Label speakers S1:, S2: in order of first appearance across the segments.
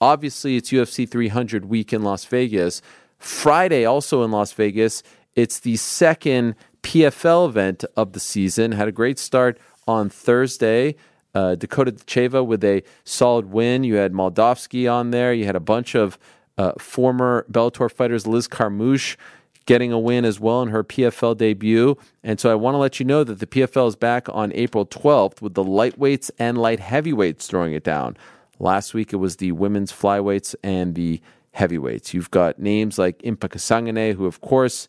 S1: Obviously, it's UFC 300 week in Las Vegas. Friday, also in Las Vegas, it's the second PFL event of the season. Had a great start on Thursday. Uh, Dakota Cheva with a solid win. You had Moldovsky on there. You had a bunch of uh, former Bellator fighters, Liz Carmouche getting a win as well in her PFL debut. And so I want to let you know that the PFL is back on April 12th with the lightweights and light heavyweights throwing it down. Last week it was the women's flyweights and the heavyweights. You've got names like Impa Kasangane, who of course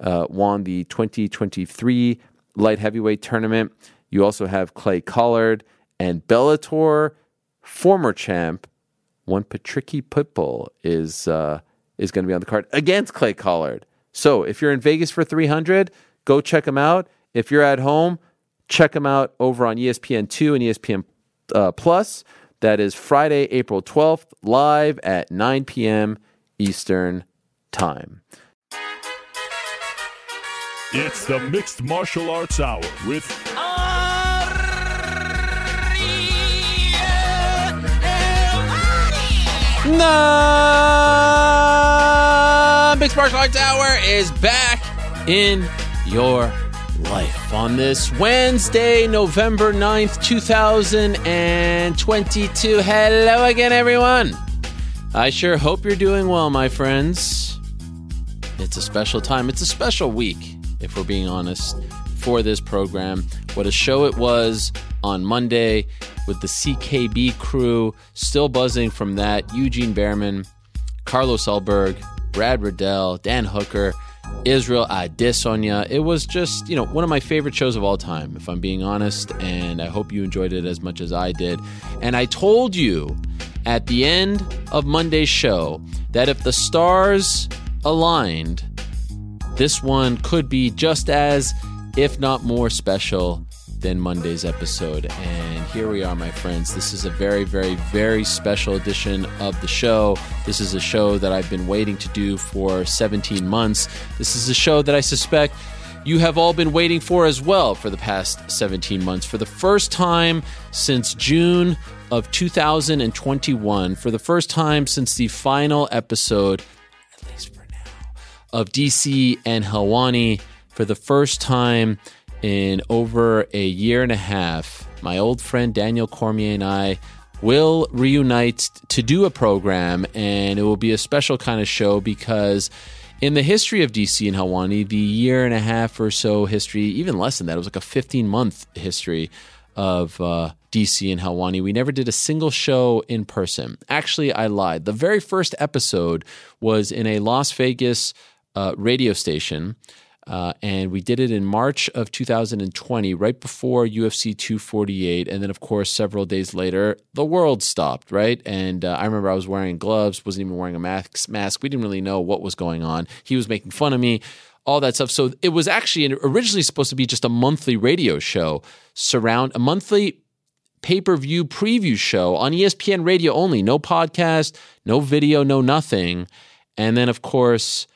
S1: uh, won the 2023 light heavyweight tournament. You also have Clay Collard and Bellator former champ one Patricky Pitbull is uh, is going to be on the card against Clay Collard. So if you're in Vegas for 300, go check him out. If you're at home, check him out over on E ESPN2 and ESPN uh, Plus. That is Friday, April 12th, live at 9 p.m. Eastern Time.
S2: It's the Mixed Martial Arts Hour with
S1: The Mixed Martial Arts Hour is back in your life on this Wednesday, November 9th, 2022. Hello again, everyone. I sure hope you're doing well, my friends. It's a special time, it's a special week, if we're being honest, for this program. What a show it was on Monday with the CKB crew. Still buzzing from that. Eugene Behrman, Carlos Alberg, Brad Riddell, Dan Hooker, Israel Adesanya. It was just, you know, one of my favorite shows of all time, if I'm being honest. And I hope you enjoyed it as much as I did. And I told you at the end of Monday's show that if the stars aligned, this one could be just as, if not more, special than Monday's episode. And here we are, my friends. This is a very, very, very special edition of the show. This is a show that I've been waiting to do for 17 months. This is a show that I suspect you have all been waiting for as well for the past 17 months. For the first time since June of 2021, for the first time since the final episode, at least for now, of DC and Helwani, for the first time in over a year and a half, my old friend Daniel Cormier and I will reunite to do a program, and it will be a special kind of show because. In the history of DC and Helwani, the year and a half or so history, even less than that, it was like a 15 month history of uh, DC and Helwani. We never did a single show in person. Actually, I lied. The very first episode was in a Las Vegas uh, radio station. Uh, and we did it in March of 2020, right before UFC 248. And then, of course, several days later, the world stopped, right? And uh, I remember I was wearing gloves, wasn't even wearing a mask, mask. We didn't really know what was going on. He was making fun of me, all that stuff. So it was actually originally supposed to be just a monthly radio show, surround a monthly pay per view preview show on E ESPN radio only, no podcast, no video, no nothing. And then, of course,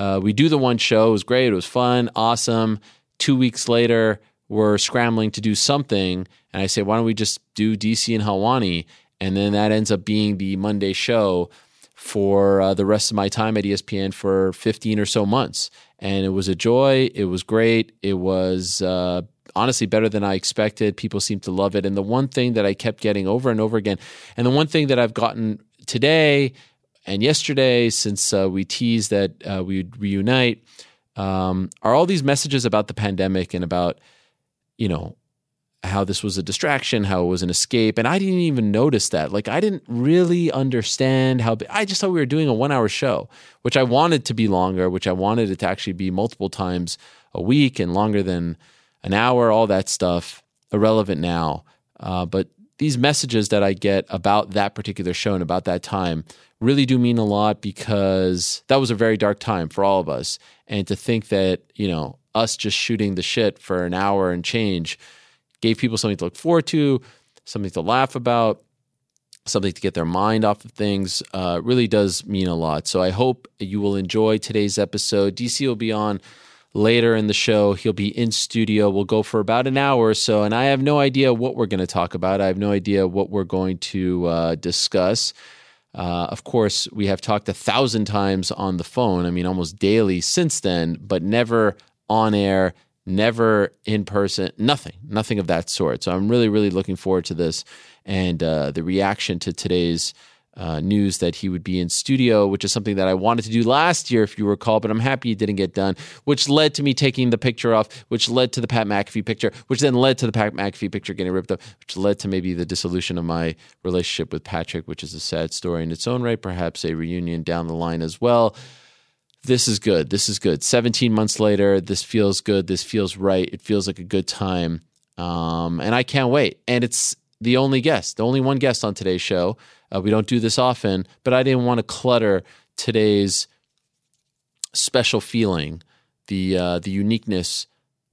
S1: uh, we do the one show. It was great. It was fun, awesome. Two weeks later, we're scrambling to do something. And I say, why don't we just do DC and Helwani? And then that ends up being the Monday show for uh, the rest of my time at ESPN for 15 or so months. And it was a joy. It was great. It was uh, honestly better than I expected. People seemed to love it. And the one thing that I kept getting over and over again, and the one thing that I've gotten today and yesterday, since uh, we teased that uh, we'd reunite, um, are all these messages about the pandemic and about, you know, how this was a distraction, how it was an escape. And I didn't even notice that. Like, I didn't really understand how I just thought we were doing a one hour show, which I wanted to be longer, which I wanted it to actually be multiple times a week and longer than an hour, all that stuff. Irrelevant now. Uh, but these messages that I get about that particular show and about that time really do mean a lot because that was a very dark time for all of us. And to think that, you know, us just shooting the shit for an hour and change gave people something to look forward to, something to laugh about, something to get their mind off of things uh, really does mean a lot. So I hope you will enjoy today's episode. DC will be on later in the show. He'll be in studio. We'll go for about an hour or so, and I have no idea what we're going to talk about. I have no idea what we're going to uh, discuss. Uh, of course, we have talked a thousand times on the phone, I mean, almost daily since then, but never on air, never in person, nothing, nothing of that sort. So I'm really, really looking forward to this and uh, the reaction to today's uh, news that he would be in studio, which is something that I wanted to do last year, if you recall, but I'm happy it didn't get done, which led to me taking the picture off, which led to the Pat McAfee picture, which then led to the Pat McAfee picture getting ripped up, which led to maybe the dissolution of my relationship with Patrick, which is a sad story in its own right, perhaps a reunion down the line as well this is good. This is good. 17 months later, this feels good. This feels right. It feels like a good time. Um, and I can't wait. And it's the only guest, the only one guest on today's show. Uh, we don't do this often, but I didn't want to clutter today's special feeling, the uh, the uniqueness,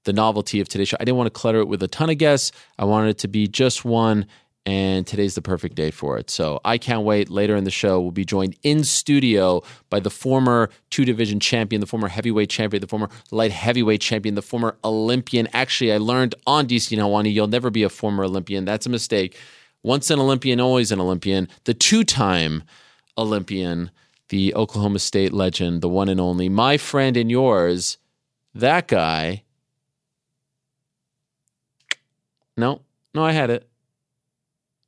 S1: the novelty of today's show. I didn't want to clutter it with a ton of guests. I wanted it to be just one, and today's the perfect day for it. So I can't wait. Later in the show, we'll be joined in studio by the former two division champion, the former heavyweight champion, the former light heavyweight champion, the former Olympian. Actually, I learned on DC Nawani, you'll never be a former Olympian. That's a mistake. Once an Olympian, always an Olympian. The two time Olympian, the Oklahoma State legend, the one and only, my friend and yours, that guy. No, no, I had it.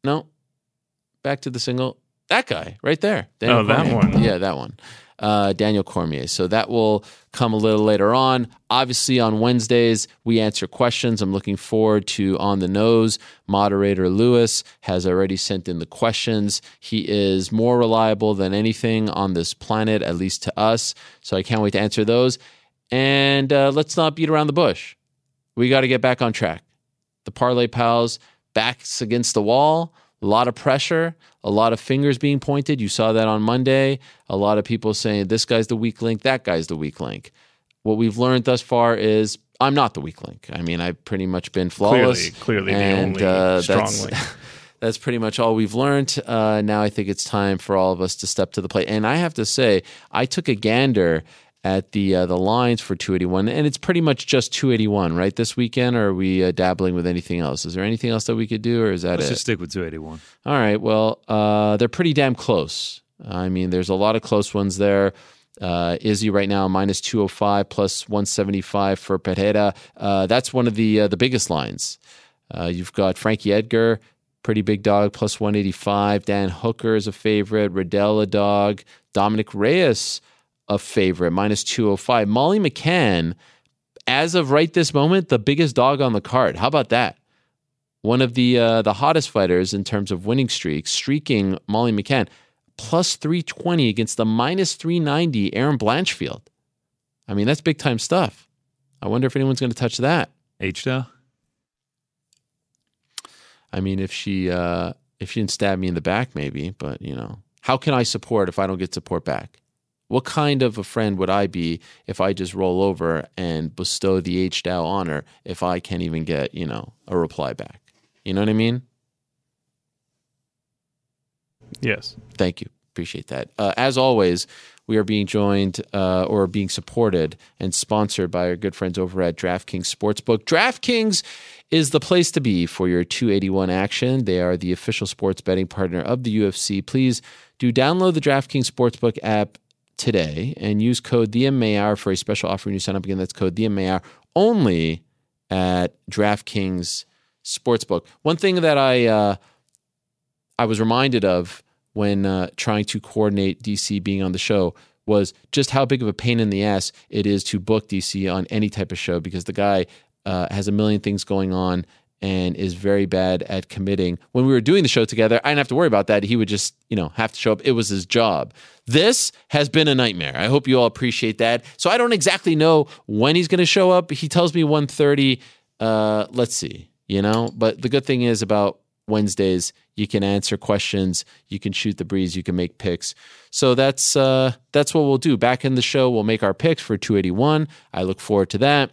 S1: No, back to the single. That guy right there.
S3: Oh, that
S1: Cormier.
S3: one.
S1: Yeah, that one. Uh, Daniel Cormier. So that will come a little later on. Obviously, on Wednesdays, we answer questions. I'm looking forward to On the Nose. Moderator Lewis has already sent in the questions. He is more reliable than anything on this planet, at least to us. So I can't wait to answer those. And uh, let's not beat around the bush. We got to get back on track. The Parlay Pals backs against the wall, a lot of pressure, a lot of fingers being pointed. You saw that on Monday. A lot of people saying this guy's the weak link, that guy's the weak link. What we've learned thus far is I'm not the weak link. I mean, I've pretty much been flawless.
S3: Clearly- clearly the
S1: and,
S3: only
S1: uh,
S3: strong
S1: that's-
S3: link.
S1: that's pretty much all we've learned. Uh, now I think it's time for all of us to step to the plate. And I have to say, I took a gander at the uh, the lines for 281, and it's pretty much just 281, right? This weekend, or are we uh, dabbling with anything else? Is there anything else that we could do, or is that
S4: Let's
S1: it?
S4: just stick with 281.
S1: All right. Well, uh, they're pretty damn close. I mean, there's a lot of close ones there. Uh, Izzy right now minus 205 plus 175 for Pereira. Uh, that's one of the uh, the biggest lines. Uh, you've got Frankie Edgar, pretty big dog, plus 185. Dan Hooker is a favorite. Riddell a dog. Dominic Reyes a favorite, minus 205. Molly McCann, as of right this moment, the biggest dog on the card. How about that? one of the uh, the hottest fighters in terms of winning streak, streaking Molly McCann, plus 320 against the minus 390 Aaron Blanchfield. I mean, that's big time stuff. I wonder if anyone's going to touch that.
S4: H now?
S1: I mean, if she uh, if she didn't stab me in the back, maybe. But you know, how can I support if I don't get support back? What kind of a friend would I be if I just roll over and bestow the H Dow honor if I can't even get you know a reply back? You know what I mean?
S3: Yes.
S1: Thank you. Appreciate that. Uh, as always, we are being joined uh, or being supported and sponsored by our good friends over at DraftKings Sportsbook. DraftKings is the place to be for your 281 action. They are the official sports betting partner of the UFC. Please do download the DraftKings Sportsbook app today and use code TheMAR for a special offer when you sign up. Again, that's code TheMAR only at DraftKings Sportsbook. One thing that I. Uh, I was reminded of when uh, trying to coordinate DC being on the show was just how big of a pain in the ass it is to book DC on any type of show because the guy uh, has a million things going on and is very bad at committing. When we were doing the show together, I didn't have to worry about that. He would just, you know, have to show up. It was his job. This has been a nightmare. I hope you all appreciate that. So I don't exactly know when he's going to show up. He tells me 1:30. Uh, let's see, you know, but the good thing is about Wednesdays. You can answer questions. You can shoot the breeze. You can make picks. So that's uh, that's what we'll do. Back in the show, we'll make our picks for 281. I look forward to that.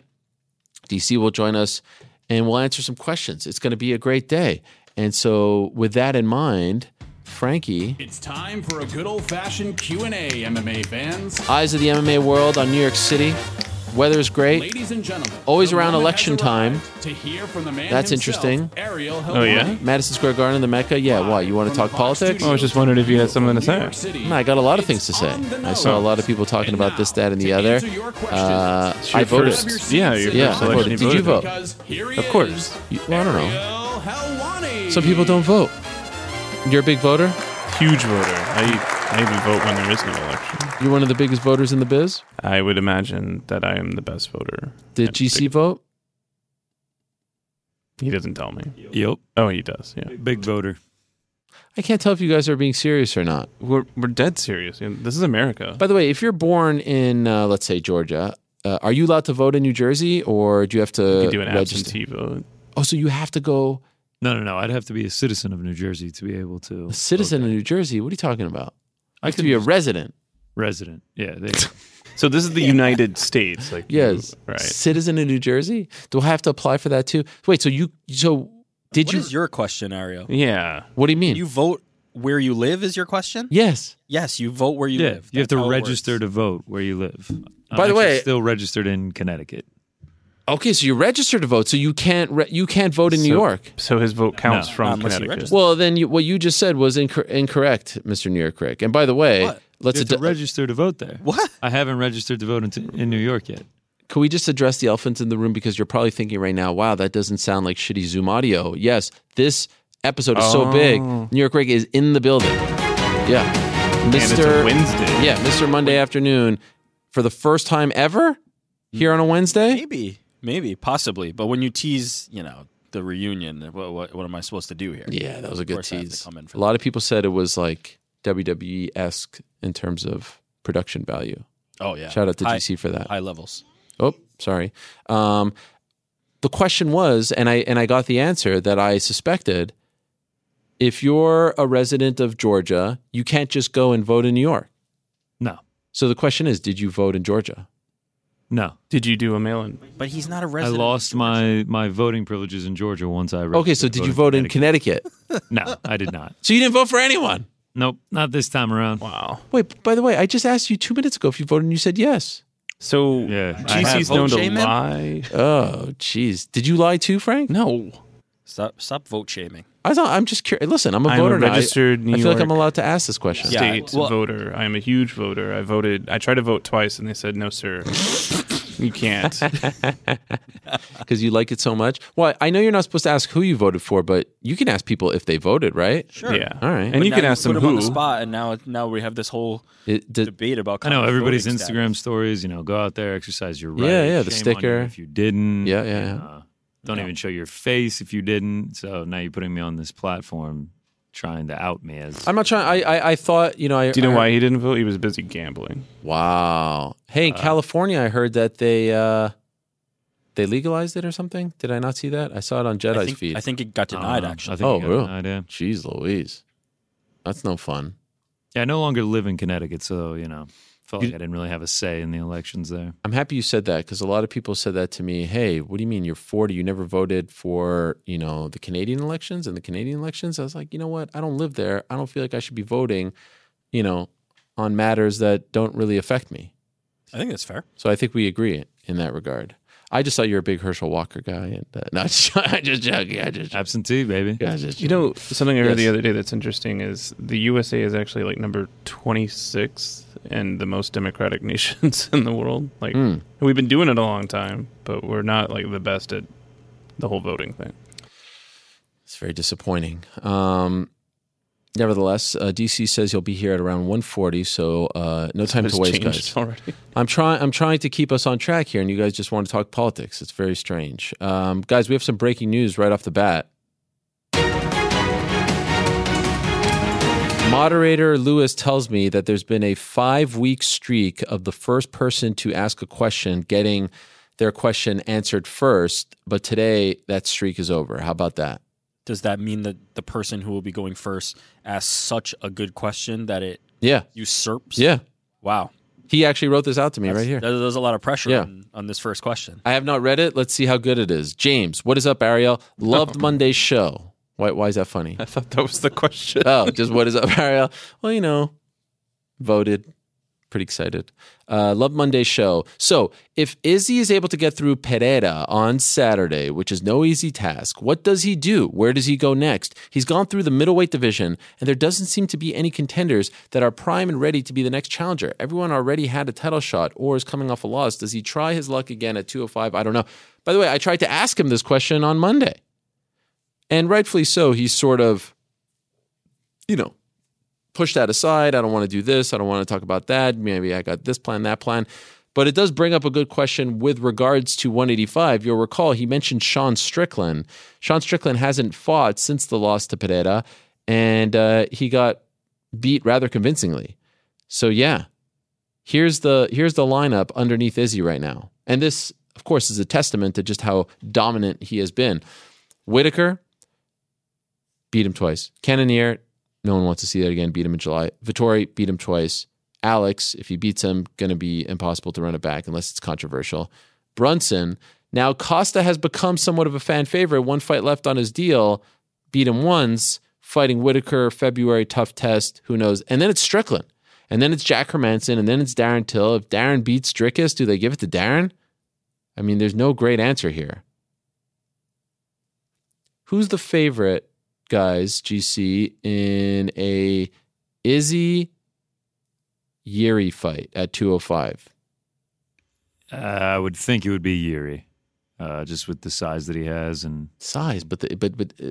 S1: DC will join us, and we'll answer some questions. It's going to be a great day. And so, with that in mind, Frankie,
S5: It's time for a good old-fashioned Q&A, MMA fans.
S1: Eyes of the MMA World on New York City. Weather's great.
S3: Ladies and gentlemen,
S1: Always
S3: the
S1: around
S3: moment
S1: election
S3: has arrived
S1: time.
S3: To hear from the man
S1: That's
S3: himself,
S1: interesting.
S3: Ariel
S4: Oh, yeah?
S3: Helwani.
S1: Madison Square Garden, the Mecca. Yeah, what? You want to
S3: From the
S1: talk
S3: Fox
S1: politics?
S3: Studios
S4: I was just wondering if you had something to
S3: New York
S4: say.
S3: City.
S1: Man, Hmm, I got a lot of things
S3: It's
S1: to say.
S3: on the
S1: I saw a
S3: nose.
S1: lot of people talking
S3: And
S1: about
S3: now,
S1: this, that, and the
S3: to
S1: other.
S3: answer your questions,
S1: Uh,
S3: it's
S1: I
S4: your
S1: voted.
S4: first- yeah, your
S1: Yeah,
S4: first
S1: I
S4: election.
S1: voted.
S4: you
S1: Did you vote?
S3: Because here he
S4: Of course.
S3: is,
S1: You- well, I don't know.
S3: Ariel Helwani.
S1: Some people don't vote. You're a big voter.
S4: Huge voter. I, I even vote when there is no election.
S1: You're one of the biggest voters in the biz.
S4: I would imagine that I am the best voter.
S1: Did
S4: And
S1: GC
S4: big-
S1: vote?
S4: He doesn't tell me.
S5: Yep.
S4: Oh, he does. Yeah.
S5: Big voter.
S1: I can't tell if you guys are being serious or not.
S4: We're, we're dead serious. You know, This is America.
S1: By the way, if you're born in, uh, let's say Georgia, uh, are you allowed to vote in New Jersey, or do you have to
S4: you can do an
S1: register?
S4: absentee vote.
S1: Oh, so you have to go
S5: No, no, no. I'd have to be a citizen of New Jersey to be able to.
S1: a citizen of New Jersey. What are you talking about? I have to be a resident.
S5: resident. Yeah. They,
S4: So this is the United States. Like you-
S1: Yes,
S4: Mm-hmm. Right.
S1: Citizen of New Jersey. Do I have to apply for that too? Wait, so you so did
S6: What
S1: you?
S6: is your question, Ariel?
S4: Yeah.
S1: what do you mean?
S6: You vote where you live is your question?
S1: yes.
S6: Yes, you vote where you
S5: yeah.
S6: live.
S5: You have to
S6: That's how it
S5: register
S6: works.
S5: to vote where you live. I'm
S1: By the
S5: actually
S1: way-
S5: still registered in Connecticut.
S1: Okay, so you're registered to vote, so you can't re- you can't vote in New
S4: So-
S1: York.
S4: So his vote counts
S5: No,
S4: from
S6: not unless you
S4: Connecticut.
S6: register.
S1: Well, then you, what you just said was incor- incorrect, Mr. New York Crick. And by the way,
S6: What?
S1: let's
S5: You have to
S1: ad-
S5: register to vote there.
S6: What?
S5: I haven't registered to vote in, t- in New York yet.
S1: Can we just address the elephant in the room? Because you're probably thinking right now, wow, that doesn't sound like shitty Zoom audio. Yes, this episode is so big. New York Rick is in the building. Yeah.
S4: Oh. And it's a
S1: Mr.
S4: Wednesday.
S1: Yeah, Mr. Monday afternoon for the first time ever here on a Wednesday.
S6: Maybe, maybe, possibly. But when you tease, you know, the reunion, what, what, what am I supposed to do here?
S1: Yeah, that was a good
S6: course I have to
S1: tease.
S6: come in for
S1: A lot of people said it was like WWE esque in terms of production value.
S6: Oh yeah.
S1: Shout out to
S6: high,
S1: DC for that.
S6: High levels.
S1: Oh, sorry. Um, the question was, and I and I got the answer that I suspected. If you're a resident of Georgia, you can't just go and vote in New York.
S5: No.
S1: So the question is, did you vote in Georgia?
S5: No.
S4: Did you do a mail-in?
S6: But he's not a
S5: I
S6: resident.
S5: lost my, my voting privileges in Georgia once I registered.
S1: Okay, so
S5: to
S1: did you vote in Connecticut?
S5: No, I did not.
S1: So you didn't vote for anyone.
S5: Nope, not this time around.
S4: Wow.
S1: Wait, by the way, I just asked you two minutes ago if you voted, and you said yes.
S4: So
S5: Yeah. I have
S4: GC's known
S6: vote
S4: to
S6: shaming?
S4: lie.
S1: Oh, jeez, did you lie too, Frank?
S4: No.
S6: Stop, stop vote shaming.
S1: I thought I'm just curious. Listen, I'm a
S4: I'm a
S1: voter now. I-
S4: registered New
S1: I, feel like I'm
S4: York-
S1: allowed to ask this question.
S6: Yeah.
S4: State
S6: well-
S4: voter. I am a huge voter. I voted. I tried to vote twice, and they said no, sir. you can't.
S1: because you like it so much. Well, I know you're not supposed to ask who you voted for, but you can ask people if they voted, right?
S6: Sure.
S4: Yeah.
S1: All right.
S4: And
S1: But
S4: you
S6: Now
S4: can ask
S6: put
S4: them
S6: him on
S4: who.
S6: the spot, and now now we have this whole
S1: It, did,
S6: debate about.
S5: I know
S6: college
S5: everybody's
S6: voting status.
S5: Instagram stories. You know, go out there, exercise your right.
S1: Yeah, yeah, the
S5: Shame on you
S1: sticker.
S5: If you didn't,
S1: Yeah, yeah, yeah.
S5: Uh, don't even show your face if you didn't. So now you're putting me on this platform, trying to out me as. uh,
S1: I'm not trying. I, I I thought you know. I,
S4: Do
S1: I
S4: you know
S1: heard-
S4: why he didn't vote? He was busy gambling.
S1: Wow. Hey,
S4: Uh.
S1: in California, I heard that they uh they legalized it or something. Did I not see that? I saw it on
S6: I
S1: Jedi's
S6: think,
S1: feed.
S6: I think it
S5: I
S6: got
S5: don't
S6: denied.
S5: know. I
S6: Actually,
S5: think
S1: Oh,
S5: you got
S1: really?
S5: an idea.
S1: Jeez, Louise, that's no fun.
S5: Yeah, I no longer live in Connecticut, so you know, felt
S1: You-
S5: like I didn't really have a say in the elections there.
S1: I'm happy you said that because a lot of people said that to me. Hey, what do you mean you're 40? You never voted for you know the Canadian elections and the Canadian elections. I was like, you know what? I don't live there. I don't feel like I should be voting, you know, on matters that don't really affect me.
S6: I think that's fair.
S1: So I think we agree in that regard. I just thought you're a big Herschel Walker guy, and uh, no, I'm just I'm just joking. I just,
S5: Absentee, baby.
S1: I just
S4: You know, something I heard the
S1: Yes.
S4: other day that's interesting is the USA is actually like number 26th in the most democratic nations in the world. Like,
S1: Hmm.
S4: we've been doing it a long time, but we're not like the best at the whole voting thing.
S1: It's very disappointing. Um, nevertheless, uh, DC says he'll be here at around 1:40, so uh, no time
S4: It's
S1: to waste,
S4: changed
S1: guys.
S4: already.
S1: I'm trying. I'm trying to keep us on track here, and you guys just want to talk politics. It's very strange, um, guys. We have some breaking news right off the bat. Moderator Lewis tells me that there's been a five week streak of the first person to ask a question getting their question answered first, but today that streak is over. How about that?
S6: Does that mean that the person who will be going first asks such a good question that it
S1: Yeah.
S6: usurps?
S1: Yeah.
S6: Wow.
S1: He actually wrote this out to me right here.
S6: There- There's a lot of pressure
S1: Yeah.
S6: on, on this first question.
S1: I have not read it. Let's see how good it is. James, what is up, Ariel? Loved Monday's show. Why, why is that funny?
S4: I thought that was the question.
S1: oh, just what is up, Ariel? Well, you know, voted. Pretty excited. Uh, love Monday show. So, if Izzy is able to get through Pereira on Saturday, which is no easy task, what does he do? Where does he go next? He's gone through the middleweight division, and there doesn't seem to be any contenders that are prime and ready to be the next challenger. Everyone already had a title shot or is coming off a loss. Does he try his luck again at 205? I don't know. By the way, I tried to ask him this question on Monday. And rightfully so, he's sort of, you know, push that aside. I don't want to do this. I don't want to talk about that. Maybe I got this plan, that plan. But it does bring up a good question with regards to 185. You'll recall he mentioned Sean Strickland. Sean Strickland hasn't fought since the loss to Pereira, and uh, he got beat rather convincingly. So yeah, here's the here's the lineup underneath Izzy right now, and this, of course, is a testament to just how dominant he has been. Whitaker beat him twice. Cannonier no one wants to see that again. Beat him in July. Vittori beat him twice. Alex, if he beats him, going to be impossible to run it back unless it's controversial. Brunson, now Costa has become somewhat of a fan favorite. One fight left on his deal, beat him once, fighting Whitaker, February, tough test, who knows. And then it's Strickland. And then it's Jack Hermanson. And then it's Darren Till. If Darren beats Drickus, do they give it to Darren? I mean, there's no great answer here. Who's the favorite guys, GC, in a Izzy Yuri fight at 205.
S5: Uh, I would think it would be Yuri, uh, just with the size that he has, and
S1: Size, but the, but but uh,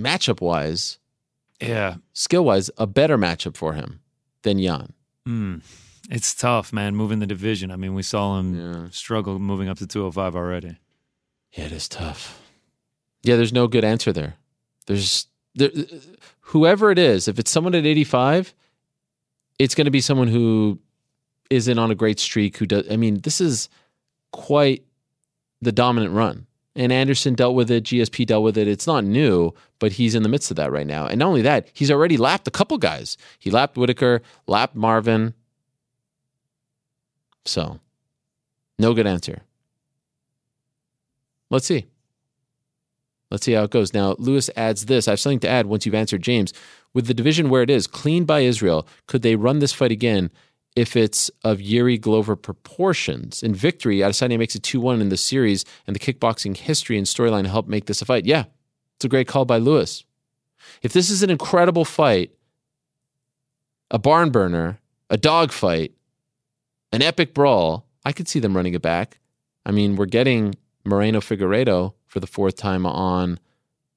S1: matchup wise,
S5: yeah,
S1: skill wise, a better matchup for him than Jan.
S5: mm, it's tough, man. Moving the division. I mean, we saw him
S1: Yeah.
S5: struggle moving up to 205 already.
S1: Yeah, it is tough. Yeah, there's no good answer there. There's there, whoever it is, if it's someone at 85, it's going to be someone who isn't on a great streak. Who does? I mean, this is quite the dominant run. And Anderson dealt with it. GSP dealt with it. It's not new, but he's in the midst of that right now. And not only that, he's already lapped a couple guys. He lapped Whitaker, lapped Marvin. So, no good answer. Let's see. Let's see how it goes. Now, Lewis adds this. I have something to add once you've answered James. With the division where it is, cleaned by Israel, could they run this fight again if it's of Yuri Glover proportions? In victory, Adesanya makes it 2 1 in the series, and the kickboxing history and storyline help make this a fight. Yeah, it's a great call by Lewis. If this is an incredible fight, a barn burner, a dog fight, an epic brawl, I could see them running it back. I mean, we're getting Moreno Figueredo for the fourth time on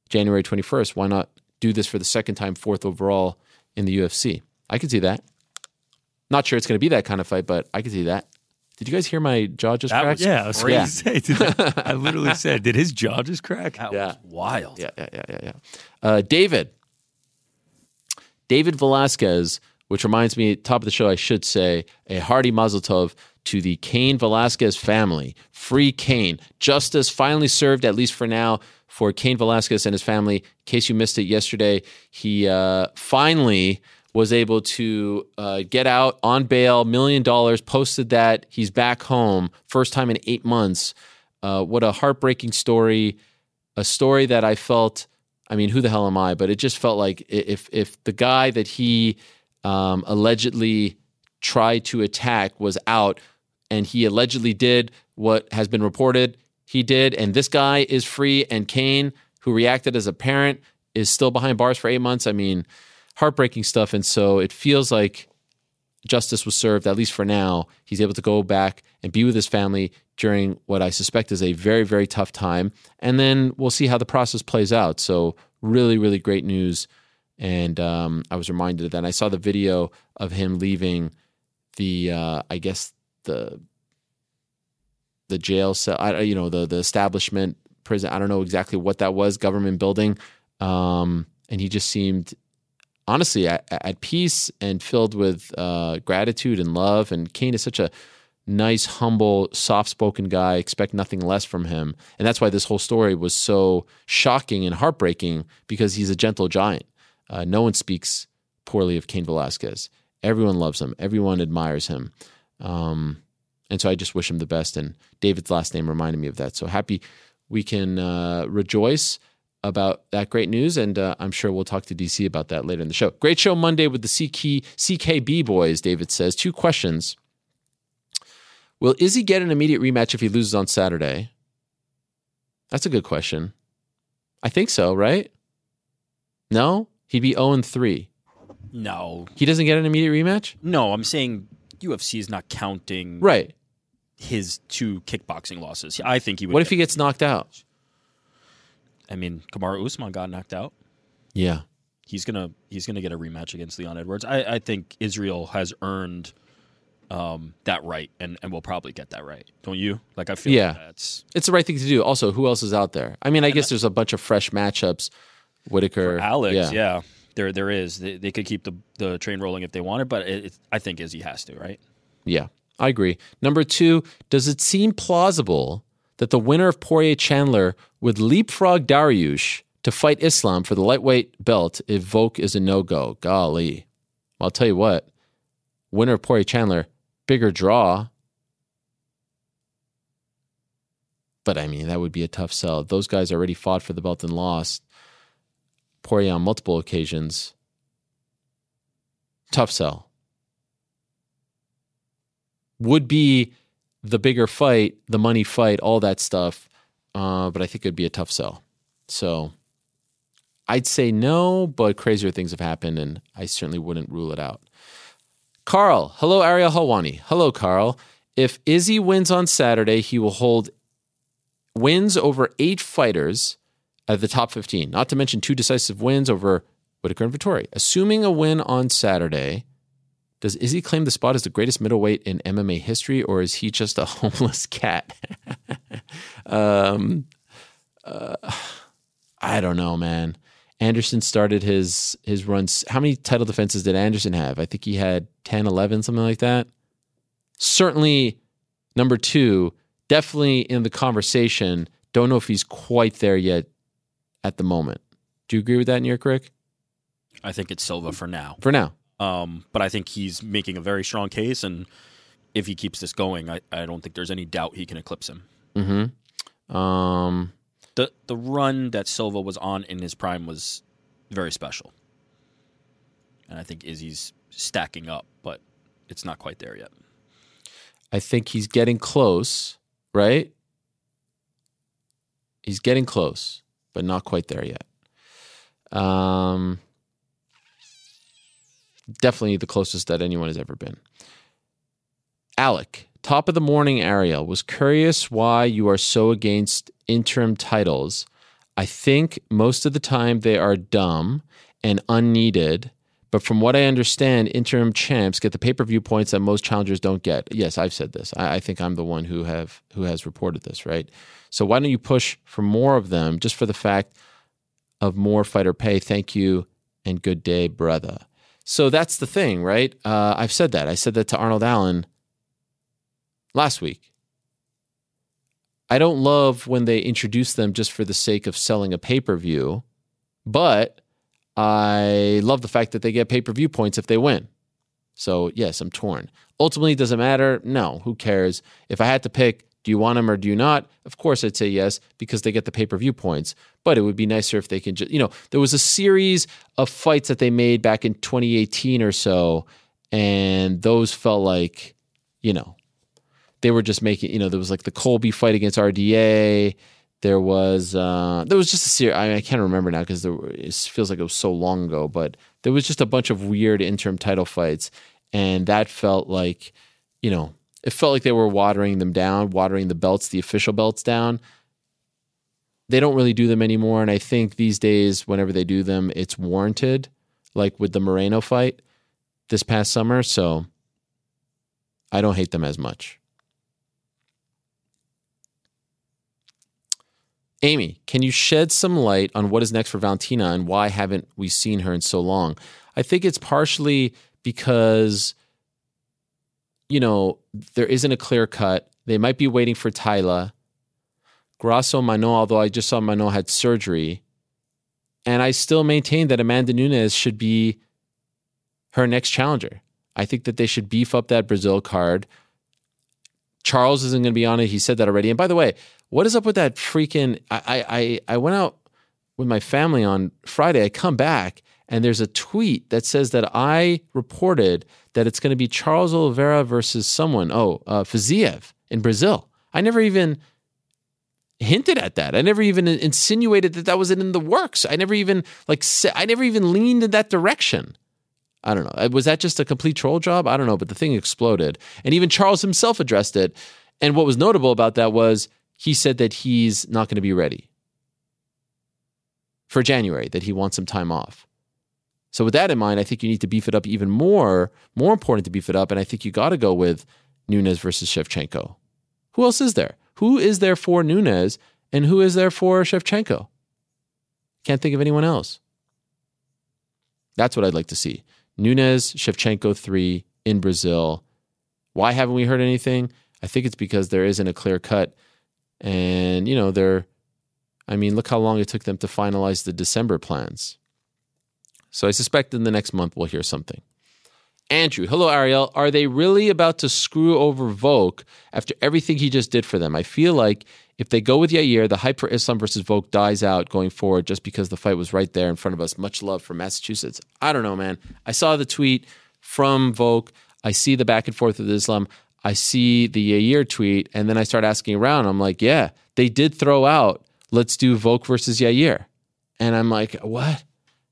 S1: January 21st. Why not do this for the second time, fourth overall in the UFC? I could see that. Not sure it's going to be that kind of fight, but I could see that. Did you guys hear my jaw just
S5: That
S1: crack?
S5: was, yeah, I was
S1: Yeah.
S5: going to say. Did I, I literally said, did his jaw just crack?
S6: That
S1: Yeah.
S6: was wild.
S1: Yeah, yeah, yeah, yeah, yeah. Uh, David. David Velasquez, which reminds me, top of the show, I should say, a hearty mazel tov to the Kane Velasquez family. Free Kane. Justice finally served, at least for now, for Kane Velasquez and his family. In case you missed it yesterday, he uh, finally was able to uh, get out on bail, million dollars, posted that. He's back home, first time in eight months. Uh, what a heartbreaking story a story that I felt. I mean, who the hell am I? But it just felt like i- if if the guy that he um, allegedly tried to attack was out, and he allegedly did what has been reported he did, and this guy is free, and Kane, who reacted as a parent, is still behind bars for eight months. I mean, heartbreaking stuff, and so it feels like justice was served, at least for now. He's able to go back and be with his family during what I suspect is a very, very tough time. And then we'll see how the process plays out. So, really, really great news. And um, I was reminded of that. And I saw the video of him leaving the, uh, I guess, the the jail cell, I, you know, the the establishment prison. I don't know exactly what that was, government building. Um, and he just seemed honestly at, at peace and filled with uh, gratitude and love. And Kane is such a nice, humble, soft spoken guy. Expect nothing less from him. And that's why this whole story was so shocking and heartbreaking because he's a gentle giant. Uh, no one speaks poorly of Kane Velasquez. Everyone loves him, everyone admires him. Um, and so I just wish him the best. And David's last name reminded me of that. So happy we can uh, rejoice. Uh, about that great news. And uh, I'm sure we'll talk to DC about that later in the show. Great show Monday with the CK, CKB boys, David says. Two questions. Will Izzy get an immediate rematch if he loses on Saturday? That's a good question. I think so, right? No? He'd be 0 3.
S6: No,
S1: He doesn't get an immediate rematch?
S6: no, I'm saying UFC is not counting
S1: Right.
S6: his two kickboxing losses. I think he would.
S1: What if he
S6: get-
S1: gets knocked out?
S6: I mean, Kamara Usman got knocked out.
S1: Yeah.
S6: He's gonna he's gonna get a rematch against Leon Edwards. I, I think Israel has earned um, that right, and and will probably get that right. Don't you? Like I feel.
S1: Yeah.
S6: like that's
S1: It's the right thing to do. Also, who else is out there? I mean, I guess there's a bunch of fresh matchups. Whitaker.
S6: Alex. Yeah. There, there is. They, they could keep the, the train rolling if they wanted, but it, it, I think Izzy has to, right?
S1: Yeah, I agree. Number two, does it seem plausible that the winner of Poirier Chandler would leapfrog Dariush to fight Islam for the lightweight belt if Volk is a no go? Golly. I'll tell you what, winner of Poirier Chandler, bigger draw. But I mean, that would be a tough sell. Those guys already fought for the belt and lost. Poirier on multiple occasions. Tough sell would be the bigger fight, the money fight, all that stuff. Uh, but I think it'd be a tough sell. So I'd say no, but crazier things have happened, and I certainly wouldn't rule it out. Carl, hello, Ariel Helwani. Hello, Carl. If Izzy wins on Saturday, he will hold wins over eight fighters at the top 15, not to mention two decisive wins over Whitaker and Vittori. Assuming a win on Saturday, does Izzy claim the spot as the greatest middleweight in MMA history, or is he just a homeless cat? um, uh, I don't know, man. Anderson started his his runs. How many title defenses did Anderson have? I think he had 10, 11, something like that. Certainly number two, definitely in the conversation. Don't know if he's quite there yet at the moment. Do you agree with that, New York Rick?
S6: I think it's Silva for now.
S1: For now.
S6: Um, but I think he's making a very strong case, and if he keeps this going, I, I don't think there's any doubt he can eclipse him.
S1: Mm-hmm. Um
S6: The the run that Silva was on in his prime was very special, and I think Izzy's stacking up, but it's not quite there yet.
S1: I think he's getting close, right? He's getting close, but not quite there yet. Um, definitely the closest that anyone has ever been. Alec, top of the morning, Ariel, was curious why you are so against interim titles. I think most of the time they are dumb and unneeded. But from what I understand, interim champs get the pay per view points that most challengers don't get. Yes, I've said this. I, I think I'm the one who have who has reported this, right? So why don't you push for more of them just for the fact of more fighter pay? Thank you and good day, brother. So that's the thing, right? Uh, I've said that. I said that to Arnold Allen last week. I don't love when they introduce them just for the sake of selling a pay per view, but I love the fact that they get pay per view points if they win. So, yes, I'm torn. Ultimately, does it matter? No, who cares? If I had to pick, do you want them or do you not? Of course, I'd say yes because they get the pay per view points. But it would be nicer if they can just, you know, there was a series of fights that they made back in 2018 or so, and those felt like, you know, they were just making you know there was like the Colby fight against RDA. There was uh, there was just a series. I, mean, I can't remember now because it feels like it was so long ago. But there was just a bunch of weird interim title fights, and that felt like you know it felt like they were watering them down, watering the belts, the official belts down. They don't really do them anymore, and I think these days, whenever they do them, it's warranted. Like with the Moreno fight this past summer, so I don't hate them as much. Amy, can you shed some light on what is next for Valentina and why haven't we seen her in so long? I think it's partially because, you know, there isn't a clear cut. They might be waiting for Tyla. Grasso Mano, although I just saw Mano had surgery. And I still maintain that Amanda Nunes should be her next challenger. I think that they should beef up that Brazil card. Charles isn't going to be on it. He said that already. And by the way, what is up with that freaking? I I I- I went out with my family on Friday. I come back and there's a tweet that says that I reported that it's going to be Charles Oliveira versus someone, oh, uh, Fiziev in Brazil. I never even hinted at that. I never even insinuated that that was in the works. I never even like sa- I never even leaned in that direction. I don't know. Uh, Was that just a complete troll job? I don't know, but the thing exploded. And even Charles himself addressed it. And what was notable about that was he said that he's not going to be ready for January, that he wants some time off. So, with that in mind, I think you need to beef it up even more. More important to beef it up. And I think you got to go with Nunes versus Shevchenko. Who else is there? Who is there for Nunes and who is there for Shevchenko? Can't think of anyone else. That's what I'd like to see. Nunes, Shevchenko 3 in Brazil. Why haven't we heard anything? I think it's because there isn't a clear cut. And, you know, they're, I mean, look how long it took them to finalize the December plans. So I suspect in the next month we'll hear something. Andrew, hello, Ariel. Are they really about to screw over Volk after everything he just did for them? I feel like if they go with Yair, the hype for Islam versus Volk dies out going forward just because the fight was right there in front of us. Much love from Massachusetts. I don't know, man. I saw the tweet from Volk. I see the back and forth with Islam. I see the Yair tweet, and then I start asking around. I'm like, yeah, they did throw out, let's do Volk versus Yair. And I'm like, what?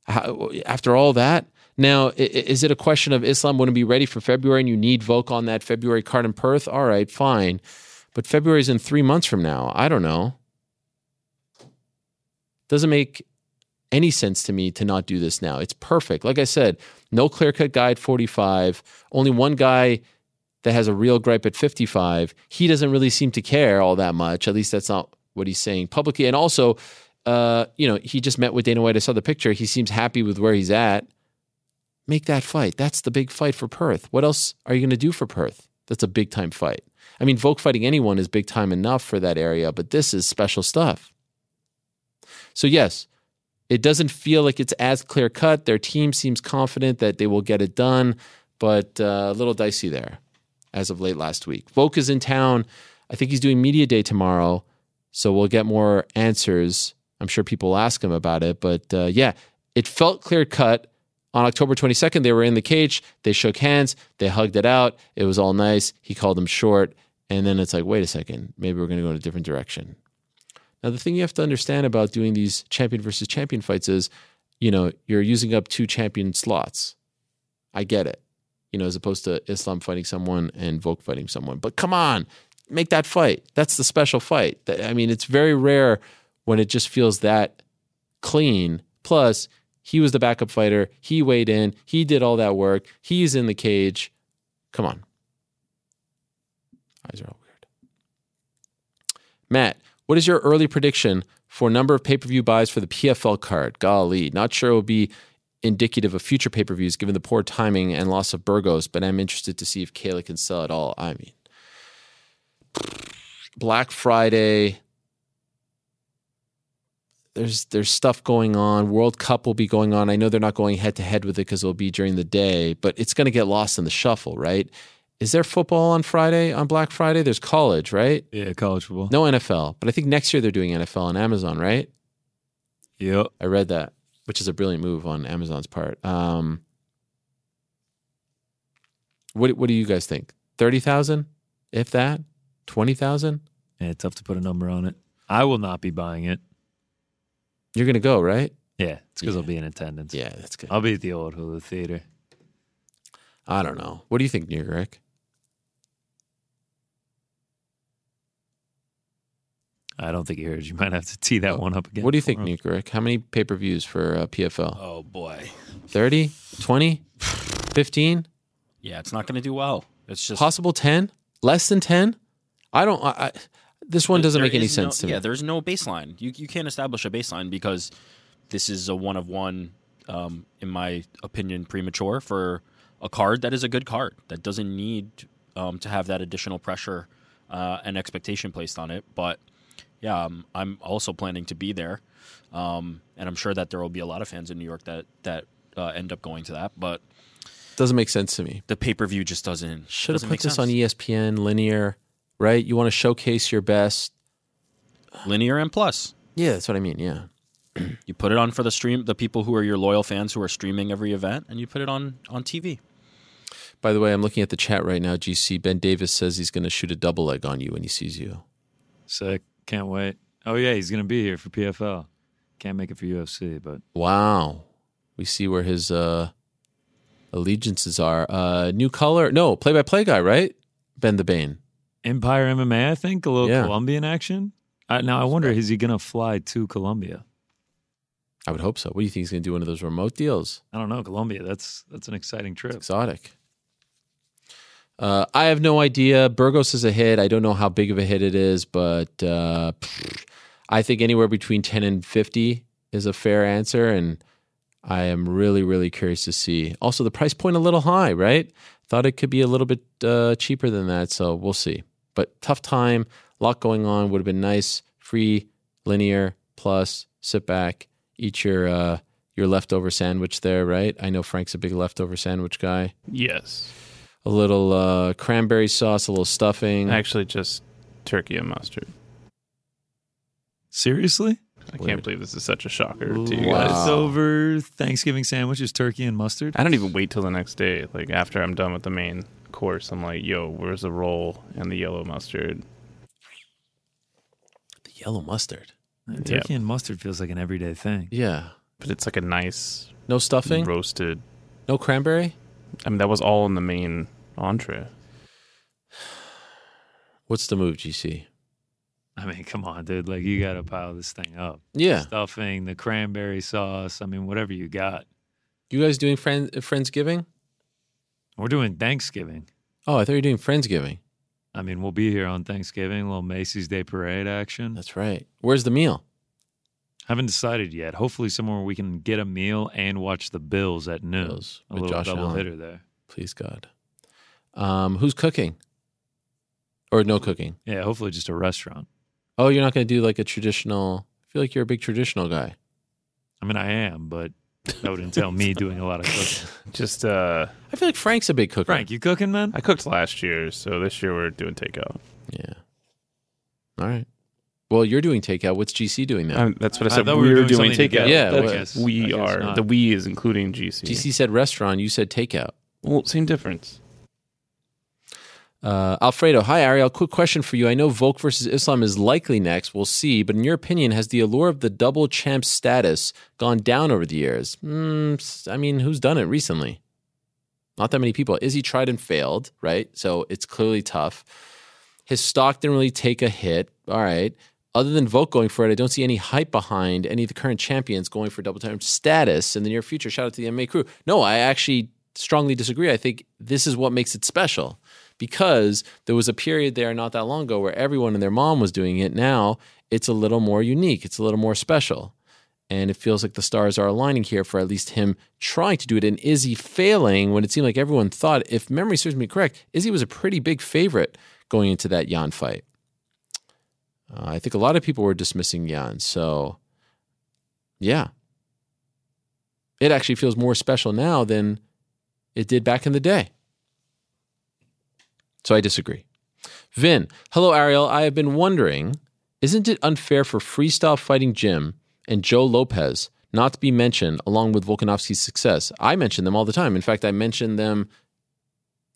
S1: How, after all that? Now, i- i- is it a question of Islam wouldn't be ready for February and you need Volk on that February card in Perth? All right, fine. But February's in three months from now. I don't know. Doesn't make any sense to me to not do this now. It's perfect. Like I said, no clear cut guy at 45, only one guy that has a real gripe at 55. He doesn't really seem to care all that much. At least that's not what he's saying publicly. And also, uh, you know, he just met with Dana White. I saw the picture. He seems happy with where he's at. Make that fight. That's the big fight for Perth. What else are you going to do for Perth? That's a big time fight. I mean, Volk fighting anyone is big time enough for that area, but this is special stuff. So, yes, it doesn't feel like it's as clear cut. Their team seems confident that they will get it done, but uh, a little dicey there as of late last week. Volk is in town. I think he's doing media day tomorrow, so we'll get more answers. I'm sure people will ask him about it, but uh, yeah, it felt clear cut. On October 22nd, they were in the cage. They shook hands. They hugged it out. It was all nice. He called him short. And then it's like, wait a second, maybe we're going to go in a different direction. Now, the thing you have to understand about doing these champion versus champion fights is, you know, you're using up two champion slots. I get it, you know, as opposed to Islam fighting someone and Volk fighting someone. But come on, make that fight. That's the special fight. Th- I mean, it's very rare when it just feels that clean. Plus, he was the backup fighter. He weighed in. He did all that work. He's in the cage. Come on. Eyes are all weird. Matt, what is your early prediction for number of pay per view buys for the PFL card? Golly, not sure it will be indicative of future pay per views given the poor timing and loss of Burgos, but I'm interested to see if Kayla can sell at all. I mean, Black Friday. There's there's stuff going on. World Cup will be going on. I know they're not going head to head with it because it'll be during the day, but it's going to get lost in the shuffle, right? Is there football on Friday on Black Friday? There's college, right?
S5: Yeah, college football.
S1: No NFL, but I think next year they're doing NFL on Amazon, right?
S5: Yep.
S1: I read that, which is a brilliant move on Amazon's part. Um, what what do you guys think? Thirty thousand, if that, twenty thousand.
S5: Yeah, tough to put a number on it. I will not be buying it.
S1: You're gonna go, right?
S5: Yeah, it's because
S1: Yeah.
S5: I'll be in attendance.
S1: Yeah, that's good.
S5: I'll be at the old Hulu Theater.
S1: I don't know. What do you think, New York? Rick?
S5: I don't think you heard. You might have to tee that one up again.
S1: What do you think,
S5: for
S1: New
S5: us.
S1: York? Rick? How many pay per views for uh, PFL?
S6: Oh boy.
S1: 30, 20, 15,
S6: Yeah, it's not going to do well. It's just
S1: possible 10, less than 10? I don't, I, I, this one doesn't
S6: there
S1: make any
S6: is no-
S1: sense to me.
S6: Yeah, there's no baseline. You you can't establish a baseline because this is a one of one, um, in my opinion, premature for a card that is a good card that doesn't need um, to have that additional pressure uh, and expectation placed on it. But yeah, um, I'm also planning to be there, um, and I'm sure that there will be a lot of fans in New York that that uh, end up going to that. But
S1: Doesn't make sense to me.
S6: the pay per view just doesn't
S1: Should have
S6: doesn't
S1: put
S6: make
S1: this
S6: sense.
S1: on E ESPN, linear, right? You want to showcase your best. E-
S6: linear and plus.
S1: Yeah, that's what I mean. Yeah.
S6: you put it on for the stream, the people who are your loyal fans who are streaming every event, and you put it on on TV.
S1: By the way, I'm looking at the chat right now. GC Ben Davis says he's going to shoot a double leg on you when he sees you.
S5: Sick. Can't wait. Oh, yeah, he's going to be here for PFL. Can't make it for UFC, but
S1: Wow. We see where his uh, allegiances are. Uh, new color. No, play by play guy, right? Ben the Bane.
S5: Empire MMA, I think, a little
S1: Yeah.
S5: Colombian action. I, now, I wonder, is he going to fly to Colombia?
S1: I would hope so. What do you think he's going to do? One of those remote deals?
S5: I don't know. Colombia, that's that's an exciting trip.
S1: Exotic. Uh, I have no idea. Burgos is a hit. I don't know how big of a hit it is, but uh, pfft, I think anywhere between 10 and 50 is a fair answer. And I am really, really curious to see. Also, the price point a little high, right? Thought it could be a little bit uh, cheaper than that. So we'll see. But tough time, a lot going on. Would have been nice. Free, linear, plus, sit back, eat your. Uh, your leftover sandwich there, right? I know Frank's a big leftover sandwich guy
S4: Yes.
S1: a little uh, cranberry sauce, a little stuffing.
S4: Actually, just turkey and mustard.
S5: Seriously?
S4: I
S1: Weird.
S4: can't believe this is such a shocker to you
S1: Wow. Uh,
S4: guys.
S5: Leftover Thanksgiving sandwiches, turkey and mustard.
S4: I don't even wait till the next day. Like after I'm done with the main course, I'm like, "Yo, where's the roll and the yellow mustard?"
S1: The yellow mustard.
S5: Turkey and mustard feels like an everyday thing.
S1: Yeah.
S4: But it's like a nice
S1: No stuffing?
S4: roasted.
S1: No cranberry?
S4: I mean, that was all in the main entree.
S1: What's the move, GC?
S5: I mean, come on, dude. Like, you got to pile this thing up.
S1: Yeah.
S5: Stuffing, the cranberry sauce. I mean, whatever you got.
S1: You guys doing friend Friendsgiving?
S5: We're doing Thanksgiving.
S1: Oh, I thought you were doing Friendsgiving.
S5: I mean, we'll be here on Thanksgiving, little Macy's Day Parade action.
S1: That's right. Where's the meal?
S5: Haven't decided yet. Hopefully, somewhere we can get a meal and watch the Bills at noon.
S1: Bills
S5: a
S1: with
S5: little
S1: Josh
S5: double
S1: Allen.
S5: hitter there.
S1: Please God. Um, who's cooking? Or no cooking?
S5: Yeah, hopefully just a restaurant.
S1: Oh, you're not going to do like a traditional. I feel like you're a big traditional guy.
S5: I mean, I am, but that would entail me doing a lot of cooking.
S4: Just uh,
S1: I feel like Frank's a big cooker.
S5: Frank, you cooking, man?
S4: I cooked last year, so this year we're doing takeout.
S1: Yeah. All right. Well, you're doing takeout. What's GC doing now?
S4: Um, that's what I
S5: I
S4: said.
S5: thought
S4: we were doing,
S5: something
S4: takeout.
S5: together.
S1: Yeah,
S5: I
S1: well,
S5: guess- I
S4: we
S5: guess
S4: are.
S5: not.
S4: The we is including GC.
S1: GC said restaurant. You said takeout.
S4: Well, same difference.
S1: Uh, Alfredo, hi Ariel. Quick question for you. I know Volk versus Islam is likely next. We'll see. But in your opinion, has the allure of the double champ status gone down over the years? Mm, s- I mean, who's done it recently? Not that many people. Izzy tried and failed, right? So it's clearly tough. His stock didn't really take a hit. All right. Other than Volk going for it, I don't see any hype behind any of the current champions going for double champ status in the near future. Shout out to the MMA crew. No, I actually strongly disagree. I think this is what makes it special because there was a period there not that long ago where everyone and their mom was doing it. Now it's a little more unique, it's a little more special. And it feels like the stars are aligning here for at least him trying to do it. And Izzy failing when it seemed like everyone thought, if memory serves me correct, Izzy was a pretty big favorite going into that Yan fight. Uh, I think a lot of people were dismissing Yan. So, yeah. It actually feels more special now than it did back in the day. So I disagree. Vin, hello, Ariel. I have been wondering isn't it unfair for Freestyle Fighting Jim and Joe Lopez not to be mentioned along with Volkanovski's success? I mention them all the time. In fact, I mentioned them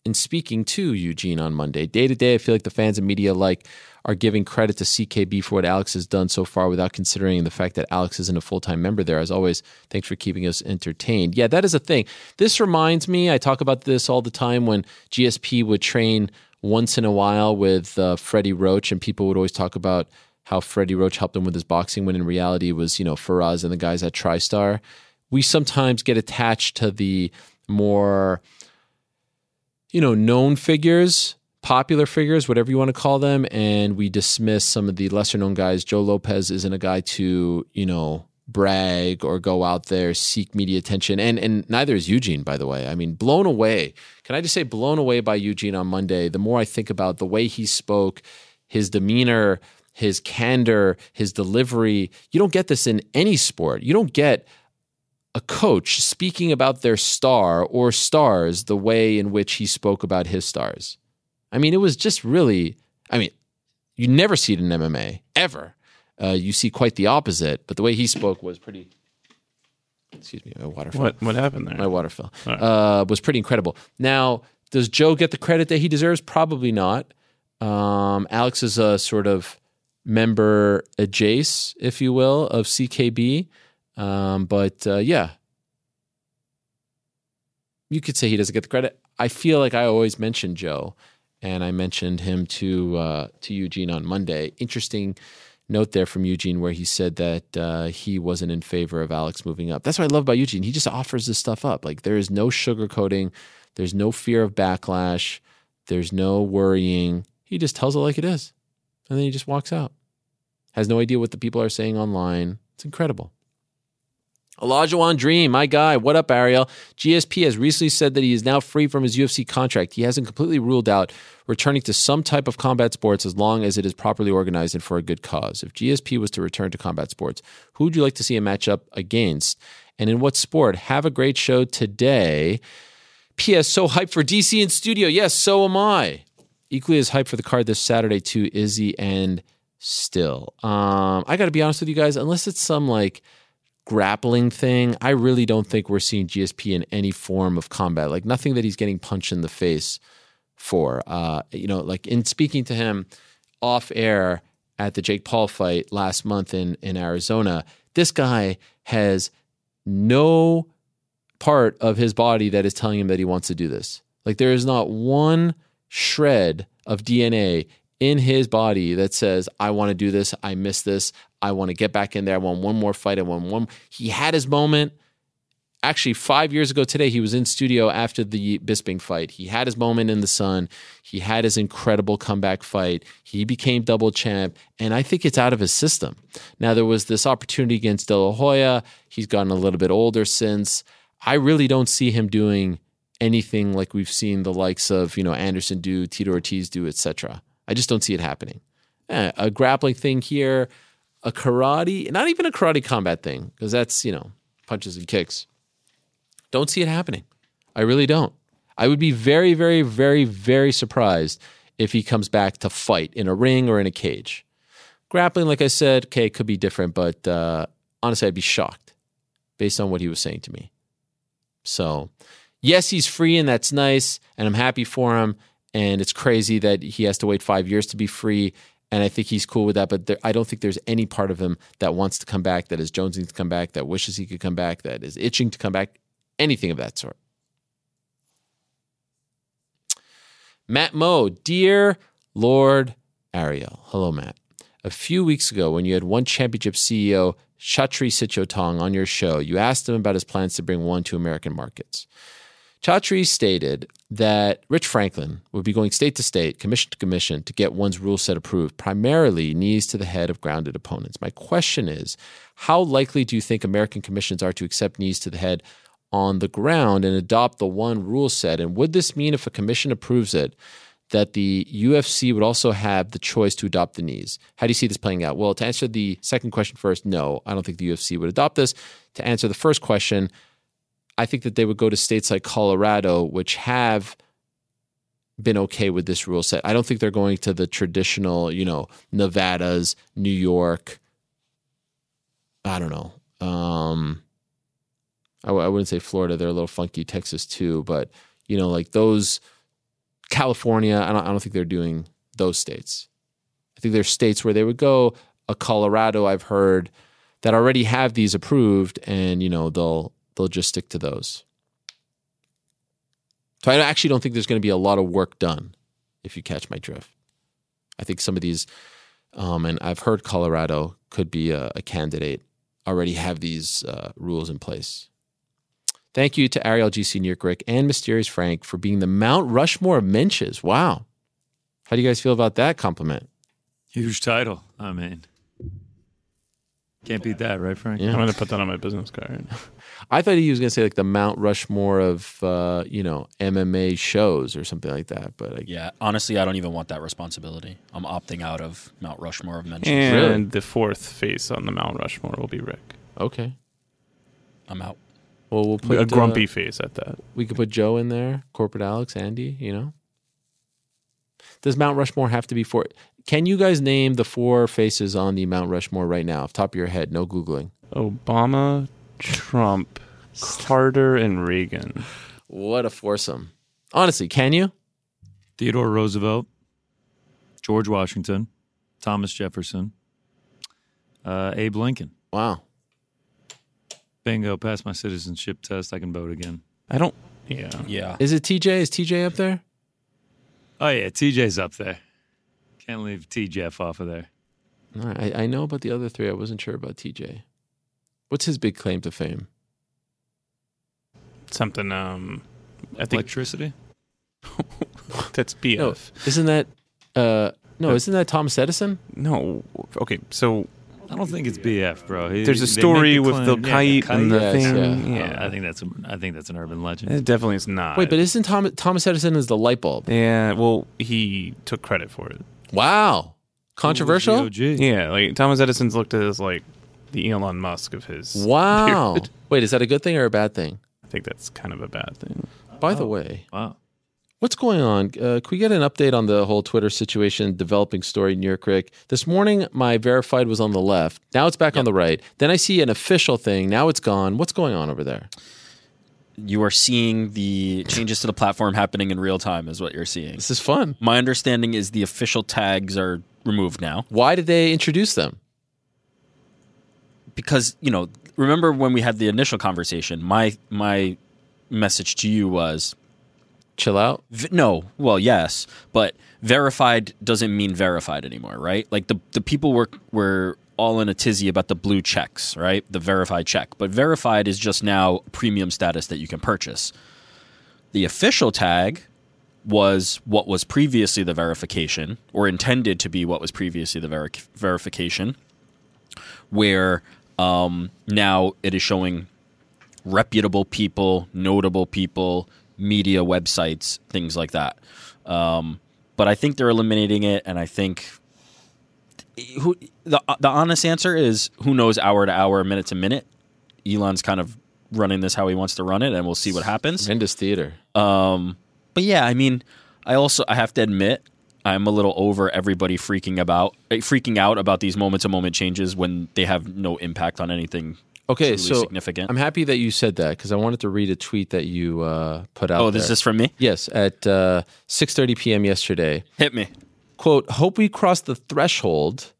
S1: in speaking to Eugene on Monday. Day to day, I feel like the fans and media alike are giving credit to CKB for what Alex has done so far without considering the fact that Alex isn't a full time member there. As always, thanks for keeping us entertained. Yeah, that is a thing. This reminds me, I talk about this all the time when GSP would train once in a while with uh, Freddie Roach, and people would always talk about how Freddie Roach helped him with his boxing when in reality it was, you know, Faraz and the guys at TriStar. We sometimes get attached to the more you know, known figures, popular figures, whatever you want to call them, and we dismiss some of the lesser known guys. Joe Lopez isn't a guy to, you know, brag or go out there seek media attention. And and neither is Eugene, by the way. I mean, blown away. Can I just say blown away by Eugene on Monday? The more I think about the way he spoke, his demeanor, his candor, his delivery, you don't get this in any sport. You don't get a coach speaking about their star or stars the way in which he spoke about his stars. I mean, it was just really, I mean, you never see it in MMA, ever. uh, you see quite the opposite. But the way he spoke was pretty. Excuse me, my water. fell.
S4: What what happened there?
S1: My water fell. Uh, was pretty incredible. Now, does Joe get the credit that he deserves? Probably not. Um, Alex is a sort of member adjace, if you will, of CKB. Um, but uh, yeah, you could say he doesn't get the credit. I feel like I always mention Joe, and I mentioned him to uh, to Eugene on Monday. Interesting note there from Eugene where he said that uh, he wasn't in favor of Alex moving up. That's what I love about Eugene. He just offers this stuff up. Like there is no sugarcoating, there's no fear of backlash, there's no worrying. He just tells it like it is, and then he just walks out. Has no idea what the people are saying online. It's incredible. Olajuwon Dream, my guy. What up, Ariel? GSP has recently said that he is now free from his UFC contract. He hasn't completely ruled out returning to some type of combat sports as long as it is properly organized and for a good cause. If GSP was to return to combat sports, who would you like to see a matchup against? And in what sport? Have a great show today. P.S. So hyped for DC in studio. Yes, so am I. Equally as hyped for the card this Saturday too. Izzy and Still. Um, I got to be honest with you guys. Unless it's some like grappling thing, I really don't think we're seeing GSP in any form of combat. Like nothing that he's getting punched in the face for. Uh, you know, like in speaking to him off air at the Jake Paul fight last month in in Arizona, this guy has no part of his body that is telling him that he wants to do this. Like there is not one shred of DNA in his body that says, I want to do this, I miss this, I want to get back in there, I want one more fight, I want one. He had his moment. Actually, five years ago today, he was in studio after the Bisping fight. He had his moment in the sun. He had his incredible comeback fight. He became double champ, and I think it's out of his system. Now, there was this opportunity against De La Hoya. He's gotten a little bit older since. I really don't see him doing anything like we've seen the likes of you know Anderson do, Tito Ortiz do, etc. I just don't see it happening. Eh, a grappling thing here, a karate, not even a karate combat thing because that's you know punches and kicks. Don't see it happening. I really don't. I would be very, very, very, very surprised if he comes back to fight in a ring or in a cage. Grappling, like I said, okay, could be different, but uh, honestly, I'd be shocked based on what he was saying to me. So, yes, he's free, and that's nice, and I'm happy for him. And it's crazy that he has to wait five years to be free, and I think he's cool with that. But there, I don't think there's any part of him that wants to come back, that is jonesing to come back, that wishes he could come back, that is itching to come back, anything of that sort. Matt Moe, dear Lord Ariel. Hello, Matt. A few weeks ago, when you had one championship CEO, Chatri Sichotong, on your show, you asked him about his plans to bring one to American markets. Chatri stated that Rich Franklin would be going state to state, commission to commission, to get one's rule set approved, primarily knees to the head of grounded opponents. My question is how likely do you think American commissions are to accept knees to the head on the ground and adopt the one rule set? And would this mean if a commission approves it? that the UFC would also have the choice to adopt the knees. How do you see this playing out? Well, to answer the second question first, no, I don't think the UFC would adopt this. To answer the first question, I think that they would go to states like Colorado, which have been okay with this rule set. I don't think they're going to the traditional, you know, Nevada's, New York. I don't know. Um, I, w- I wouldn't say Florida; they're a little funky. Texas too, but you know, like those California. I don't, I don't think they're doing those states. I think there's states where they would go. A Colorado, I've heard, that already have these approved, and you know they'll they'll just stick to those. So I actually don't think there's going to be a lot of work done, if you catch my drift. I think some of these, um, and I've heard Colorado could be a, a candidate, already have these uh, rules in place. Thank you to Ariel GC Nierkrick and Mysterious Frank for being the Mount Rushmore of mentions. Wow. How do you guys feel about that compliment?
S5: Huge title. I mean, can't beat that, right, Frank?
S1: Yeah.
S4: I'm gonna put that on my business card.
S1: I thought he was going to say like the Mount Rushmore of, uh, you know, MMA shows or something like that. But I,
S6: Yeah, honestly, I don't even want that responsibility. I'm opting out of Mount Rushmore of mentions.
S4: And
S1: Really?
S4: the fourth face on the Mount Rushmore will be Rick.
S1: okay.
S6: I'm out.
S1: Well, we'll put
S4: a grumpy
S1: uh,
S4: face at that.
S1: we could put Joe in there, corporate Alex, Andy, you know. Does Mount Rushmore have to be for Can you guys name the four faces on the Mount Rushmore right now, off the top of your head? No googling.
S4: Obama, Trump, Carter, and Reagan.
S1: What a foursome! Honestly, can you?
S5: Theodore Roosevelt, George Washington, Thomas Jefferson, uh, Abe Lincoln.
S1: Wow.
S5: Bingo, passed my citizenship test. I can vote again.
S4: I don't. Yeah.
S6: Yeah.
S1: Is it TJ? Is TJ up there?
S5: Oh, yeah, TJ's up there. Can't leave TJF off of there.
S1: All right. I, I know about the other three. I wasn't sure about TJ. What's his big claim to fame?
S4: Something. Um. I think
S5: Electricity?
S4: that's BS.
S1: No, isn't that? Uh, no, isn't that Thomas Edison?
S4: No. Okay. So
S5: I don't think it's BF, bro. He-
S4: There's a
S5: they make
S4: story with
S5: claim-
S4: the
S5: yeah,
S4: kite and the
S1: Yes,
S4: thing.
S5: yeah.
S4: Yeah. Uh,
S5: I think that's a, I think that's an urban legend.
S4: it definitely is not.
S1: Wait, but isn't Thomas Thomas Edison is the light bulb?
S4: yeah. Well, he took credit for it.
S1: Wow. Controversial.
S5: OG.
S4: Yeah. Like Thomas Edison's looked at as like the Elon Musk of his.
S1: Wow.
S4: period.
S1: Wait, is that a good thing or a bad thing?
S4: I think that's kind of a bad thing.
S1: By the way,
S5: Wow.
S1: What's going on? Uh, could we get an update on the whole Twitter situation, developing story near Crick? This morning, my verified was on the left. Now it's back on the right. Then I see an official thing. Now it's gone. What's going on over there?
S6: You are seeing the changes to the platform happening in real time, is what you're seeing.
S1: This is fun.
S6: My understanding is the official tags are removed now
S1: Why did they introduce them?
S6: because you know. Remember when we had the initial conversation? My my message to you was
S1: Chill out.
S6: v- no well yes but verified doesn't mean verified anymore right like the, the people were were all in a tizzy about the blue checks right the verified check but verified is just now premium status that you can purchase the official tag was what was previously the verification or intended to be what was previously the veri- verification where um, now it is showing reputable people, notable people, media websites, things like that. Um, but I think they're eliminating it, and I think who the the honest answer is who knows hour to hour, minute to minute. Elon's kind of running this how he wants to run it, and we'll see what happens.
S1: Tremendous theater.
S6: But yeah, I mean, I also I have to admit I'm a little over everybody freaking about eh, freaking out about these moment to moment changes when they have no impact on anything.
S1: Okay,
S6: truly
S1: so
S6: significant.
S1: I'm happy that you said that because I wanted to read a tweet that you uh, put out.
S6: oh, this
S1: there.
S6: is from me.
S1: yes at uh, 6:30 p.m. yesterday.
S6: Hit me.
S1: Quote: Hope we cross the threshold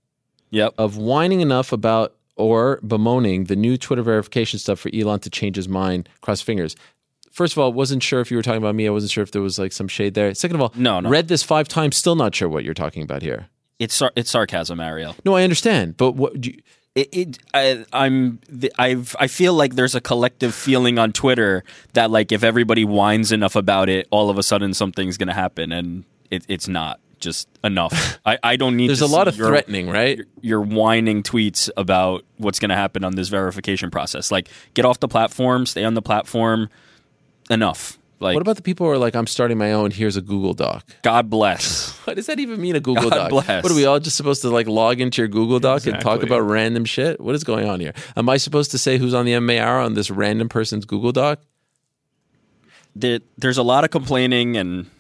S6: Yep.
S1: of whining enough about or bemoaning the new Twitter verification stuff for Elon to change his mind. Cross fingers. First of all, wasn't sure if you were talking about me. I wasn't sure if there was like some shade there. Second of all,
S6: No, no.
S1: read this five times. Still not sure what you're talking about here.
S6: It's sar- it's sarcasm, Ariel.
S1: No, I understand, but what do you,
S6: It, it I, I'm the, I've I feel like there's a collective feeling on Twitter that like if everybody whines enough about it, all of a sudden something's gonna happen, and it, it's not just enough. I, I don't need.
S1: there's
S6: to
S1: a lot
S6: see
S1: of
S6: your-
S1: threatening, right?
S6: your- Your whining tweets about what's going to happen on this verification process. Like, get off the platform, stay on the platform. Enough. Like,
S1: What about the people who are like, I'm starting my own. Here's a Google Doc.
S6: God bless?
S1: What does that even mean? A Google
S6: God
S1: Doc?
S6: bless.
S1: What are we all just supposed to like log into your Google Doc and talk
S4: Exactly.
S1: about random shit? What is going on here? Am I supposed to say who's on the MMA hour on this random person's Google Doc?
S6: There, there's a lot of complaining, and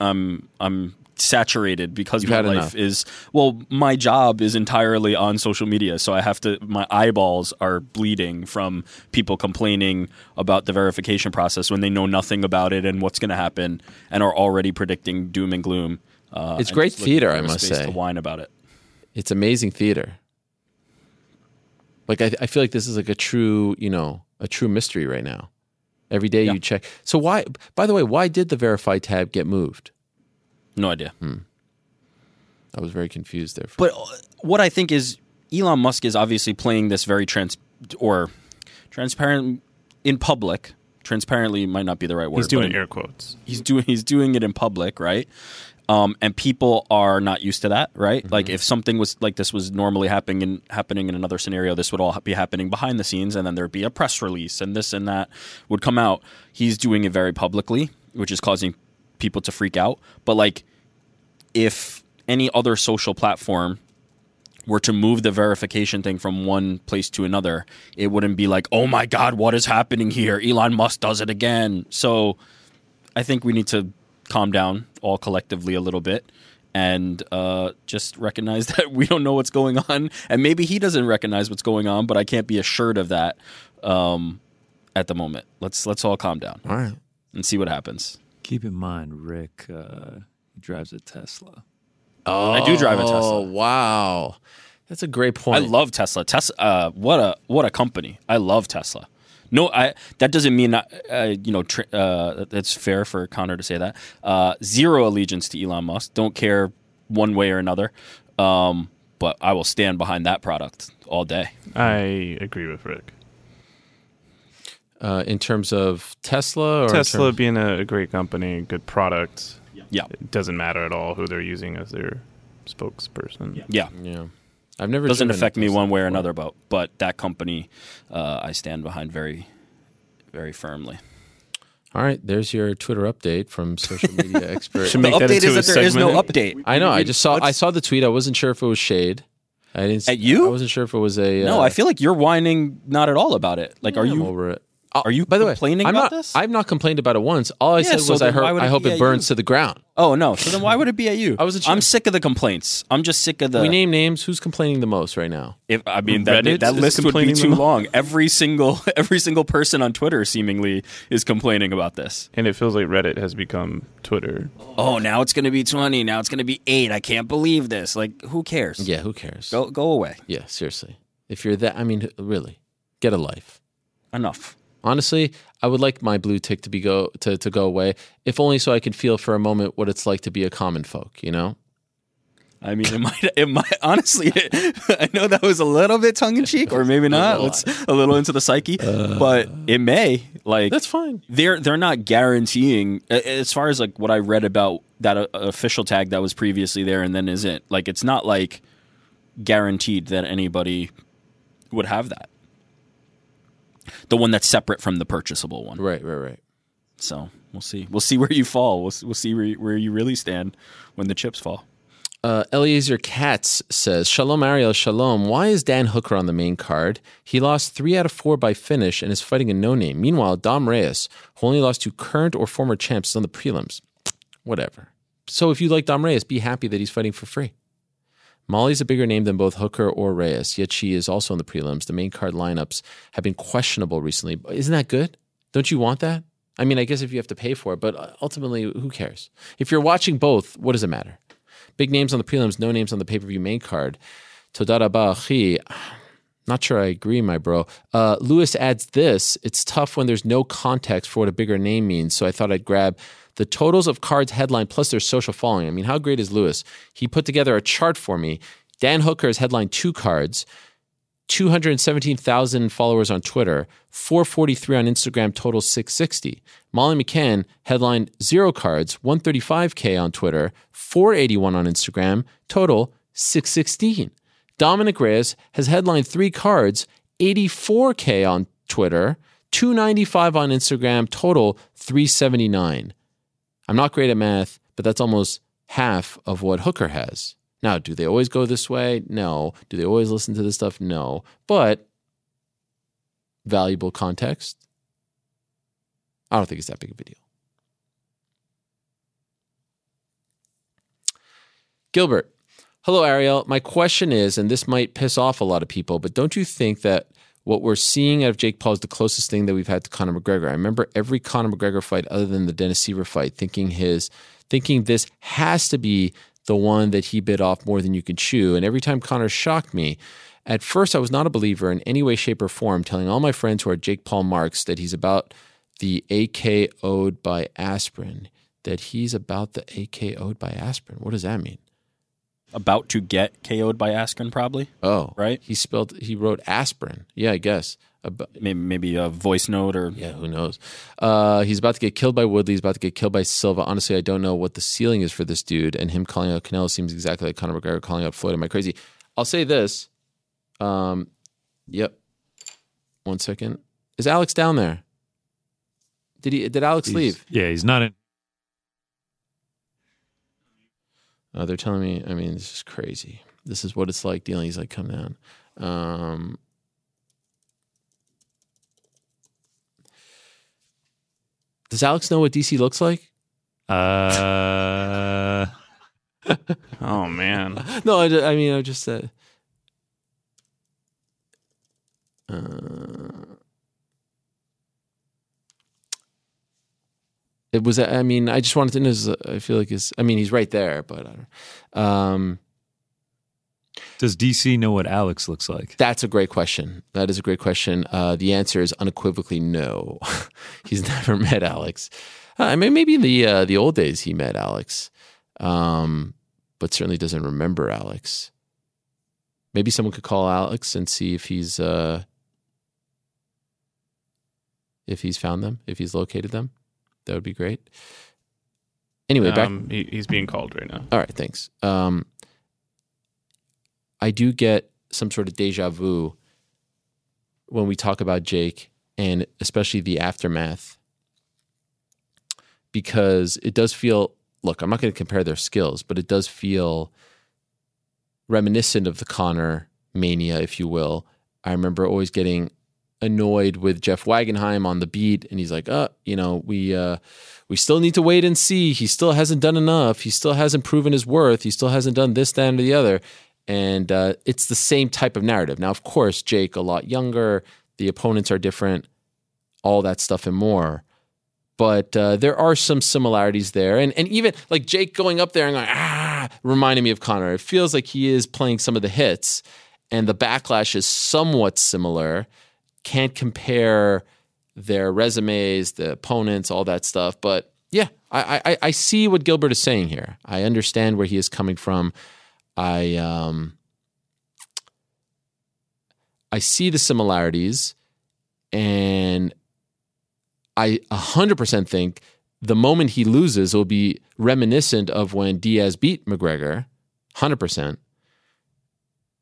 S6: I'm I'm saturated because
S1: You've
S6: my
S1: had
S6: life
S1: enough.
S6: is well. My job is entirely on social media, so I have to. My eyeballs are bleeding from people complaining about the verification process when they know nothing about it and what's going to happen, and are already predicting doom and gloom. Uh,
S1: It's
S6: and
S1: great
S6: just looking
S1: theater,
S6: for
S1: I
S6: a
S1: must
S6: space
S1: say.
S6: To whine about it.
S1: it's amazing theater. Like I, I feel like this is like a true, you know, a true mystery right now. Every day you check. So why? By the way, why did the verify tab get moved?
S6: No idea.
S1: I was very confused there. For,
S6: But uh, what I think is Elon Musk is obviously playing this very trans or transparent in public. Transparently might not be the right word.
S4: He's doing
S6: but
S4: air quotes.
S6: he's doing he's doing it in public, right? Um, and people are not used to that, right? Like if something was like this was normally happening in happening in another scenario, this would all be happening behind the scenes, and then there'd be a press release, and this and that would come out. He's doing it very publicly, which is causing people to freak out. But like, if any other social platform were to move the verification thing from one place to another, it wouldn't be like, oh my god, what is happening here? Elon Musk does it again. So. I think we need to calm down all collectively a little bit and uh, just recognize that we don't know what's going on, and maybe he doesn't recognize what's going on, but I can't be assured of that um, at the moment. Let's let's all calm down
S1: All right.
S6: and see what happens.
S5: Keep in mind, Rick uh, he drives a Tesla.
S1: Oh,
S6: I do drive a Tesla.
S1: wow. That's a great
S6: I
S1: point.
S6: love Tesla. Tesla, uh, what a what a company. I love Tesla. No, I that doesn't mean I, uh, you know tr- uh, it's fair for Connor to say that. Uh, zero allegiance to Elon Musk. Don't care one way or another. Um, but I will stand behind that product all day.
S4: I agree with Rick.
S1: uh, in terms of Tesla or in
S4: Tesla
S1: terms-
S4: being a, a great company, good product,
S6: Yeah,
S4: it doesn't matter at all who they're using as their spokesperson.
S6: yeah.
S1: yeah. I've never
S6: Doesn't
S1: driven a
S6: affect me
S1: Tesla.
S6: one way or another. But but that company, uh, I stand behind very, very firmly.
S1: All right, there's your Twitter update from social media expert.
S4: Should make
S6: the
S4: that
S6: update
S4: into
S6: is
S4: a
S6: that there is no
S4: segment.
S6: update.
S1: I know. I just saw. I saw the tweet. I wasn't sure if it was shade. I didn't. s-
S6: At you?
S1: I wasn't sure if it was a.
S6: No,
S1: uh,
S6: I feel like you're whining not at all about it. Like, are
S1: I'm
S6: you
S1: over it?
S6: are you
S1: By the way,
S6: complaining
S1: I'm
S6: about
S1: not,
S6: this?
S1: I've not complained about it once. All I
S6: Yeah,
S1: said
S6: so
S1: was I,
S6: then
S1: heard,
S6: why would
S1: I
S6: it
S1: hope
S6: be
S1: it
S6: at
S1: burns
S6: you?
S1: to the ground.
S6: Oh no! So then why would it be at you?
S1: I wasn't sure.
S6: I'm sick of the complaints. I'm just sick of the.
S1: we name names. Who's complaining the most right now?
S6: if, I mean, that,
S4: Reddit
S6: that
S4: is
S6: list would be
S4: complaining the
S6: too
S4: most.
S6: long. Every single every single person on Twitter seemingly is complaining about this.
S4: And it feels like Reddit has become Twitter.
S6: Oh, now it's going to be 20. Now it's going to be eight. I can't believe this. Like, who cares?
S1: Yeah, who cares?
S6: Go go away.
S1: Yeah, seriously. If you're that, I mean, really, get a life.
S6: Enough.
S1: Honestly, I would like my blue tick to be go to, to go away, if only so I could feel for a moment what it's like to be a common folk. You know,
S6: I mean, it might. It might. Honestly, it, I know that was a little bit tongue in cheek, or maybe not.
S1: lot.
S6: It's a little into the psyche, but it may. Like
S1: that's fine.
S6: they're they're not guaranteeing a- as far as like what I read about that uh, official tag that was previously there and then isn't. Like it's not like guaranteed that anybody would have that. The one that's separate from the purchasable one.
S1: Right, right, right.
S6: So we'll see. We'll see where you fall. We'll s- we'll see where you, where you really stand when the chips fall.
S1: Uh, Eliezer Katz says, Shalom Ariel, Shalom. Why is Dan Hooker on the main card? He lost three out of four by finish and is fighting a no name. Meanwhile, Dom Reyes, who only lost to current or former champs, is on the prelims. Whatever. So if you like Dom Reyes, be happy that he's fighting for free. Molly's a bigger name than both Hooker or Reyes, yet she is also in the prelims. The main card lineups have been questionable recently. Isn't that good? Don't you want that? I mean, I guess if you have to pay for it, but uh, ultimately, who cares? If you're watching both, what does it matter? Big names on the prelims, no names on the pay per view main card. Todaraba achi. Not sure I agree, my bro. Uh, Lewis adds this it's tough when there's no context for what a bigger name means. So I thought I'd grab the totals of cards headline plus their social following. I mean, how great is Lewis? He put together a chart for me. Dan Hooker has headlined two cards. 217,000 followers on Twitter, 443 on Instagram, total 660. Molly McCann headlined zero cards, 135K on Twitter, 481 on Instagram, total 616. Dominic Reyes has headlined three cards, 84K on Twitter, 295 on Instagram, total 379. I'm not great at math, but that's almost half of what Hooker has. Now, do they always go this way? No. Do they always listen to this stuff? No. But valuable context. I don't think it's that big of a deal. Gilbert, hello, Ariel. My question is, and this might piss off a lot of people, but don't you think that what we're seeing out of Jake Paul is the closest thing that we've had to Conor McGregor? I remember every Conor McGregor fight other than the Dennis Seaver fight, thinking his, thinking this has to be the one that he bit off more than you could chew. And every time Conor shocked me, at first I was not a believer in any way, shape, or form, telling all my friends who are Jake Paul marks that he's about the AKO'd by aspirin. That he's about the AKO'd by aspirin. What does that mean?
S6: About to get KO'd by Askren, probably.
S1: Oh,
S6: Right?
S1: He spelled. He wrote aspirin. Yeah, I guess. Ab-
S6: Maybe maybe a voice note or
S1: yeah, who knows? Uh, he's about to get killed by Woodley. He's about to get killed by Silva. Honestly, I don't know what the ceiling is for this dude. And him calling out Canelo seems exactly like Conor McGregor calling out Floyd. Am I crazy? I'll say this. Um, yep. One second. Is Alex down there? Did he? Did Alex
S5: He's-
S1: leave?
S5: Yeah, he's not in.
S1: Uh, they're telling me, I mean, this is crazy. This is what it's like dealing. He's like, come down. Um, does Alex know what DC looks like?
S5: Uh,
S4: Oh man.
S1: No, I, ju- I mean, I just said. Uh, it was. I mean, I just wanted to know. is- uh, I feel like is. I mean, he's right there, but I don't. Um,
S5: Does DC know what Alex looks like?
S1: that's a great question. That is a great question. Uh, the answer is unequivocally no. he's never met Alex. Uh, I mean, maybe in the uh, the old days he met Alex, um, but certainly doesn't remember Alex. Maybe someone could call Alex and see if he's uh, if he's found them, if he's located them. That would be great. Anyway, back
S4: Um, he, he's being called right now.
S1: all right, thanks. Um, I do get some sort of deja vu when we talk about Jake and especially the aftermath because it does feel look, I'm not going to compare their skills, but it does feel reminiscent of the Connor mania, if you will. I remember always getting annoyed with Jeff Wagenheim on the beat, and he's like, "Uh, you know, we uh, we still need to wait and see. He still hasn't done enough. He still hasn't proven his worth. He still hasn't done this, that, and the other." And uh, it's the same type of narrative. Now, of course, Jake a lot younger. The opponents are different. All that stuff and more. But uh, there are some similarities there, and and even like Jake going up there and going ah, reminded me of Connor. It feels like he is playing some of the hits, and the backlash is somewhat similar can't compare their resumes, the opponents, all that stuff. But yeah, I, I, I see what Gilbert is saying here. I understand where he is coming from. I um, I see the similarities, and I 100% think the moment he loses will be reminiscent of when Diaz beat McGregor, 100%.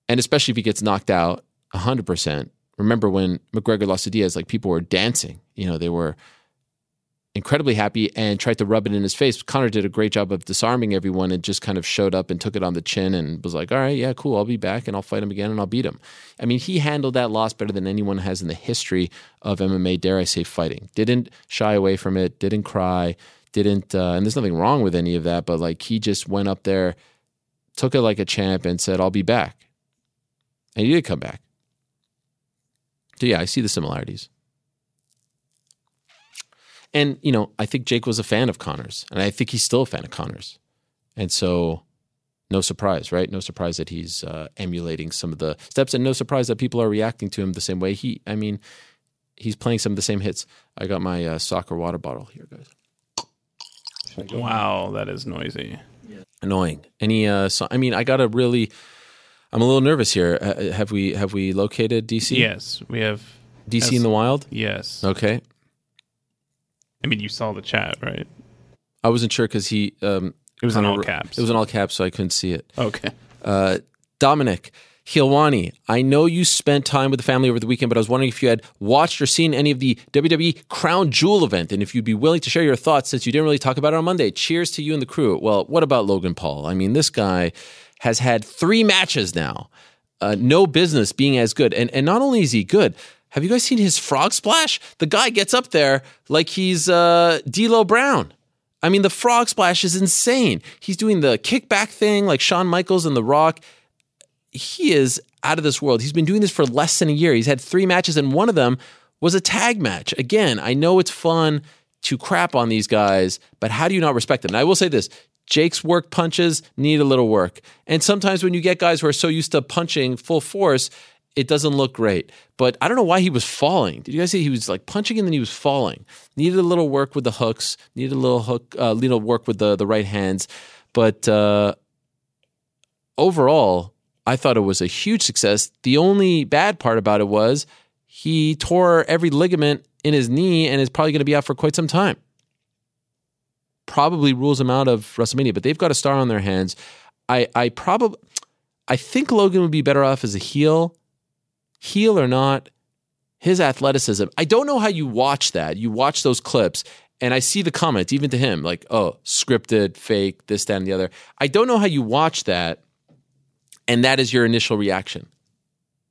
S1: And especially if he gets knocked out, 100%. Remember when McGregor lost to Diaz, like people were dancing. You know, they were incredibly happy and tried to rub it in his face. Connor did a great job of disarming everyone and just kind of showed up and took it on the chin and was like, all right, yeah, cool. I'll be back and I'll fight him again and I'll beat him. I mean, he handled that loss better than anyone has in the history of MMA, dare I say, fighting. Didn't shy away from it, didn't cry, didn't, uh, and there's nothing wrong with any of that, but like he just went up there, took it like a champ and said, I'll be back. And he did come back. So yeah, I see the similarities. And you know, I think Jake was a fan of Connors, and I think he's still a fan of Connors, and so no surprise, right? No surprise that he's uh, emulating some of the steps, and no surprise that people are reacting to him the same way. He, I mean, he's playing some of the same hits. I got my uh, soccer water bottle here, guys.
S4: Wow, that is noisy.
S1: Annoying. Any? Uh, so, I mean, I got to really. I'm a little nervous here. Uh, have we have we located DC?
S4: Yes, we have.
S1: DC
S4: Yes.
S1: in the wild.
S4: Yes.
S1: Okay,
S4: I mean, you saw the chat, right?
S1: I wasn't sure because he. Um,
S4: It was in all
S1: Connor-
S4: caps.
S1: It was in all caps, so I couldn't see it.
S4: okay.
S1: Uh, Dominic Hilwani, I know you spent time with the family over the weekend, but I was wondering if you had watched or seen any of the WWE Crown Jewel event and if you'd be willing to share your thoughts since you didn't really talk about it on Monday. Cheers to you and the crew. Well, what about Logan Paul? I mean, this guy has had three matches now. Uh, no business being as good. And, and not only is he good, have you guys seen his frog splash? The guy gets up there like he's uh, D'Lo Brown. I mean, the frog splash is insane. He's doing the kickback thing like Shawn Michaels and The Rock. He is out of this world. He's been doing this for less than a year. He's had three matches, and one of them was a tag match. Again, I know it's fun to crap on these guys, but how do you not respect them? And I will say this Jake's work punches need a little work. And sometimes when you get guys who are so used to punching full force, it doesn't look great. But I don't know why he was falling. Did you guys see he was like punching and then he was falling? Needed a little work with the hooks. Needed a little hook. Uh, little work with the the right hands. But uh, overall, I thought it was a huge success. The only bad part about it was he tore every ligament in his knee and is probably going to be out for quite some time. Probably rules him out of WrestleMania, but they've got a star on their hands. I I probably I think Logan would be better off as a heel heel or not, his athleticism. I don't know how you watch that. You watch those clips, and I see the comments, even to him, like, oh, scripted, fake, this, that, and the other. I don't know how you watch that, and that is your initial reaction.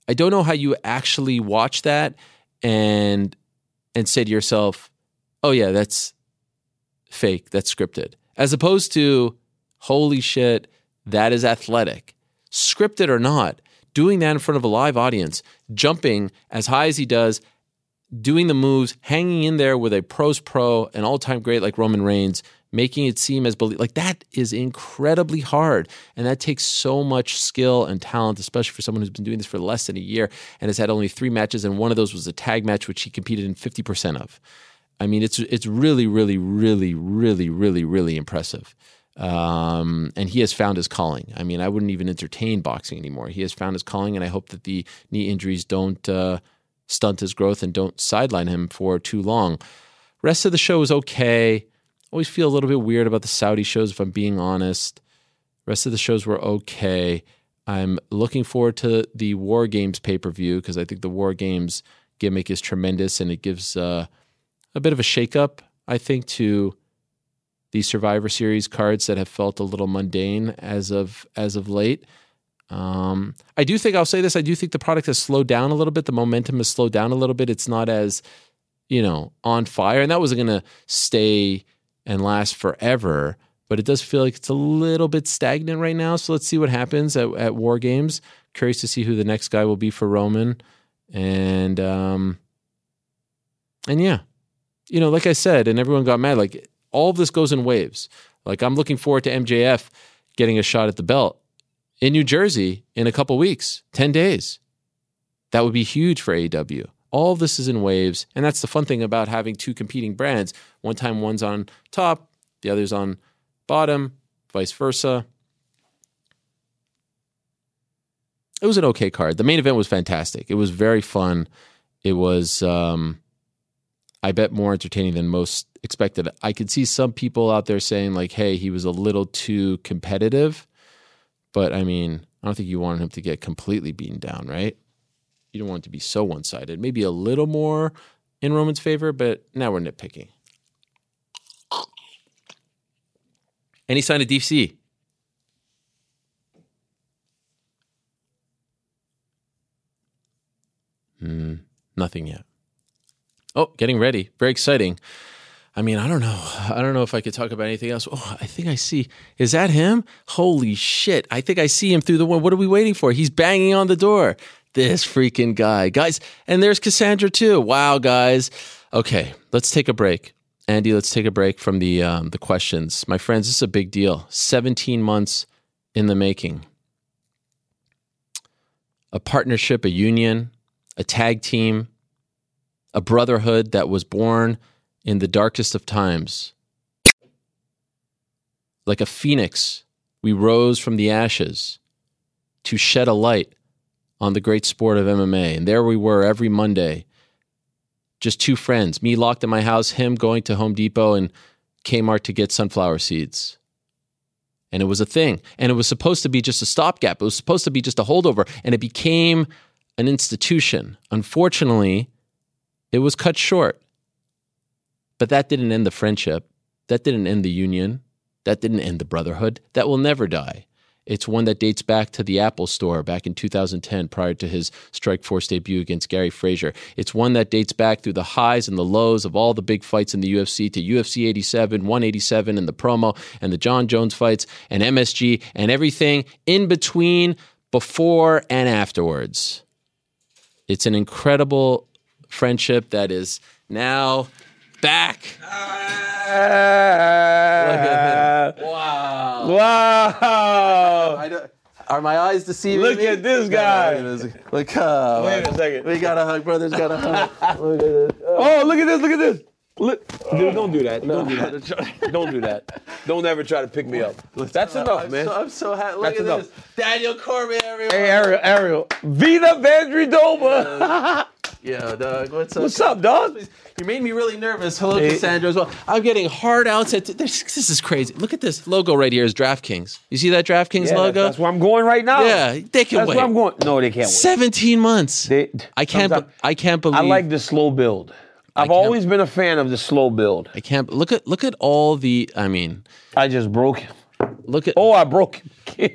S1: I don't know how you actually watch that and and say to yourself, oh yeah, that's fake, that's scripted. As opposed to, holy shit, That is athletic. Scripted or not, doing that in front of a live audience, jumping as high as he does, doing the moves, hanging in there with a pro's pro, an all time great like Roman Reigns, making it seem as belie Like that is incredibly hard. And that takes so much skill and talent, especially for someone who's been doing this for less than a year and has had only three matches. And one of those was a tag match, which he competed in 50% of. I mean, it's it's really, really, really, really, really, really impressive. Um, and he has found his calling. I mean, I wouldn't even entertain boxing anymore. He has found his calling, and I hope that the knee injuries don't uh, stunt his growth and don't sideline him for too long. Rest of the show is okay. Always feel a little bit weird about the Saudi shows, if I'm being honest. Rest of the shows were okay. I'm looking forward to the War Games pay per view because I think the War Games gimmick is tremendous and it gives. Uh, a bit of a shakeup, I think, to the Survivor Series cards that have felt a little mundane as of as of late. Um, I do think I'll say this. I do think the product has slowed down a little bit. The momentum has slowed down a little bit. It's not as you know on fire, and that wasn't going to stay and last forever. But it does feel like it's a little bit stagnant right now. So let's see what happens at, at War Games. Curious to see who the next guy will be for Roman, and um, and yeah, you know, like I said, and everyone got mad. Like all of this goes in waves. Like I'm looking forward to MJF getting a shot at the belt in New Jersey in a couple weeks, ten days. That would be huge for AEW. All of this is in waves, and that's the fun thing about having two competing brands. One time one's on top, the other's on bottom, vice versa. It was an okay card. The main event was fantastic. It was very fun. It was um, I bet more entertaining than most expected. I could see some people out there saying like, "Hey, he was a little too competitive," but I mean, I don't think you want him to get completely beaten down, right? You don't want it to be so one-sided. Maybe a little more in Roman's favor, but now we're nitpicking. Any sign of DC? Hmm, nothing yet. Oh, getting ready. Very exciting. I mean, I don't know. I don't know if I could talk about anything else. Oh, I think I see. Is that him? Holy shit. I think I see him through the window. What are we waiting for? He's banging on the door. This freaking guy. Guys, and there's Cassandra too. Wow, guys. Okay, let's take a break. Andy, let's take a break from the um, the questions. My friends, this is a big deal. 17 months in the making. A partnership, a union, a tag team, a brotherhood that was born in the darkest of times. Like a phoenix, we rose from the ashes to shed a light on the great sport of MMA. And there we were every Monday, just two friends, me locked in my house, him going to Home Depot and Kmart to get sunflower seeds. And it was a thing. And it was supposed to be just a stopgap, it was supposed to be just a holdover. And it became an institution. Unfortunately, it was cut short. But that didn't end the friendship. That didn't end the union. That didn't end the brotherhood. That will never die. It's one that dates back to the Apple Store back in 2010 prior to his Strike Force debut against Gary Frazier. It's one that dates back through the highs and the lows of all the big fights in the UFC to UFC 87, 187, and the promo and the John Jones fights and MSG and everything in between, before, and afterwards it's an incredible friendship that is now back. Look at him. Wow.
S7: Uh, Wow!
S1: I don't- are my eyes deceiving
S7: Look
S1: me?
S7: at this guy.
S1: No, look at this- Look, uh,
S7: Wait a second.
S1: we got a hug, brothers. Got a hug.
S7: Oh, look at this! Look at this! Look, dude, don't do that. Don't do that. Don't do that. Don't ever try to pick me up. That's enough,
S1: I'm
S7: man.
S1: so, I'm so happy. Look
S7: That's
S1: at
S7: enough.
S1: this, Daniel Corbin, everyone.
S7: Hey, Ariel, Ariel, Vita Vandridova.
S1: Yo, dog, what's up?
S7: What's up, dog?
S1: You made me really nervous. Hello,
S7: Hey.
S1: Cassandra, as well. I'm getting hard outside. This, this is crazy. Look at this logo right here. Is DraftKings? You see that DraftKings
S7: Yeah,
S1: logo?
S7: That's where I'm going right now.
S1: yeah, they can
S7: Oh, That's
S1: wait.
S7: where I'm going. No, they can't wait.
S1: 17 months.
S7: They-
S1: I can't.
S7: Sometimes-
S1: Be, I can't believe.
S7: I like the slow build. I've
S1: can't-
S7: always been a fan of the slow build.
S1: I can't. Look at. Look at all the. I mean,
S7: I just broke. him.
S1: look at.
S7: Oh, I broke. him.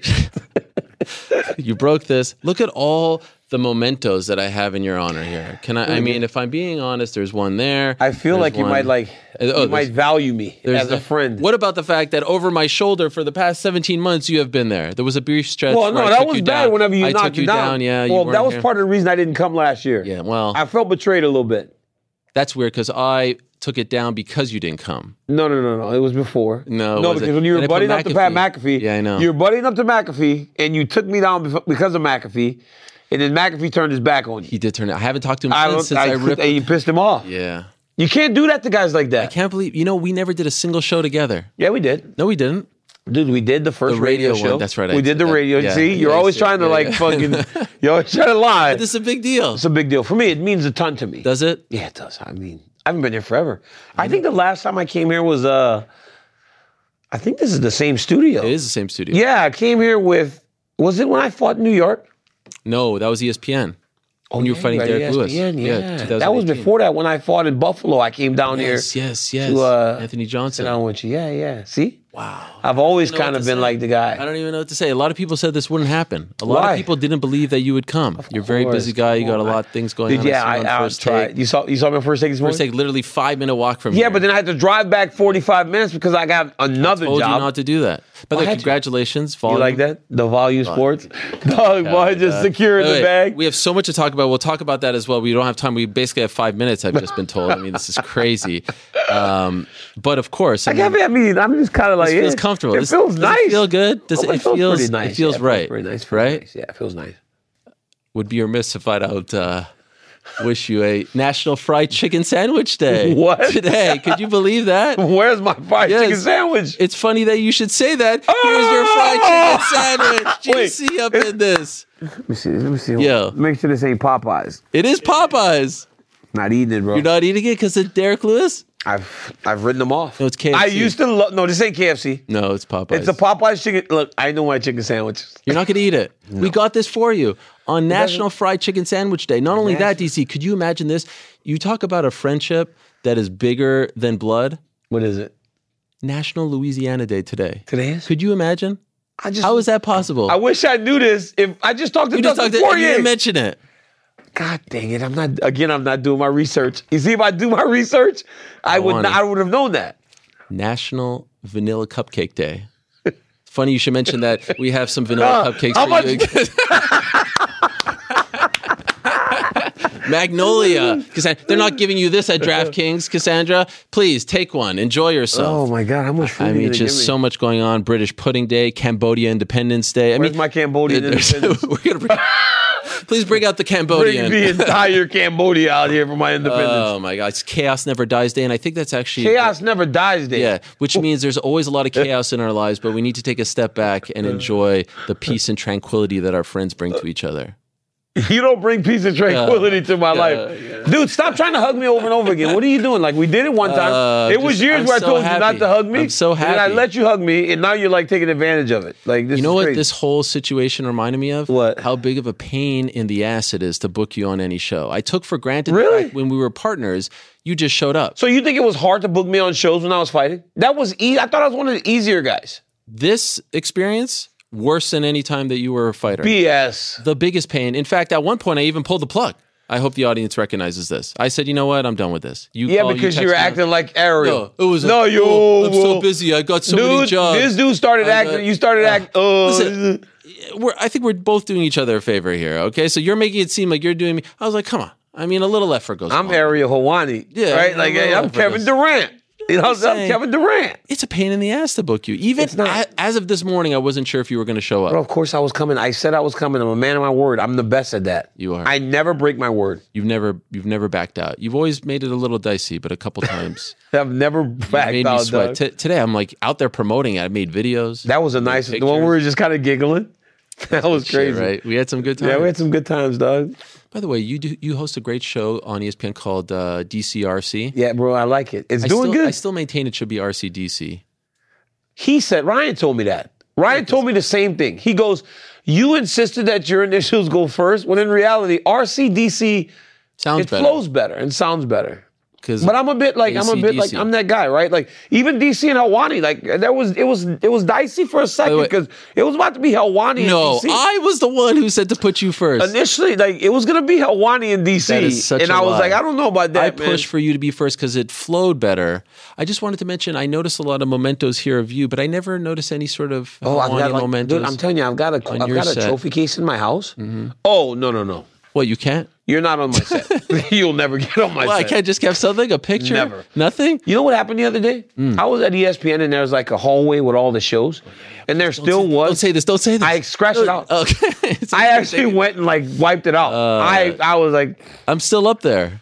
S1: You broke this. Look at all the mementos that I have in your honor here? Can I? I mean, if I'm being honest, there's one there.
S7: I feel
S1: there's
S7: like you
S1: one-
S7: might like
S1: Uh, oh,
S7: you might value me
S1: there's
S7: as a
S1: the-
S7: friend.
S1: What about the fact that over my shoulder for the past 17 months you have been there? There was a brief stretch.
S7: Well,
S1: where
S7: no,
S1: I
S7: that
S1: took
S7: was
S1: you
S7: bad
S1: down.
S7: whenever you
S1: I
S7: knocked
S1: took you
S7: down.
S1: down. Yeah. you
S7: Well, that
S1: weren't
S7: was
S1: here.
S7: part of the reason I didn't come last year.
S1: Yeah. Well,
S7: I felt betrayed a little bit.
S1: that's weird because I took it down because you didn't come.
S7: No, no, no, no. It was before.
S1: No, it
S7: no,
S1: wasn't.
S7: because when you were
S1: And they put
S7: buddying up to Pat McAfee,
S1: Yeah, I know.
S7: You were buddying up to McAfee, and you took me down bef- because of McAfee, and then McAfee turned his back on you.
S1: He did turn it. I haven't talked to him
S7: I don't.
S1: since, since
S7: I,
S1: I, ripped.
S7: and you pissed him off.
S1: yeah.
S7: You can't do that to guys like that.
S1: I can't believe you know we never did a single show together.
S7: Yeah, we did.
S1: No, we didn't.
S7: Dude, we did the first
S1: The radio one,
S7: show.
S1: that's right, I
S7: We did
S1: said
S7: the
S1: that.
S7: radio.
S1: Yeah,
S7: See, you're
S1: yeah, I
S7: always
S1: see.
S7: trying to
S1: Yeah,
S7: like
S1: yeah.
S7: fucking. You're always trying to lie.
S1: This is a big deal.
S7: it's a big deal for me. It means a ton to me.
S1: Does it?
S7: yeah, it does. I mean, I haven't been here forever. I think the last time I came here was uh, I think this is the same studio.
S1: It is the same studio.
S7: Yeah, I came here with. Was it when I fought in New York?
S1: No, that was E ESPN.
S7: Oh,
S1: you were fighting
S7: right,
S1: Derek Lewis.
S7: ESPN,
S1: Yeah,
S7: Yeah, that was
S1: 2018.
S7: before that. When I fought in Buffalo, I came down
S1: Yes,
S7: here.
S1: yes, yes.
S7: to, uh,
S1: Anthony
S7: Sit
S1: Johnson.
S7: down with you. Yeah, yeah. See,
S1: Wow.
S7: I've always
S1: know what
S7: kind of
S1: to
S7: been
S1: say.
S7: like the guy.
S1: I don't even know what to say. A lot of people said this wouldn't happen. A lot
S7: Why?
S1: of people didn't believe that you would come. You're a very
S7: course,
S1: busy guy. You
S7: come
S1: got a
S7: on.
S1: lot of things going
S7: Did,
S1: on. I,
S7: yeah,
S1: see
S7: I,
S1: you on
S7: I
S1: first
S7: tried.
S1: take.
S7: You saw you saw my first take this morning.
S1: First take, literally five minute walk from
S7: Yeah,
S1: here.
S7: but then I had to drive back 45 minutes because I got another
S1: told you
S7: job.
S1: not to do that. By the way,
S7: Why'd you-
S1: congratulations.
S7: you
S1: Volume.
S7: like that? The volume sports. Dog, boy, just secure in
S1: By
S7: the
S1: way,
S7: bag.
S1: uh, We have so much to talk about. We'll talk about that as well. We don't have time. We basically have five minutes. I've just been told. I mean, this is crazy. Um, but of course, I
S7: I
S1: mean,
S7: can't be. I mean, I'm just kind of like
S1: this feels
S7: eh,
S1: comfortable.
S7: It
S1: This-
S7: feels
S1: does
S7: nice.
S1: It feel good. Does
S7: Oh,
S1: it, it feels,
S7: pretty nice.
S1: It feels
S7: Yeah,
S1: right.
S7: Pretty nice. feels
S1: right?
S7: nice. Yeah, it feels nice.
S1: Would be remiss if I don't uh, wish you a National Fried Chicken Sandwich Day.
S7: What?
S1: today? Could you believe that?
S7: Where's my fried
S1: Yes.
S7: chicken sandwich?
S1: It's funny that you should say that. Here's your fried chicken
S7: Oh! Wait.
S1: sandwich. GC up in this.
S7: Let me see. Let me see.
S1: Yo.
S7: Make sure this ain't Popeyes.
S1: It is Popeyes.
S7: Not eating it, bro.
S1: You're not eating it because of Derek Lewis?
S7: I've I've written them off.
S1: No, it's KFC.
S7: I used to love. No, this ain't KFC.
S1: No, it's Popeyes.
S7: It's a Popeyes chicken. Look, I know my chicken sandwich.
S1: You're not going to eat it. We got this for you on National Fried Chicken Sandwich Day. Not only that, DC, could you imagine this? You talk about a friendship that is bigger than blood.
S7: What is it?
S1: National Louisiana Day today.
S7: Today is.
S1: Could you imagine?
S7: I just.
S1: How is that possible?
S7: I wish I knew this. If I just talked to
S1: you just talked
S7: Dustin
S1: to, and you
S7: Poirier.
S1: didn't mention it.
S7: God dang it! I'm not again. I'm not doing my research. You see, if I do my research, I, would.
S1: want
S7: Not,
S1: it.
S7: I would have known that.
S1: National Vanilla Cupcake Day. Funny you should mention that. We have some vanilla cupcakes
S7: Uh, how
S1: for you. Magnolia, Cassandra. They're not giving you this at DraftKings, Cassandra. Please take one. Enjoy yourself.
S7: Oh, my God! How much food?
S1: I mean, just so much going on. British Pudding Day, Cambodia Independence Day. I
S7: Where's
S1: mean,
S7: my Cambodian
S1: there's-
S7: independence?
S1: we're gonna bring, please bring out the
S7: Bring
S1: Cambodian.
S7: the entire Cambodia out here for my independence.
S1: oh my God, it's Chaos Never Dies Day, and I think that's actually
S7: Chaos never dies. Day.
S1: Yeah, which means there's always a lot of chaos in our lives, but we need to take a step back and enjoy the peace and tranquility that our friends bring to each other.
S7: You don't bring peace and
S1: Uh,
S7: tranquility to my life. Dude, stop trying to hug me over and over again. What are you doing? Like, we did it one time.
S1: Uh,
S7: it was
S1: just-
S7: years
S1: I'm
S7: where
S1: so
S7: I told
S1: happy.
S7: you not to hug me.
S1: I'm so
S7: And I
S1: happy.
S7: let you hug me, and now you're like taking advantage of it. Like, this
S1: You know
S7: is
S1: what
S7: crazy.
S1: this whole situation reminded me of?
S7: What?
S1: How big of a pain in the ass it is to book you on any show. I took for granted the
S7: Really?
S1: fact when we were partners, you just showed up.
S7: So you think it was hard to book me on shows when I was fighting? That was easy. I thought I was one of the easier guys.
S1: This experience, worse than any time that you were a fighter.
S7: BS.
S1: the biggest pain. In fact, at one point, I even pulled the plug. I hope the audience recognizes this. I said, you know what? I'm done with this. Oh, You
S7: Yeah,
S1: call,
S7: because
S1: you,
S7: you were
S1: text me.
S7: acting like Ariel.
S1: No, it was a-
S7: no, you.
S1: oh, I'm so busy. I got so
S7: dude,
S1: many jobs.
S7: This dude started
S1: I
S7: acting.
S1: got-
S7: you started acting. Oh,
S1: Listen, we're, I think we're both doing each other a favor here. Okay, so you're making it seem like you're doing me. I was like, come on. I mean, a little effort goes. a
S7: I'm
S1: long way.
S7: Ariel Hawani.
S1: Oh. Yeah,
S7: right.
S1: I'm
S7: Like
S1: a little
S7: I'm
S1: over
S7: Kevin
S1: this.
S7: Durant. You know, I'm
S1: saying-
S7: Kevin Durant.
S1: It's a pain in the ass to book you. Even
S7: not.
S1: a- as of this morning, I wasn't sure if you were going to show up.
S7: Bro, of course I was coming. I said I was coming. I'm a man of my word. I'm the best at that.
S1: You are.
S7: I never break my word.
S1: You've never, you've never backed out. You've always made it a little dicey, but a couple times
S7: I've never
S1: you made
S7: backed
S1: me
S7: out.
S1: sweat.
S7: dog.
S1: T- today, I'm like out there promoting it. I made videos.
S7: that was a nice the one.
S1: pictures.
S7: We were just kind of giggling. That was
S1: Shit,
S7: crazy.
S1: right? We had some good time.
S7: Yeah, we had some good times, dog.
S1: By the way, you do you host a great show on ESPN called uh, DCRC.
S7: Yeah, bro, I like it. It's
S1: I
S7: doing
S1: still,
S7: good.
S1: I still maintain it should be RCDC.
S7: He said, Ryan told me that. Ryan told me the same thing. He goes, You insisted that your initials go first, when in reality, RCDC,
S1: Sounds
S7: it
S1: better.
S7: flows better and sounds better.
S1: because
S7: But I'm a bit like I'm a bit like
S1: AC/DC.
S7: I'm that guy, right? Like even DC and Helwani, like there was it was it was dicey for a second
S1: way-
S7: because it was about to be Helwani.
S1: no,
S7: and DC.
S1: I was the one who said to put you first.
S7: initially like it was gonna be Helwani and DC,
S1: That is such
S7: and
S1: a
S7: I was
S1: lie.
S7: like, I don't know about that.
S1: I
S7: man.
S1: pushed for you to be first because it flowed better. I just wanted to mention I noticed a lot of mementos here of you, but I never noticed any sort of
S7: Oh, I've
S1: Hawani
S7: got like,
S1: mementos.
S7: dude, I'm telling you, I've got a I've
S1: your
S7: got a
S1: set. Mm-hmm.
S7: trophy case in my house. Oh no no no,
S1: what you can't?
S7: you're not on my set. You'll never get on my
S1: Well, I
S7: set.
S1: can't just have something, a picture,
S7: Never.
S1: nothing.
S7: You know what happened the other day?
S1: Mm.
S7: I was at E ESPN and there was like a hallway with all the shows, and there still was.
S1: Oh, Don't say Uh, this. Don't say this.
S7: I scratched it out.
S1: Okay. It's
S7: I
S1: okay.
S7: actually went and like wiped it out.
S1: Uh,
S7: I I was like
S1: I'm still up there,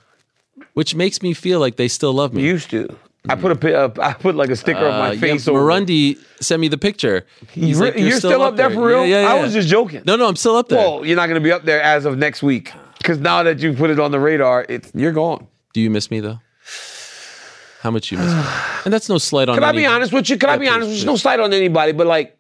S1: which makes me feel like they still love me.
S7: used to. I put a pi- uh, I put like a sticker of
S1: Uh,
S7: my
S1: yeah,
S7: face over. it.
S1: Marundi sent me the picture. He's
S7: You re-
S1: like,
S7: you're, still, up there, for real?
S1: Yeah, yeah,
S7: I
S1: yeah.
S7: was just joking.
S1: No, no, I'm still up there.
S7: Well, you're not going to be up there as of next week because now that you put it on the radar, it's you're gone.
S1: Do you miss me though? How much you miss me? And that's no slight on.
S7: Can I
S1: any-
S7: be honest with you? Can I be
S1: please,
S7: honest with
S1: please.
S7: you? No slight on anybody, but like,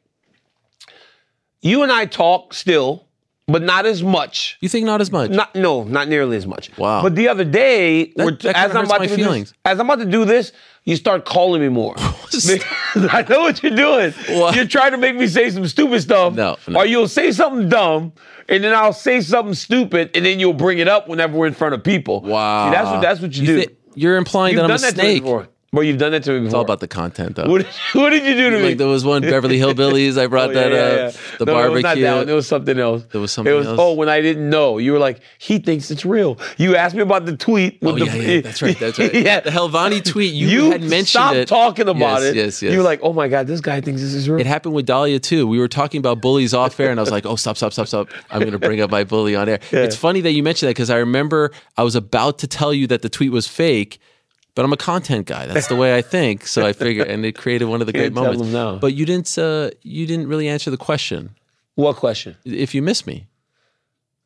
S7: you and I talk still, but not as much.
S1: You think not as much?
S7: Not no, not nearly as much.
S1: Wow.
S7: But the other day,
S1: That-
S7: we're-
S1: that
S7: as
S1: kinda
S7: I'm
S1: hurts
S7: about
S1: my
S7: to do
S1: feelings.
S7: This, as I'm about to do this, you start calling me more. Because I know what you're doing.
S1: What?
S7: You're trying to make me say some stupid stuff.
S1: No, no.
S7: Or you'll say something dumb, and then I'll say something stupid, and then you'll bring it up whenever we're in front of people.
S1: Wow.
S7: See, that's what that's what you, do.
S1: thi- you're implying
S7: you've
S1: that
S7: done
S1: I'm a
S7: that to me
S1: snake.
S7: before. Well, you've done that to me before.
S1: It's all about the content, though.
S7: what did, what did you do to me?
S1: like there was one Beverly Hillbillies. I brought
S7: Oh,
S1: that
S7: yeah, yeah,
S1: up. The
S7: yeah. No, It was not
S1: barbecue.
S7: that one. It was something else.
S1: There was something
S7: It was
S1: else.
S7: oh, when I didn't know, you were like, he thinks it's real. You asked me about the tweet. With
S1: oh
S7: the,
S1: yeah, yeah, that's right, that's right.
S7: yeah.
S1: The Helvani tweet you,
S7: you
S1: had mentioned
S7: stopped
S1: it.
S7: talking
S1: Yes,
S7: about it.
S1: Yes, yes.
S7: You were like, oh my god, this guy thinks this is real.
S1: It happened with Dahlia too. We were talking about bullies off air, and I was like, "Oh, stop, stop, stop, stop! I'm going to bring up my bully on air." It's funny that you mentioned that because I remember I was about to tell you that the tweet was fake, but I'm a content guy. That's the way I think, so I figured, and it created one of the great
S7: Can't tell
S1: moments.
S7: them now.
S1: But you didn't, uh, you didn't really answer the question.
S7: what question,
S1: If you miss me,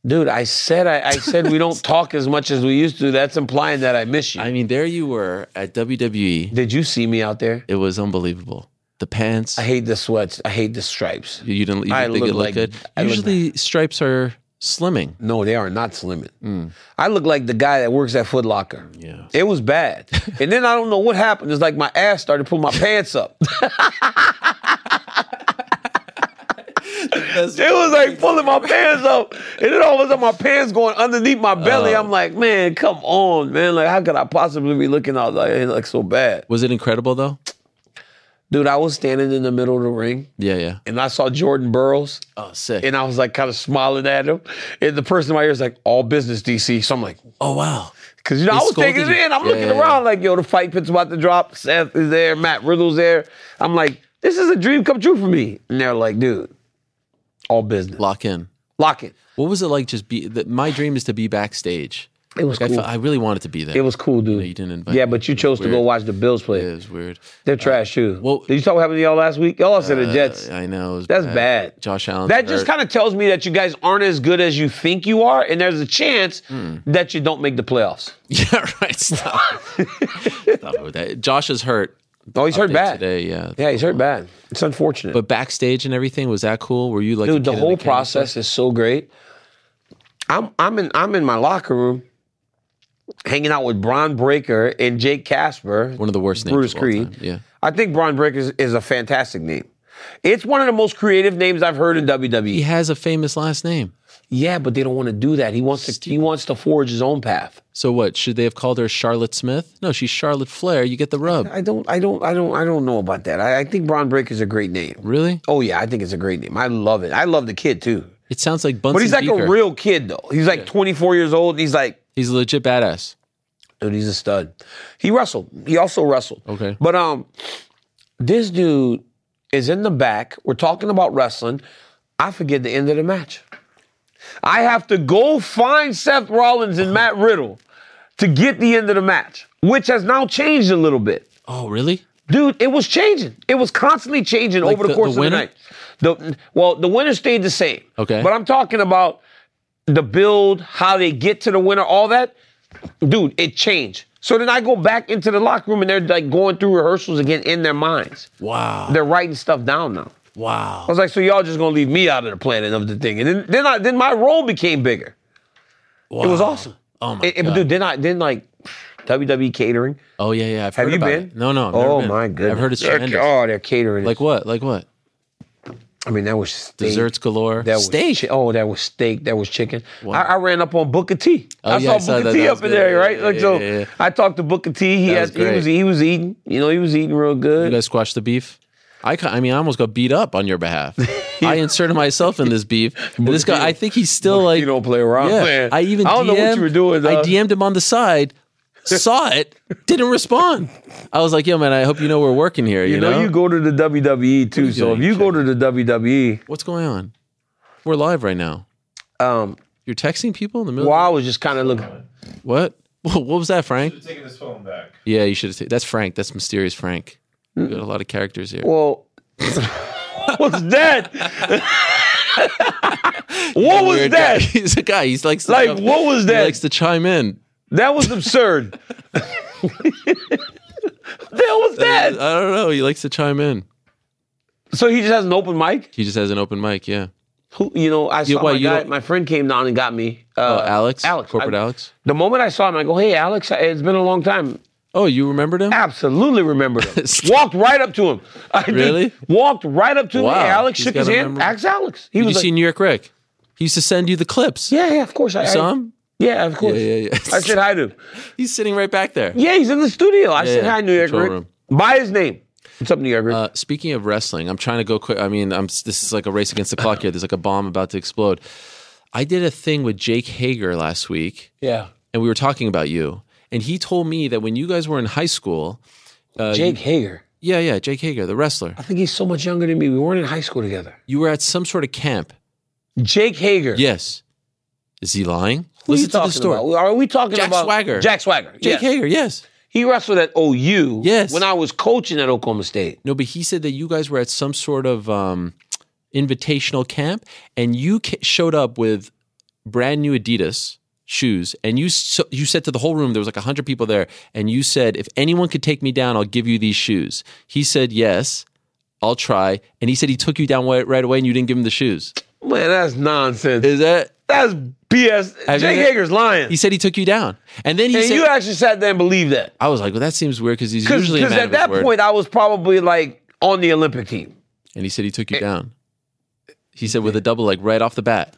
S7: dude? I said I, I said we don't talk as much as we used to. That's implying that I miss you.
S1: I mean, there you were at WWE.
S7: Did you see me out there?
S1: It was unbelievable. The pants.
S7: I hate the sweats. I hate the stripes.
S1: you didn't. You
S7: I
S1: didn't think
S7: look
S1: it looked
S7: like-
S1: good.
S7: I look
S1: Usually, stripes are slimming.
S7: No, they are not slimming. I look like the guy that works at Foot Locker. Yeah. It was bad. and then I don't know what happened. It's like my ass started pulling my pants up. it was like pulling my pants up. And then all of a sudden my pants going underneath my belly. I'm like, man, come on, man. Like, how could I possibly be looking out like, eh, like so bad?
S1: Was it incredible though?
S7: Dude, I was standing in the middle of the ring
S1: Yeah, yeah.
S7: and I saw Jordan Burroughs.
S1: Oh, sick.
S7: And I was like kind of smiling at him. And the person in my ear is like, all business, DC. So I'm like,
S1: oh, wow.
S7: Cause you know,
S1: They
S7: I was taking it
S1: scolded you.
S7: in. I'm
S1: Yeah,
S7: looking
S1: yeah, yeah.
S7: around like, yo, the fight pit's about to drop. Seth is there. Matt Riddle's there. I'm like, this is a dream come true for me. And they're like, dude, all business.
S1: Lock in.
S7: Lock it.
S1: What was it like? Just be. The, my dream is to be backstage.
S7: It was
S1: Like, I
S7: cool.
S1: fe- I, really wanted to be there.
S7: it was cool, dude.
S1: you didn't invite
S7: yeah,
S1: me.
S7: but you chose to go
S1: weird.
S7: watch the Bills
S1: It
S7: play.
S1: was weird.
S7: They're trash too.
S1: well- Uh,
S7: Did you talk what happened to y'all last week? Y'all lost to the Jets.
S1: I know. it was
S7: That's bad.
S1: Josh Allen.
S7: That just
S1: hurt.
S7: kind of tells me that you guys aren't as good as you think you are, and there's a chance
S1: Hmm.
S7: that you don't make the playoffs.
S1: Yeah. Right. Stop. Stop with that. Josh is hurt.
S7: Oh, he's hurt
S1: Update
S7: bad.
S1: today. Yeah.
S7: Yeah, he's hurt bad. It's unfortunate.
S1: But backstage and everything was that cool? Were you like
S7: dude,
S1: a
S7: the
S1: kid in
S7: whole
S1: candy
S7: process is so great. I'm I'm in I'm in my locker room, hanging out with Bron Breaker and Jake Casper.
S1: store? One of the worst names.
S7: Bruce
S1: of all time.
S7: Creed.
S1: Yeah.
S7: I think Bron Breaker is, is a fantastic name. It's one of the most creative names I've heard in E.
S1: He
S7: WWE.
S1: has a famous last name.
S7: Yeah, but they don't want to do that. He wants to he wants to forge his own path.
S1: So what? Should they have called her Charlotte Smith? No, she's Charlotte Flair. You get the rub.
S7: I don't I don't I don't I don't know about that. I, I think Bron Breaker is a great name.
S1: Really?
S7: Oh yeah, I think it's a great name. I love it. I love the kid too.
S1: It sounds like Bunsen
S7: But he's like a
S1: Beaker.
S7: real kid though. He's like 24 years old. And he's like
S1: He's a legit badass.
S7: Dude, he's a stud. He wrestled. He also wrestled.
S1: Okay.
S7: But um, this dude is in the back. We're talking about wrestling. I forget the end of the match. I have to go find Seth Rollins and Matt Riddle to get the end of the match, which has now changed a little bit.
S1: Oh, really?
S7: Dude, it was changing. It was constantly changing over the,
S1: the-
S7: course
S1: the
S7: of the
S1: winner?
S7: night. The well, the winner stayed the same.
S1: Okay.
S7: But I'm talking about the build, how they get to the winner, all that. Dude, it changed. So then I go back into the locker room and they're like going through rehearsals again in their minds.
S1: Wow.
S7: They're writing stuff down now.
S1: Wow.
S7: I was like, so y'all just gonna leave me out of the planet of the thing. And then then I then my role became bigger. It was awesome.
S1: Oh my
S7: It, it-
S1: god.
S7: dude, then I then like WWE catering.
S1: Oh yeah, yeah. I've
S7: Have
S1: heard
S7: you
S1: about
S7: been?
S1: it. No, no. I've never
S7: oh
S1: been.
S7: my goodness!
S1: I've heard it's
S7: They're-
S1: tremendous.
S7: Oh, they're catering.
S1: Like what? Like what?
S7: I mean, that was steak.
S1: Desserts galore.
S7: That was
S1: Steak.
S7: chi- oh, that was steak. That was chicken. I, I ran up on Booker T. I
S1: Oh, yeah, I
S7: saw
S1: saw
S7: Booker
S1: that.
S7: T
S1: That
S7: up
S1: was
S7: in there,
S1: good.
S7: right?
S1: Yeah,
S7: like
S1: yeah,
S7: so,
S1: yeah, yeah.
S7: I talked to Booker T. He
S1: That was
S7: had, he was
S1: great.
S7: he was eating. You know, he was eating real
S1: You
S7: good.
S1: guys squashed the beef. I, ca- I mean, I almost got beat up on your behalf. I inserted myself in this beef. And this guy, I think he's still like
S7: you don't play around.
S1: Yeah,
S7: man.
S1: I even
S7: I don't
S1: DM'd,
S7: know what you were doing.
S1: I
S7: dog.
S1: DM'd him on the side, saw it, didn't respond. I was like, "Yo, man, I hope you know we're working here." You,
S7: You know, you go to the WWE too. So
S1: doing,
S7: if you go to the E, WWE,
S1: what's going on? We're live right now.
S7: um,
S1: You're texting people in the middle.
S7: well, I was just kind of looking.
S1: What? What was that, Frank?
S4: Taking his phone back.
S1: Yeah, you should have. that's Frank. That's mysterious Frank. We got a lot of characters here.
S7: Well, what's that? what was
S1: Weird guy.
S7: that?
S1: He's a guy. He's like
S7: Like, what was
S1: He
S7: that?
S1: likes to chime in.
S7: That was absurd. what the hell was
S1: I
S7: that?
S1: don't know. He likes to chime in.
S7: So he just has an open mic.
S1: He just has an open mic. Yeah.
S7: Who, you know, I saw
S1: You- why,
S7: my
S1: you
S7: guy.
S1: don't-
S7: My friend came down and got me. Uh,
S1: Oh, Alex.
S7: Alex.
S1: Corporate
S7: I-
S1: Alex.
S7: The moment I saw him, I go, "Hey, Alex, it's been a long time."
S1: Oh, you remembered him?
S7: Absolutely remembered him. walked right up to him. I did-
S1: Really?
S7: walked right up to him.
S1: Wow.
S7: Hey, Alex
S1: He's
S7: shook
S1: got
S7: his
S1: a
S7: hand.
S1: memory.
S7: Ask Alex. He
S1: Did
S7: was
S1: you
S7: like,
S1: see New York Rick? He used to send you the clips.
S7: "Yeah, yeah, of course." I,
S1: You saw him?
S7: I, yeah, of course.
S1: Yeah, yeah, yeah.
S7: I said hi to him.
S1: He's sitting right back there.
S7: Yeah, he's in the studio. I said
S1: yeah.
S7: hi, New York
S1: Control
S7: Rick.
S1: room.
S7: By his name. What's up, New York Rick?
S1: Uh, speaking of wrestling, I'm trying to go quick. I mean, I'm, this is like a race against the clock here. There's like a bomb about to explode. I did a thing with Jake Hager last week,
S7: yeah.
S1: and we were talking about you. And he told me that when you guys were in high school, uh,
S7: Jake Hager.
S1: yeah, yeah, Jake Hager, the wrestler,
S7: I think he's so much younger than me. We weren't in high school together.
S1: you were at some sort of camp.
S7: Jake Hager.
S1: Yes. Is he lying?
S7: Who
S1: Listen
S7: are you talking
S1: to the story.
S7: about? Are we talking
S1: Jack
S7: about
S1: Swagger.
S7: Jack Swagger?
S1: Jake
S7: yes.
S1: Hager, yes.
S7: He wrestled at OU.
S1: Yes.
S7: When I was coaching at Oklahoma State.
S1: No, but he said that you guys were at some sort of um, invitational camp, and you ca- showed up with brand new Adidas shoes, and you s you said to the whole room there was like hundred people there, and you said, "If anyone could take me down, I'll give you these shoes." He said, "Yes." I'll try, and he said he took you down wi- right away, and you didn't give him the shoes.
S7: Man, that's nonsense.
S1: Is that?
S7: that's BS.
S1: Have
S7: Jake
S1: you-
S7: Hager's lying.
S1: He said he took you down, and then he
S7: and
S1: said,
S7: you actually sat there and believed that.
S1: "I was like, well, that seems weird because he's
S7: Because
S1: usually a man
S7: at
S1: of his
S7: that
S1: word."
S7: point, I was probably like on the Olympic team.
S1: And he said he took you down. He said with a double leg right off the bat.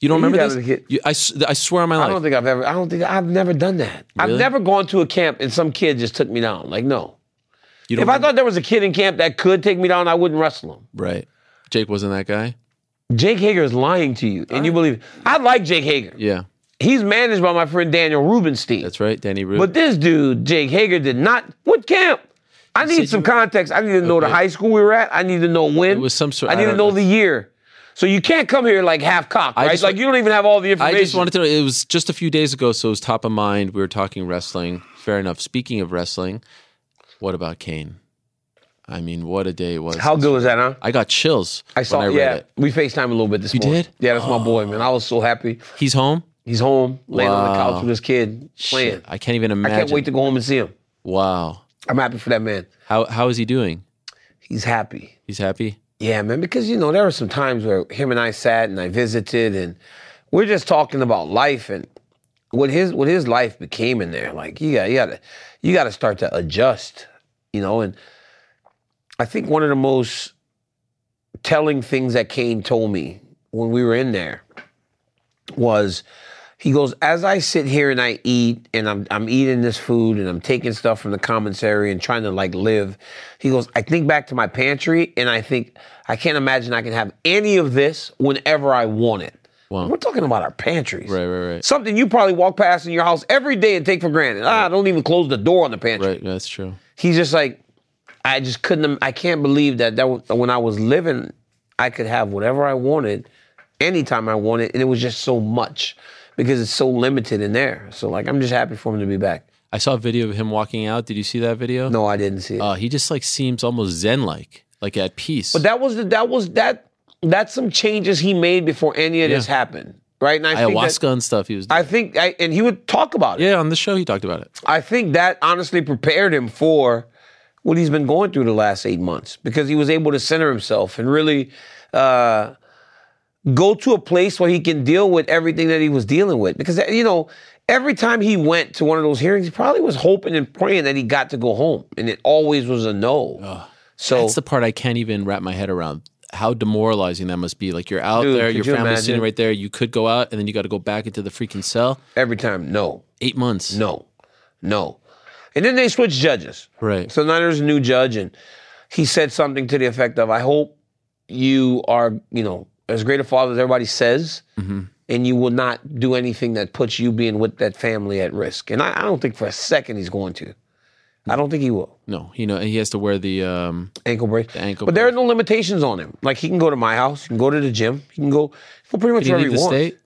S1: You don't
S7: You
S1: remember
S7: gotta
S1: this?
S7: get-
S1: You- I, s- I swear on my
S7: I
S1: life.
S7: don't think I've ever. I don't think I've never done that. I've
S1: Really?
S7: never gone to a camp and some kid just took me down. Like no.
S1: you
S7: If
S1: don't
S7: I thought there was a kid in camp that could take me down, I wouldn't wrestle him.
S1: right. Jake wasn't that guy.
S7: Jake Hager is lying to you, and you believe it. I like Jake Hager.
S1: Yeah,
S7: He's managed by my friend Daniel Rubenstein.
S1: that's right. Danny Rube.
S7: but this dude, Jake Hager, did not. What camp? I need
S1: said
S7: some
S1: you-
S7: context. I need to know the high school we were at. I need to know when.
S1: It was some sort-
S7: I
S1: I
S7: need to
S1: don't
S7: know
S1: know.
S7: the year. So you can't come here like half cocked,
S1: I
S7: right?
S1: just
S7: like
S1: wa-
S7: you don't even have all the
S1: I
S7: information.
S1: just wanted to know. It was just a few days ago, so it was top of mind. We were talking wrestling. Fair enough. Speaking of wrestling, what about Kane? I mean, what a day it was.
S7: How good was that, huh?
S1: I got chills
S7: I saw.
S1: when I read
S7: yeah,
S1: it.
S7: we Facetime a little bit this you morning.
S1: did?
S7: Yeah, that's my boy, man. I was so happy.
S1: He's home.
S7: He's home, laying on the
S1: Wow.
S7: couch with his kid, playing.
S1: Shit, I can't even
S7: I
S1: imagine.
S7: can't wait to go home and see him.
S1: wow.
S7: I'm happy for that man.
S1: How how is he doing?
S7: He's happy.
S1: He's happy.
S7: Yeah, man, because you know, there were some times where him and I sat and I visited and we're just talking about life and what his what his life became in there. Like you got you gotta you gotta start to adjust, you know, and I think one of the most telling things that Kane told me when we were in there was he goes, as I sit here and I eat and I'm I'm eating this food and I'm taking stuff from the commissary and trying to like live, he goes, I think back to my pantry and I think I can't imagine I can have any of this whenever I want it. We're talking about our pantries.
S1: Right, right, right.
S7: Something you probably walk past in your house every day and take for granted. Ah, I don't even close the door on the pantry.
S1: Right, that's true.
S7: He's just like, I just couldn't. I can't believe that that was- when I was living, I could have whatever I wanted, anytime I wanted, and it was just so much because it's so limited in there. So like, I'm just happy for him to be back.
S1: I saw a video of him walking out. Did you see that video?
S7: No, I didn't see it.
S1: Uh, he just like seems almost zen like, like at peace.
S7: but that was the, that was that. That's some changes he made before any of this
S1: Yeah.
S7: happened, right? And I
S1: ayahuasca
S7: Think that,
S1: and stuff he was doing.
S7: I think, I, and he would talk about it.
S1: yeah, on the show he talked about it.
S7: I think that honestly prepared him for what he's been going through the last eight months because he was able to center himself and really uh, go to a place where he can deal with everything that he was dealing with. Because, uh, you know, every time he went to one of those hearings, he probably was hoping and praying that he got to go home, and it always was a no. so
S1: That's the part I can't even wrap my head around. How demoralizing that must be. Like you're out
S7: Dude,
S1: there,
S7: could
S1: your
S7: you
S1: family's sitting
S7: imagine?
S1: right there. You could go out, and then you got to go back into the freaking cell.
S7: every time, no,
S1: Eight months.
S7: no, no. And then they switched judges.
S1: Right.
S7: So now there's a new judge, and he said something to the effect of, "I hope you are, you know, as great a father as everybody says,
S1: Mm-hmm.
S7: and you will not do anything that puts you being with that family at risk." And I, I don't think for a second he's going to. I don't think he will.
S1: No. You know, he has to wear the. Um,
S7: ankle brace.
S1: ankle
S7: but there are
S1: brace.
S7: no limitations on him. Like he can go to my house, he can go to the gym, he can go, he can go pretty much
S1: did he
S7: wherever
S1: leave
S7: he
S1: the
S7: wants.
S1: state? Oh.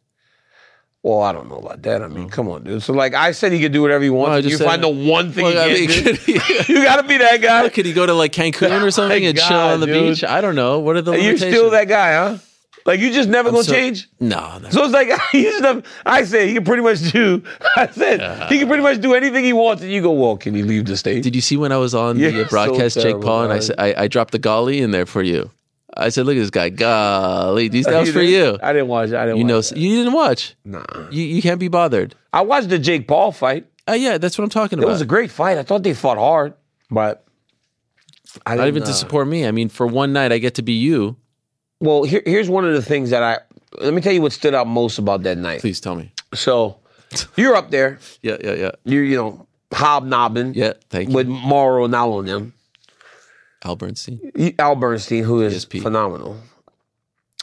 S7: Well, I don't know about that. I mean, come on, dude. So like I said, he could do whatever he wants.
S1: Well, I
S7: and
S1: just
S7: you
S1: said-
S7: find the one thing
S1: Well, I
S7: he
S1: mean,
S7: can
S1: could he-
S7: do. you gotta be that guy.
S1: could he go to like Cancun or something
S7: My
S1: and chill
S7: God,
S1: on the
S7: dude.
S1: beach? I don't know. What are the
S7: You're
S1: limitations?
S7: still that guy, huh? Like you just never gonna
S1: So-
S7: change.
S1: No, no.
S7: So it's like you just never, I said he can pretty much do. I said he can pretty much do anything he wants, and you go, well, can he leave the state?
S1: Did you see when I was on
S7: You're
S1: the
S7: so
S1: broadcast, Jake
S7: terrible,
S1: Paul, and I
S7: man.
S1: said I, I dropped the golly in there for you. I said, look at this guy, golly, these that was for you.
S7: I didn't watch. it. I didn't.
S1: You
S7: watch
S1: know,
S7: that.
S1: you didn't watch.
S7: Nah.
S1: You you can't be bothered.
S7: I watched the Jake Paul fight.
S1: Uh, yeah, that's what I'm talking
S7: It
S1: about.
S7: was a great fight. I thought they fought hard, but I
S1: Not
S7: didn't,
S1: even
S7: uh,
S1: to support me. I mean, for one night, I get to be you.
S7: Well, here, here's one of the things that I let me tell you what stood out most about that night.
S1: Please tell me.
S7: So you're up there,
S1: Yeah, yeah, yeah,
S7: you're you know hobnobbing
S1: yeah. Thank you,
S7: with Mauro and all on them.
S1: Al Bernstein.
S7: You- Al Bernstein, who is
S1: ESP.
S7: phenomenal.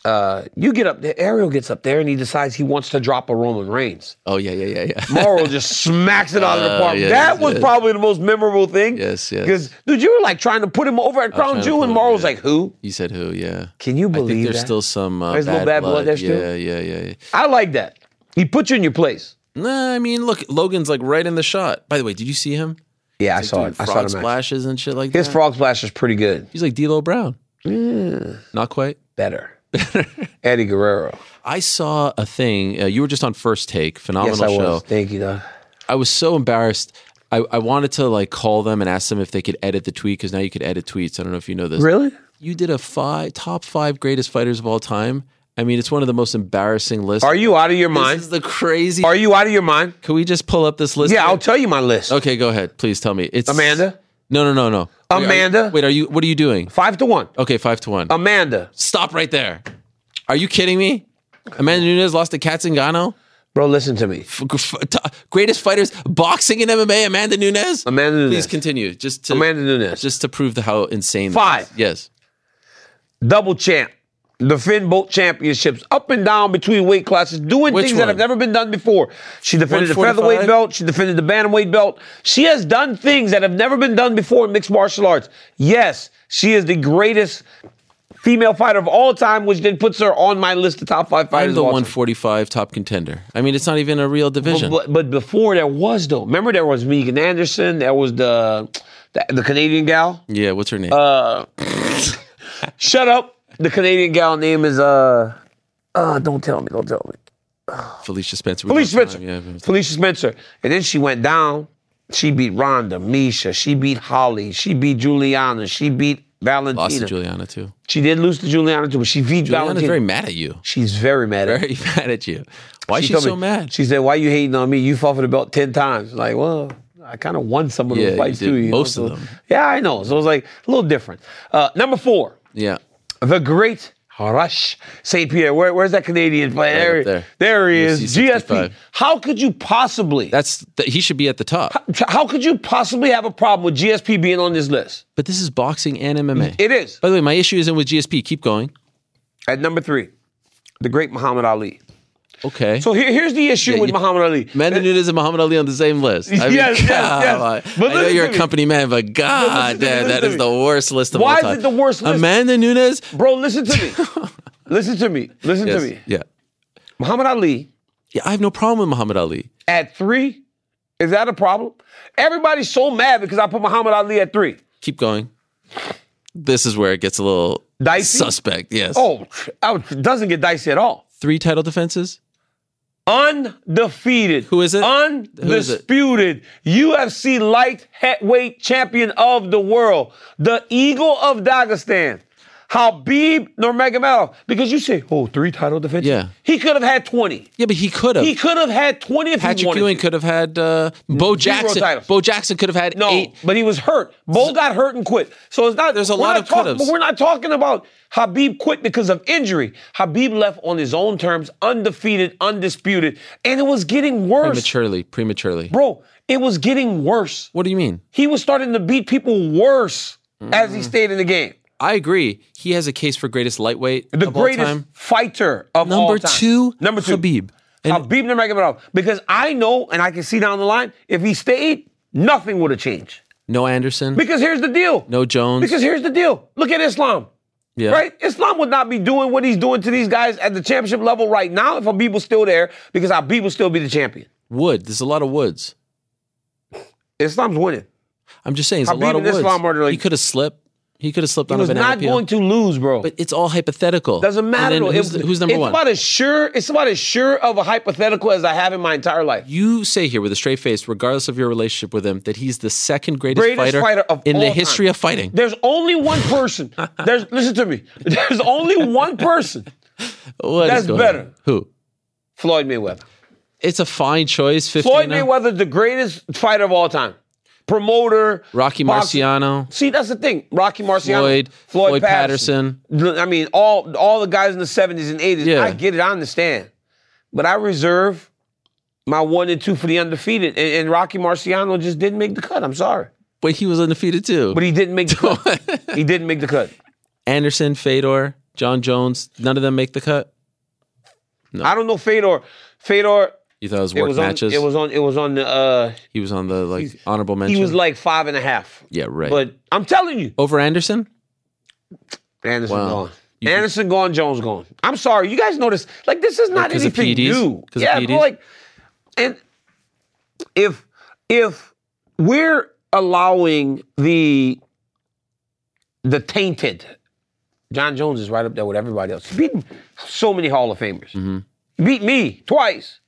S7: Uh, you get up there. Ariel gets up there, and he decides he wants to drop a Roman Reigns.
S1: Oh yeah, yeah, yeah, yeah.
S7: Morrow just smacks it out of the
S1: Oh,
S7: park.
S1: yes,
S7: that was
S1: yes.
S7: probably the most memorable thing.
S1: Yes, yes.
S7: Because dude, you were like trying to put him over at Crown
S1: trying to
S7: Jewel,
S1: put
S7: and
S1: him-
S7: Morrow's
S1: yeah.
S7: like, "Who?
S1: You said who? Yeah.
S7: Can you
S1: I
S7: believe
S1: think there's
S7: that?
S1: still some uh,
S7: There's a
S1: bad,
S7: little bad blood there still?
S1: Yeah, yeah, yeah, yeah.
S7: I like that. He put you in your place.
S1: Nah, I mean, look, Logan's like right in the shot. By the way, did you see him?
S7: Yeah, I saw
S1: Doing
S7: it. I
S1: frog
S7: saw the match.
S1: splashes and shit like
S7: His
S1: that.
S7: frog splash is pretty good.
S1: He's like D'Lo Brown. Not quite.
S7: Better. Eddie Guerrero.
S1: I saw a thing. Uh, you were just on First Take,
S7: Yes,
S1: phenomenal
S7: I
S1: show.
S7: was. Thank you, dog.
S1: I was so embarrassed. I, I wanted to like call them and ask them if they could edit the tweet because now you could edit tweets. I don't know if you know this.
S7: Really?
S1: You did a five top five greatest fighters of all time. I mean, it's one of the most embarrassing lists.
S7: Are you out of your
S1: This
S7: mind?
S1: is the crazy.
S7: Are you out of your mind?
S1: Can we just pull up this list?
S7: Yeah, I'll tell you my list.
S1: okay, go ahead. Please tell me. It's
S7: Amanda?
S1: No, no, no, no. Wait, are you-
S7: Amanda?
S1: Wait, are you? What are you doing?
S7: Five to one.
S1: Okay, five to one.
S7: Amanda.
S1: Stop right there. Are you kidding me? Amanda Nunes lost to Katzengano.
S7: Bro, listen to me.
S1: F- f- t- greatest fighters boxing and MMA. Amanda Nunes.
S7: Amanda Nunes.
S1: Please continue. Just to
S7: Amanda Nunes.
S1: just to prove the, how insane. this
S7: Five.
S1: is. Yes.
S7: double champ, defend both championships, up and down between weight classes, doing
S1: Which
S7: things
S1: one?
S7: that have never been done before. She defended the
S1: 145?
S7: featherweight belt, she defended the bantamweight belt. She has done things that have never been done before in mixed martial arts. Yes, she is the greatest female fighter of all time, which then puts her on my list of top five fighters
S1: I'm the
S7: of all time.
S1: 145 top contender. I mean, it's not even a real division.
S7: But, but before there was though. Remember there was Megan Anderson. There was the the, the Canadian gal.
S1: yeah. What's her name?
S7: uh, Shut up. The Canadian gal name is uh uh don't tell me. Don't tell me.
S1: Felicia Spencer. We
S7: Felicia
S1: got
S7: Spencer.
S1: time. Yeah.
S7: Felicia Spencer. And then she went down. She beat Rhonda, Misha. She beat Holly. She beat Juliana. She beat
S1: Lost to
S7: Valentina.
S1: Juliana too.
S7: she did lose to Juliana too, but she beat
S1: Juliana's
S7: Valentina.
S1: very mad at you.
S7: She's very mad at
S1: Very mad at you. Why is she
S7: told
S1: so
S7: me-
S1: mad?
S7: She said, "Why you hating on me? You fought for the belt ten times." Like, well, I kind of won some of
S1: Yeah,
S7: those
S1: you
S7: fights
S1: did
S7: too. You
S1: most
S7: know?
S1: of
S7: so-
S1: them.
S7: Yeah, I know. So it was like a little different. Uh, number four,
S1: yeah.
S7: the great Harash St. Pierre. Where, where's that Canadian player?
S1: Right up
S7: there,
S1: there.
S7: there he is.
S1: UFC 65.
S7: GSP. How could you possibly?
S1: That's that. He should be at the top.
S7: How could you possibly have a problem with GSP being on this list?
S1: But this is boxing and MMA.
S7: It is.
S1: By the way, my issue isn't with GSP. Keep going.
S7: At number three, the great Muhammad Ali.
S1: Okay.
S7: So here, here's the issue
S1: Yeah,
S7: with
S1: you-
S7: Muhammad Ali.
S1: Amanda Nunes and Muhammad Ali on the same list. I mean,
S7: Yes, yes,
S1: God,
S7: yes.
S1: I-
S7: But
S1: I know
S7: listen
S1: you're
S7: to
S1: a
S7: me.
S1: company man, but God
S7: listen to me,
S1: damn, that
S7: listen
S1: is
S7: to
S1: the
S7: me.
S1: worst list of
S7: Why
S1: all
S7: is
S1: time.
S7: it the worst list?
S1: Amanda Nunes?
S7: Bro, listen to me. listen to me. Listen
S1: Yes,
S7: to me.
S1: Yeah.
S7: Muhammad Ali
S1: Yeah, I have no problem with Muhammad Ali.
S7: at three. Is that a problem? Everybody's so mad because I put Muhammad Ali at three.
S1: Keep going. This is where it gets a little
S7: Dicey?
S1: suspect. Yes.
S7: Oh, I would- it doesn't get dicey at all.
S1: Three title defenses?
S7: Undefeated.
S1: Who is it? Who is it?
S7: Undisputed UFC light heavyweight champion of the world, the Eagle of Dagestan. Habib Nurmagomedov because you say, oh, three title defenses.
S1: Yeah.
S7: He could have had 20.
S1: Yeah, but he could have.
S7: He could have had 20 if he
S1: Patrick
S7: wanted
S1: Ewing
S7: to.
S1: could have had uh, Bo Jackson.
S7: titles.
S1: Bo Jackson could have had
S7: No,
S1: eight.
S7: but he was hurt. Bo got hurt and quit. So it's not.
S1: There's a
S7: we're
S1: lot
S7: not
S1: of
S7: talk-
S1: could'ves.
S7: But we're not talking about Habib quit because of injury. Habib left on his own terms, undefeated, undisputed, and it was getting worse,
S1: Prematurely, prematurely.
S7: bro. It was getting worse.
S1: What do you mean?
S7: He was starting to beat people worse as
S1: Mm-hmm.
S7: he stayed in the game.
S1: I agree. He has a case for greatest lightweight
S7: The
S1: of all
S7: greatest
S1: time.
S7: fighter of all
S1: Number
S7: time.
S1: two,
S7: number two,
S1: Habib. And
S7: Habib Nurmagomedov. Because I know, and I can see down the line, if he stayed, nothing would have changed.
S1: no Anderson,
S7: Because here's the deal.
S1: no Jones.
S7: Because here's the deal. Look at Islam,
S1: yeah.
S7: right? Islam would not be doing what he's doing to these guys at the championship level right now if Habib was still there, because Habib would still be the champion.
S1: Wood. There's a lot of Woods.
S7: Islam's winning.
S1: I'm just saying, there's
S7: Habib
S1: a lot of
S7: and
S1: Woods.
S7: Islam are like-
S1: he could have slipped. He could have slipped
S7: He
S1: on a
S7: was
S1: banana
S7: not
S1: peel.
S7: going to lose, bro.
S1: But it's all hypothetical.
S7: Doesn't matter.
S1: And
S7: though.
S1: then who's,
S7: It-
S1: who's number
S7: it's
S1: one?
S7: About as sure, it's about as sure of a hypothetical as I have in my entire life.
S1: you say here with a straight face, regardless of your relationship with him, that he's the second greatest,
S7: Greatest fighter of
S1: in
S7: all
S1: the
S7: time.
S1: history of fighting.
S7: There's only one person. There's listen to me. There's only one person.
S1: What is
S7: That's
S1: going
S7: better.
S1: on? Who?
S7: Floyd Mayweather.
S1: It's a fine choice. 15
S7: Floyd
S1: now.
S7: Mayweather, the greatest fighter of all time. Promoter.
S1: Rocky
S7: boxer.
S1: Marciano,
S7: See, that's the thing. Rocky Marciano,
S1: Floyd, Floyd, Patterson.
S7: Look, I mean, all all the guys in the seventies and eighties.
S1: Yeah.
S7: I get it. I understand, but I reserve my one and two for the undefeated. And, and Rocky Marciano just didn't make the cut. I'm sorry,
S1: But he was undefeated too.
S7: but he didn't make the cut. he didn't make the cut.
S1: Anderson, Fedor, John Jones, none of them make the cut.
S7: I don't know Fedor. Fedor.
S1: You thought it was
S7: It
S1: work
S7: was
S1: matches.
S7: on. It was on. It was on the. Uh,
S1: he was on the like honorable mention.
S7: he was like five and a half.
S1: yeah, right.
S7: But I'm telling you,
S1: Over Anderson?
S7: Anderson
S1: Wow.
S7: gone.
S1: You-
S7: Anderson gone, Jones gone. I'm sorry, you guys know this. Like this is not
S1: 'cause of
S7: anything
S1: PDs?
S7: new.
S1: 'Cause of E
S7: yeah,
S1: PDs?
S7: But like, and if if we're allowing the the tainted, John Jones is right up there with everybody else. He's beaten so many Hall of Famers.
S1: Mm-hmm.
S7: He beat me twice,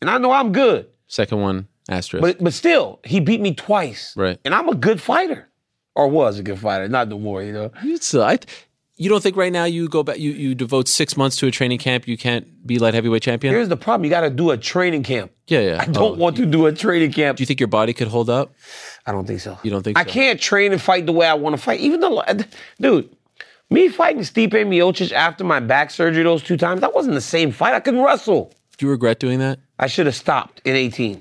S7: and I know I'm good.
S1: Second one, asterisk.
S7: But but still, he beat me twice.
S1: Right.
S7: And I'm a good fighter. Or was a good fighter, not no more, you know.
S1: You still- I- you don't think right now you go back, you, you devote six months to a training camp, you can't be light heavyweight champion?
S7: Here's the problem. You gotta do a training camp.
S1: yeah, yeah. Oh.
S7: I don't want to do a training camp.
S1: Do you think your body could hold up?
S7: Oh, I don't think so.
S1: You don't think
S7: I
S1: so?
S7: can't train and fight the way I want to fight. Even though, uh, dude, me fighting Stipe Miocic after my back surgery those two times, that wasn't the same fight. I couldn't wrestle.
S1: Do you regret doing that?
S7: I should have stopped in 18.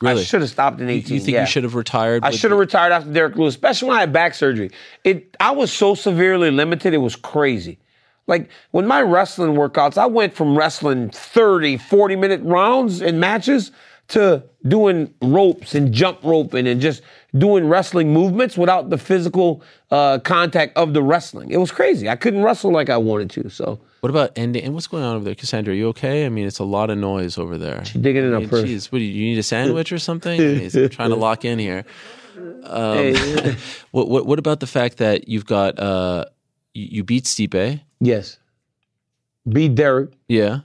S1: Really?
S7: I should have stopped in 18.
S1: you think
S7: yeah.
S1: you should have retired?
S7: I
S1: with-
S7: should have retired after Derek Lewis, especially when I had back surgery. It I was so severely limited, it was crazy. Like when my wrestling workouts, I went from wrestling 30, 40 minute rounds and matches to doing ropes and jump roping and just doing wrestling movements without the physical uh, contact of the wrestling. It was crazy. I couldn't wrestle like I wanted to. So
S1: What about ending? And what's going on over there, Cassandra? Are you okay? I mean, it's a lot of noise over there.
S7: digging it up
S1: Hey,
S7: first.
S1: Jeez, what do you, you need a sandwich or something? I mean, He's trying to lock in here.
S7: Hey,
S1: What, what what about the fact that you've got uh you, you beat Stipe?
S7: yes. Be Derek.
S1: Yeah.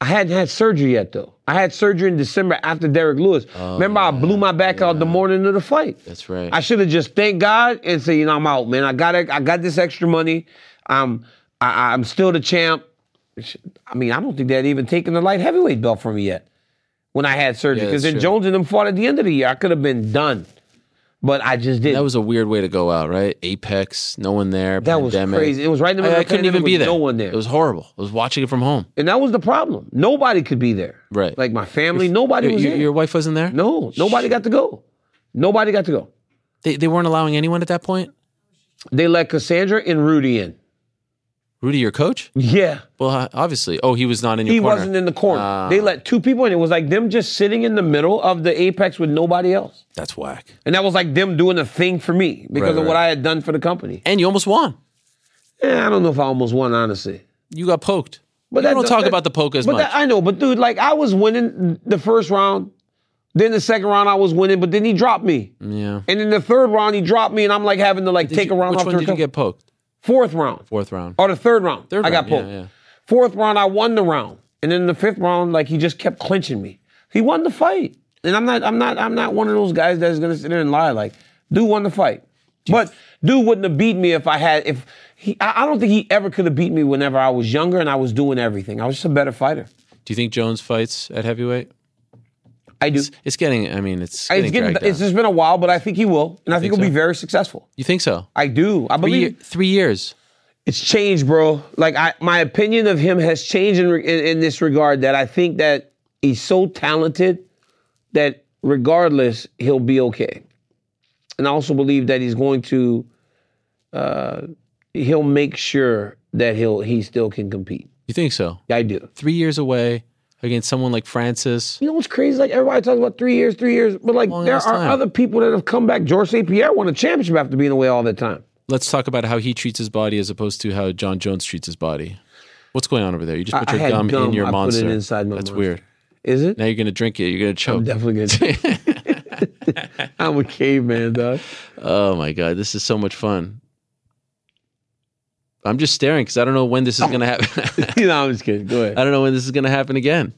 S7: I hadn't had surgery yet though. I had surgery in December after Derek Lewis. Remember, I blew my back out the morning of the fight.
S1: That's right.
S7: I should have just thanked God and said, you know, I'm out, man. I got I got this extra money. Um, I, I'm still the champ. I mean, I don't think they had even taken the light heavyweight belt from me yet when I had surgery.
S1: Yeah,
S7: Because
S1: that's true.
S7: then Jones and them fought at the end of the year. I could have been done, but I just didn't.
S1: that was a weird way to go out, right? Apex, no one there.
S7: That was
S1: pandemic.
S7: crazy. It was right in the
S1: I,
S7: middle
S1: I
S7: of the
S1: couldn't even
S7: pandemic
S1: be
S7: with
S1: there.
S7: no one there.
S1: It was horrible. I was watching it from home.
S7: and that was the problem. Nobody could be there.
S1: Right.
S7: Like my family, nobody
S1: Your,
S7: was
S1: your,
S7: there.
S1: your wife wasn't there.
S7: no, nobody got to go. Nobody got to go.
S1: they they weren't allowing anyone at that point.
S7: They let Cassandra and Rudy in.
S1: Rudy, your coach?
S7: Yeah.
S1: Well, uh, obviously. Oh, he was not in your
S7: He
S1: corner.
S7: wasn't in the corner.
S1: Ah.
S7: They let two people in. It was like them just sitting in the middle of the apex with nobody else.
S1: That's whack.
S7: And that was like them doing a thing for me because
S1: Right,
S7: of what
S1: right.
S7: I had done for the company.
S1: And you almost won.
S7: Yeah, I don't know if I almost won, honestly.
S1: You got poked.
S7: But
S1: People don't talk about the poke as
S7: but
S1: much.
S7: that- I know, but dude, like I was winning the first round, then the second round I was winning, but then he dropped me.
S1: yeah.
S7: And then the third round he dropped me, and I'm like having to like take
S1: you,
S7: a round
S1: Which
S7: off
S1: one
S7: to
S1: Mm. did you
S7: recover.
S1: get poked?
S7: fourth round.
S1: Fourth round.
S7: Or the third round.
S1: Third
S7: I got
S1: round,
S7: pulled.
S1: yeah, yeah.
S7: Fourth round, I won the round. And then the fifth round, like he just kept clinching me. He won the fight. And I'm not, I'm not, I'm not one of those guys that's gonna sit there and lie. Like, dude won the fight. But dude wouldn't have beat me if I had if He, I I don't think he ever could have beat me whenever I was younger and I was doing everything. I was just a better fighter.
S1: Do you think Jones fights at heavyweight?
S7: I do.
S1: It's, it's getting. I mean, it's getting.
S7: It's, getting,
S1: dragged
S7: it's
S1: down.
S7: just been a while, but I think he will, and I think,
S1: think
S7: he'll be
S1: so?
S7: very successful.
S1: you think so?
S7: I do. I
S1: Three,
S7: believe
S1: ye- three years.
S7: it's changed, bro. Like I, my opinion of him has changed in, re- in in this regard that I think that he's so talented that regardless he'll be okay. And I also believe that he's going to, uh, he'll make sure that he'll he still can compete.
S1: You think so?
S7: I do.
S1: Three years away against someone like Francis.
S7: You know what's crazy? Like everybody talks about three years, three years, but like
S1: Long
S7: there are
S1: ass time.
S7: other people that have come back. George St. Pierre won a championship after being away all the time.
S1: Let's talk about how he treats his body as opposed to how John Jones treats his body. What's going on over there? You just
S7: I-
S1: put
S7: I
S1: your
S7: had
S1: gum, in
S7: gum.
S1: your
S7: I put it
S1: monster.
S7: inside my
S1: That's
S7: monster.
S1: weird.
S7: Is it?
S1: Now you're gonna drink it. You're gonna choke.
S7: Definitely good. I'm a caveman, dog.
S1: Oh my god, this is so much fun. I'm just staring because I don't know when this is gonna happen.
S7: you know, I'm just kidding. Go ahead.
S1: I don't know when this is gonna happen again.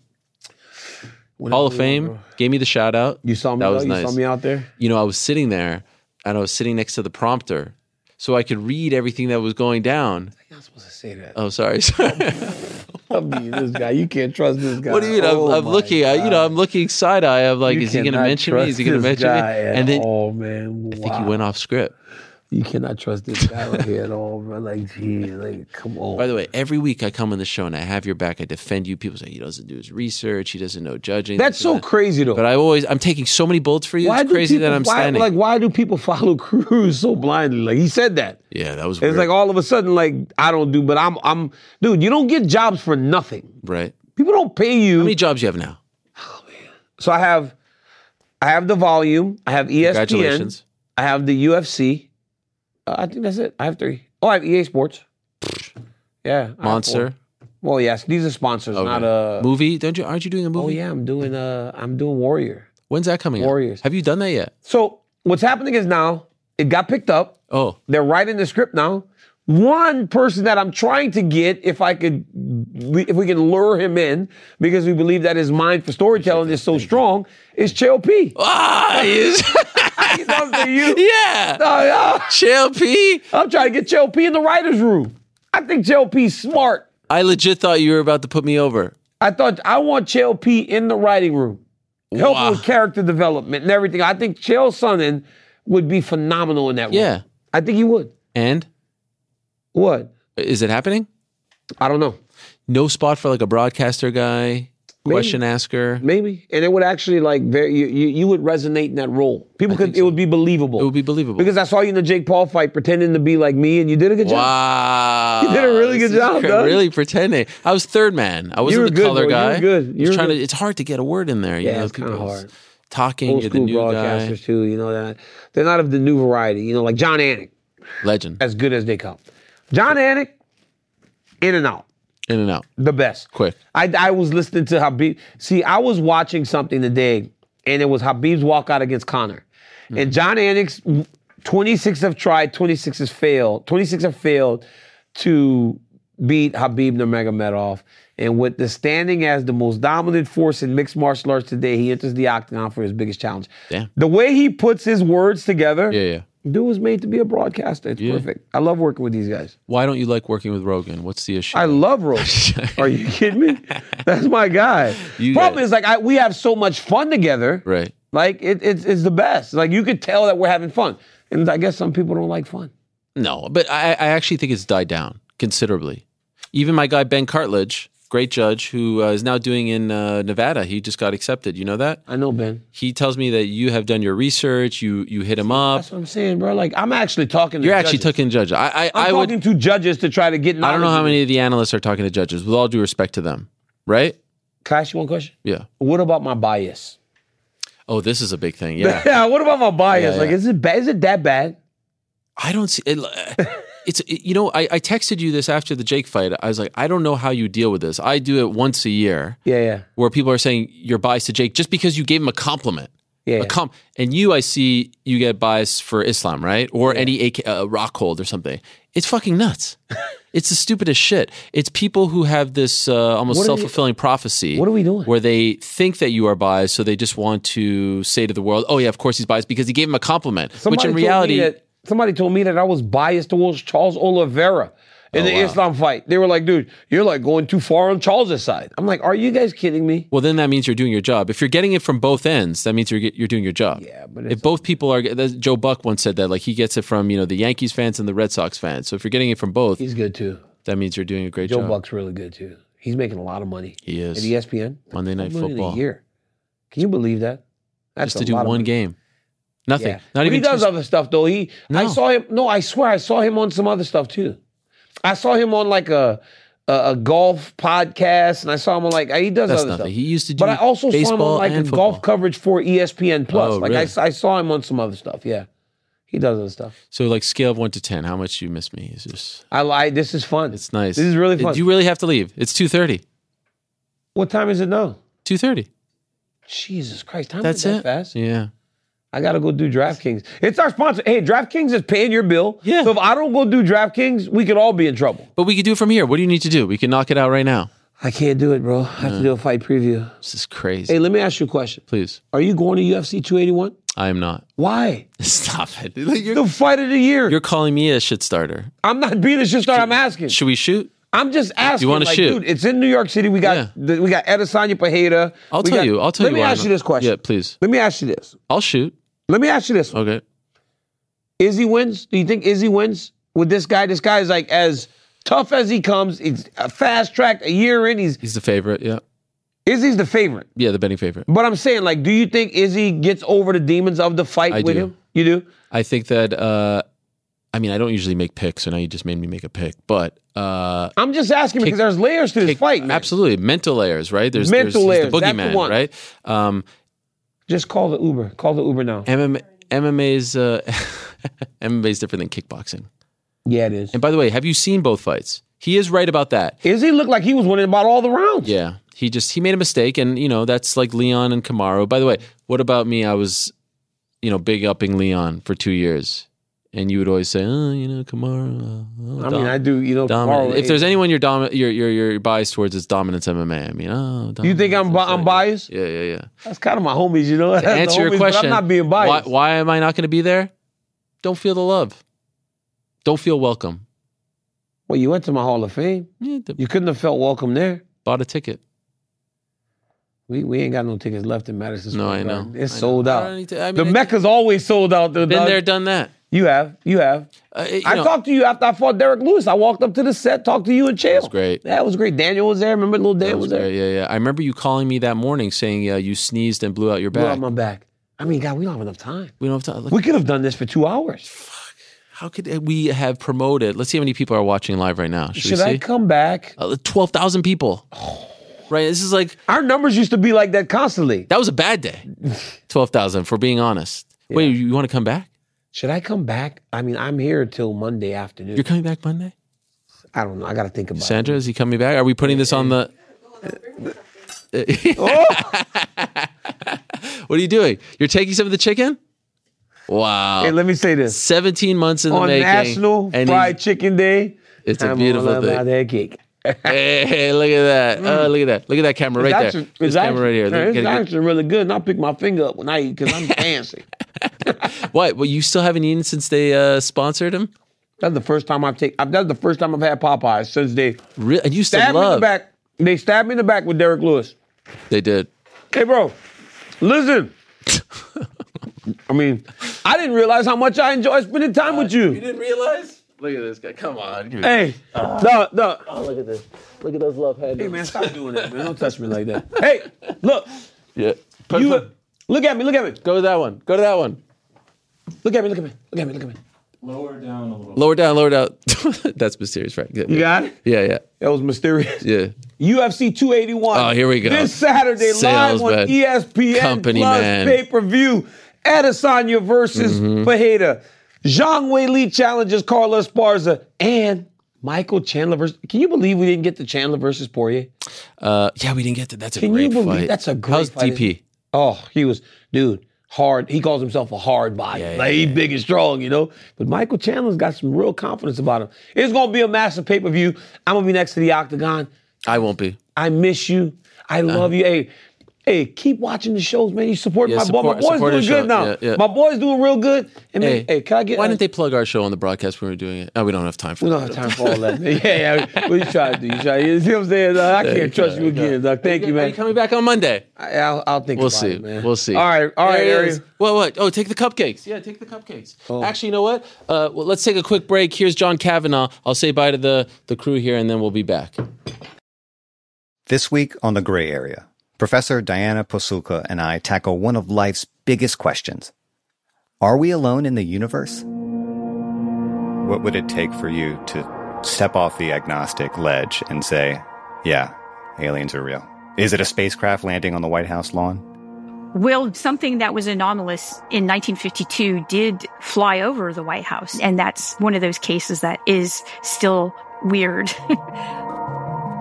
S1: Hall of Fame gave me the shout out.
S7: You saw me.
S1: That was
S7: though? You
S1: nice.
S7: saw me out there.
S1: you know, I was sitting there and I was sitting next to the prompter so I could read everything that was going down.
S7: You're not supposed to say that.
S1: Oh, sorry. sorry.
S7: I mean, this guy. You can't trust this guy.
S1: what do you mean? I'm,
S7: Oh,
S1: I'm
S7: my
S1: looking, I, you
S7: God.
S1: know, I'm looking side eye. I'm like,
S7: You
S1: is he going to
S7: cannot
S1: mention me? Is he going to
S7: trust this
S1: mention me?
S7: guy at
S1: And then
S7: all, man.
S1: I think he went off script.
S7: You cannot trust this guy right here at all, bro. Like, gee, like, come on.
S1: By the way, every week I come on the show and I have your back. I defend you. People say he doesn't do his research. He doesn't know judging.
S7: That's
S1: this and
S7: so
S1: that.
S7: crazy, though.
S1: But I always, I'm taking so many bullets for you. it's
S7: do
S1: crazy
S7: people-
S1: that I'm
S7: why,
S1: standing.
S7: Like, why do people follow Cruz so blindly? Like, he said that.
S1: yeah, that was
S7: It's
S1: weird.
S7: like all of a sudden, like, I don't do, but I'm, I'm, dude. You don't get jobs for nothing.
S1: right.
S7: People don't pay you.
S1: How many jobs you have now?
S7: So I have, I have the volume. I have E ESPN.
S1: Congratulations.
S7: I have the UFC. Uh, I think that's it. I have three. Oh, I have EA Sports. Yeah, I have four.
S1: Monster.
S7: Well, yes, these are sponsors,
S1: Okay.
S7: not uh.
S1: movie. Don't you? Aren't you doing a movie?
S7: Oh yeah, I'm doing uh, I'm doing Warrior.
S1: When's that coming out?
S7: Warriors.
S1: Have you done that yet?
S7: So what's happening is now it got picked up.
S1: Oh,
S7: They're writing the script now. One person that I'm trying to get, if I could, if we can lure him in, because we believe that his mind for storytelling is so strong, is Chael P.
S1: ah, yes.
S7: He's on to you.
S1: yeah.
S7: No, no.
S1: Chael P.
S7: I'm trying to get Chael P in the writers' room. I think Chael P's smart.
S1: I legit thought you were about to put me over.
S7: I thought I want Chael P in the writing room, help him with character development and everything. I think Chael Sonnen would be phenomenal in that role.
S1: Yeah.
S7: I think he would.
S1: And
S7: What?
S1: is it happening?
S7: I don't know.
S1: No spot for like a broadcaster guy, question asker.
S7: Maybe, and it would actually like very you, you, you would resonate in that role. People could it would be believable.
S1: It would be believable.
S7: because I saw you in the Jake Paul fight pretending to be like me, and you did a good job.
S1: wow.
S7: You did a really
S1: This
S7: good
S1: is
S7: job,
S1: cra-
S7: dog.
S1: Really pretending. I was third man. I wasn't
S7: were
S1: the
S7: good,
S1: color
S7: bro. You
S1: guy.
S7: were good. You
S1: Just
S7: were
S1: trying to
S7: good.
S1: it's hard to get a word in there. You
S7: Yeah,
S1: know,
S7: it's kinda
S1: people's
S7: hard.
S1: Talking,
S7: Old
S1: you're the
S7: school
S1: new
S7: broadcasters
S1: guy.
S7: too. You know that they're not of the new variety. You know, like John Anik,
S1: Legend.
S7: as good as they come. John Anik, in and out,
S1: In and out.
S7: the best.
S1: Quick.
S7: I, I was listening to Habib. See, I was watching something today, and it was Habib's walkout against Connor. And John Annick's 26 have tried, 26 has failed. 26 have failed to beat Habib Nurmagomedov. And with the standing as the most dominant force in mixed martial arts today, he enters the octagon for his biggest challenge.
S1: Damn.
S7: The way he puts his words together,
S1: Yeah, yeah.
S7: dude was made to be a broadcaster. It's
S1: Yeah.
S7: perfect. I love working with these guys.
S1: Why don't you like working with Rogan? What's the issue?
S7: I love Rogan. Are you kidding me? That's my guy.
S1: You
S7: Problem
S1: got-
S7: is, like, I, we have so much fun together.
S1: right.
S7: Like, it, it's, it's the best. Like, you could tell that we're having fun. And I guess some people don't like fun.
S1: No, but I, I actually think it's died down considerably. Even my guy Ben Cartledge, great judge, who uh, is now doing in uh, Nevada, he just got accepted. You know that?
S7: I know, Ben.
S1: He tells me that you have done your research. You you hit him up.
S7: That's what I'm saying, bro. Like, I'm actually talking to
S1: You're actually
S7: judges.
S1: talking to judge. I I,
S7: I'm
S1: I would.
S7: talking to judges to try to get knowledge.
S1: I don't know how many of the analysts are talking to judges. With all due respect to them, right?
S7: Can I ask you one question?
S1: Yeah.
S7: What about my bias?
S1: Oh, this is a big thing. Yeah.
S7: what about my bias?
S1: Yeah,
S7: Like,
S1: yeah.
S7: is it bad? Is it that bad?
S1: I don't see. It, it's it- you know I, I texted you this after the Jake fight. I was like, I don't know how you deal with this. I do it once a year.
S7: Yeah, yeah.
S1: where people are saying you're biased to Jake just because you gave him a compliment.
S7: Yeah, yeah.
S1: A com- and you, I see, you get biased for Islam, right? Or any AK, uh, Rockhold or something. It's fucking nuts. it's the stupidest shit. It's people who have this uh, almost
S7: What are we-
S1: self fulfilling prophecy.
S7: what are we doing?
S1: Where they think that you are biased, so they just want to say to the world, "Oh yeah, of course he's biased because he gave him a compliment."
S7: Somebody
S1: Which in
S7: told me
S1: reality,
S7: that Somebody told me that I was biased towards Charles Oliveira
S1: Oh,
S7: in the Islam fight. They were like, dude, you're like going too far on Charles's side. I'm like, are you guys kidding me?
S1: Well, then that means you're doing your job. If you're getting it from both ends, that means you're get- you're doing your job.
S7: Yeah, but
S1: if both people are, that- Joe Buck once said that, like he gets it from you know the Yankees fans and the Red Sox fans. So if you're getting it from both,
S7: He's good too.
S1: that means you're doing a great
S7: Joe
S1: job.
S7: Buck's really good too. He's making a lot of money
S1: He
S7: at E
S1: is
S7: ESPN.
S1: Monday Night
S7: Million
S1: Football
S7: a year. Can you believe that? That's
S1: just to
S7: a
S1: do
S7: lot of
S1: one
S7: money.
S1: game, nothing,
S7: Yeah.
S1: not
S7: But
S1: even
S7: he does
S1: two-
S7: other stuff though. He I
S1: No.
S7: saw him. No, I swear I saw him on some other stuff too. I saw him on like a a, a golf podcast, and I saw him on like he does
S1: That's
S7: other
S1: nothing.
S7: stuff.
S1: He used to do.
S7: But I also saw him on
S1: baseball
S7: like a
S1: and
S7: golf
S1: football.
S7: coverage for E ESPN Plus.
S1: Oh,
S7: like I,
S1: really?
S7: s- I saw him on some other stuff. Yeah, he does other stuff.
S1: So like scale of one to ten, how much you miss me is just.
S7: I lie. This is fun.
S1: It's nice.
S7: This is really fun.
S1: You really have to leave. It's two thirty.
S7: what time is it now?
S1: Two thirty.
S7: Jesus Christ, time
S1: That's
S7: went that
S1: it.
S7: fast.
S1: Yeah.
S7: I gotta go do DraftKings. It's our sponsor. Hey, DraftKings is paying your bill.
S1: Yeah.
S7: So if I don't go do DraftKings, we could all be in trouble.
S1: But we could do it from here. What do you need to do? We can knock it out right now.
S7: I can't do it, bro. I have to do a fight preview.
S1: This is crazy.
S7: Hey, let me ask you a question.
S1: Please.
S7: Are you going to UFC 281?
S1: I am not.
S7: Why?
S1: Stop it. Like, you're,
S7: The fight of the year.
S1: you're calling me a shit starter.
S7: I'm not being a shit starter. I'm asking.
S1: Should we shoot?
S7: I'm just asking.
S1: wanna
S7: like,
S1: shoot?
S7: Dude, it's in New York City. We got
S1: Yeah.
S7: the, we got Edesanya Pajeda.
S1: I'll
S7: We
S1: tell
S7: got-
S1: you. I'll tell
S7: let
S1: you.
S7: me
S1: why I'm
S7: ask you
S1: not-
S7: this question.
S1: Yeah, please.
S7: Let me ask you this.
S1: I'll shoot.
S7: Let me ask you this.
S1: Okay.
S7: Izzy wins. Do you think Izzy wins with this guy? This guy is like as tough as he comes. He's fast tracked. A year in, he's
S1: He's the favorite. Yeah.
S7: Izzy's the favorite.
S1: Yeah, the betting favorite.
S7: But I'm saying, like, do you think Izzy gets over the demons of the fight
S1: I
S7: with
S1: do.
S7: him? You do?
S1: I think that, uh, I mean, I don't usually make picks, so now you just made me make a pick. But uh,
S7: I'm just asking because there's layers to this
S1: kick-
S7: fight, man.
S1: absolutely, mental layers, right? There's
S7: Mental
S1: there's, he's
S7: layers, that's the
S1: the boogeyman,
S7: one.
S1: right? Um,
S7: Just call the Uber. Call the Uber now.
S1: MMA, MMA's uh, MMA's different than kickboxing.
S7: Yeah, it is.
S1: And by the way, have you seen both fights? He is right about that.
S7: Izzy looked like he was winning about all the rounds.
S1: Yeah, he just he made a mistake, and you know that's like Leon and Camaro. By the way, what about me? I was, you know, big upping Leon for two years, and you would always say, oh, you know, Camaro. oh,
S7: I
S1: dom-
S7: mean, I do, you know,
S1: dominant."
S7: Carl,
S1: If there's anyone you're dominant, you're you're you're biased towards, it's dominance MMA. I mean, oh,
S7: you think
S1: dominance,
S7: I'm, bi-
S1: that's
S7: I'm
S1: it.
S7: biased?
S1: Yeah, yeah, yeah.
S7: That's kind of my homies, you know. That's the
S1: answer
S7: homies,
S1: your
S7: but
S1: question.
S7: I'm not being biased.
S1: Why, why am I not going to be there? Don't feel the love. Don't feel welcome.
S7: Well, you went to my Hall of Fame.
S1: Yeah, th-
S7: You couldn't have felt welcome there.
S1: bought a ticket.
S7: We, we ain't got no tickets left in Madison.
S1: No,
S7: Square
S1: I know.
S7: Garden. It's
S1: I know.
S7: sold
S1: I
S7: out.
S1: don't need to- I mean,
S7: the
S1: I
S7: Mecca's always sold out. Though,
S1: Been
S7: dog.
S1: there, done that.
S7: You have. You have.
S1: Uh, it- you
S7: I
S1: know,
S7: talked to you after I fought Derek Lewis. I walked up to the set, talked to you and Chael. That
S1: was great.
S7: That was great. Daniel was there. Remember, little Dan
S1: that
S7: was,
S1: was
S7: there.
S1: great. Yeah, yeah. I remember you calling me that morning saying uh, you sneezed and blew out your
S7: Blew out
S1: back.
S7: my back. I mean, God, we don't have enough time.
S1: we don't have time. Like,
S7: We could have done this for two hours.
S1: how could we have promoted? Let's see how many people are watching live right now. Should,
S7: Should
S1: we see?
S7: I come back?
S1: Uh, 12,000 people. Right? This is like,
S7: Our numbers used to be like that constantly.
S1: that was a bad day. 12,000, for being honest. Wait, you, want to come back?
S7: Should I come back? I mean, I'm here till Monday afternoon.
S1: You're coming back Monday?
S7: I don't know. I got to think about
S1: Sandra, is he coming back? Are we putting this on the.
S7: Uh, oh.
S1: what are you doing? You're taking some of the chicken? Wow.
S7: it. Hey, let me say this.
S1: 17 months in the
S7: On
S1: making.
S7: National
S1: and
S7: Fried
S1: he's-
S7: Chicken Day,
S1: It's a
S7: I'm
S1: beautiful
S7: all about
S1: thing.
S7: that cake.
S1: Hey, hey, look at that. Oh, look at that. Look at that camera right there.
S7: It's
S1: This camera right here.
S7: actually-
S1: Look,
S7: It's
S1: get-
S7: actually really good, and I pick my finger up when I eat because I'm fancy.
S1: get- What? Well, you still haven't eaten since they uh, sponsored him?
S7: That's the first time I've taken. That's the first time I've had Popeyes since they
S1: Really? And you still
S7: stabbed me in the
S1: love.
S7: back. They stabbed me in the back with Derek Lewis.
S1: They did.
S7: Hey, bro, listen. I mean, I didn't realize how much I enjoy spending time with you.
S1: didn't realize? Look at this guy. Come on.
S7: Hey, no, no.
S1: Oh, look at this. Look at those love handles.
S7: Hey, man, stop doing that, man. Don't touch me like that. Hey, look,
S1: Yeah.
S7: you look at me, look at me,
S1: Go to that one. Go to that one.
S7: look at me, look at me, look at me, look at me.
S1: Lower down, lower down. That's mysterious, right? Good.
S7: You got it?
S1: Yeah, yeah,
S7: That was mysterious.
S1: yeah.
S7: UFC 281.
S1: Oh, here we go.
S7: This Saturday, live on E
S1: Salesman.
S7: ESPN
S1: Company
S7: Plus
S1: man. Mm-hmm.
S7: pay-per-view. Adesanya versus Fajeda. Zhang Wei Li challenges Carlos Barza and Michael Chandler versus. Can you believe we didn't get the Chandler versus Poirier?
S1: Uh, yeah, we didn't get to. That's a
S7: Can
S1: great
S7: you believe
S1: fight.
S7: that's a great
S1: How's
S7: fight?
S1: DP?
S7: Oh, he was dude hard. He calls himself a hard body.
S1: Yeah, yeah,
S7: like he's big and strong, you know. But Michael Chandler's got some real confidence about him. It's gonna be a massive pay per view. I'm gonna be next to the octagon.
S1: I won't be.
S7: I miss you. I love you. Hey, Hey, keep watching the shows, man. You support
S1: Uh-huh. Yeah,
S7: my
S1: support-
S7: boy. My boy's
S1: support
S7: doing
S1: his
S7: good
S1: show.
S7: now.
S1: Yeah, yeah.
S7: My boy's doing real good. And hey, man, hey can I get?
S1: Why didn't they plug our show on the broadcast when we were doing it? Oh, we don't have time for
S7: We
S1: that.
S7: don't have time for all that. man. Yeah, yeah. What you trying to do? You try. You see what I'm saying? dog? I can't trust you again, Doc. Thank you,
S1: Are
S7: man.
S1: you coming back on Monday?
S7: I, I'll, I'll think.
S1: We'll
S7: about
S1: see.
S7: It, man.
S1: We'll see.
S7: All right. All right, Oh.
S1: There it
S7: Ari.
S1: is. What? What? Oh, take the cupcakes. Yeah, take the cupcakes. Actually, you know what? Uh, well, let's take a quick break. Here's John Kavanaugh. I'll say bye to the the crew here, and then we'll be back.
S8: This week on The Gray Area, Professor Diana Posulka and I tackle one of life's biggest questions Are we alone in the universe? What would it take for you to step off the agnostic ledge and say, yeah, aliens are real? Is it a spacecraft landing on the White House lawn?
S9: Well, something that was anomalous in 1952 did fly over the White House. And that's one of those cases that is still weird.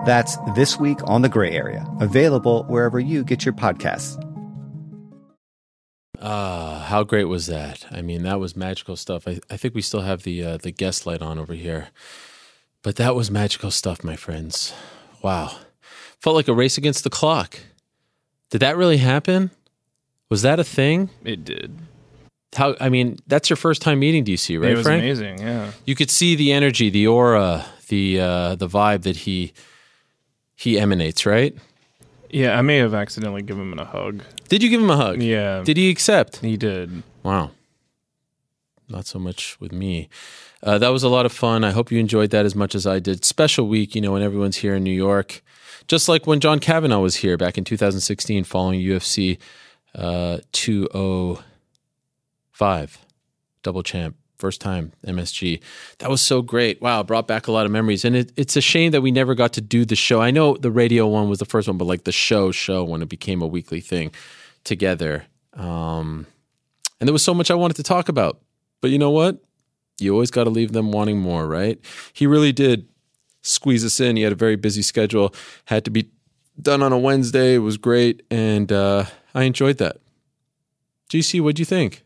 S8: That's This Week on The Gray Area, available wherever you get your podcasts.
S1: Uh, how great was that? I mean, that was magical stuff. I, I think we still have the uh, the guest light on over here, but that was magical stuff, my friends. Wow, felt like a race against the clock. Did that really happen? Was that a thing?
S4: It did.
S1: How? I mean, that's your first time meeting DC, right,
S4: it was
S1: Frank?
S4: amazing. Yeah.
S1: you could see the energy, the aura, the uh, the vibe that he he emanates. Right?
S4: Yeah, I may have accidentally given him a hug.
S1: Did you give him a hug?
S4: Yeah.
S1: Did he accept?
S4: he did.
S1: Wow. Not so much with me. Uh, that was a lot of fun. I hope you enjoyed that as much as I did. Special week, you know, when everyone's here in New York, just like when John Kavanaugh was here back in 2016, following UFC uh, 205, double champ, first time MSG. That was so great. Wow, brought back a lot of memories. And it, it's a shame that we never got to do the show. I know the radio one was the first one, but like the show, show when it became a weekly thing together. Um, and there was so much I wanted to talk about. But you know what? You always got to leave them wanting more, right? He really did squeeze us in. He had a very busy schedule, had to be done on a Wednesday. It was great. And uh, I enjoyed that. GC, what'd you think?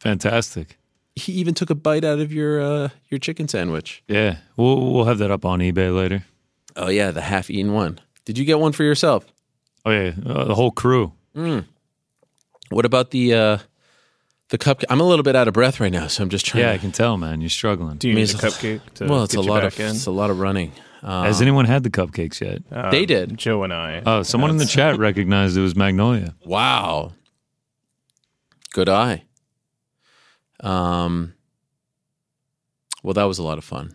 S5: Fantastic.
S1: He even took a bite out of your uh, your chicken sandwich.
S5: Yeah, we'll we'll have that up on eBay later.
S1: Oh yeah, the half eaten one. Did you get one for yourself?
S5: Oh yeah, uh, the whole crew.
S1: What about the uh, the cupcake? I'm a little bit out of breath right now, so I'm just trying.
S5: Yeah,
S1: to,
S5: I can tell, man. You're struggling.
S4: Do you need a
S1: Means-
S4: cupcake to
S1: well, it's
S4: get
S1: a
S4: you
S1: lot
S4: back
S1: of it's a
S4: in?
S1: lot of running. Uh,
S5: Has anyone had the cupcakes yet?
S4: Uh,
S1: They did.
S4: Joe and I.
S5: Oh, someone in the chat recognized it was Magnolia.
S1: Wow. Good eye. Um, well, that was a lot of fun.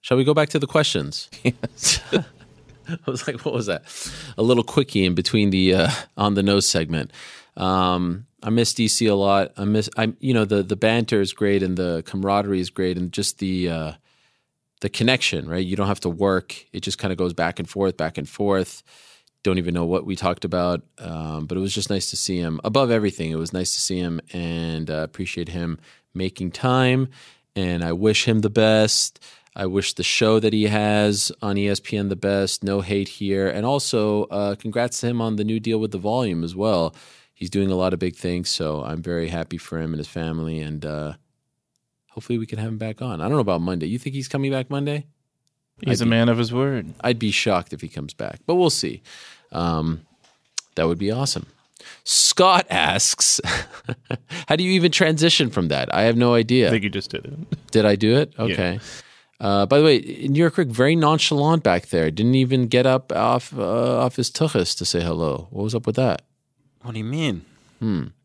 S1: Shall we go back to the questions? Yes. I was like, what was that? A little quickie in between the uh, on the nose segment. Um, I miss DC a lot. I miss I you know the the banter is great and the camaraderie is great and just the uh, the connection, right? You don't have to work. It just kind of goes back and forth, back and forth don't even know what we talked about, um, but it was just nice to see him. Above everything, it was nice to see him and uh, appreciate him making time. And I wish him the best. I wish the show that he has on E ESPN the best. No hate here. And also, uh, congrats to him on the new deal with the volume as well. He's doing a lot of big things, so I'm very happy for him and his family. And uh, hopefully, we can have him back on. I don't know about Monday. You think he's coming back Monday?
S4: He's a man of his word.
S1: I'd be shocked if he comes back, but we'll see. Um, that would be awesome. Scott asks, "How do you even transition from that?" I have no idea.
S4: I think you just did it.
S1: Did I do it? Okay. Uh, by the way, New York Rick very nonchalant back there. Didn't even get up off uh, off his tuchus to say hello. What was up with that?
S6: What do you mean?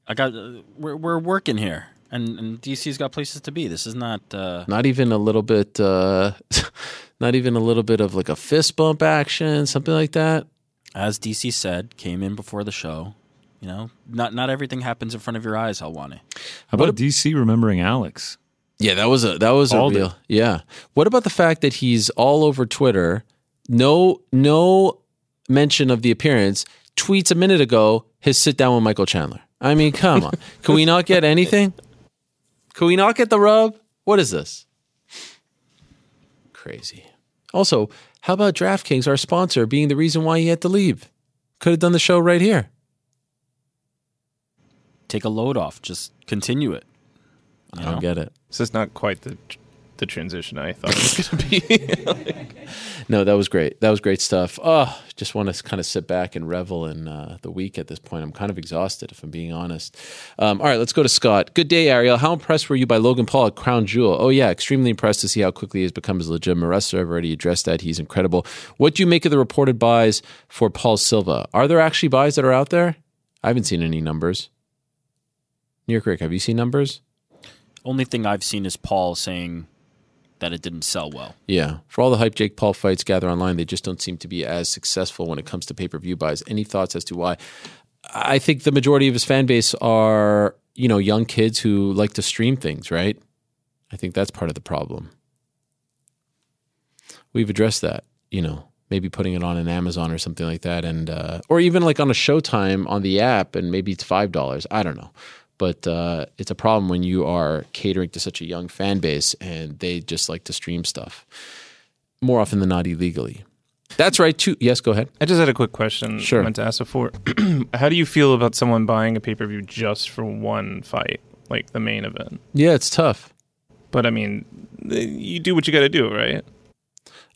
S6: I got. Uh, we're we're working here, and, and DC's got places to be. This is not. Uh,
S1: Not even a little bit. Uh, not even a little bit of like a fist bump action, something like that.
S6: as DC said, came in before the show. You know, not not everything happens in front of your eyes, Helwani.
S5: How about DC remembering Alex?
S1: Yeah, that was a that was
S5: Called
S1: a real yeah. What about the fact that he's all over Twitter? No, no mention of the appearance. Tweets a minute ago his sit down with Michael Chandler. I mean, come on, can we not get anything? Can we not get the rub? What is this? Crazy. Also, how about DraftKings, our sponsor, being the reason why he had to leave? Could have done the show right here.
S6: Take a load off. Just continue it.
S1: I don't get it.
S4: This is not quite the the transition I thought it was going to be.
S1: No, that was great. That was great stuff. Oh, just want to kind of sit back and revel in uh, the week at this point. I'm kind of exhausted, if I'm being honest. Um, all right, let's go to Scott. Good day, Ariel. How impressed were you by Logan Paul at Crown Jewel? Oh, yeah, extremely impressed to see how quickly he's become his legitimate wrestler. I've already addressed that. He's incredible. What do you make of the reported buys for Paul Silva? Are there actually buys that are out there? I haven't seen any numbers. New York Rick, have you seen numbers?
S6: Only thing I've seen is Paul saying that it didn't sell well.
S1: Yeah. For all the hype Jake Paul fights gather online, they just don't seem to be as successful when it comes to pay per view buys. Any thoughts as to why? I think the majority of his fan base are, you know, young kids who like to stream things, right? I think that's part of the problem. We've addressed that, you know, maybe putting it on an Amazon or something like that, and uh, or even like on a Showtime on the app, and maybe it's five dollars. I don't know, but uh, it's a problem when you are catering to such a young fan base and they just like to stream stuff more often than not illegally. That's right too. Yes, go ahead.
S4: I just had a quick question.
S1: Sure.
S4: I meant to ask before. How do you feel about someone buying a pay per view just for one fight, like the main event?
S1: Yeah, it's tough.
S4: But I mean, th- you do what you got to do, right?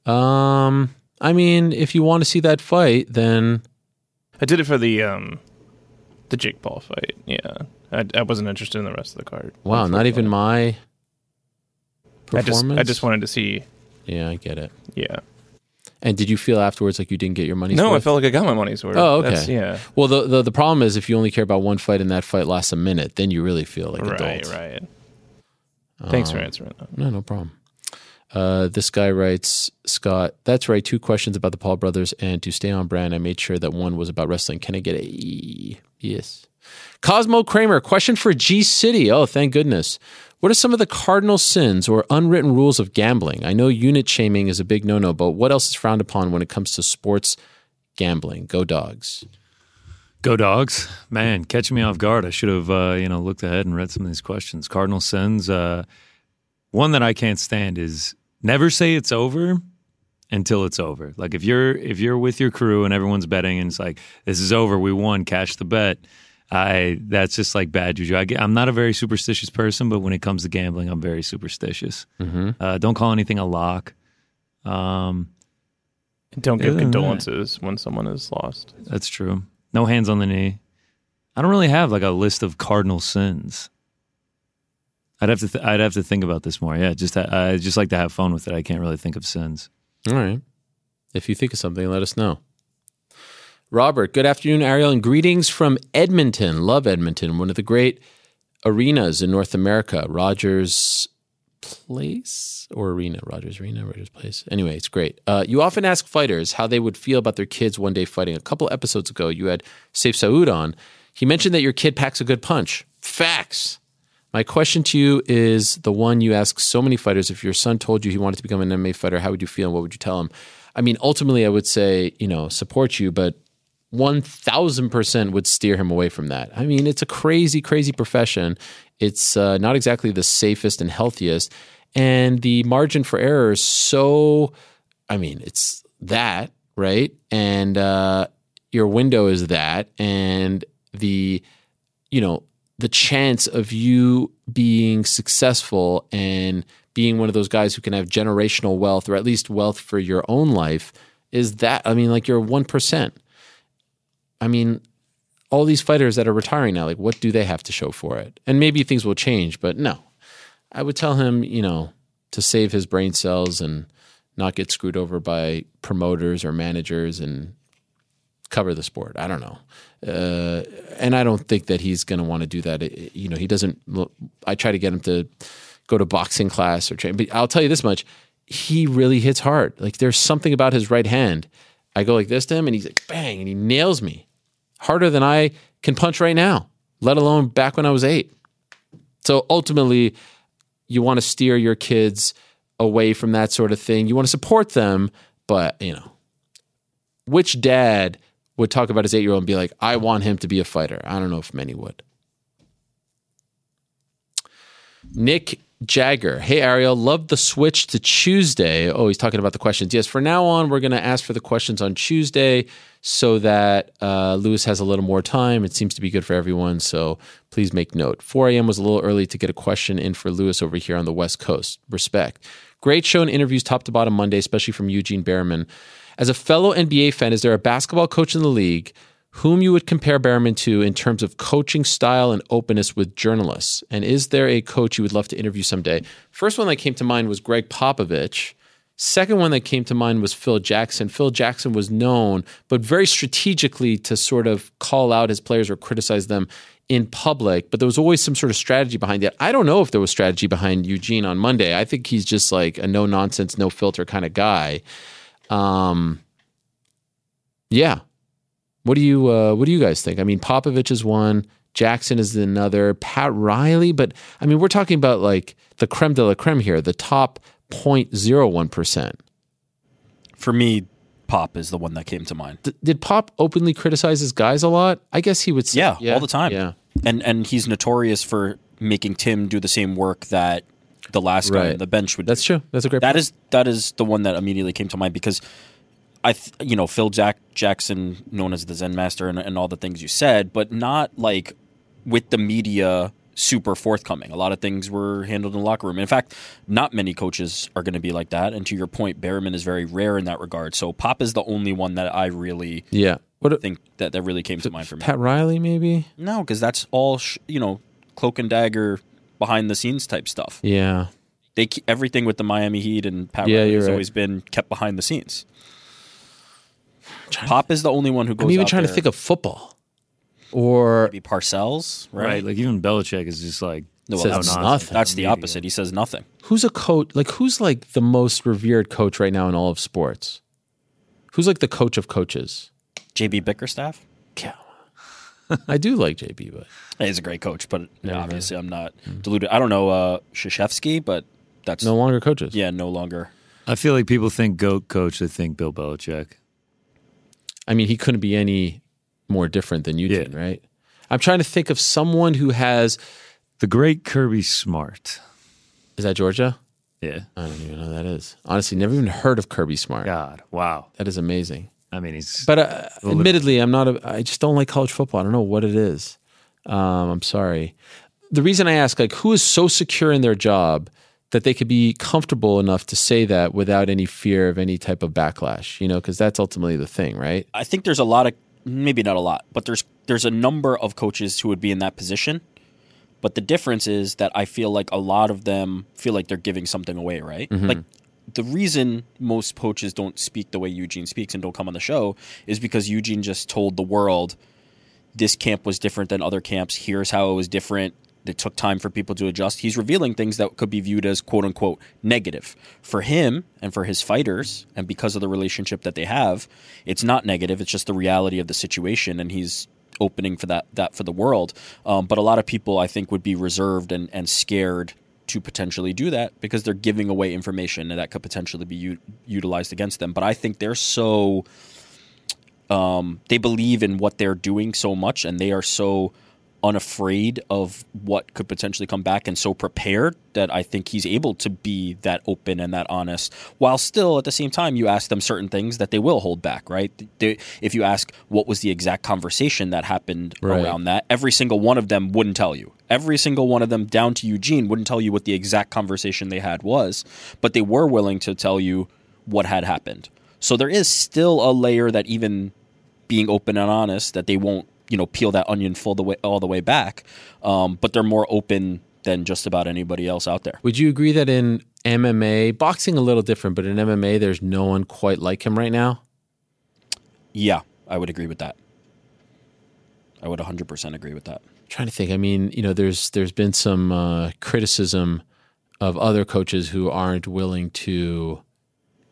S1: Um, I mean, if you want to see that fight, then
S4: I did it for the um, the Jake Paul fight. Yeah, I, I wasn't interested in the rest of the card.
S1: wow, not even my
S4: I just
S1: performance.
S4: I just wanted to see.
S1: Yeah, I get it.
S4: Yeah.
S1: And did you feel afterwards like you didn't get your money's
S4: No, I
S1: worth?
S4: felt like I got my money's worth.
S1: Oh, okay.
S4: That's- yeah.
S1: Well, the, the the problem is if you only care about one fight and that fight lasts a minute, then you really feel like
S4: Right.
S1: adults.
S4: Right. Thanks for answering that.
S1: No, no problem. Uh, this guy writes, Scott, that's right. Two questions about the Paul brothers, and to stay on brand, I made sure that one was about wrestling. Can I get a E? yes? Cosmo Kramer, question for G City. Oh, thank goodness. What are some of the cardinal sins or unwritten rules of gambling? I know unit shaming is a big no no, but what else is frowned upon when it comes to sports gambling? Go dogs.
S5: Go dogs, man! Catching me off guard. I should have, uh, you know, looked ahead and read some of these questions. Cardinal sins. Uh, one that I can't stand is never say it's over until it's over. Like if you're if you're with your crew and everyone's betting and it's like this is over, we won, cash the bet. I that's just like bad juju. I get, I'm not a very superstitious person, but when it comes to gambling, I'm very superstitious. Uh, don't call anything a lock. Um,
S4: Don't give
S5: Other than that-
S4: condolences when someone is lost.
S5: That's true. No hands on the knee. I don't really have like a list of cardinal sins. I'd have to th- I'd have to think about this more. Yeah, just ha- I just like to have fun with it. I can't really think of sins.
S1: All right. If you think of something, let us know. Robert, good afternoon, Ariel, and greetings from Edmonton. Love Edmonton, one of the great arenas in North America. Rogers Place or Arena? Rogers Arena, Rogers Place. Anyway, it's great. Uh, you often ask fighters how they would feel about their kids one day fighting. A couple episodes ago, you had Saif Saud on. He mentioned that your kid packs a good punch. Facts. My question to you is the one you ask so many fighters. If your son told you he wanted to become an MMA fighter, how would you feel and what would you tell him? I mean, ultimately, I would say, you know, support you, but 1000% would steer him away from that. I mean, it's a crazy, crazy profession. It's uh, not exactly the safest and healthiest. And the margin for error is so, I mean, it's that, right? And uh, your window is that. And the, you know the chance of you being successful and being one of those guys who can have generational wealth or at least wealth for your own life is that i mean like you're 1% i mean all these fighters that are retiring now like what do they have to show for it and maybe things will change but no i would tell him you know to save his brain cells and not get screwed over by promoters or managers and cover the sport i don't know and I don't think that he's going to want to do that. It- You know, he doesn't. I try to get him to go to boxing class or train, but I'll tell you this much: he really hits hard. Like there's something about his right hand. I go like this to him, and he's like bang, and he nails me harder than I can punch right now. Let alone back when I was eight. So ultimately, you want to steer your kids away from that sort of thing. You want to support them, but you know, which dad would talk about his eight year old and be like, I want him to be a fighter? I don't know if many would. Nick Jagger. Hey, Ariel, love the switch to Tuesday. Oh, he's talking about the questions. Yes, for now on, we're going to ask for the questions on Tuesday so that uh, Lewis has a little more time. It seems to be good for everyone. So please make note. 4 a.m. was a little early to get a question in for Lewis over here on the West Coast. Respect. Great show and interviews top to bottom Monday, especially from Eugene Behrman. As a fellow NBA fan, is there a basketball coach in the league whom you would compare Behrman to in terms of coaching style and openness with journalists? And is there a coach you would love to interview someday? First one that came to mind was Greg Popovich. Second one that came to mind was Phil Jackson. Phil Jackson was known, but very strategically to sort of call out his players or criticize them in public. But there was always some sort of strategy behind it. I don't know if there was strategy behind Eugene on Monday. I think he's just like a no nonsense, no filter kind of guy. Um, yeah. What do you uh, What do you guys think? I mean, Popovich is one. Jackson is another. Pat Riley, but I mean, we're talking about like the creme de la creme here, the top 0.01 percent.
S6: For me, Pop is the one that came to mind.
S1: did Pop openly criticize his guys a lot? I guess he would. Say,
S6: Yeah, all the time.
S1: Yeah,
S6: And and he's notorious for making Tim do the same work that the last guy
S1: Right.
S6: on the bench would.
S1: that's
S6: do.
S1: true. That's a great.
S6: That is that is the one that immediately came to mind because I, th- you know, Phil Jack Jackson, known as the Zen Master, and, and all the things you said, but not like with the media super forthcoming. A lot of things were handled in the locker room. In fact, not many coaches are going to be like that. And to your point, Behrman is very rare in that regard. So Pop is the only one that I really
S1: yeah. What
S6: think that that really came to mind for me.
S1: Pat Riley maybe?
S6: No, because that's all sh- you know, cloak and dagger, behind the scenes type stuff.
S1: Yeah.
S6: They keep everything with the Miami Heat and Pat
S1: Yeah,
S6: Riley
S1: you're
S6: has
S1: right.
S6: always been kept behind the scenes. Pop is the only one who goes.
S1: I'm even
S6: out
S1: trying to
S6: there.
S1: think of football or
S6: maybe Parcells,
S5: right?
S6: right?
S5: Like even Belichick is just like
S6: No,
S1: Says
S5: "Oh,
S6: that's,
S1: nothing.
S6: that's the
S5: Media."
S6: opposite. He says nothing.
S1: who's a coach like who's like the most revered coach right now in all of sports? Who's like the coach of coaches?
S6: JB Bickerstaff
S1: I do like JB, but
S6: is a great coach, but obviously I'm not deluded. I don't know uh, Shashevsky, but that's
S1: Hmm. no longer coaches.
S6: yeah, no longer.
S5: I feel like people think goat coach. They think Bill Belichick.
S1: I mean, he couldn't be any more different than Eugene,
S5: Yeah.
S1: right? I'm trying to think of someone who has
S5: The great Kirby Smart.
S1: is that Georgia?
S5: Yeah.
S1: I don't even know who that is. Honestly, never even heard of Kirby Smart.
S5: God. Wow.
S1: That is amazing.
S5: I mean, he's
S1: But uh, admittedly, I'm not. A, I just don't like college football. I don't know what it is. Um, I'm sorry. The reason I ask, like, who is so secure in their job that they could be comfortable enough to say that without any fear of any type of backlash? You know, because that's ultimately the thing, right?
S6: I think there's a lot of maybe not a lot, but there's there's a number of coaches who would be in that position. But the difference is that I feel like a lot of them feel like they're giving something away, right? Like the reason most coaches don't speak the way Eugene speaks and don't come on the show is because Eugene just told the world this camp was different than other camps. Here's how it was different. It took time for people to adjust. He's revealing things that could be viewed as quote unquote negative. For him and for his fighters, and because of the relationship that they have, it's not negative. It's just the reality of the situation. And he's opening for that, that for the world. Um, but a lot of people, I think, would be reserved and, and scared to potentially do that because they're giving away information that could potentially be u- utilized against them. But I think they're so they believe in what they're doing so much and they are so unafraid of what could potentially come back and so prepared that I think he's able to be that open and that honest while still at the same time you ask them certain things that they will hold back right they, if you ask what was the exact conversation that happened
S1: Right.
S6: around that every single one of them wouldn't tell you every single one of them down to Eugene wouldn't tell you what the exact conversation they had was but they were willing to tell you what had happened so there is still a layer that even being open and honest that they won't you know peel that onion full the way all the way back um, but they're more open than just about anybody else out there
S1: Would you agree that in MMA, boxing a little different, but in MMA, there's no one quite like him right now?
S6: yeah i would agree with that i would 100% agree with that
S1: trying to think. I mean, you know, there's there's been some uh, criticism of other coaches who aren't willing to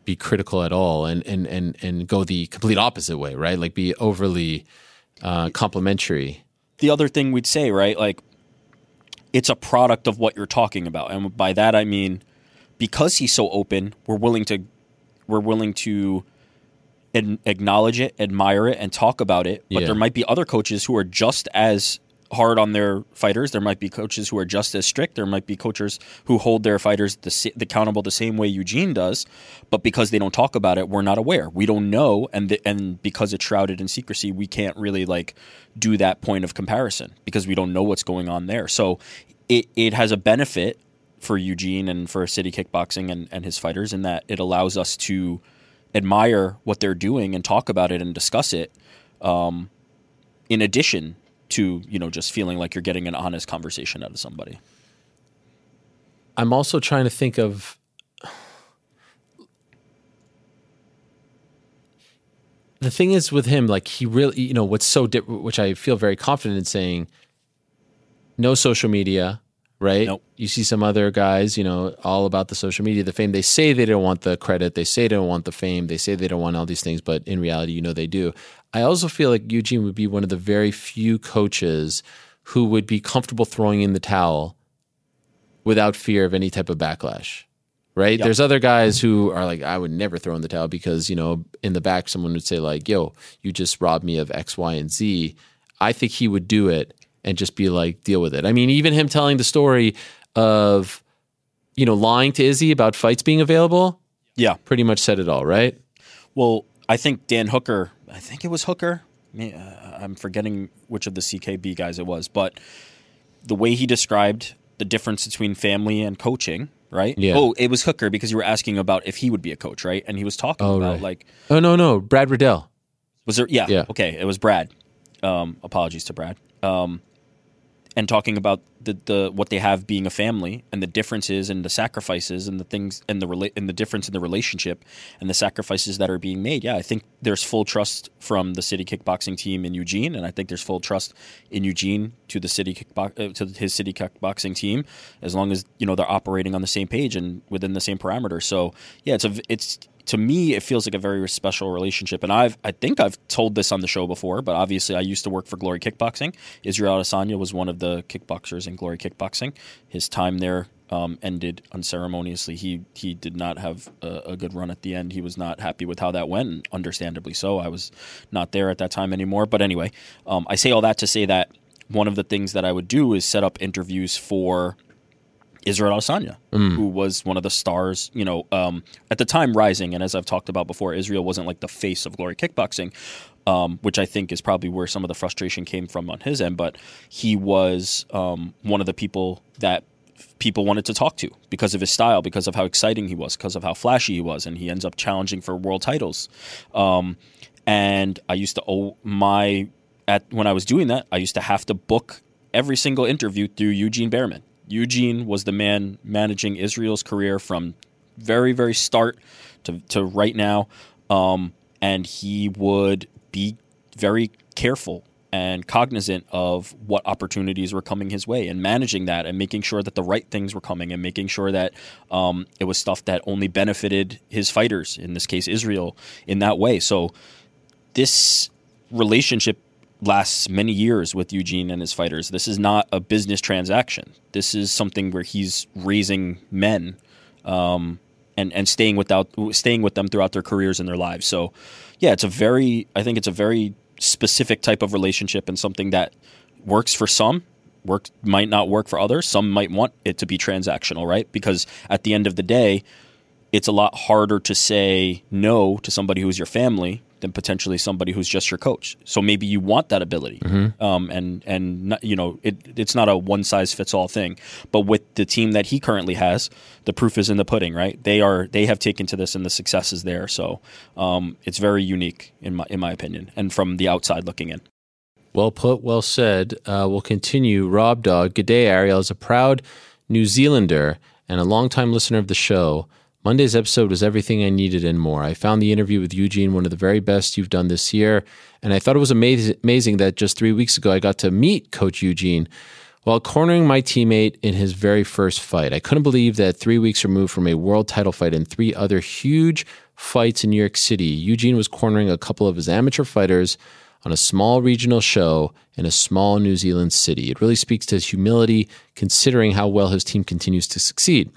S1: be critical at all and and and and go the complete opposite way, right? Like be overly uh, complimentary.
S6: the other thing we'd say right like it's a product of what you're talking about and by that i mean because he's so open we're willing to we're willing to ad- acknowledge it admire it and talk about it but
S1: Yeah.
S6: there might be other coaches who are just as hard on their fighters. There might be coaches who are just as strict. There might be coaches who hold their fighters the, sa- the accountable the same way Eugene does, but because they don't talk about it, we're not aware. We don't know, and the, and because it's shrouded in secrecy, we can't really like do that point of comparison because we don't know what's going on there. So it it has a benefit for Eugene and for City Kickboxing and, and his fighters in that it allows us to admire what they're doing and talk about it and discuss it in addition to you know just feeling like you're getting an honest conversation out of somebody
S1: I'm also trying to think of the thing is with him, like he really, you know, what's so di- which I feel very confident in saying, no social media, right?
S6: Nope.
S1: You see some other guys, you know, all about the social media, the fame. They say they don't want the credit, they say they don't want the fame, they say they don't want all these things, but in reality, you know, they do. I also feel like Eugene would be one of the very few coaches who would be comfortable throwing in the towel without fear of any type of backlash. Right? There's other guys who are like, I would never throw in the towel because, you know, in the back, someone would say, like, yo, you just robbed me of X, Y, and Z. I think he would do it and just be like, deal with it. I mean, even him telling the story of, you know, lying to Izzy about fights being available
S6: yeah
S1: pretty much said it all, right?
S6: well i think dan hooker i think it was hooker Me- uh, i'm forgetting which of the ckb guys it was but the way he described the difference between family and coaching right
S1: Yeah.
S6: oh it was hooker because you were asking about if he would be a coach right and he was talking
S1: Oh,
S6: about
S1: right.
S6: like
S1: Oh, no, no. Brad Riddell.
S6: Was there? Yeah.
S1: Yeah.
S6: Okay. It was Brad. Um, apologies to Brad. Um, and talking about the, the what they have being a family and the differences and the sacrifices and the things and the rela- and the difference in the relationship and the sacrifices that are being made. Yeah, I think there's full trust from the city kickboxing team in Eugene, and I think there's full trust in Eugene to the city kickbox uh, to his city kickboxing team, as long as you know they're operating on the same page and within the same parameters. So yeah, it's a v- it's to me it feels like a very special relationship and i've i think i've told this on the show before but obviously i used to work for glory kickboxing israel adesanya was one of the kickboxers in glory kickboxing his time there um, ended unceremoniously he he did not have a, a good run at the end he was not happy with how that went and understandably so i was not there at that time anymore but anyway um, i say all that to say that one of the things that i would do is set up interviews for Israel Adesanya, who was one of the stars, you know, um, at the time rising. And as I've talked about before, Israel wasn't like the face of glory kickboxing, um, which I think is probably where some of the frustration came from on his end. But he was um, one of the people that people wanted to talk to because of his style, because of how exciting he was, because of how flashy he was. And he ends up challenging for world titles. Um, and I used to owe my at when I was doing that, I used to have to book every single interview through Eugene Behrman. Eugene was the man managing Israel's career from very very start to to right now, um, and he would be very careful and cognizant of what opportunities were coming his way and managing that and making sure that the right things were coming and making sure that um, it was stuff that only benefited his fighters in this case Israel in that way. So this relationship lasts many years with Eugene and his fighters. This is not a business transaction. This is something where he's raising men um, and and staying without staying with them throughout their careers and their lives. So, yeah, it's a very I think it's a very specific type of relationship and something that works for some. Work might not work for others. Some might want it to be transactional, right? Because at the end of the day, it's a lot harder to say no to somebody who's your family than potentially somebody who's just your coach. So maybe you want that ability, um, and and not, you know it, it's not a one size fits all thing. But with the team that he currently has, the proof is in the pudding, right? They are they have taken to this, and the success is there. So um, it's very unique in my in my opinion, and from the outside looking in.
S1: Well put, well said. Uh, we'll continue. Rob Dog, good day, Ariel. Is a proud New Zealander and a longtime listener of the show, Monday's episode was everything I needed and more. I found the interview with Eugene one of the very best you've done this year, and I thought it was amaz- amazing that just three weeks ago I got to meet Coach Eugene while cornering my teammate in his very first fight. I couldn't believe that three weeks removed from a world title fight and three other huge fights in New York City, Eugene was cornering a couple of his amateur fighters on a small regional show in a small New Zealand city. It really speaks to his humility, considering how well his team continues to succeed.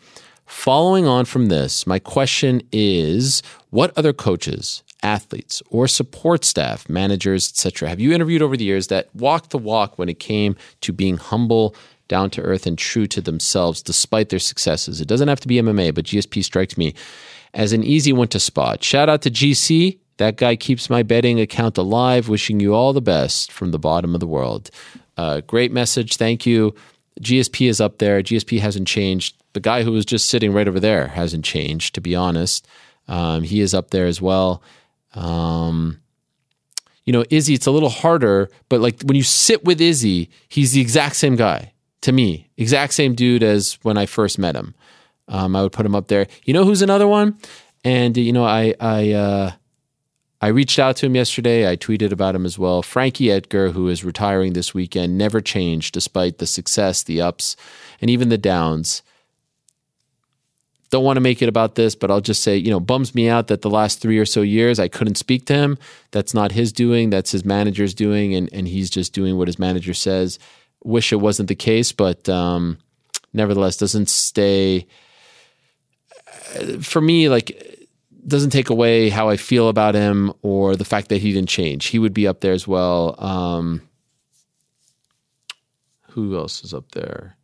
S1: Following on from this, my question is what other coaches, athletes or support staff, managers, etc., have you interviewed over the years that walked the walk when it came to being humble, down to earth, and true to themselves despite their successes? It doesn't have to be MMA, but GSP strikes me as an easy one to spot. Shout out to GC. That guy keeps my betting account alive. Wishing you all the best from the bottom of the world. Uh, great message. Thank you. GSP is up there. GSP hasn't changed. The guy who was just sitting right over there hasn't changed, to be honest. Um, he is up there as well. Um, you know, Izzy, it's a little harder, but like when you sit with Izzy, he's the exact same guy to me, exact same dude as when I first met him. Um, I would put him up there. You know who's another one? And you know, I I uh, I reached out to him yesterday. I tweeted about him as well. Frankie Edgar, who is retiring this weekend, never changed despite the success, the ups, and even the downs. Don't want to make it about this, but I'll just say, you know, bums me out that the last three or so years I couldn't speak to him. That's not his doing. That's his manager's doing, and and he's just doing what his manager says. Wish it wasn't the case, but um, nevertheless, doesn't stay for me, like, doesn't take away how I feel about him or the fact that he didn't change. He would be up there as well. Um, who else is up there?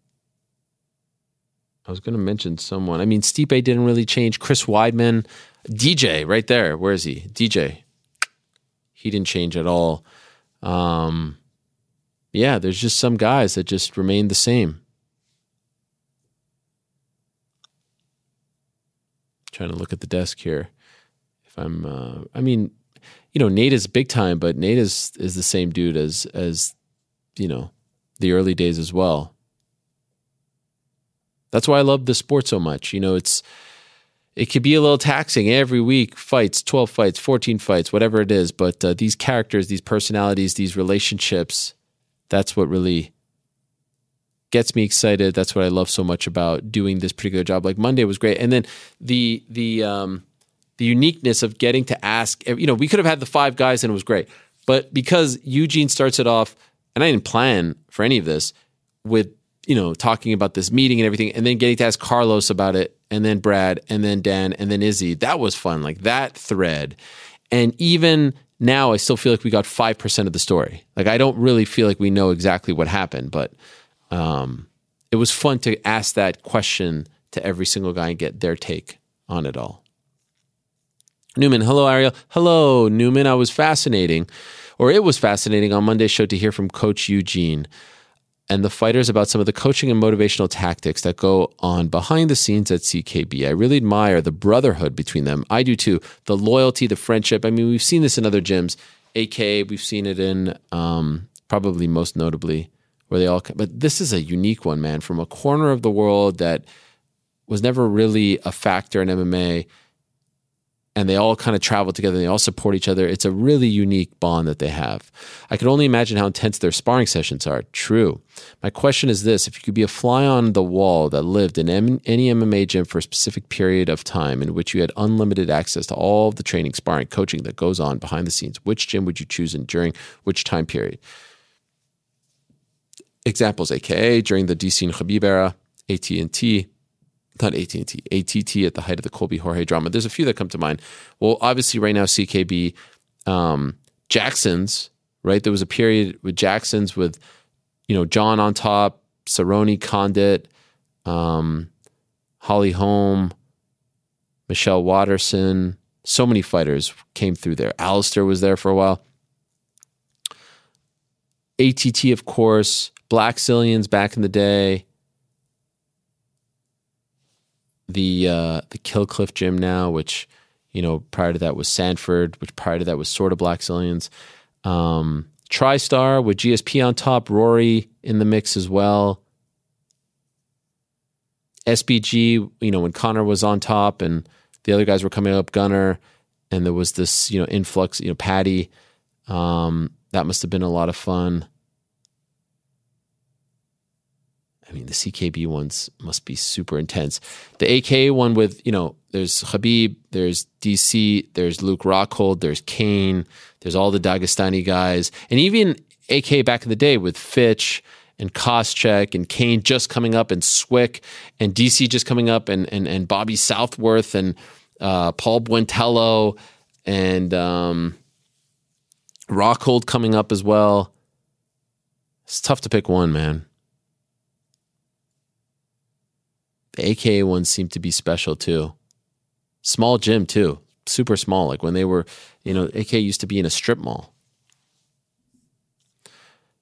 S1: I was going to mention someone. I mean, Stipe didn't really change. Chris Weidman, DJ, right there. Where is he? DJ. He didn't change at all. Um, yeah, there's just some guys that just remain the same. trying to look at the desk here. If I'm, uh, I mean, you know, Nate is big time, but Nate is is the same dude as as you know the early days as well. That's why I love the sport so much. You know, it's it could be a little taxing every week fights 12 fights 14 fights whatever it is but uh, these characters these personalities these relationships that's what really gets me excited. That's what I love so much about doing this particular job. Like Monday was great, and then the the um, the uniqueness of getting to ask. You know, we could have had the five guys and it was great, but because Eugene starts it off, and I didn't plan for any of this with you know talking about this meeting and everything, and then getting to ask Carlos about it, and then Brad, and then Dan, and then Izzy. That was fun. Like that thread, and even. Now I still feel like we got five percent of the story. Like I don't really feel like we know exactly what happened, but um, it was fun to ask that question to every single guy and get their take on it all. Newman, hello, Ariel. Hello, Newman. I was fascinating, or it was fascinating on Monday's show to hear from Coach Eugene and the fighters about some of the coaching and motivational tactics that go on behind the scenes at CKB. I really admire the brotherhood between them. I do too. The loyalty, the friendship. I mean, we've seen this in other gyms, AK, we've seen it in um, probably most notably where they all come. But this is a unique one, man, from a corner of the world that was never really a factor in MMA. And they all kind of travel together. They all support each other. It's a really unique bond that they have. I can only imagine how intense their sparring sessions are. True. My question is this if you could be a fly on the wall that lived in M- any MMA gym for a specific period of time in which you had unlimited access to all of the training, sparring, coaching that goes on behind the scenes, which gym would you choose and during which time period? examples, aka during the DC and Khabib era, AT&T, not AT&T, ATT at the height of the Colby Jorge drama. There's a few that come to mind. Well, obviously right now CKB, um, Jackson's, right? There was a period with Jackson's with, you know, John on top, Cerrone, Condit, um, Holly Holm, Michelle Watterson. So many fighters came through there. Alistair was there for a while. ATT, of course, Black Zillions back in the day. The uh, the Killcliff gym now, which you know prior to that was Sanford, which prior to that was sort of Black Zillions. Um, TriStar with GSP on top, Rory in the mix as well. SBG, you know when Connor was on top and the other guys were coming up, Gunner, and there was this you know influx, you know Patty. Um, that must have been a lot of fun. I mean, the CKB ones must be super intense. The AK one with, you know, there's Habib, there's DC, there's Luke Rockhold, there's Kane, there's all the Dagestani guys. And even AK back in the day with Fitch and Koscheck and Kane just coming up and Swick and DC just coming up and and, and Bobby Southworth and uh, Paul Buentello and um, Rockhold coming up as well. It's tough to pick one, man. The AKA ones seem to be special too. Small gym too, super small. Like when they were, you know, AK used to be in a strip mall.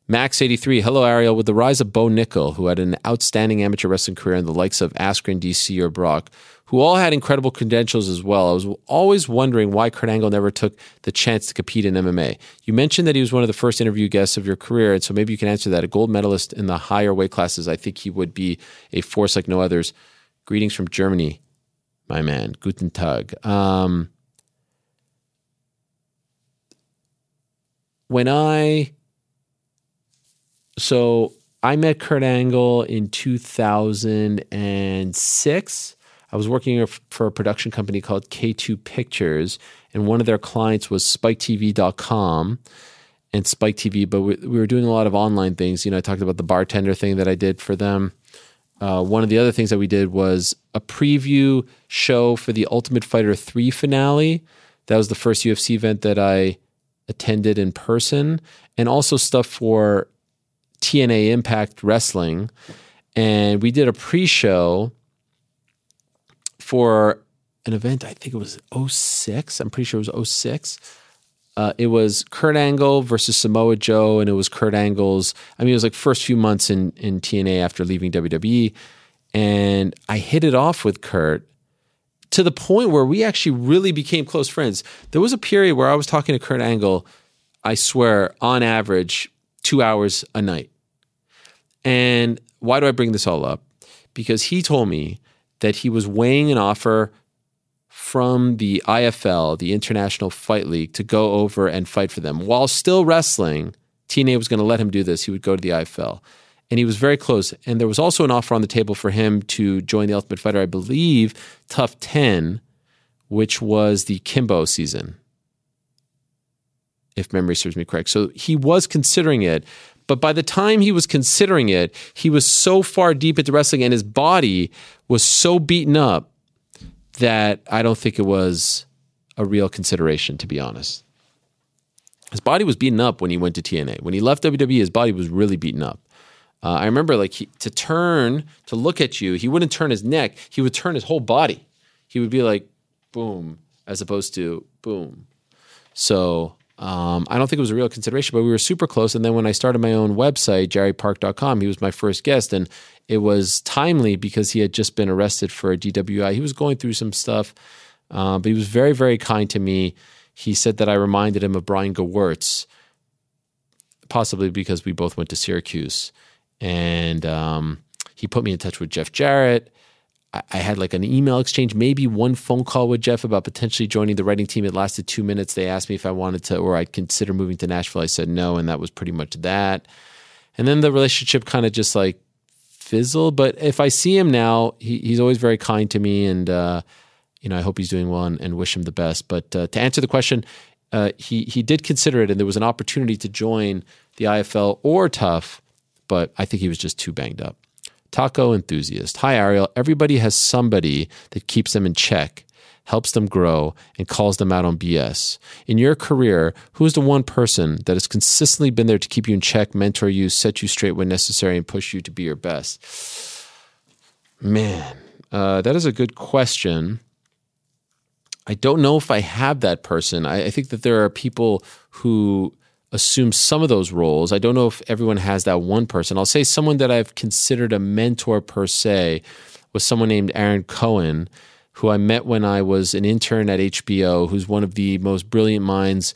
S1: Max83, hello Ariel. With the rise of Bo Nickel, who had an outstanding amateur wrestling career, and the likes of Askren, DC, or Brock, who all had incredible credentials as well, I was always wondering why Kurt Angle never took the chance to compete in MMA. You mentioned that he was one of the first interview guests of your career, and so maybe you can answer that. A gold medalist in the higher weight classes, I think he would be a force like no others. Greetings from Germany, my man. Guten Tag. Um, when I so I met Kurt Angle in 2006. I was working for a production company called K2 Pictures, and one of their clients was SpikeTV.com and Spike TV. But we, we were doing a lot of online things. You know, I talked about the bartender thing that I did for them. Uh, one of the other things that we did was a preview show for the Ultimate Fighter 3 finale. That was the first UFC event that I attended in person, and also stuff for TNA Impact Wrestling, and we did a pre-show for an event. I think it was 06. I'm pretty sure it was 06. Uh, it was Kurt Angle versus Samoa Joe, and it was Kurt Angle's. I mean, it was like first few months in in TNA after leaving WWE, and I hit it off with Kurt to the point where we actually really became close friends. There was a period where I was talking to Kurt Angle. I swear, on average, two hours a night. And why do I bring this all up? Because he told me that he was weighing an offer from the IFL, the International Fight League, to go over and fight for them. While still wrestling, TNA was going to let him do this. He would go to the IFL. And he was very close. And there was also an offer on the table for him to join the Ultimate Fighter, I believe, Tough 10, which was the Kimbo season if memory serves me correct. So he was considering it, but by the time he was considering it, he was so far deep into wrestling and his body was so beaten up that I don't think it was a real consideration, to be honest. His body was beaten up when he went to TNA. When he left WWE, his body was really beaten up. Uh, I remember, like, he, to turn, to look at you, he wouldn't turn his neck, he would turn his whole body. He would be like, boom, as opposed to boom. So um, I don't think it was a real consideration, but we were super close. And then when I started my own website, jerrypark.com, he was my first guest. And it was timely because he had just been arrested for a DWI. He was going through some stuff, uh, but he was very, very kind to me. He said that I reminded him of Brian Gewurz, possibly because we both went to Syracuse. And um, he put me in touch with Jeff Jarrett. I had like an email exchange, maybe one phone call with Jeff about potentially joining the writing team. It lasted two minutes. They asked me if I wanted to or I'd consider moving to Nashville. I said no, and that was pretty much that. And then the relationship kind of just like fizzled. But if I see him now, he, he's always very kind to me, and uh, you know I hope he's doing well and, and wish him the best. But uh, to answer the question, uh, he he did consider it, and there was an opportunity to join the IFL or Tough, but I think he was just too banged up. Taco enthusiast. Hi, Ariel. Everybody has somebody that keeps them in check, helps them grow, and calls them out on BS. In your career, who's the one person that has consistently been there to keep you in check, mentor you, set you straight when necessary, and push you to be your best? Man, uh, that is a good question. I don't know if I have that person. I, I think that there are people who assume some of those roles. I don't know if everyone has that one person. I'll say someone that I've considered a mentor per se was someone named Aaron Cohen, who I met when I was an intern at HBO, who's one of the most brilliant minds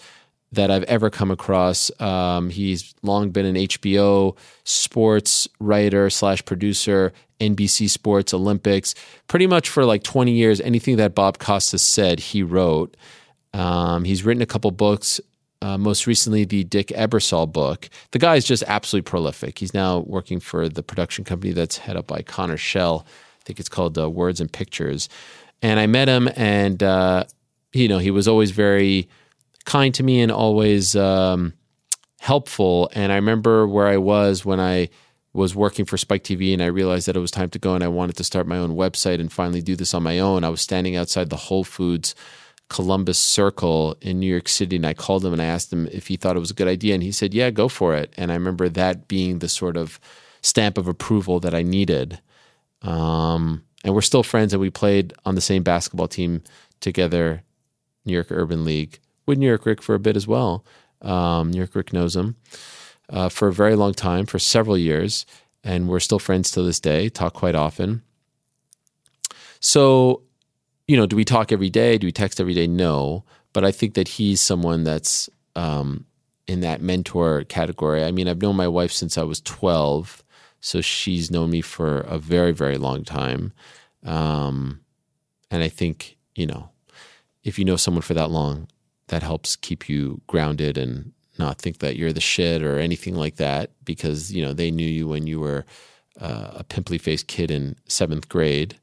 S1: that I've ever come across. Um, he's long been an HBO sports writer slash producer, NBC Sports, Olympics, pretty much for like 20 years. Anything that Bob Costas said, he wrote. Um, he's written a couple books, uh, most recently the Dick Ebersol book. The guy is just absolutely prolific. He's now working for the production company that's head up by Connor Shell. I think it's called uh, Words and Pictures. And I met him, and uh, you know he was always very kind to me and always um, helpful. And I remember where I was when I was working for Spike TV, and I realized that it was time to go, and I wanted to start my own website and finally do this on my own. I was standing outside the Whole Foods Columbus Circle in New York City. And I called him and I asked him if he thought it was a good idea. And he said, Yeah, go for it. And I remember that being the sort of stamp of approval that I needed. Um, and we're still friends and we played on the same basketball team together, New York Urban League, with New York Rick for a bit as well. Um, New York Rick knows him uh, for a very long time, for several years. And we're still friends to this day, talk quite often. So, you know, do we talk every day? Do we text every day? No. But I think that he's someone that's um, in that mentor category. I mean, I've known my wife since I was 12. So she's known me for a very, very long time. Um, and I think, you know, if you know someone for that long, that helps keep you grounded and not think that you're the shit or anything like that because, you know, they knew you when you were uh, a pimply faced kid in seventh grade.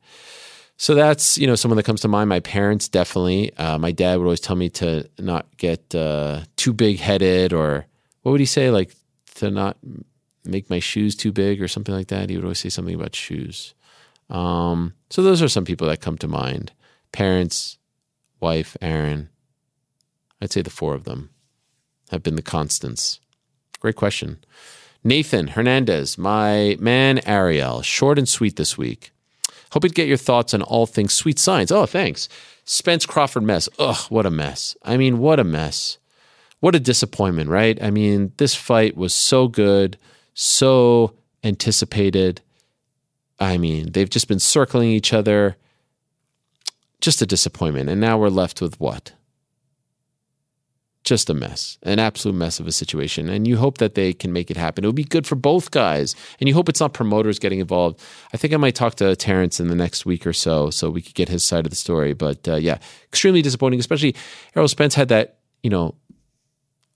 S1: So that's you know someone that comes to mind. My parents definitely. Uh, my dad would always tell me to not get uh, too big headed, or what would he say? Like to not make my shoes too big, or something like that. He would always say something about shoes. Um, so those are some people that come to mind: parents, wife, Aaron. I'd say the four of them have been the constants. Great question. Nathan Hernandez, my man Ariel, short and sweet this week. Hoping to get your thoughts on all things sweet science. Oh, thanks. Spence Crawford mess. Ugh, what a mess. I mean, what a mess. What a disappointment, right? I mean, this fight was so good, so anticipated. I mean, they've just been circling each other. Just a disappointment. And now we're left with what? just a mess, an absolute mess of a situation. And you hope that they can make it happen. It would be good for both guys. And you hope it's not promoters getting involved. I think I might talk to Terrence in the next week or so so we could get his side of the story. But uh, yeah, extremely disappointing, especially Errol Spence had that, you know,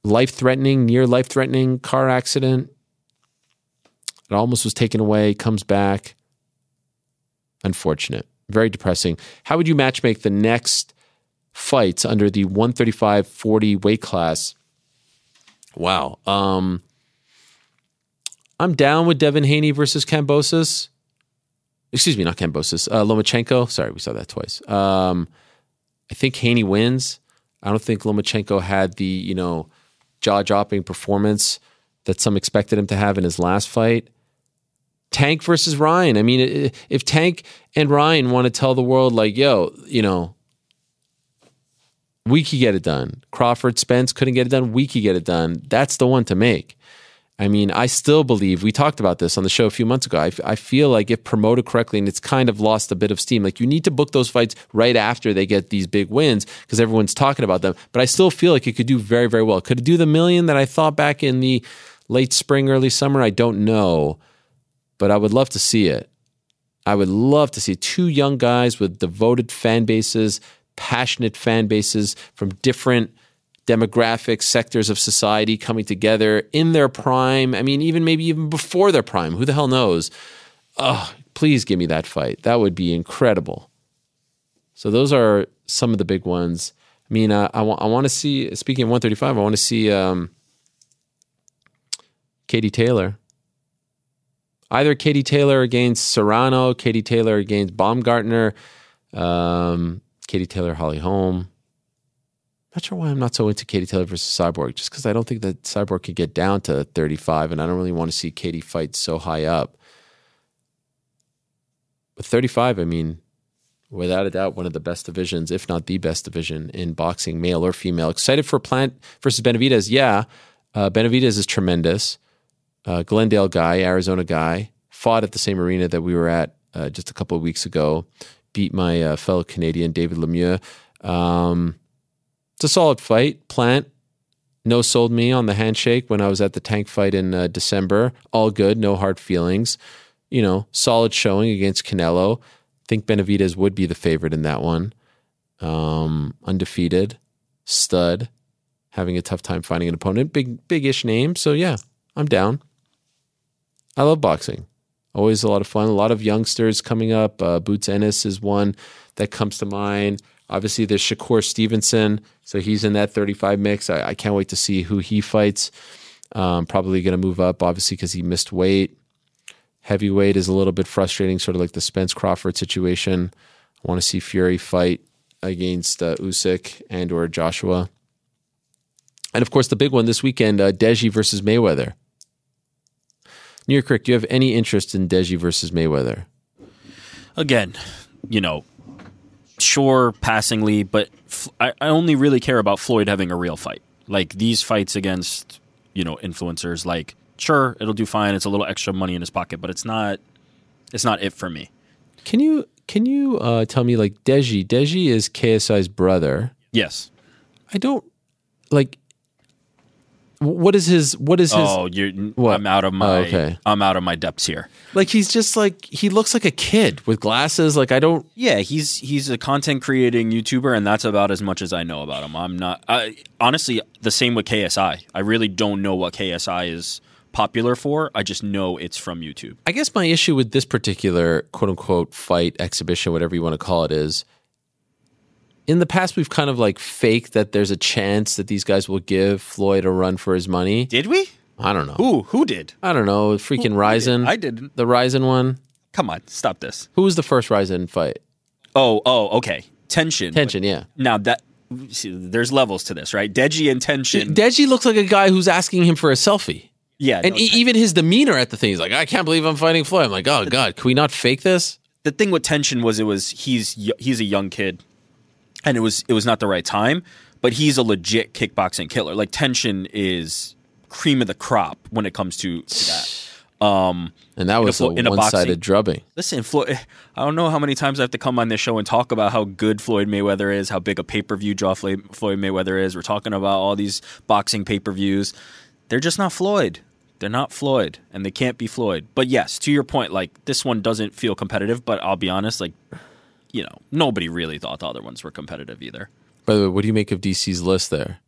S1: life threatening, near life threatening car accident. It almost was taken away, comes back. Unfortunate. Very depressing. How would you matchmake the next fights under the 135 40 weight class. Wow. Um, I'm down with Devin Haney versus Cambosis. Excuse me, not Cambosis. Uh, Lomachenko. Sorry, we saw that twice. Um, I think Haney wins. I don't think Lomachenko had the, you know, jaw dropping performance that some expected him to have in his last fight. Tank versus Ryan. I mean, if Tank and Ryan want to tell the world, like, yo, you know, we could get it done. Crawford, Spence couldn't get it done. We could get it done. That's the one to make. I mean, I still believe we talked about this on the show a few months ago. I, f- I feel like if promoted correctly, and it's kind of lost a bit of steam, like you need to book those fights right after they get these big wins because everyone's talking about them. But I still feel like it could do very, very well. Could it do the million that I thought back in the late spring, early summer? I don't know, but I would love to see it. I would love to see two young guys with devoted fan bases passionate fan bases from different demographic sectors of society coming together in their prime. I mean, even maybe even before their prime. Who the hell knows? Oh, please give me that fight. That would be incredible. So those are some of the big ones. I mean, uh, I, wa- I want to see. Speaking of 135, I want to see um, Katie Taylor. Either Katie Taylor against Serrano, Katie Taylor against Baumgartner. Um, Katie Taylor, Holly Holm. Not sure why I'm not so into Katie Taylor versus Cyborg, just because I don't think that Cyborg could get down to 35, and I don't really want to see Katie fight so high up. But 35, I mean, without a doubt, one of the best divisions, if not the best division in boxing, male or female. Excited for Plant versus Benavides. Yeah, uh, Benavides is tremendous. Uh, Glendale guy, Arizona guy, fought at the same arena that we were at uh, just a couple of weeks ago beat my uh, fellow Canadian David Lemieux. Um, it's a solid fight. Plant no sold me on the handshake when I was at the tank fight in uh, December. All good, no hard feelings. You know, solid showing against Canelo. Think Benavides would be the favorite in that one. Um, undefeated, stud, having a tough time finding an opponent. Big, big ish name. So yeah, I'm down. I love boxing always a lot of fun. A lot of youngsters coming up. Uh, Boots Ennis is one that comes to mind. Obviously, there's Shakur Stevenson, so he's in that 35 mix. I, I can't wait to see who he fights. Um, probably going to move up, obviously, because he missed weight. Heavyweight is a little bit frustrating, sort of like the Spence Crawford situation. I want to see Fury fight against uh, Usyk and or Joshua. And of course, the big one this weekend: uh, Deji versus Mayweather. New York, Rick, do you have any interest in Deji versus Mayweather?
S6: again, you know, sure, passingly, but f- I, I only really care about Floyd having a real fight. Like these fights against, you know, influencers. Like, sure, it'll do fine. It's a little extra money in his pocket, but it's not. It's not it for me.
S1: Can you can you uh, tell me like Deji? Deji is KSI's brother.
S6: Yes.
S1: I don't like. wh- What is his? What is his?
S6: oh, you.
S1: What?
S6: I'm out of my.
S1: Oh, okay.
S6: I'm out of my depths here.
S1: Like he's just like he looks like a kid with glasses. Like I don't.
S6: Yeah, he's he's a content creating YouTuber, and that's about as much as I know about him. I'm not I, honestly the same with KSI. I really don't know what KSI is popular for. I just know it's from YouTube.
S1: I guess my issue with this particular quote unquote fight exhibition, whatever you want to call it, is in the past we've kind of like faked that there's a chance that these guys will give Floyd a run for his money.
S6: Did we?
S1: I don't know.
S6: Who who did?
S1: I don't know. Freaking Ryzen.
S6: I didn't.
S1: The Ryzen one.
S6: Come on, stop this.
S1: Who was the first Ryzen fight?
S6: Oh oh okay. Tension.
S1: Tension, yeah.
S6: Now that see, there's levels to this, right? Deji and tension.
S1: Deji looks like a guy who's asking him for a selfie.
S6: yeah,
S1: And
S6: no,
S1: e- even his demeanor at the thing, he's like, I can't believe I'm fighting Floyd. I'm like, oh, God, can we not fake this?
S6: the thing with tension was it was he's y- he's a young kid, and it was it was not the right time. But he's a legit kickboxing killer. Like tension is cream of the crop when it comes to, to that. Um,
S1: And that was a,
S6: fo- in a
S1: one sided
S6: boxing-
S1: drubbing.
S6: listen, Floyd. I don't know how many times I have to come on this show and talk about how good Floyd Mayweather is, how big a pay per view draw Floyd Floyd Mayweather is. We're talking about all these boxing pay per views. They're just not Floyd. They're not Floyd, and they can't be Floyd. But yes, to your point, like this one doesn't feel competitive. But I'll be honest, like you know, nobody really thought the other ones were competitive either.
S1: By the way, what do you make of DC's list there?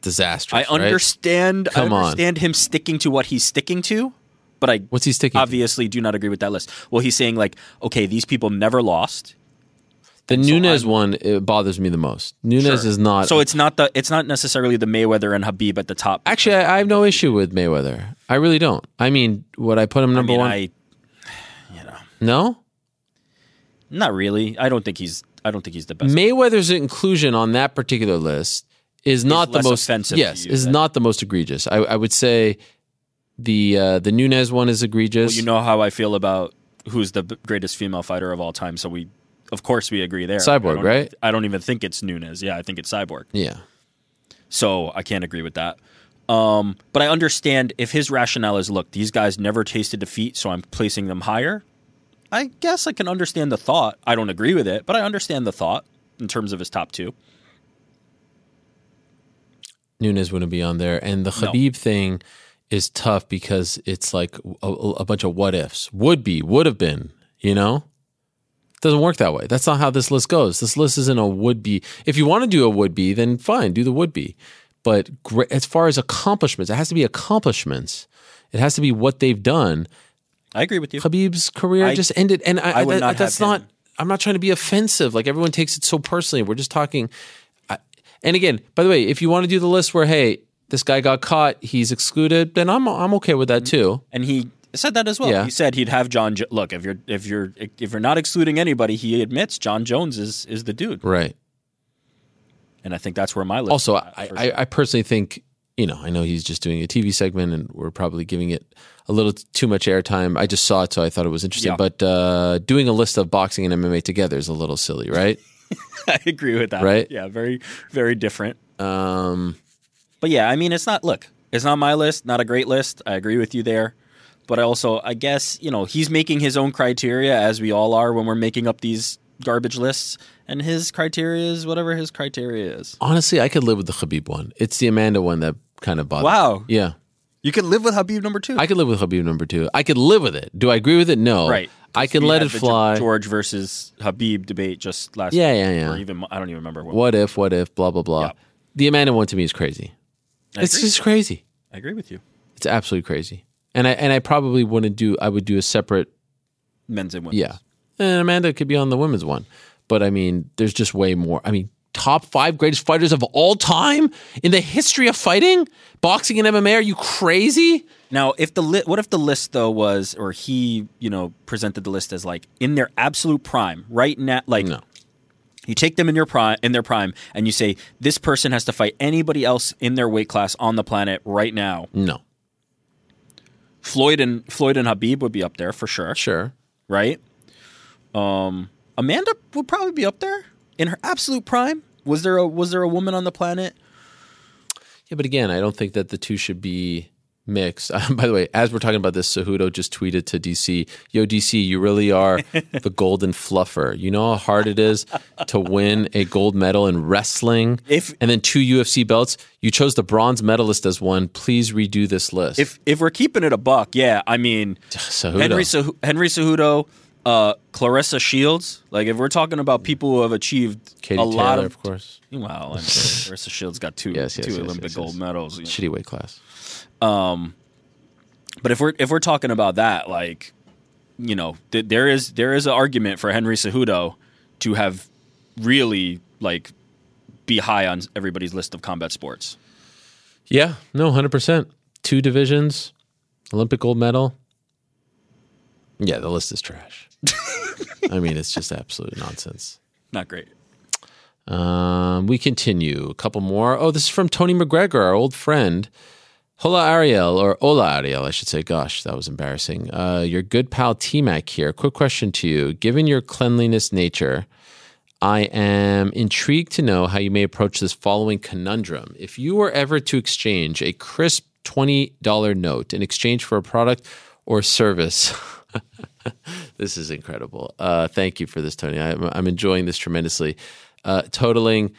S1: Disastrous.
S6: I
S1: right?
S6: understand.
S1: Come
S6: I
S1: on.
S6: understand him sticking to what he's sticking to, but I
S1: What's he sticking? to?
S6: obviously do not agree with that list. Well, he's saying like, okay, these people never lost.
S1: The Nunez one it bothers me the most. Nunez is not.
S6: So it's not the it's not necessarily the Mayweather and Habib at the top.
S1: actually I, I have no issue with Mayweather. I really don't. I mean, would I put him
S6: I
S1: number
S6: mean,
S1: one?
S6: I
S1: no.
S6: not really. I don't think he's I don't think he's the best.
S1: Mayweather's inclusion on that particular list is not the
S6: less
S1: most
S6: offensive to
S1: Yes,
S6: you
S1: is
S6: than-
S1: not the most egregious. I, I would say the uh, the Nunez one is egregious.
S6: Well, you know how I feel about who's the b- greatest female fighter of all time. So we, of course, we agree there.
S1: Cyborg,
S6: I don't-
S1: right?
S6: I don't even think it's Nunes. Yeah, I think it's Cyborg.
S1: yeah.
S6: So I can't agree with that. Um, but I understand if his rationale is look, these guys never tasted defeat, so I'm placing them higher. I guess I can understand the thought. I don't agree with it, but I understand the thought in terms of his top two.
S1: Nunez wouldn't be on there. And the Habib thing is tough because it's like a, a bunch of what ifs. Would be, would have been, you know? Doesn't work that way. That's not how this list goes. This list isn't a would be. If you want to do a would be, then fine, do the would be. But gra- as far as accomplishments, it has to be accomplishments. It has to be what they've done.
S6: I agree with you.
S1: Habib's career
S6: I-
S1: just ended, and I,
S6: I would
S1: that-
S6: not
S1: that's
S6: have
S1: not.
S6: him.
S1: I'm not trying to be offensive. Like everyone takes it so personally. We're just talking. I, and again, by the way, if you want to do the list where hey, this guy got caught, he's excluded, then I'm I'm okay with that too.
S6: and he said that as well.
S1: Yeah.
S6: He said he'd have John. Jo- look, if you're if you're if you're not excluding anybody, he admits John Jones is is the dude,
S1: Right.
S6: and I think that's where my list.
S1: Also,
S6: is at
S1: I,
S6: for
S1: I, I personally think you know I know he's just doing a TV segment, and we're probably giving it a little t- too much airtime. I just saw it, so I thought it was interesting.
S6: Yeah.
S1: But uh, doing a list of boxing and MMA together is a little silly, right?
S6: I agree with that.
S1: Right?
S6: Yeah, very, very different.
S1: um,
S6: But yeah, I mean, it's not. Look, it's not my list. Not a great list. I agree with you there. But I also, I guess, you know, he's making his own criteria, as we all are when we're making up these garbage lists. And his criteria is whatever his criteria is.
S1: honestly, I could live with the Habib one. It's the Amanda one that kind of bothers.
S6: Wow,
S1: Uh, Yeah.
S6: you could live with Habib number two.
S1: I could live with Habib number two. I could live with it. Do I agree with it? No.
S6: Right.
S1: I can
S6: We
S1: let
S6: had
S1: it
S6: the Ge-
S1: fly.
S6: George versus Habib debate just last.
S1: Yeah, yeah, yeah.
S6: Or even I don't even remember what.
S1: What if, what if, blah, blah, blah.
S6: Yeah.
S1: The Amanda one to me is crazy.
S6: I
S1: it's
S6: agree.
S1: just crazy.
S6: I agree with you.
S1: It's absolutely crazy. And I and I probably wouldn't do I would do a separate
S6: Men's and women's.
S1: yeah. And Amanda could be on the women's one. But I mean, there's just way more. I mean, top five greatest fighters of all time in the history of fighting? Boxing and MMA, are you crazy?
S6: Now, if the li- what if the list though was, or he, you know, presented the list as like in their absolute prime, right now, like
S1: No.
S6: You take them in your prime, in their prime, and you say this person has to fight anybody else in their weight class on the planet right now.
S1: No.
S6: Floyd and Floyd and Habib would be up there for sure,
S1: Sure.
S6: right? Um, Amanda would probably be up there in her absolute prime. Was there a was there a woman on the planet?
S1: Yeah, but again, I don't think that the two should be mixed. Uh, by the way, as we're talking about this, Cejudo just tweeted to DC, "Yo, DC, you really are the golden fluffer. You know how hard it is to win a gold medal in wrestling,
S6: If-
S1: and then two UFC belts. You chose the bronze medalist as one. Please redo this list."
S6: If if we're keeping it a buck, yeah, I mean
S1: Cejudo,
S6: Henry Ceju- Henry Cejudo, uh, Clarissa Shields. Like if we're talking about people who have achieved
S1: Katie
S6: a
S1: Taylor,
S6: lot of
S1: of course,
S6: Well, I'm sure Marissa Shields got two
S1: Yes, yes,
S6: two
S1: yes,
S6: Olympic
S1: yes,
S6: gold
S1: yes.
S6: medals. you know.
S1: shitty weight class.
S6: But if we're if we're talking about that, like you know, th- there is there is an argument for Henry Cejudo to have really like be high on everybody's list of combat sports.
S1: Yeah, no, hundred percent. Two divisions, Olympic gold medal. Yeah, the list is trash. I mean, it's just absolute nonsense.
S6: Not great.
S1: Um, we continue. A couple more. Oh, this is from Tony McGregor, our old friend. Hola Ariel, or Hola Ariel, I should say. Gosh, that was embarrassing. Uh, your good pal T Mac here. Quick question to you. Given your cleanliness nature, I am intrigued to know how you may approach this following conundrum. If you were ever to exchange a crisp $20 note in exchange for a product or service, this is incredible. Uh, thank you for this, Tony. I'm, I'm enjoying this tremendously. Uh, totaling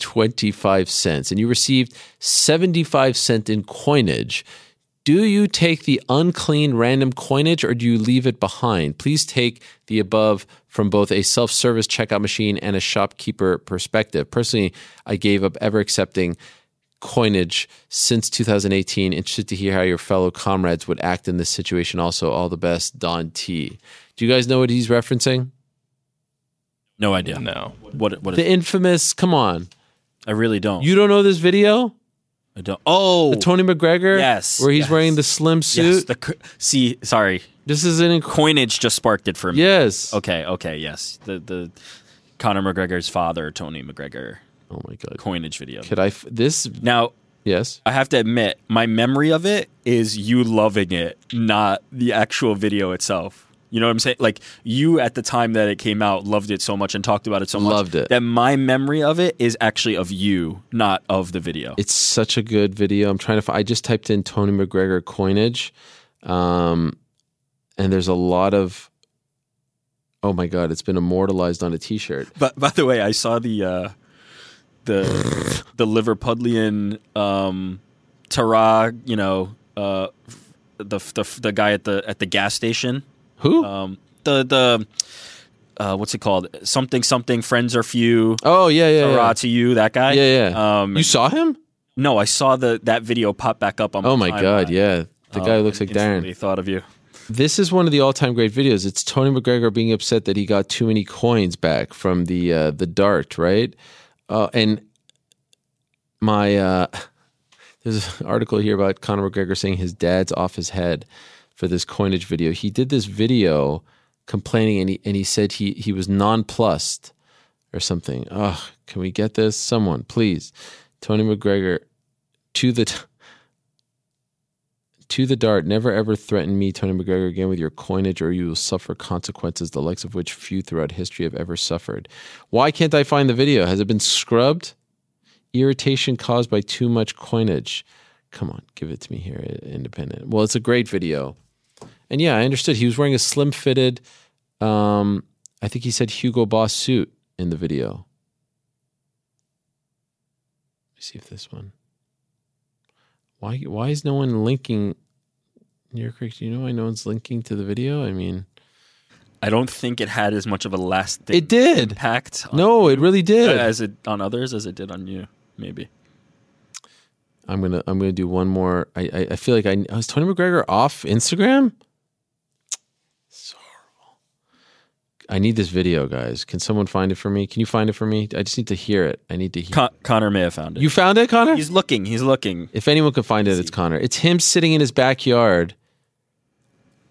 S1: $19.25, and you received 75 cent in coinage. Do you take the unclean random coinage or do you leave it behind? Please take the above from both a self service checkout machine and a shopkeeper perspective. Personally, I gave up ever accepting coinage since 2018. Interested to hear how your fellow comrades would act in this situation. Also, all the best, Don T. Do you guys know what he's referencing?
S6: No idea.
S4: No.
S6: What what is,
S1: The infamous, come on.
S6: I really don't.
S1: You don't know this video?
S6: I don't. Oh,
S1: The Tony McGregor?
S6: Yes,
S1: Where he's
S6: yes.
S1: wearing the slim suit?
S6: yes, the co- see, sorry,
S1: this is an incredible.
S6: coinage just sparked it for me.
S1: Yes.
S6: Okay. Okay. Yes. The the Conor McGregor's father, Tony McGregor,
S1: Oh my God.
S6: coinage video.
S1: Could I? F- this?
S6: Now
S1: Yes.
S6: I have to admit, my memory of it is you loving it, not the actual video itself. You know what I'm saying? Like you at the time that it came out loved it so much and talked about it so much
S1: Loved it.
S6: that my memory of it is actually of you, not of the video.
S1: It's such a good video. I'm trying to. Find, I just typed in Tony McGregor coinage, um, and there's a lot of. Oh my God! It's been immortalized on a T-shirt.
S6: But by the way, I saw the uh, the the Liverpudlian um, Tara, you know, uh, the, the the guy at the at the gas station.
S1: Who?
S6: Um, the the uh, what's it called? Something something. Friends are few.
S1: oh yeah, yeah,
S6: Tara
S1: yeah.
S6: to you, that guy.
S1: yeah, yeah.
S6: Um,
S1: you saw him?
S6: no, I saw the that video pop back up on.
S1: Oh my God!
S6: timeline.
S1: Yeah, the
S6: Um,
S1: guy looks like
S6: and
S1: Darren.
S6: instantly Thought of you.
S1: This is one of the all-time great videos. It's Tony McGregor being upset that he got too many coins back from the uh, the dart, right? Uh, and my uh, there's an article here about Conor McGregor saying his dad's off his head for this coinage video. He did this video complaining, and he and he said he he was nonplussed or something. Ugh, can we get this? Someone, please. Tony McGregor to the. to the dart, never ever threaten me, Tony McGregor, again with your coinage, or you will suffer consequences the likes of which few throughout history have ever suffered. Why can't I find the video? Has it been scrubbed? Irritation caused by too much coinage. Come on, give it to me here, independent. Well, it's a great video. And yeah, I understood. He was wearing a slim fitted, um, I think he said Hugo Boss suit in the video. Let me see if this one. Why, why is no one linking you're correct. Do you know why no one's linking to the video? I mean,
S6: I don't think it had as much of a lasting
S1: it did.
S6: impact. on- uh,
S1: No, it really did.
S6: as it on others as it did on you, maybe.
S1: I'm gonna I'm gonna do one more. I I, I feel like I was Tony McGregor off Instagram. It's horrible. I need this video, guys. Can someone find it for me? Can you find it for me? I just need to hear it. I need to hear.
S6: Con- Connor may have found it.
S1: you found it, Connor?
S6: he's looking. He's looking.
S1: If anyone can find it, it's Connor. It's him sitting in his backyard,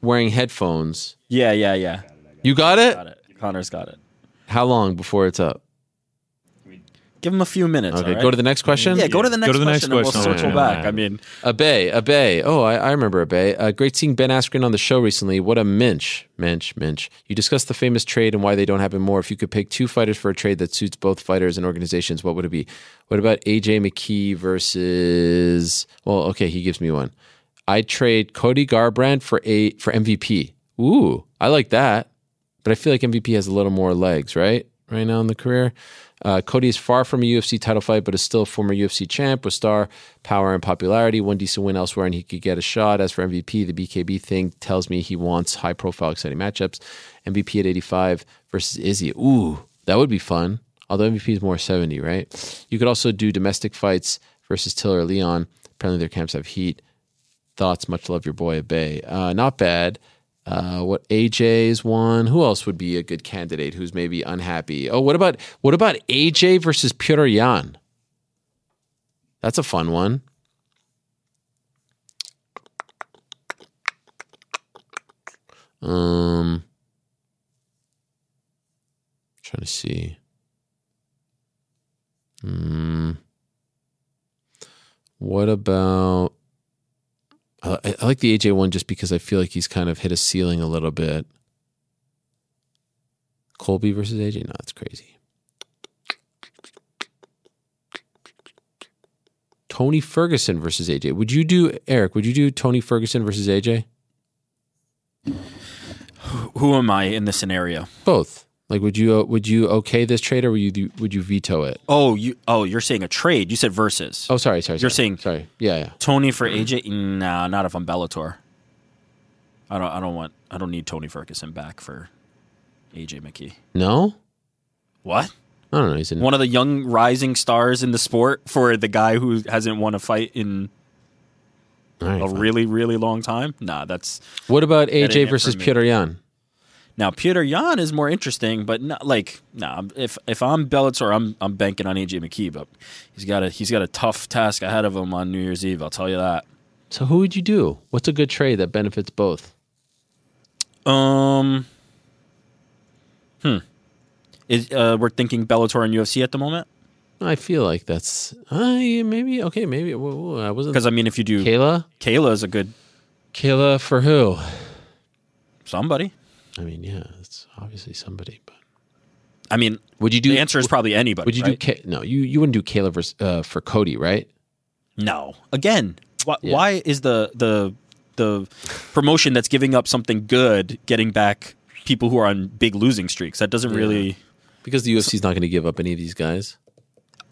S1: wearing headphones.
S6: Yeah, yeah, yeah.
S1: You got it?
S6: Got it. Connor's got it.
S1: How long before it's up?
S6: Give him a few minutes.
S1: Okay,
S6: all right?
S1: go to the next question.
S6: Yeah, go to the next
S5: Go to the next
S6: question, and we'll
S5: question.
S6: circle
S5: Yeah,
S6: back.
S5: yeah.
S6: I mean,
S1: Abay, Abay. Oh, I, I remember Abay. Uh, great seeing Ben Askren on the show recently. What a minch, minch, minch. You discussed the famous trade and why they don't happen more. If you could pick two fighters for a trade that suits both fighters and organizations, what would it be? What about AJ McKee versus? Well, okay, he gives me one. I trade Cody Garbrandt for a for MVP. Ooh, I like that. But I feel like MVP has a little more legs, right? Right now in the career. Uh, Cody is far from a UFC title fight, but is still a former UFC champ with star power and popularity. One decent win elsewhere, and he could get a shot. As for MVP, the BKB thing tells me he wants high profile, exciting matchups. MVP at 85 versus Izzy. Ooh, that would be fun. Although MVP is more 70, right? You could also do domestic fights versus Tiller Leon. Apparently, their camps have heat thoughts. Much love, your boy Bay. Uh, not bad. Uh, what AJ's one? Who else would be a good candidate? Who's maybe unhappy? Oh, what about what about AJ versus Peter Yan? That's a fun one. Um, trying to see. Hmm. What about I, Uh, I- I like the AJ one just because I feel like he's kind of hit a ceiling a little bit. Colby versus AJ, no, that's crazy. Tony Ferguson versus AJ. Would you do Eric? Would you do Tony Ferguson versus AJ?
S6: who am I in this scenario?
S1: Both. Like, would you uh, would you okay this trade or would you would you veto it?
S6: Oh, you. Oh, you're saying a trade. You said versus.
S1: Oh, sorry, sorry. sorry.
S6: You're saying-
S1: sorry. Yeah, yeah.
S6: Tony for AJ? Nah, not if I'm Bellator. I don't. I don't want. I don't need Tony Ferguson back for AJ McKee.
S1: No,
S6: What?
S1: I don't know. He's in.
S6: One of the young rising stars in the sport for the guy who hasn't won a fight in
S1: All right,
S6: a
S1: fine.
S6: really, really long time. Nah, that's
S1: what about
S6: ain't it
S1: AJ
S6: for
S1: versus
S6: me.
S1: Peter Yan?
S6: now Peter Yan is more interesting, but not like nah. If if I'm Bellator, I'm I'm banking on AJ McKee, but he's got a he's got a tough task ahead of him on New Year's Eve. I'll tell you that.
S1: So, who would you do? What's a good trade that benefits both?
S6: Um. Hmm. Is uh, we're thinking Bellator and UFC at the moment?
S1: I feel like that's uh, yeah, maybe okay. Maybe whoa, whoa, I wasn't.
S6: Because I mean, if you do Kayla,
S1: Kayla,
S6: is a good
S1: Kayla for who?
S6: somebody.
S1: I mean, yeah, it's obviously somebody. But
S6: I mean,
S1: would you do?
S6: the answer is probably anybody.
S1: Would you
S6: right?
S1: do? Ka- no, you you wouldn't do Kayla vers uh, for Cody, right?
S6: No. Again, why,
S1: Yeah.
S6: why is the the the promotion that's giving up something good getting back people who are on big losing streaks? That doesn't really
S1: Because the UFC's not going to give up any of these guys.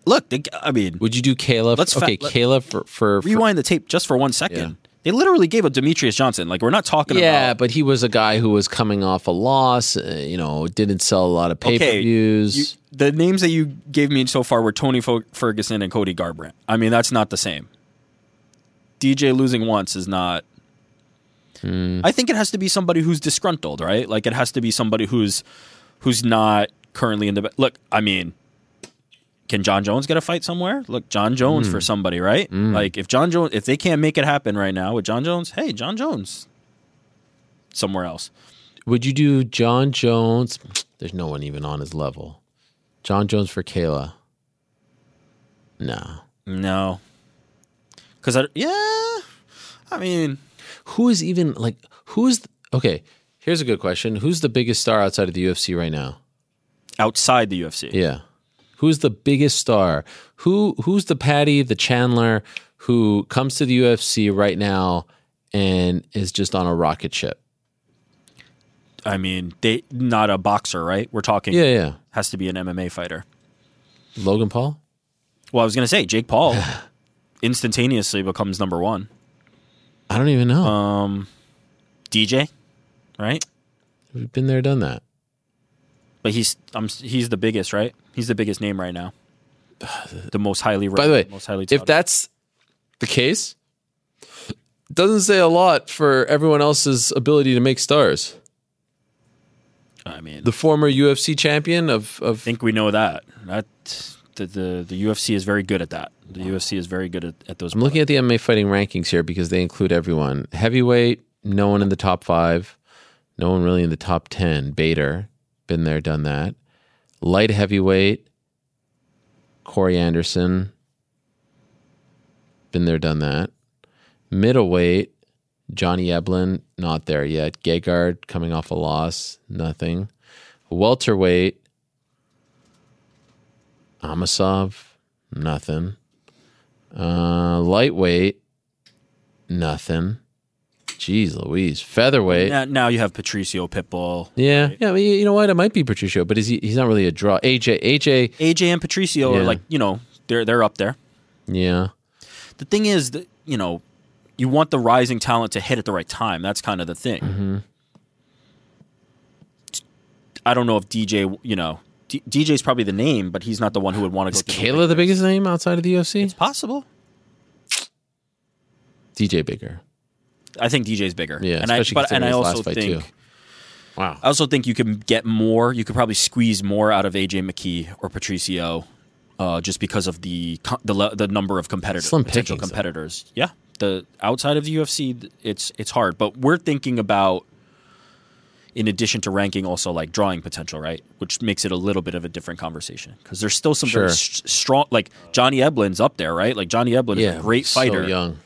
S6: look. They, I mean,
S1: Would you do Kayla?
S6: Let's fa-
S1: okay,
S6: let-
S1: Kayla for for, for
S6: rewind the tape just for one second. They literally gave up Demetrius Johnson. Like we're not talking
S1: yeah,
S6: about.
S1: but he was a guy who was coming off a loss. Uh, you know, didn't sell a lot of pay per views.
S6: you- the names that you gave me so far were Tony Fo- Ferguson and Cody Garbrandt. I mean, that's not the same. DJ losing once is not. I think it has to be somebody who's disgruntled, right? Like it has to be somebody who's who's not currently in the. Look, I mean, can John Jones get a fight somewhere? Look, John Jones for somebody, right? Like if John Jones, if they can't make it happen right now with John Jones, hey, John Jones, somewhere else.
S1: Would you do John Jones? There's no one even on his level. John Jones for Kayla. No.
S6: No. Cause I yeah, I mean
S1: Who is even like who is okay? Here's a good question. Who's the biggest star outside of the UFC right now?
S6: outside the UFC.
S1: Yeah. Who's the biggest star? Who who's the Patty, the Chandler who comes to the UFC right now and is just on a rocket ship?
S6: I mean they not a boxer, right? We're talking
S1: Yeah, yeah.
S6: has to be an MMA fighter.
S1: Logan Paul?
S6: Well, I was gonna say Jake Paul instantaneously becomes number one.
S1: I don't even know.
S6: Um, DJ, right?
S1: We've been there, done that.
S6: But he's um, he's the biggest, right? He's the biggest name right now. The most highly
S1: By the way,
S6: most highly
S1: if
S6: touted.
S1: that's the case, doesn't say a lot for everyone else's ability to make stars.
S6: I mean
S1: The former UFC champion of
S6: I
S1: of
S6: think we know that. That the the, the UFC is very good at that. The UFC is very good at, at those
S1: I'm looking at the MMA fighting rankings here because they include everyone. Heavyweight, no one in the top five, no one really in the top ten. Bader, been there, done that. light heavyweight, Corey Anderson. Been there, done that. Middleweight, Johnny Eblin, not there yet. Gegard coming off a loss, nothing. Welterweight, Amasov, nothing. Uh, lightweight, nothing. Jeez Louise. Featherweight.
S6: Now, now you have Patricio Pitbull.
S1: Yeah, yeah. well, you you know what? It might be Patricio, but is he? He's not really a draw. AJ, AJ.
S6: AJ and Patricio are
S1: Yeah.
S6: like you know they're they're up there.
S1: Yeah,
S6: The thing is that you know you want the rising talent to hit at the right time. That's kind of the thing.
S1: Mm-hmm.
S6: I don't know if DJ you know D- DJ's probably the name, but he's not the one who would want to
S1: is
S6: go. through
S1: Kayla the biggest name outside of the UFC?
S6: the- possible.
S1: DJ bigger.
S6: I think DJ's bigger.
S1: Yeah,
S6: and I
S1: especially
S6: but and I
S1: considering his
S6: also
S1: last fight,
S6: think
S1: too. Wow.
S6: I also think you can get more. You could probably squeeze more out of AJ McKee or Patricio, uh, just because of the co- the le- the number of competitors,
S1: Slim
S6: potential
S1: pickings, though.
S6: competitors. Yeah, the outside of the UFC, th- it's it's hard. But we're thinking about, in addition to ranking, also like drawing potential, right? Which makes it a little bit of a different conversation because there's still some very
S1: Sure.
S6: s- strong, like Johnny Eblin's up there, right? Like Johnny Eblin is
S1: Yeah,
S6: a great
S1: so
S6: fighter.
S1: young.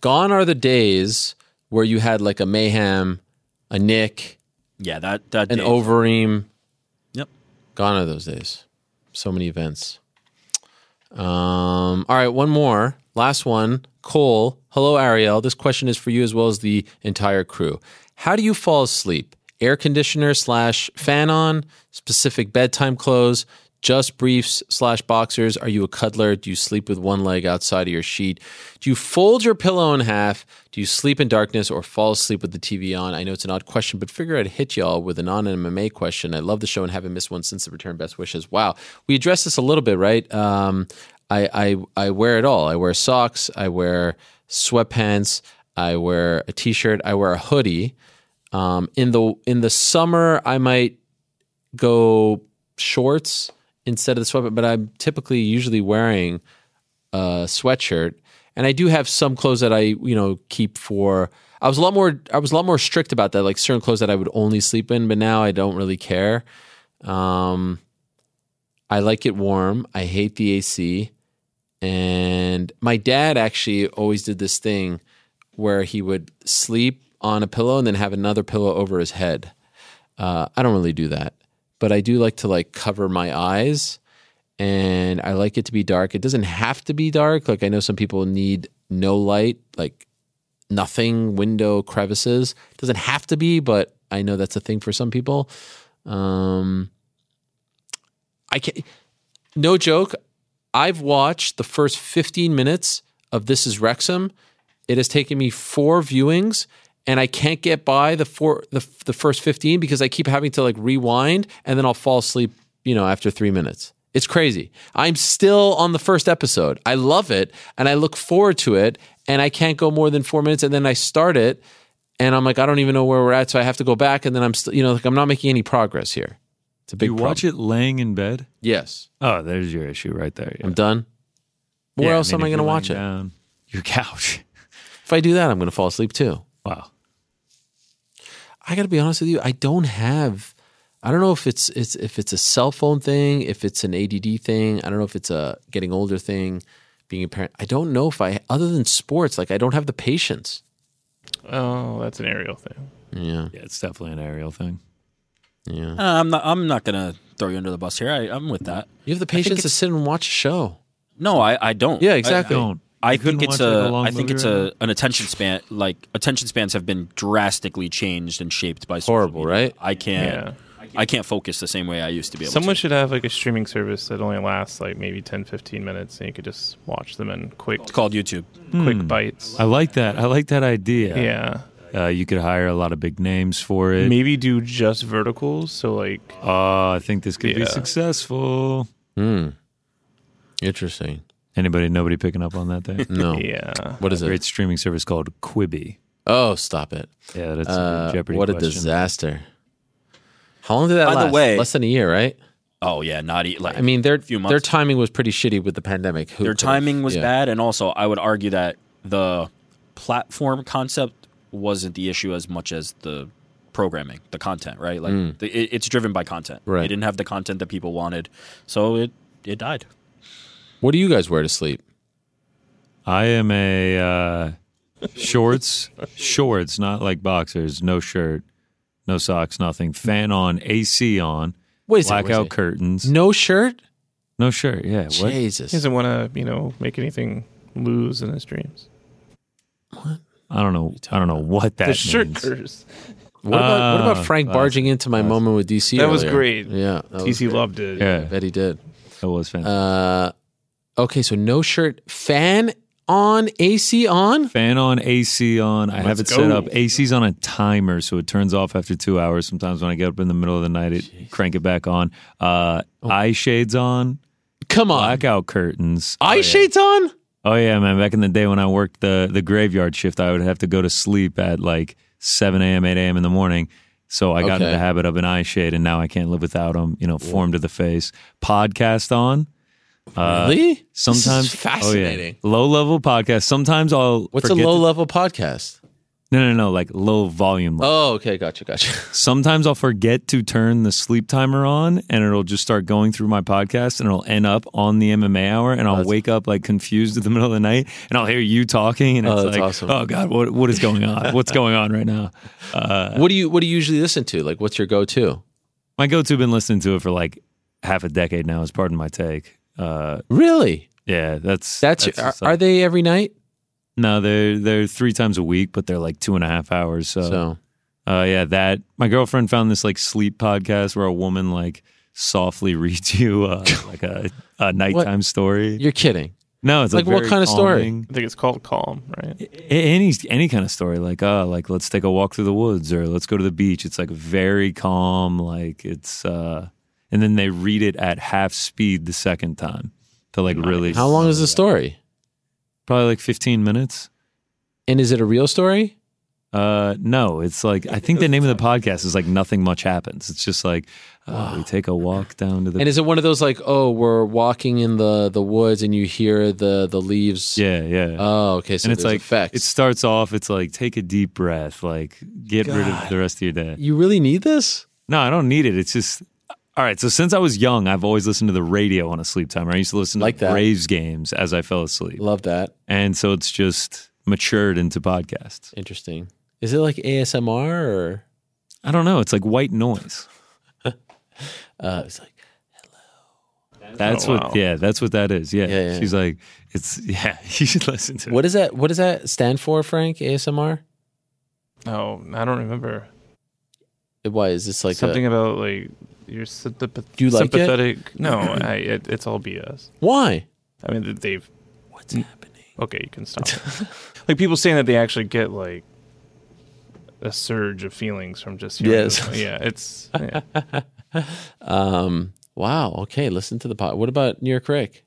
S1: Gone are the days where you had like a mayhem, a Nick,
S6: Yeah, that that
S1: an
S6: day-
S1: Overeem.
S6: Yep.
S1: Gone are those days. So many events. Um, all right, one more. Last one. Cole. Hello, Ariel. This question is for you as well as the entire crew. How do you fall asleep? Air conditioner slash fan on, specific bedtime clothes, just briefs slash boxers. Are you a cuddler? Do you sleep with one leg outside of your sheet? Do you fold your pillow in half? Do you sleep in darkness or fall asleep with the TV on? I know it's an odd question, but figure I'd hit y'all with a non MMA question. I love the show and haven't missed one since the return. Best wishes. Wow. We addressed this a little bit, right? Um, I, I I wear it all. I wear socks. I wear sweatpants. I wear a t-shirt. I wear a hoodie. Um, in the in the summer, I might go shorts instead of the sweatpants, but I'm typically usually wearing a uh, sweatshirt. And I do have some clothes that I you know keep for. I was a lot more I was a lot more strict about that, like certain clothes that I would only sleep in, but now I don't really care. Um, I like it warm. I hate the AC. And my dad actually always did this thing where he would sleep on a pillow and then have another pillow over his head. Uh, I don't really do that, but I do like to like cover my eyes and I like it to be dark. It doesn't have to be dark. Like I know some people need no light, like nothing, window crevices. doesn't have to be, but I know that's a thing for some people. Um, I can't. No joke. I've watched the first 15 minutes of This Is Wrexham. It has taken me four viewings, and I can't get by the four the the first 15 because I keep having to like rewind, and then I'll fall asleep. You know, after three minutes, it's crazy. I'm still on the first episode. I love it, and I look forward to it, and I can't go more than four minutes, and then I start it, and I'm like, I don't even know where we're at, so I have to go back, and then I'm still, you know, like I'm not making any progress here. It's a big
S5: you watch
S1: problem.
S5: it laying in bed?
S1: Yes.
S5: Oh, there's your issue right there. yeah.
S1: I'm done. Where
S5: Yeah,
S1: else
S5: mean,
S1: am I
S5: if
S1: going to
S5: you're uh,
S1: watch it?
S5: laying down- your couch.
S1: If I do that, I'm going to fall asleep too.
S5: Wow.
S1: I got to be honest with you. I don't have. I don't know if it's it's if it's a cell phone thing, if it's an ADD thing. I don't know if it's a getting older thing, being a parent. I don't know if I other than sports, like I don't have the patience.
S4: Oh, that's an aerial thing.
S1: Yeah,
S5: Yeah, it's definitely an aerial thing.
S1: yeah.
S6: Uh, I'm not. I'm not gonna throw you under the bus here. I, I'm with that.
S1: You have the patience to sit and watch a show.
S6: No, I, I don't.
S1: Yeah,
S6: I-
S1: exactly.
S5: Don't.
S6: I
S5: You couldn't
S6: think it's
S5: watch, like,
S6: a.
S5: a long
S6: I think
S5: movie
S6: it's
S5: right
S6: a an attention span. Like attention spans have been drastically changed and shaped by social
S1: Horrible,
S6: media.
S1: right?
S6: I can't.
S4: Yeah.
S6: I can't focus the same way I used to be able.
S4: Someone
S6: to.
S4: should have like a streaming service that only lasts like maybe 10, 15 minutes, and you could just watch them in quick,
S6: It's called YouTube.
S4: quick bites.
S5: I like that. I like that idea.
S4: Yeah.
S5: Uh, you could hire a lot of big names for it.
S4: Maybe do just verticals. So like,
S5: Oh, I think this could be
S4: Yeah.
S5: successful.
S1: Hmm. Interesting.
S5: Anybody, nobody picking up on that there?
S1: No.
S4: yeah.
S1: What is
S5: Great
S1: it?
S5: streaming service called Quibi.
S1: Oh, stop it!
S5: Yeah, that's
S1: Uh,
S5: a Jeopardy
S1: what a
S5: question.
S1: disaster. How long did that
S6: By the
S1: last?
S6: way-
S1: Less than a year, right?
S6: Oh yeah, not e- like
S1: I mean, their
S6: few months.
S1: their timing was pretty shitty with the pandemic. Who
S6: their
S1: could've-
S6: timing was
S1: yeah.
S6: bad, and also I would argue that the platform concept wasn't the issue as much as the programming, the content, right? Like the, it, it's driven by content.
S1: Mm. Right.
S6: They didn't have the content that people wanted, so it it died.
S1: What do you guys wear to sleep?
S5: I am a uh, shorts, shorts, not like boxers, no shirt, no socks, nothing. Fan on, AC on,
S1: Wait a second, wait a
S5: blackout
S1: second.
S5: curtains,
S1: No shirt?
S5: no shirt. Yeah, what?
S4: He
S1: Jesus.
S4: doesn't want to, you know, make anything lose in his dreams.
S5: I don't know. I don't know what that
S4: the shirt
S5: means.
S4: curse.
S1: What about, what
S5: Ah,
S1: about Frank
S5: classic,
S1: barging into my moment with DC?
S4: Uh, That was
S1: earlier?
S4: great.
S1: Yeah, that was
S4: TC
S1: great.
S4: loved it.
S1: I
S5: Yeah,
S1: bet he did.
S5: that was fantastic.
S1: Uh, okay, so no shirt, fan on, AC on.
S5: Fan on, AC on. I have it
S4: Let's
S5: set
S4: go.
S5: up. AC's on a timer, so it turns off after two hours. Sometimes when I get up in the middle of the night, it crank it back on. Uh,
S1: Oh.
S5: Eye shades on,
S1: Come on,
S5: blackout curtains.
S1: eye shades on.
S5: Oh yeah, man! Back in the day when I worked the the graveyard shift, I would have to go to sleep at like seven a.m., eight a.m. in the morning. So I got into
S1: Okay.
S5: the habit of an eye shade, and now I can't live without them. You know, form to the face. Podcast on.
S1: really?
S5: Sometimes oh,
S1: this is fascinating.
S5: Low level podcast. Sometimes I'll.
S1: What's a
S5: forget
S1: low
S5: to-
S1: level podcast?
S5: No, no, no. Like low volume. level.
S1: Oh, okay, gotcha, gotcha.
S5: Sometimes I'll forget to turn the sleep timer on and it'll just start going through my podcast and it'll end up on the MMA hour and I'll wake up like confused in the middle of the night and I'll hear you talking and
S1: Oh,
S5: it's
S1: that's
S5: like,
S1: awesome.
S5: oh God, what, what is going on? What's going on right now?
S1: what do you What do you usually listen to? Like, what's your go to?
S5: My go-to been listening to it for like half a decade now is pardon my take. Uh,
S1: Really?
S5: yeah, that's,
S1: That's,
S5: just,
S1: are, are
S5: like-
S1: they every night?
S5: no, they're, they're three times a week, but they're like two and a half hours.
S1: So
S5: Uh, yeah, that my girlfriend found this like sleep podcast where a woman like softly reads you uh, like a, a nighttime story.
S1: you're kidding.
S5: No, it's
S1: Like,
S5: like
S1: what kind of story?
S4: I think it's called Calm, right?
S5: story? Any any kind of story, like uh, like let's take a walk through the woods or let's go to the beach. It's like very calm, like it's uh, and then they read it at half speed the second time to like really
S1: How long is the story?
S5: Probably like fifteen minutes.
S1: And is it a real story?
S5: Uh, no, it's like I think the name of the podcast is like nothing much happens. It's just like uh, we take a walk down to the
S1: And is it one of those like, oh, we're walking in the the woods and you hear the the leaves?
S5: yeah yeah.
S1: Oh, okay. So
S5: and it's like
S1: effects.
S5: it starts off. It's like take a deep breath, like get rid of the rest of your day.
S1: you really need this?
S5: No, I don't need it. It's just all right. So since I was young, I've always listened to the radio on a sleep timer. I used to listen
S1: Like
S5: to
S1: that.
S5: Braves games as I fell asleep,
S1: Love that.
S5: and so it's just matured into podcasts.
S1: Interesting. Is it like ASMR or?
S5: I don't know. It's like white noise.
S1: Uh, it's like
S5: That's
S4: Oh,
S5: what.
S4: wow.
S5: Yeah, that's what that is. Yeah.
S1: Yeah, yeah,
S5: She's like, it's yeah. You should listen to it.
S1: what does that? What does that stand for, Frank? ASMR?
S4: No, I don't remember.
S1: Why is this like a-
S4: Something about like your sympath-
S1: Do you like it?
S4: sympathetic. No, I, it, it's all BS.
S1: why?
S4: I mean, that they've. What's happening? Okay, you can stop. it. like people saying that they actually get like a surge of feelings from just hearing
S1: Yes.
S4: this. yeah, it's yeah.
S1: Um. Wow. Okay. Listen to the pot. What about New York Rick?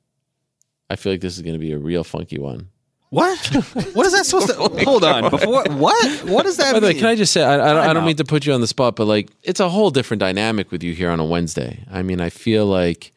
S1: I feel like this is going to be a real funky one.
S10: What? what is that supposed to? Hold on. Before what? What does that
S1: By the way,
S10: mean?
S1: can I just say I, I, don't, I
S10: Time
S1: don't
S10: out.
S1: mean to put you on the spot, but like it's a whole different dynamic with you here on a Wednesday. I mean, I feel like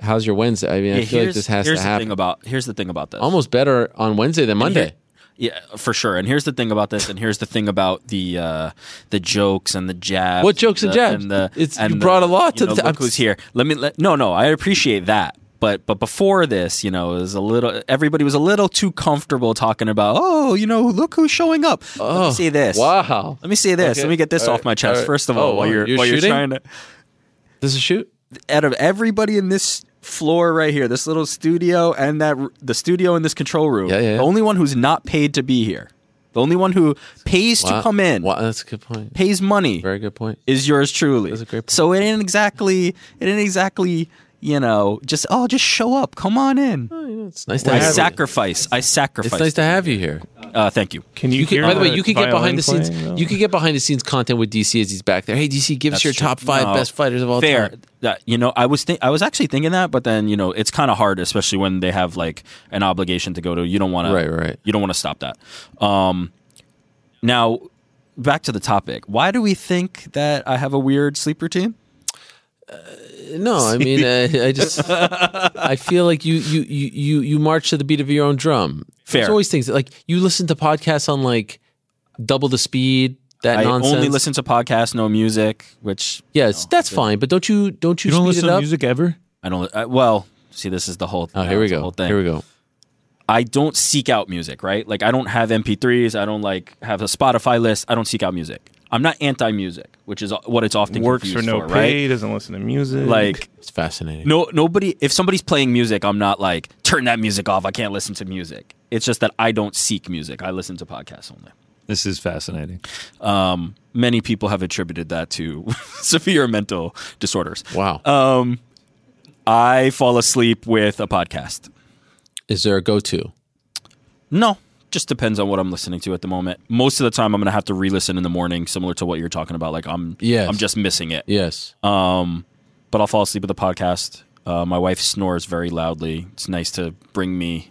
S1: how's your Wednesday? I mean, I feel
S6: Yeah,
S1: like
S6: here's-
S1: this has
S6: here's
S1: to
S6: the
S1: happen. Oh
S6: Thing about here's the thing about this.
S1: Almost better on Wednesday than Monday.
S6: Yeah, for sure. And here's the thing about this, and here's the thing about the uh, the jokes and the jabs.
S1: What jokes and
S6: the-
S1: jabs?
S6: And the,
S1: It's-
S6: and
S1: you brought a lot to
S6: you know,
S1: the-
S6: Look
S1: I'm-
S6: who's here. Let me. Let, no, no, I appreciate that. But but before this, you know, it was a little. Everybody was a little too comfortable talking about. Oh, you know, look who's showing up. Let me say Oh, this.
S1: Oh, Wow.
S6: Let me say this.
S1: Okay.
S6: Let me get this
S1: All
S6: off
S1: right.
S6: my
S1: All
S6: chest.
S1: right.
S6: First of all,
S1: Oh,
S6: while you're
S1: you're
S6: while
S1: shooting?
S6: you're trying to
S1: This is shoot.
S6: out of everybody in this floor right here, this little studio and that r- the studio in this control room,
S1: Yeah, yeah, yeah.
S6: the only one who's not paid to be here, the only one who pays
S1: Wow.
S6: to come in,
S1: Wow, that's a good point.
S6: pays money,
S1: Very good point.
S6: is yours truly.
S1: That's a great point.
S6: So it ain't exactly, it ain't exactly, you know, just oh, just show up, come on in.
S1: It's nice to
S6: I
S1: have you.
S6: sacrifice. I sacrifice.
S1: It's nice to have you here.
S6: uh, thank you.
S4: Can you?
S1: You can,
S4: hear
S1: by the way,
S4: that
S1: you can get
S4: violin
S1: behind the
S4: playing,
S1: scenes.
S4: though?
S1: You can get behind the scenes content with DC as he's back there. Hey, DC, give us
S6: That's
S1: your
S6: true.
S1: top five
S6: No.
S1: best fighters of all
S6: Fair.
S1: time.
S6: That- you know, I was think I was actually thinking that, but then you know, it's kind of hard, especially when they have like an obligation to go to. You don't want to.
S1: Right, right.
S6: You don't want to stop that. Um, now, back to the topic. Why do we think that I have a weird sleep routine?
S1: No, I mean, I, I just I feel like you you you you you march to the beat of your own drum.
S6: Fair.
S1: There's always things like you listen to podcasts on like double the speed, That
S6: I
S1: nonsense.
S6: only listen to podcasts, no music, which
S1: Yes, that's fine. But don't you don't you,
S5: You don't
S1: speed
S5: listen
S1: it
S5: to
S1: up?
S5: music ever?
S6: I don't. I, well, see, this is the whole.
S1: Oh, here we
S6: that's the
S1: go.
S6: Whole thing.
S1: Here we go.
S6: I don't seek out music, right? Like I don't have MP3s. I don't like have a Spotify list. I don't seek out music. I'm not anti-music, which is what it's often
S4: Works for
S6: confused
S4: no pay.
S6: right?
S4: Doesn't listen to music.
S6: Like
S1: It's fascinating.
S6: no nobody. If somebody's playing music, I'm not like turn that music off. I can't listen to music. It's just that I don't seek music. I listen to podcasts only.
S5: This is fascinating.
S6: Um, many people have attributed that to severe mental disorders.
S1: Wow.
S6: Um, I fall asleep with a podcast.
S1: Is there a go-to?
S6: No, just depends on what I'm listening to at the moment. Most of the time, I'm gonna have to re-listen in the morning, similar to what you're talking about. Like I'm,
S1: Yes.
S6: I'm just missing it.
S1: Yes.
S6: Um, but I'll fall asleep with a podcast. Uh, my wife snores very loudly. It's nice to bring me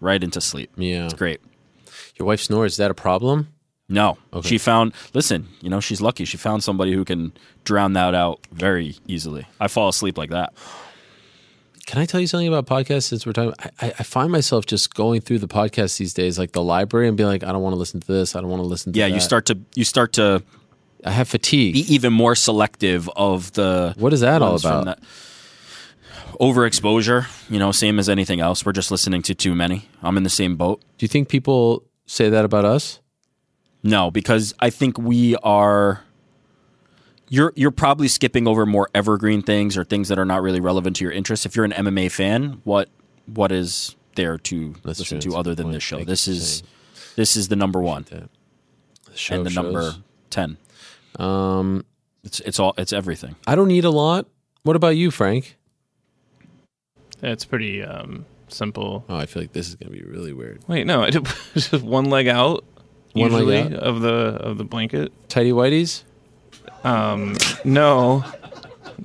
S6: right into sleep.
S1: Yeah.
S6: It's great.
S1: Your wife snores. Is that a problem?
S6: No, she found. Listen, you know she's lucky. She found somebody who can drown that out very easily. I fall asleep like that.
S1: Can I tell you something about podcasts since we're talking? I, I I find myself just going through the podcasts these days, like the library, and being like, I don't want to listen to this. I don't want to listen to
S6: Yeah,
S1: that.
S6: you start to you start to
S1: I have fatigue.
S6: be even more selective of the
S1: What is that all
S6: ones from
S1: about?
S6: that- Overexposure, you know, same as anything else. We're just listening to too many. I'm in the same boat.
S1: Do you think people say that about us?
S6: No, because I think we are. You're you're probably skipping over more evergreen things or things that are not really relevant to your interests. If you're an MMA fan, what what is there to listen
S1: true.
S6: to
S1: That's a
S6: other
S1: good
S6: than
S1: point.
S6: this show?
S1: Thank
S6: This
S1: you for
S6: is this is the number one
S1: The show
S6: and the number
S1: shows.
S6: ten.
S1: Um,
S6: It's it's all it's everything.
S1: I don't need a lot. What about you, Frank?
S4: that's pretty um, simple.
S1: Oh, I feel like this is going to be really weird.
S4: Wait, no, I did- just one leg out.
S1: One leg
S4: usually
S1: out?
S4: of the of the blanket.
S1: Tidy whiteys.
S4: Um, no,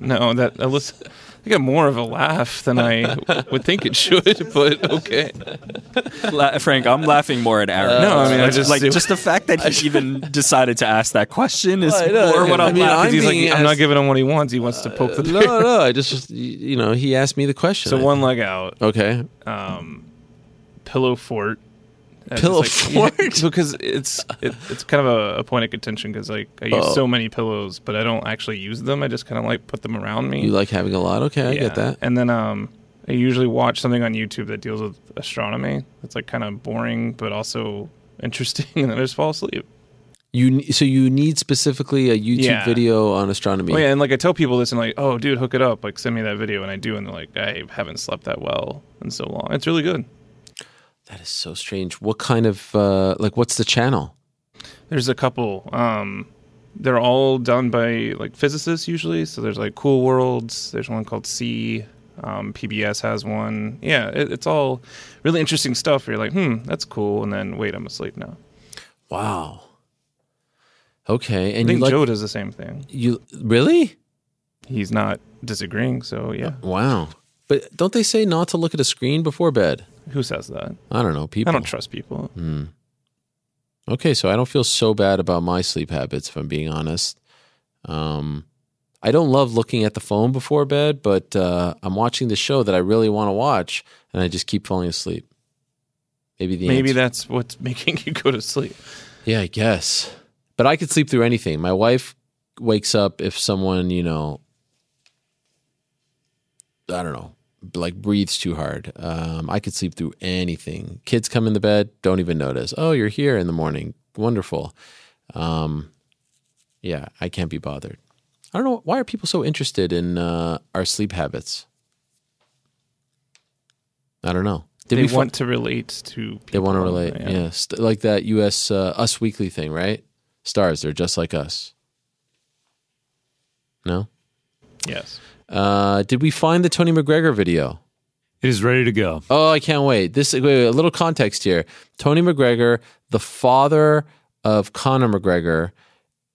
S4: no, that I listen. I got more of a laugh than I would think it should, but okay.
S6: La- Frank, I'm laughing more at Aaron.
S4: No, I mean, I
S6: Like-
S4: just
S6: like
S4: do-
S6: just the fact that he even decided to ask that question is
S1: I know,
S6: more what
S1: I
S6: I'm
S1: mean,
S6: laughing.
S1: I'm
S4: 'Cause he's like,
S1: being Uh,
S4: I'm not
S1: asked-
S4: giving him what he wants. He wants to poke the
S1: No,
S4: bear.
S1: no, no. I just, just, y- you know, he asked me the question.
S4: So
S1: I-
S4: one leg out,
S1: Okay.
S4: pillow fort. That's
S1: Pillow
S4: just like-
S1: fort?
S4: Yeah, because it's it, it's kind of a, a point of contention because like I use
S1: Oh.
S4: so many pillows, but I don't actually use them. I just kind of like put them around me.
S1: You like having a lot? Okay, I
S4: Yeah.
S1: get that.
S4: And then um, I usually watch something on YouTube that deals with astronomy. It's like kind of boring, but also interesting, and then I just fall asleep.
S1: You ne- so you need specifically a YouTube
S4: Yeah.
S1: video on astronomy.
S4: Oh yeah, and like I tell people this, and like, oh dude, hook it up, like send me that video, and I do, and they're like, I haven't slept that well in so long. It's really good.
S1: That is so strange. What kind of uh, like? What's the channel?
S4: There's a couple. Um, they're all done by like physicists usually. So there's like Cool Worlds. There's one called C. Um, PBS has one. Yeah, it, it's all really interesting stuff. Where you're like, hmm, that's cool, and then wait, I'm asleep now.
S1: Wow. Okay, and
S4: I
S1: you
S4: think
S1: like
S4: Joe does the same thing.
S1: you really?
S4: He's not disagreeing, so yeah.
S1: Wow. But don't they say not to look at a screen before bed?
S4: Who says that?
S1: I don't know. People.
S4: I don't trust people.
S1: Okay, so I don't feel so bad about my sleep habits, if I'm being honest. Um, I don't love looking at the phone before bed, but uh, I'm watching the show that I really want to watch, and I just keep falling asleep. Maybe the
S4: Maybe
S1: answer-
S4: that's what's making you go to sleep.
S1: Yeah, I guess. But I could sleep through anything. My wife wakes up if someone, you know, I don't know, like breathes too hard. Um, I could sleep through anything. Kids come in the bed, don't even notice. Oh, you're here in the morning. Wonderful. Um, yeah, I can't be bothered. I don't know. Why are people so interested in uh, our sleep habits? I don't know. Did
S4: they
S1: we fi-
S4: want to relate to. People.
S1: they want to relate. Yeah. St- like that US uh, Us Weekly thing, right? Stars, they're just like us. No?
S4: Yes.
S1: Uh, did we find the Tony McGregor video?
S5: It is ready to go.
S1: Oh, I can't wait. This wait, wait, a little context here. Tony McGregor, the father of Conor McGregor,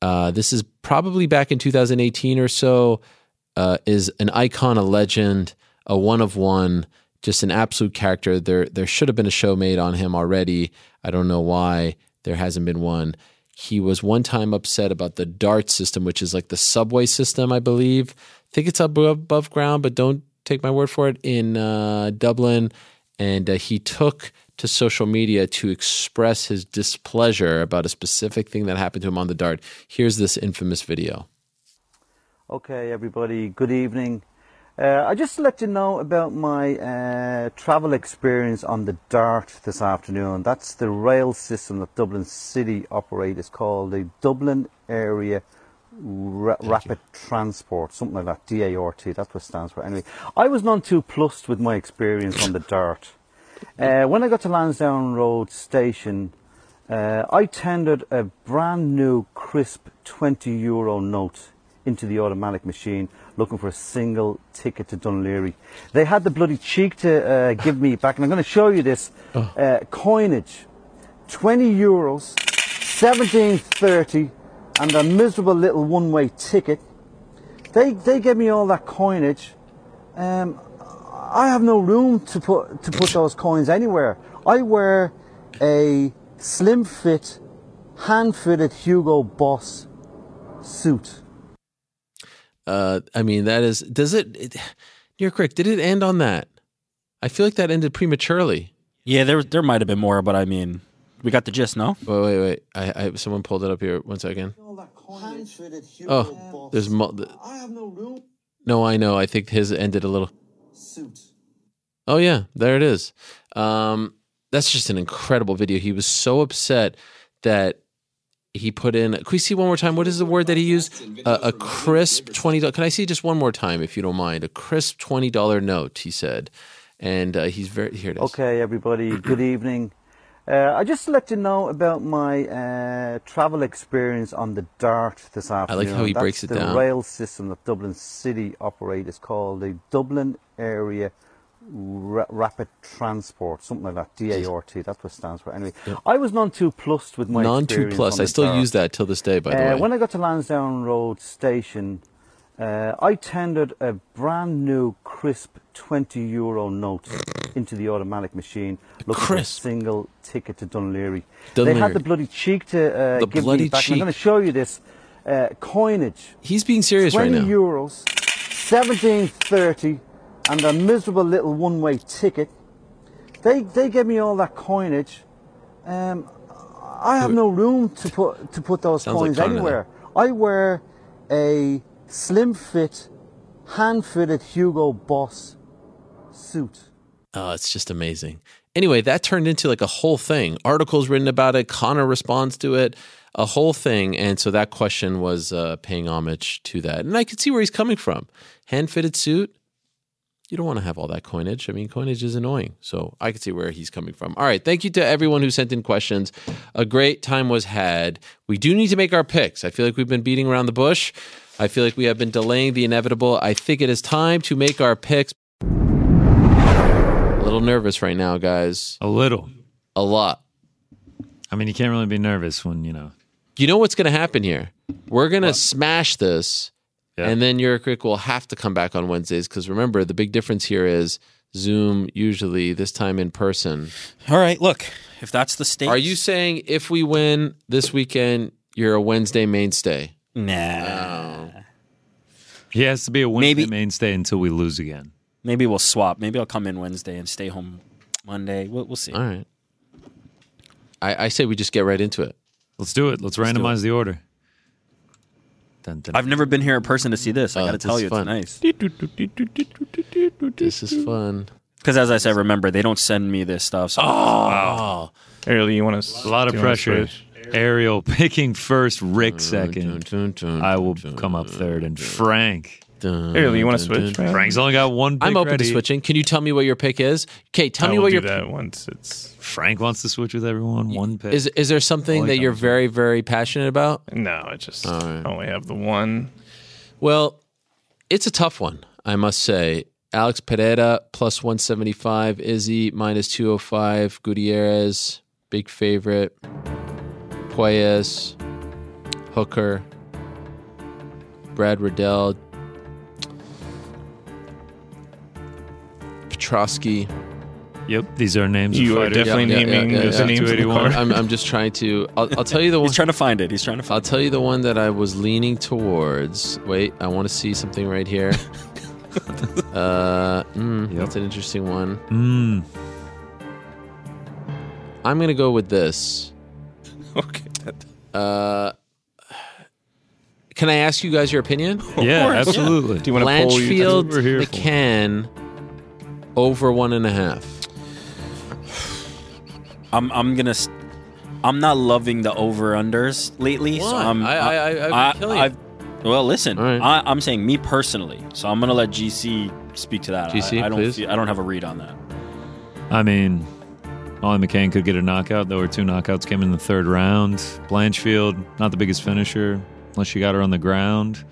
S1: uh, this is probably back in 2018 or so. Uh, is an icon, a legend, a one of one, just an absolute character. There, there should have been a show made on him already. I don't know why there hasn't been one. He was one time upset about the DART system, which is like the subway system, I believe. I think it's above, above ground, but don't take my word for it. In uh, Dublin, and uh, he took to social media to express his displeasure about a specific thing that happened to him on the dart. Here's this infamous video.
S11: Okay, everybody, good evening. Uh, I just to let you know about my uh, travel experience on the Dart this afternoon. That's the rail system that Dublin City operate. It's called the Dublin Area Ra- Rapid Transport, something like that. D-A-R-T. That's what it stands for. Anyway, I was none too plussed with my experience on the Dart. Uh, when I got to Lansdowne Road Station, uh, I tendered a brand new crisp 20 euro note into the automatic machine looking for a single ticket to Dunleary. They had the bloody cheek to uh, give me back, and I'm going to show you this uh, coinage 20 euros, 17.30, and a miserable little one way ticket. They, they gave me all that coinage. Um, I have no room to put to put those coins anywhere. I wear a slim fit, hand fitted Hugo Boss suit.
S1: Uh, I mean, that is, does it, it, you're correct. Did it end on that? I feel like that ended prematurely.
S6: Yeah, there there might have been more, but I mean, we got the gist, no?
S1: Wait, wait, wait. I, I someone pulled it up here. One second. Oh, there's mo- the-
S11: I have no room.
S1: no. I know. I think his ended a little. Oh yeah, there it is. Um, that's just an incredible video. He was so upset that he put in. Can we see one more time? What is the word that he used? A, a crisp twenty. dollars Can I see just one more time, if you don't mind? A crisp twenty dollar note. He said, and uh, he's very here. It is.
S11: Okay, everybody, good evening. Uh, I just to let you know about my uh, travel experience on the Dart this
S1: how
S11: afternoon.
S1: he
S11: That's
S1: breaks it
S11: the
S1: down.
S11: rail system that Dublin City operate. It's called the Dublin Area Ra- Rapid Transport, something like that. D-A-R-T. That's what it stands for. Anyway, I was none too plussed with my
S1: Non two
S11: experience
S1: plus.
S11: on the
S1: I still
S11: Dart.
S1: use that till this day. By the
S11: Uh,
S1: way,
S11: When I got to Lansdowne Road Station, uh, I tendered a brand new crisp 20 euro note into the automatic machine looking for a single ticket to Dunleary. They
S1: Dunleary.
S11: had the bloody cheek to uh,
S1: The
S11: give
S1: bloody
S11: me back. and I'm
S1: cheek.
S11: going to show you this uh, coinage.
S1: He's being serious
S11: 20
S1: right now.
S11: euros, 17.30, and a miserable little one-way ticket. They they gave me all that coinage. Um, I have no room to put to put those
S1: Sounds like
S11: coins
S1: Conan.
S11: anywhere. I wear a slim fit, hand fitted Hugo Boss suit.
S1: Oh, it's just amazing. Anyway, that turned into like a whole thing. Articles written about it. Connor responds to it. A whole thing. And so that question was uh, paying homage to that. And I could see where he's coming from. Hand fitted suit. You don't want to have all that coinage. I mean, coinage is annoying. So I could see where he's coming from. All right. Thank you to everyone who sent in questions. A great time was had. We do need to make our picks. I feel like we've been beating around the bush. I feel like we have been delaying the inevitable. I think it is time to make our picks. A little nervous right now, guys.
S5: A little.
S1: A lot.
S5: I mean, you can't really be nervous when, you know,
S1: You know what's going to happen here? We're going to smash this,
S5: Yeah.
S1: and then your crick will have to come back on Wednesdays because remember, the big difference here is Zoom usually, this time in person.
S6: All right, look, if that's the state,
S1: Are you saying if we win this weekend, you're a Wednesday mainstay?
S6: Nah.
S5: he has to be a Wednesday
S6: Maybe-
S5: mainstay until we lose again.
S6: Maybe we'll swap. Maybe I'll come in Wednesday and stay home Monday. We'll, we'll see.
S1: All right. I, I say we just get right into it.
S5: Let's do it. Let's,
S1: do
S5: randomize the order. Dun, dun.
S6: I've never been here in person to see this. I
S1: Oh,
S6: got to
S1: this
S6: tell
S1: is
S6: you,
S1: fun.
S6: it's nice.
S1: This is fun.
S6: Because as I said, remember they don't send me this stuff. So
S1: Oh,
S4: Ariel, you want to?
S5: a lot of pressure. Ariel picking first, Rick second. I will come up third, and Frank.
S4: Ariel, you want to switch? man?
S5: Frank's only got one. Pick
S1: I'm open
S5: ready.
S1: to switching. Can you tell me what your pick is? Okay, tell
S4: I
S1: me
S4: will
S1: what
S4: do
S1: your
S4: that once it's
S5: Frank wants to switch with everyone. One pick.
S1: Is is there something
S5: Well,
S1: that
S5: yeah.
S1: you're very very passionate about?
S4: no. I just
S1: All right.
S4: only have the one.
S1: Well, it's a tough one, I must say. Alex Pereira plus 175, Izzy minus 205, Gutierrez big favorite, Pueyas, Hooker, Brad Riddell, Petrosky.
S5: Yep, these are names.
S4: You
S5: of
S4: are
S5: fighters.
S4: definitely
S1: Yeah, yeah,
S4: naming
S1: yeah,
S4: the
S1: yeah.
S4: names of the
S5: 281.
S4: card.
S1: I'm, I'm just trying to. I'll, I'll tell you the one.
S6: he's trying to find it. He's trying to find.
S1: I'll tell you the one that I was leaning towards. Wait, I want to see something right here.
S4: Mm.
S1: uh, mm, That's an interesting one.
S5: Mm,
S1: I'm going to go with this.
S4: Okay.
S1: Uh, can I ask you guys your opinion?
S5: Yeah, course, yeah. absolutely.
S4: Do you wanna poll you- That's what
S1: Blanchfield
S4: we're here for.
S1: McCann over one and a half?
S6: I'm I'm gonna. St- I'm not loving the over unders lately. So
S1: Why?
S6: I'm,
S1: I- I- I- I would kill you.
S6: well, listen.
S1: All right.
S6: I, I'm saying me personally. So I'm gonna let GC speak to that.
S1: GC,
S6: I, I don't.
S1: please.
S6: feel- I don't have a read on that.
S5: I mean, Ollie McCain could get a knockout. There were two knockouts came in the third round. Blanchfield, not the biggest finisher, unless you got her on the ground.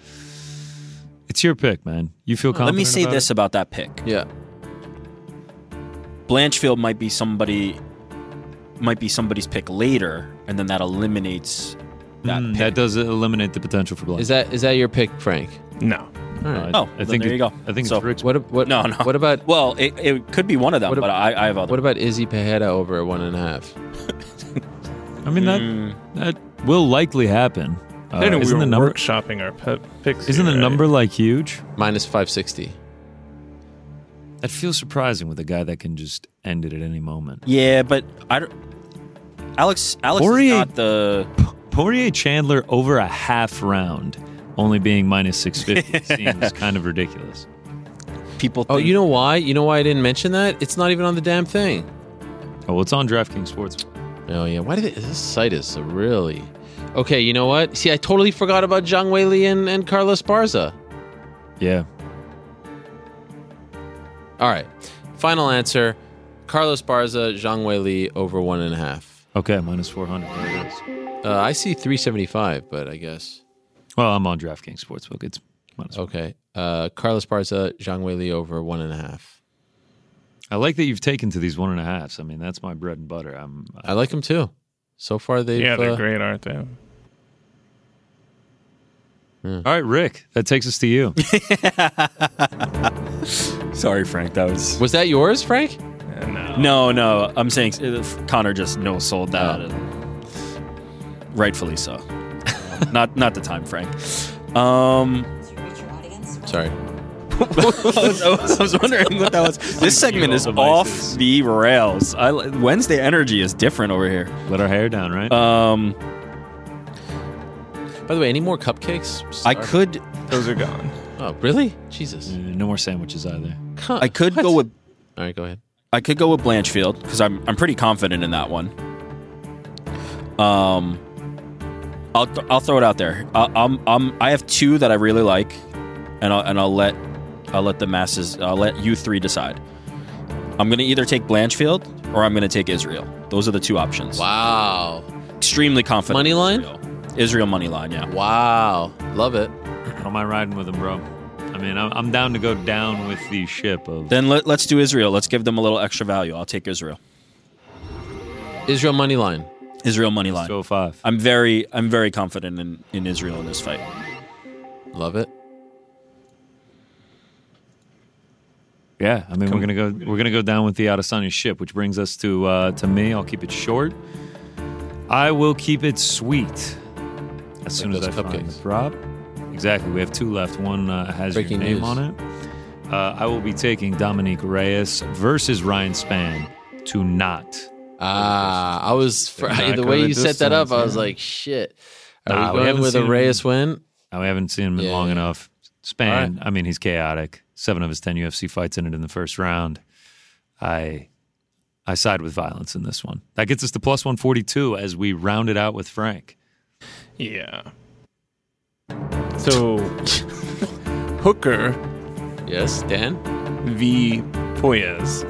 S5: It's your pick, man. You feel confident.
S6: Let me say
S5: about
S6: this
S5: it?
S6: about that pick.
S1: Yeah.
S6: Blanchfield might be somebody. Might be somebody's pick later, and then that eliminates that
S5: Mm,
S6: pick.
S5: that does eliminate the potential for Blanchfield.
S1: Is that is that your pick, Frank?
S4: No.
S1: All right.
S6: Oh,
S5: I
S6: then
S5: think
S6: there
S5: it-
S6: you go.
S5: I think
S6: So-
S5: it's Rick's.
S1: What what
S6: No, no.
S1: what about
S6: Well, it, it could be one of them,
S1: What ab-
S6: but I, I have other.
S1: what about Izzy Pajeda over one and a half?
S5: I mean, that
S6: Mm.
S5: that will likely happen. Uh,
S4: I didn't know we
S5: isn't
S4: were
S5: the number
S4: workshopping our pet picks.
S5: isn't
S4: here,
S5: the
S4: right?
S5: number like huge?
S1: Minus five sixty.
S5: That feels surprising with a guy that can just end it at any moment.
S6: Yeah, but I don't. Alex, Alex
S5: Poirier-
S6: is not the.
S5: Poirier Chandler over a half round, only being minus six fifty seems kind of ridiculous.
S6: People.
S1: Oh,
S6: think-
S1: you know why? You know why I didn't mention that? It's not even on the damn thing.
S5: Oh, well, it's on DraftKings Sports.
S1: Oh yeah, why did it, this site is so really? Okay, you know what? See, I totally forgot about Zhang Wei Li and, and Carlos Barza.
S5: Yeah,
S1: All right, final answer: Carlos Barza, Zhang Wei Li over one and a half.
S5: Okay, minus 400. There it is.
S1: Uh, I see three seventy five, but I guess
S5: Well, I'm on DraftKings Sportsbook. It's minus.
S1: okay. Uh, Carlos Barza, Zhang Wei Li over one and a half.
S5: I like that you've taken to these one and a halves. I mean, that's my bread and butter. I'm,
S1: I like them too. So far, they've
S4: Yeah, they're
S1: uh,
S4: great, aren't they?
S5: All right, Rick, that takes us to you.
S6: Sorry, Frank. That was.
S1: Was that yours, Frank?
S4: Yeah, no.
S6: No, no. I'm saying uh, Connor just no sold that.
S1: Oh.
S6: and Rightfully so. not not the time, Frank. Um,
S1: Sorry.
S6: I, was, I was- I was wondering what that was. This segment is off the rails. I, li- Wednesday energy is different over here.
S5: Let our hair down, right?
S6: Um,
S1: By the way, any more cupcakes?
S6: I
S1: Sorry.
S6: could
S4: Those are gone.
S1: Oh, really? Jesus.
S5: Uh, no more sandwiches either.
S1: Huh,
S6: I could
S1: what?
S6: go with
S1: All right, go ahead.
S6: I could go with Blanchfield because I'm I'm pretty confident in that one. Um, I'll th- I'll throw it out there. I, I'm I'm I have two that I really like, and I'll and I'll let I'll let the masses I'll let you three decide. I'm gonna either take Blanchfield or I'm gonna take Israel. Those are the two options.
S1: Wow.
S6: Extremely confident.
S1: Money
S6: in
S1: line?
S6: Israel. Israel money line. Yeah.
S1: Wow. Love it.
S5: I don't mind riding with him, bro. I mean, I'm, I'm down to go down with the ship of.
S6: Then let, let's do Israel. Let's give them a little extra value. I'll take Israel.
S1: Israel money line.
S6: Israel money line.
S5: 205.
S6: I'm very I'm very confident in, in Israel in this fight.
S1: Love it.
S5: Yeah, I mean, we're gonna go. We're gonna go down with the Adesanya ship, which brings us to uh, to me. I'll keep it short. I will keep it sweet. As soon as
S1: those
S5: I find
S1: cupcakes.
S5: the prop. Exactly. We have two left. One uh, has
S1: Breaking
S5: your name
S1: news.
S5: on it. Uh, I will be taking Dominique Reyes versus Ryan Span to not.
S1: Ah, I was fr-
S5: They're not
S1: the way
S5: going
S1: you set that up.
S5: distance,
S1: I was
S5: yeah.
S1: like, shit. Are
S5: Nah, we
S1: we going
S5: haven't
S1: with a
S5: seen him.
S1: Reyes win?
S5: I haven't seen him in
S1: Yeah,
S5: long
S1: yeah.
S5: enough. Span. I mean, he's chaotic. Seven of his ten UFC fights ended in the first round. I I side with violence in this one. That gets us to plus one forty two as we round it out with Frank.
S4: Yeah. So, Hooker
S1: Yes, Dan.
S4: v. Poyas.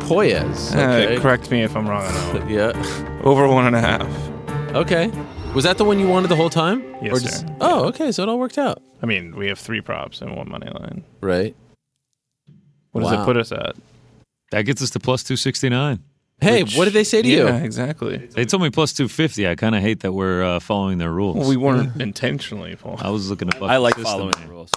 S1: Poyas.
S4: Uh,
S1: Okay.
S4: correct me if I'm wrong. on that
S1: yeah.
S4: one. Over one and a half.
S1: Okay. Was that the one you wanted the whole time?
S4: Yes,
S1: Or
S4: sir.
S1: Oh, okay. So it all worked out.
S4: I mean, we have three props and one money line.
S1: Right.
S4: What does
S1: Wow.
S4: it put us at?
S5: That gets us to plus 269.
S1: Hey,
S4: Which-
S1: what did they say to
S4: Yeah,
S1: you?
S4: exactly.
S5: They told me plus 250. I kind of hate that we're uh, following their rules.
S4: Well, we weren't Uh, intentionally full.
S5: I was looking to buck
S6: I like
S5: the system
S6: following
S5: there.
S6: the rules.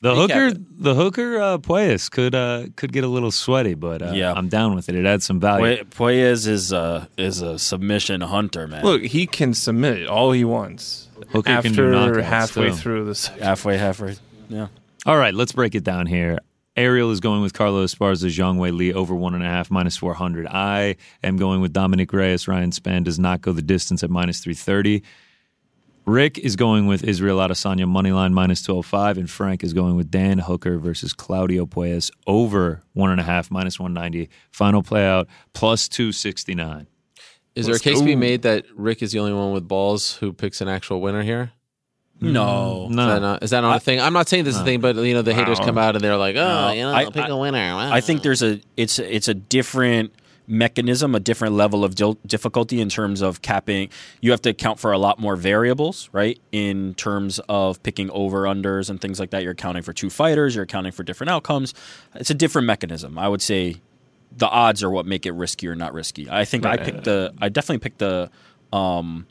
S5: The
S1: Recap
S5: hooker,
S1: it.
S5: the hooker uh, Pueyas could uh, could get a little sweaty, but uh,
S6: Yeah.
S5: I'm down with it. It adds some value.
S6: Poy- Poyez is a is a submission hunter, man.
S4: Look, he can submit all he wants
S5: Hooker can do
S4: after
S5: knockouts,
S4: halfway
S5: too.
S4: through the second.
S6: halfway, halfway. Yeah.
S5: All right, let's break it down here. Ariel is going with Carlos Esparza, Zhang Wei Li over one and a half, minus 400. I am going with Dominic Reyes. Ryan Span does not go the distance at minus 330. Rick is going with Israel Adesanya moneyline minus 12.5, and Frank is going with Dan Hooker versus Claudio Pueyas over one and a half, minus 190. Final playout, plus 269.
S1: Is there a case to be made that Rick is the only one with balls who picks an actual winner here?
S6: No.
S1: Is that not, is that not a thing? I'm not saying this is a thing, but you know the haters
S6: Wow.
S1: come out and they're like, oh,
S6: No,
S1: you know,
S6: I-
S1: pick a
S6: I-
S1: winner.
S6: I think there's a it's it's a different mechanism, a different level of dil- difficulty in terms of capping. You have to account for a lot more variables, right? In terms of picking over unders and things like that. You're accounting for two fighters. You're accounting for different outcomes. It's a different mechanism. I would say the odds are what make it risky or not risky. I think
S5: Right.
S6: I picked the I definitely picked the um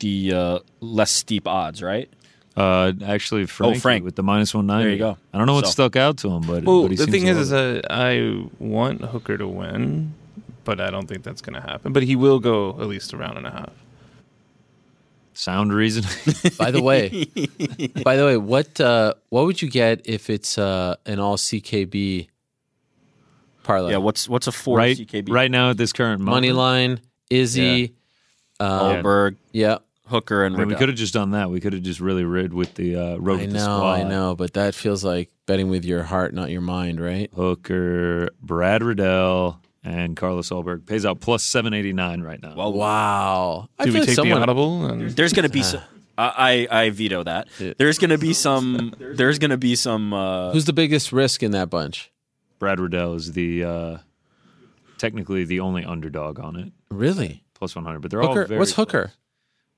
S6: the uh, less steep odds, right?
S5: Uh, actually, Frank,
S6: Oh, Frank.
S5: with the minus 190.
S6: There you go.
S5: I don't know what
S6: So-
S5: stuck out to him, but,
S4: Well,
S5: but he
S4: the
S5: seems
S4: thing
S5: to
S4: is,
S5: love
S4: is
S5: it.
S4: that I want Hooker to win, but I don't think that's going to happen. But he will go at least a round and a half.
S5: sound reason.
S1: By the way, by the way, what uh, what would you get if it's uh, an all CKB parlay?
S6: Yeah. What's what's a four
S5: right,
S6: CKB?
S5: right now at this current moment.
S1: Money line, Izzy, um,
S6: Goldberg,
S1: yeah.
S6: Uh, Hooker, and
S5: I mean, we
S6: Riddell.
S5: could have just done that. We could have just really rid with the uh, road
S1: I
S5: with the
S1: know,
S5: squad.
S1: I know, but that feels like betting with your heart, not your mind, right?
S5: Hooker, Brad Riddell, and Carlos Olberg pays out plus 789 right now.
S6: Well,
S1: Wow. I
S4: Do
S1: feel
S4: we
S1: like
S4: take
S1: someone,
S4: the audible? And
S6: There's gonna be some. I, I I veto that.
S1: Yeah.
S6: There's gonna be some. There's gonna be some. Uh,
S1: Who's the biggest risk in that bunch?
S5: Brad Riddell is the uh, technically the only underdog on it,
S1: Really?
S5: plus 100. But they're all
S1: Hooker?
S5: very
S1: What's
S5: close.
S1: Hooker?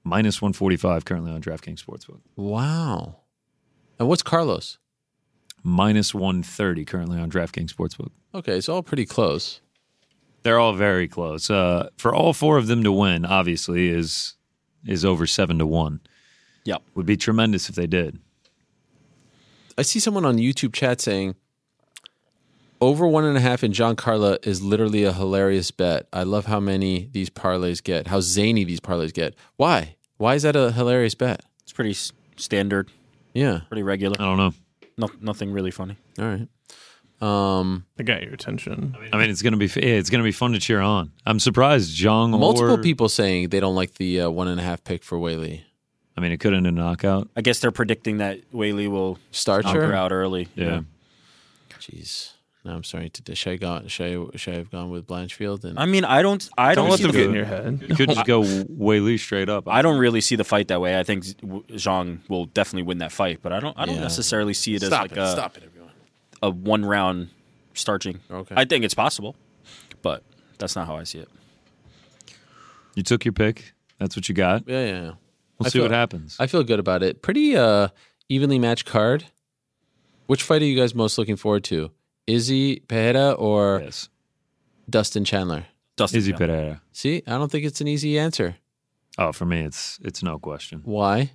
S5: Minus 145 currently on DraftKings Sportsbook.
S1: Wow. And what's Carlos?
S5: Minus 130 currently on DraftKings Sportsbook.
S1: Okay, it's all pretty close.
S5: They're all very close. Uh, for all four of them to win, obviously, is is over seven to one.
S6: Yep.
S5: would be tremendous if they did.
S1: I see someone on YouTube chat saying over one and a half in John Carla is literally a hilarious bet. I love how many these parlays get, how zany these parlays get. Why? Why is that a hilarious bet?
S6: it's pretty s- standard,
S1: Yeah.
S6: pretty regular.
S5: I don't know.
S6: No, nothing really funny.
S1: All right. Um,
S4: I got your attention.
S5: I mean, it's gonna be yeah, it's gonna be fun to cheer on. I'm surprised Zhang.
S1: multiple
S5: or-
S1: people saying they don't like the uh, one and a half pick for Whaley.
S5: I mean, it could end in a knockout.
S6: I guess they're predicting that Whaley will knock her
S1: Starcher?
S6: out early.
S5: Yeah.
S1: Jeez. Now I'm starting to. Should I, go, should I, should I have gone with Blanchfield? And
S6: I mean, I don't. I don't.
S4: Don't let
S6: see
S4: them
S6: the-
S4: get in your head.
S5: You could just go Whaley straight up.
S6: I don't really see the fight that way. I think Z- w- Zhang will definitely win that fight, but I don't. I don't
S1: Yeah.
S6: necessarily see it as like a
S1: it, everyone.
S6: a one round starching.
S1: Okay.
S6: I think it's possible, but that's not how I see it.
S5: You took your pick. That's what you got.
S1: Yeah, yeah, yeah.
S5: We'll
S1: I
S5: see what
S1: feel-
S5: happens.
S1: I feel good about it. Pretty uh, evenly matched card. Which fight are you guys most looking forward to? Izzy Pereira or
S5: yes.
S1: Dustin Chandler?
S6: Dustin,
S5: Izzy
S6: yeah.
S5: Pereira.
S1: See, I don't think it's an easy answer.
S5: Oh, for me, it's it's no question.
S1: Why?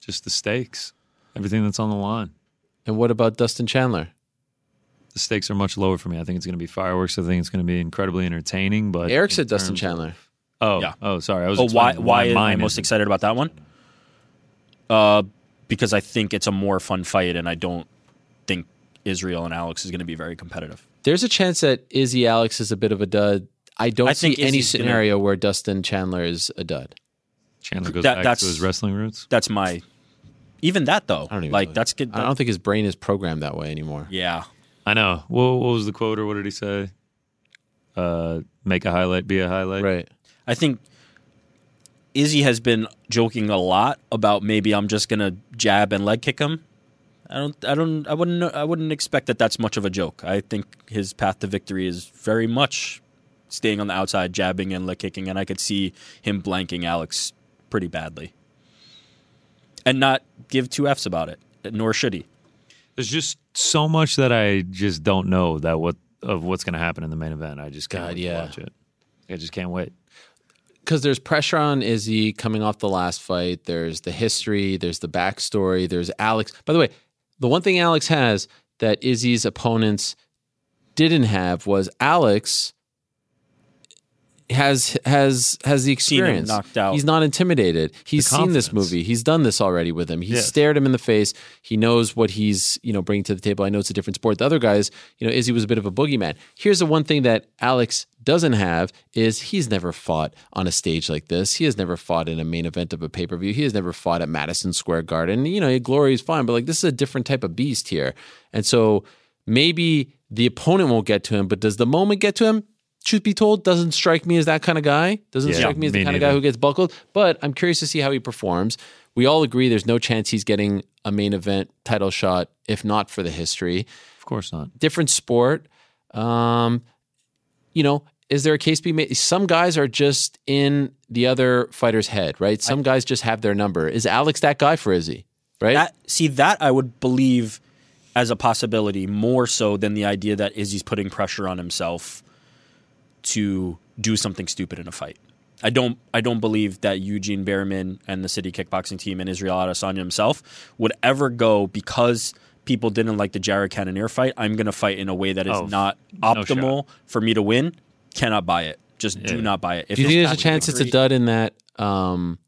S5: Just the stakes. Everything that's on the line.
S1: And what about Dustin Chandler?
S5: The stakes are much lower for me. I think it's going to be fireworks. I think it's going to be incredibly entertaining. But
S1: Eric
S5: in
S1: said Dustin
S5: terms-
S1: Chandler.
S5: Oh,
S6: Yeah.
S5: oh, sorry. I was.
S6: Oh, why?
S5: explaining
S6: Why am I
S5: mine
S6: most
S5: isn't.
S6: excited about that one? Uh, because I think it's a more fun fight, and I don't think Israel and Alex is going to be very competitive.
S1: There's a chance that Izzy Alex is a bit of a dud. I don't
S6: I
S1: see
S6: think
S1: any
S6: Izzy's gonna-
S1: scenario where Dustin Chandler is a dud.
S5: Chandler goes
S6: That-
S5: back
S6: that's-
S5: to his wrestling roots.
S6: That's my. Even that though,
S1: I don't even
S6: like
S1: know.
S6: that's good.
S1: I don't think his brain is programmed that way anymore.
S6: yeah,
S5: I know. What, what was the quote or what did he say? Uh, make a highlight, be a highlight.
S1: Right.
S6: I think Izzy has been joking a lot about maybe I'm just going to jab and leg kick him. I don't. I don't. I wouldn't. I wouldn't expect that. That's much of a joke. I think his path to victory is very much staying on the outside, jabbing and leg kicking, and I could see him blanking Alex pretty badly, and not give two f's about it. Nor should he.
S5: There's just so much that I just don't know that what of what's going to happen in the main event. I just can't
S1: God,
S5: wait to
S1: yeah.
S5: watch it. I just can't wait.
S1: because there's pressure on Izzy coming off the last fight. There's the history. There's the backstory. There's Alex. By the way, the one thing Alex has that Izzy's opponents didn't have was Alex has has has the
S6: Seen him
S1: experience.
S6: knocked out.
S1: He's not intimidated. He's seen this movie. He's done this already with him. He's
S6: Yes.
S1: stared him in the face. He knows what he's you know bringing to the table. I know it's a different sport. The other guys, you know, Izzy was a bit of a boogeyman. Here's the one thing that Alex doesn't have is he's never fought on a stage like this. He has never fought in a main event of a pay per view. He has never fought at Madison Square Garden. You know, glory is fine, but like this is a different type of beast here. And so maybe the opponent won't get to him, but does the moment get to him? Truth be told, doesn't strike me as that kind of guy. Doesn't
S5: Yeah,
S1: strike me as
S5: me
S1: the kind of guy
S5: neither.
S1: who gets buckled. But I'm curious to see how he performs. We all agree there's no chance he's getting a main event title shot, if not for the history.
S5: Of course not.
S1: Different sport. Um, you know, is there a case to be made? Some guys are just in the other fighter's head, right? Some guys just have their number. Is Alex that guy for Izzy? Right?
S6: That, see, that I would believe as a possibility more so than the idea that Izzy's putting pressure on himself to do something stupid in a fight. I don't. I don't believe that Eugene Behrman and the city kickboxing team and Israel Adesanya himself would ever go because people didn't like the Jared Cannonier fight. I'm going to fight in a way that is
S1: Oh,
S6: not optimal for me to win. Cannot buy it. Just do not buy it.
S1: Do you
S6: it's
S1: think there's a
S6: not-
S1: chance it's a dud in that um,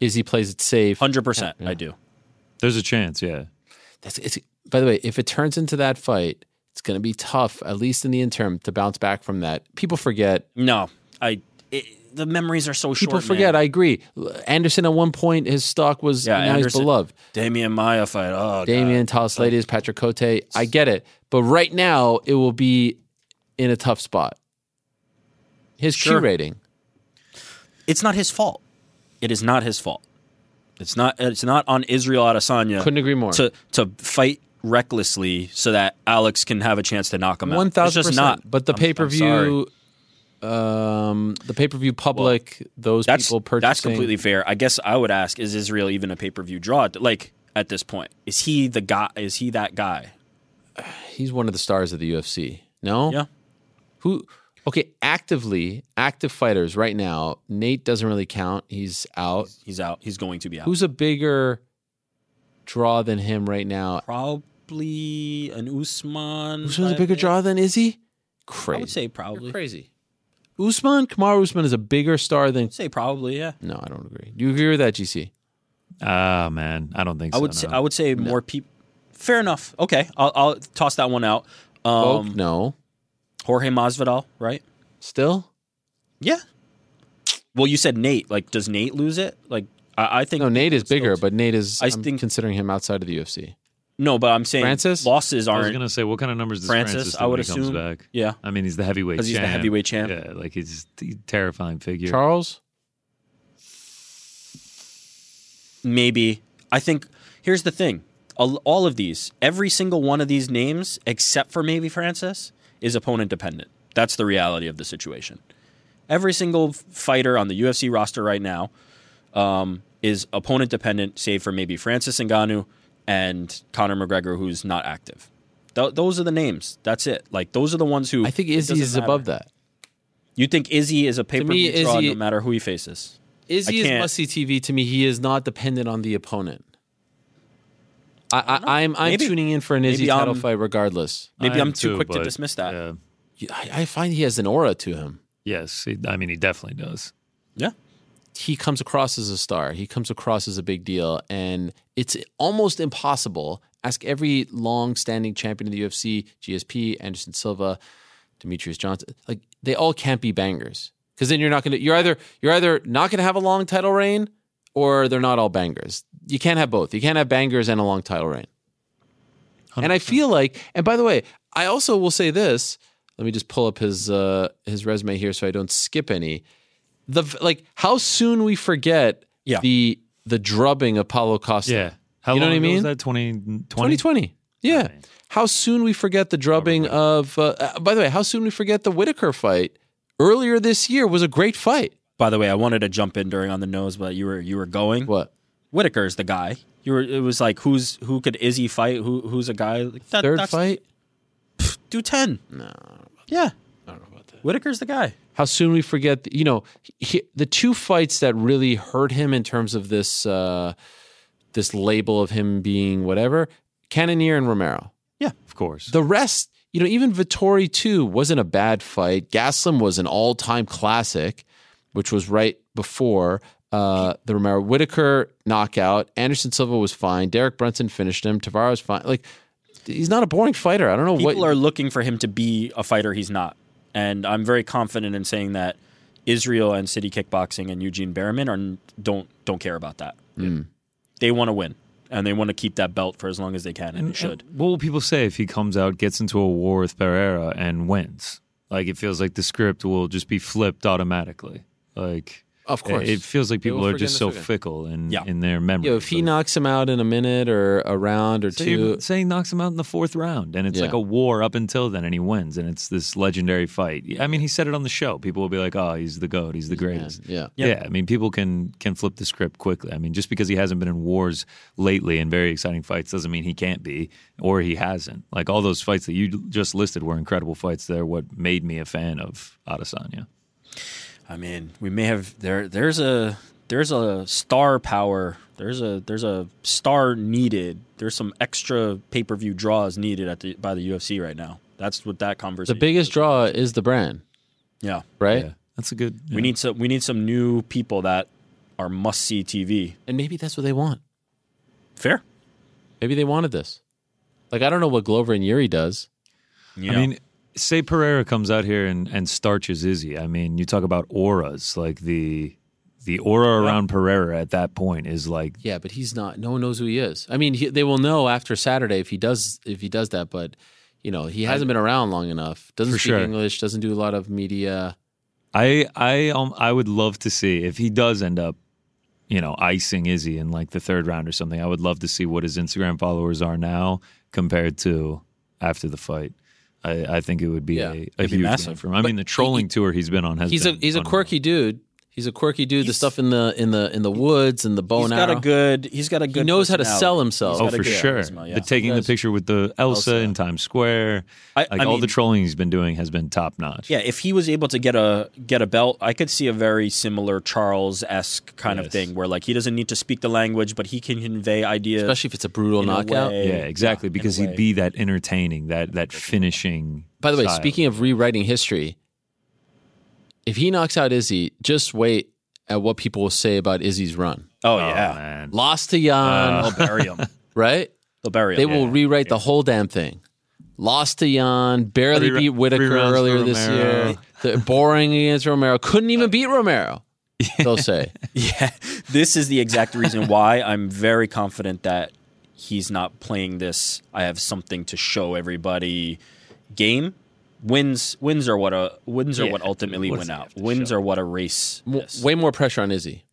S1: Izzy plays it safe?
S6: Hundred percent, I do.
S5: There's a chance, yeah.
S1: That's, it's, by the way, if it turns into that fight, it's going to be tough, at least in the interim, to bounce back from that. People forget.
S6: No, I. It, the memories are so short.
S1: People
S6: man.
S1: forget. I agree. Anderson at one point his stock was now he's beloved.
S6: Damian Maya fight. Oh,
S1: Damien Tosladius, Patrick Cote. I get it, but right now it will be in a tough spot. His
S6: Sure.
S1: Q rating.
S6: It's not his fault. It is not his fault. It's not. It's not on Israel Adesanya.
S1: Couldn't agree more.
S6: To to fight recklessly so that Alex can have a chance to knock him out.
S1: One thousand
S6: It's just not.
S1: percent. But the
S6: I'm- I'm
S1: pay per
S6: sorry.
S1: view, um, the pay per view public, those people purchasing.
S6: That's completely fair. I guess I would ask: Is Israel even a pay per view draw? Like at this point, is he the guy? Is he that guy?
S1: He's one of the stars of the UFC. No.
S6: Yeah.
S1: Who? Okay. Actively, active fighters right now. Nate doesn't really count. He's out.
S6: He's out. He's going to be out.
S1: Who's a bigger draw than him right now?
S6: probably an Usman?
S1: Usman's a
S6: I
S1: bigger
S6: think.
S1: draw than Izzy.
S6: I would
S1: Crazy.
S6: say probably.
S1: crazy. Usman Kamaru Usman is a bigger star than.
S6: Say probably, yeah.
S1: No, I don't agree. Do you agree with that, GC?
S5: Ah, man, I don't think
S6: I
S5: so.
S6: would say
S5: no.
S6: I would say more people. Fair enough. Okay, I'll, I'll toss that one out.
S1: Folk?
S6: Um,
S1: no.
S6: Jorge Masvidal, right?
S1: Still?
S6: Yeah. Well, you said Nate. Like, does Nate lose it? Like, I, I think
S1: No, Nate is bigger, but Nate is.
S6: I
S1: I am
S6: think-
S1: considering him outside of the UFC.
S6: no. But I'm saying
S1: Francis?
S6: losses
S5: I was
S6: aren't
S5: gonna say, what kind of numbers does
S6: Francis,
S5: Francis?
S6: I
S5: do
S6: would
S5: when he comes
S6: assume.
S5: back?
S6: Yeah.
S5: I mean, he's the heavyweight.
S6: 'Cause he's the
S5: champ.
S6: heavyweight champ.
S5: Yeah, like he's a terrifying figure.
S1: Charles?
S6: maybe. I think here's the thing: All- all of these, every single one of these names, except for maybe Francis, is opponent dependent. That's the reality of the situation. Every single fighter on the UFC roster right now um, is opponent dependent, save for maybe Francis Ngannou and Conor McGregor, who's not active. Th- those are the names. That's it. Like those are the ones who
S1: I think
S6: it
S1: Izzy
S6: doesn't
S1: is
S6: matter.
S1: above that.
S6: You think Izzy is a pay per
S1: me,
S6: view draw
S1: Izzy-
S6: no matter who he faces?
S1: Izzy
S6: I
S1: is
S6: can't-
S1: must see TV to me. He is not dependent on the opponent. I, I, I'm I'm
S6: Maybe-
S1: tuning in for an
S6: maybe um,
S1: Izzy title
S6: I'm-
S1: fight regardless.
S6: Maybe
S5: I
S6: I'm
S5: am
S6: too
S5: too,
S6: quick to
S5: but,
S6: dismiss that.
S5: Yeah.
S1: I, I find he has an aura to him.
S5: Yes, he, I mean, he definitely does.
S6: yeah.
S1: He comes across as a star. He comes across as a big deal, and it's almost impossible. Ask every long-standing champion of the UFC, GSP, Anderson Silva, Demetrius Johnson. Like they all can't be bangers because then you're not gonna. You're either you're either not gonna have a long title reign, or they're not all bangers. You can't have both. You can't have bangers and a long title reign. And I feel like, and by the way, I also will say this. Let me just pull up his uh, his resume here so I don't skip any. The like how soon we forget
S6: Yeah.
S1: the the drubbing of Paulo Costa.
S5: Yeah. How
S1: you know
S5: long
S1: what I
S5: ago
S1: mean?
S5: Was that 2020?
S1: 2020. Yeah. How soon we forget the drubbing of. Uh, uh, by the way, how soon we forget the Whitaker fight earlier this year was a great fight.
S6: By the way, I wanted to jump in during on the nose, but you were you were going.
S1: What
S6: Whitaker is the guy. You were. It was like who's who could Izzy fight? Who who's a guy? Like that,
S1: third
S6: that's-
S1: fight?
S6: Do ten.
S1: No.
S6: Yeah. Whitaker's the guy.
S1: how soon we forget you know he, the two fights that really hurt him in terms of this uh this label of him being whatever Cannonier and Romero
S5: Of course.
S1: the rest you know, even Vittori 2 wasn't a bad fight. Gaslam was an all time classic, which was right before uh, the Romero Whitaker knockout. Anderson Silva was fine. Derek Brunson finished him. Tavares fine. Like, he's not a boring fighter. I don't know
S6: People
S1: what.
S6: are looking for him to be a fighter he's not. And I'm very confident in saying that Israel and City Kickboxing and Eugene Berriman are don't don't care about that.
S1: Mm.
S6: They want to win and they want to keep that belt for as long as they can and, it should.
S5: What will people say if he comes out, gets into a war with Pereira, and wins? Like it feels like the script will just be flipped automatically. Like
S1: Of
S5: it-
S1: course.
S5: it, feels like
S1: They will
S5: people are
S1: forget in
S5: just
S1: a
S5: so
S1: second.
S5: fickle in
S1: Yeah.
S5: in their memory.
S1: You know, if he knocks him out in a minute or a round or
S5: So
S1: two,
S5: you're saying knocks him out in the fourth round, and it's
S1: Yeah.
S5: like a war up until then, and he wins, and it's this legendary fight. I mean, he said it on the show. People will be like, "Oh, he's the goat. He's the greatest."
S1: Yeah,
S5: yeah. I mean, people can can flip the script quickly. I mean, just because he hasn't been in wars lately and very exciting fights doesn't mean he can't be or he hasn't. Like all those fights that you just listed were incredible fights. They're what made me a fan of Adesanya.
S6: I mean, we may have there. There's a there's a star power. There's a there's a star needed. There's some extra pay per view draws needed at the by the UFC right now. That's what that
S1: the
S6: conversation.
S1: biggest draw is the brand,
S6: yeah,
S1: right?
S5: That's a good.
S6: we need some we need some new people that are must see TV.
S1: And maybe that's what they want.
S6: Fair.
S1: Maybe they wanted this. Like I don't know what Glover and Yuri does.
S6: You
S5: I mean, say Pereira comes out here and, and starches Izzy. I mean, you talk about auras, like the the aura around Pereira at that point is like
S1: yeah, but he's not. No one knows who he is. I mean, he, they will know after Saturday if he does if he does that. But you know, he hasn't been around long enough. Doesn't
S5: For
S1: speak
S5: sure.
S1: English. Doesn't do a lot of media.
S5: I I um I would love to see if he does end up, you know, icing Izzy in like the third round or something. I would love to see what his Instagram followers are now compared to after the fight. I, I think it would be a, a
S6: It'd
S5: huge
S6: be
S5: win
S6: massive.
S5: for him. I mean, the trolling tour he's been on has
S1: He's a
S5: been
S1: he's a
S5: unreal.
S1: quirky dude. He's a quirky dude. The stuff in the in the in the woods and the bow
S6: He's
S1: and
S6: got
S1: arrow.
S6: a good. He's got a
S1: oh, he
S6: good.
S1: knows how to
S6: personality.
S1: sell
S6: He's
S1: himself.
S5: Oh,
S6: got a
S5: for
S6: good
S5: sure.
S6: charisma, yeah.
S5: The taking the picture with the Elsa, in Times Square,
S6: I-
S5: like
S6: I
S5: all the
S6: mean-
S5: trolling he's been doing has been top notch.
S6: Yeah, if he was able to get a get a belt, I could see a very similar Charles esque kind of
S5: Yes.
S6: thing where like he doesn't need to speak the language, but he can convey ideas.
S1: especially if it's a brutal
S6: in a
S1: knockout.
S6: way-
S5: Yeah, exactly.
S6: in a
S5: because
S6: way.
S5: he'd be that entertaining, that that finishing.
S1: By the way,
S5: style.
S1: speaking of rewriting history, if he knocks out Izzy, just wait at what people will say about Izzy's run.
S6: Oh,
S5: Oh,
S6: yeah,
S5: man.
S1: Lost to Jan,
S6: they'll bury him.
S1: right?
S6: They'll bury
S1: They
S6: him.
S1: will rewrite the whole damn thing. Lost to Jan, barely
S5: Three ra-
S1: beat Whitaker
S5: three rounds for
S1: earlier this
S5: Romero.
S1: year. The boring against Romero. Couldn't even beat Romero. They'll say.
S6: Yeah, this is the exact reason why I'm very confident that he's not playing this. I have something to show everybody. Game wins. Wins are what a wins are
S5: Yeah,
S6: what ultimately
S5: what
S6: win
S5: does he
S6: out.
S5: have to
S6: Wins
S5: show?
S6: are what a race.
S1: W-
S6: is.
S1: Way more pressure on Izzy.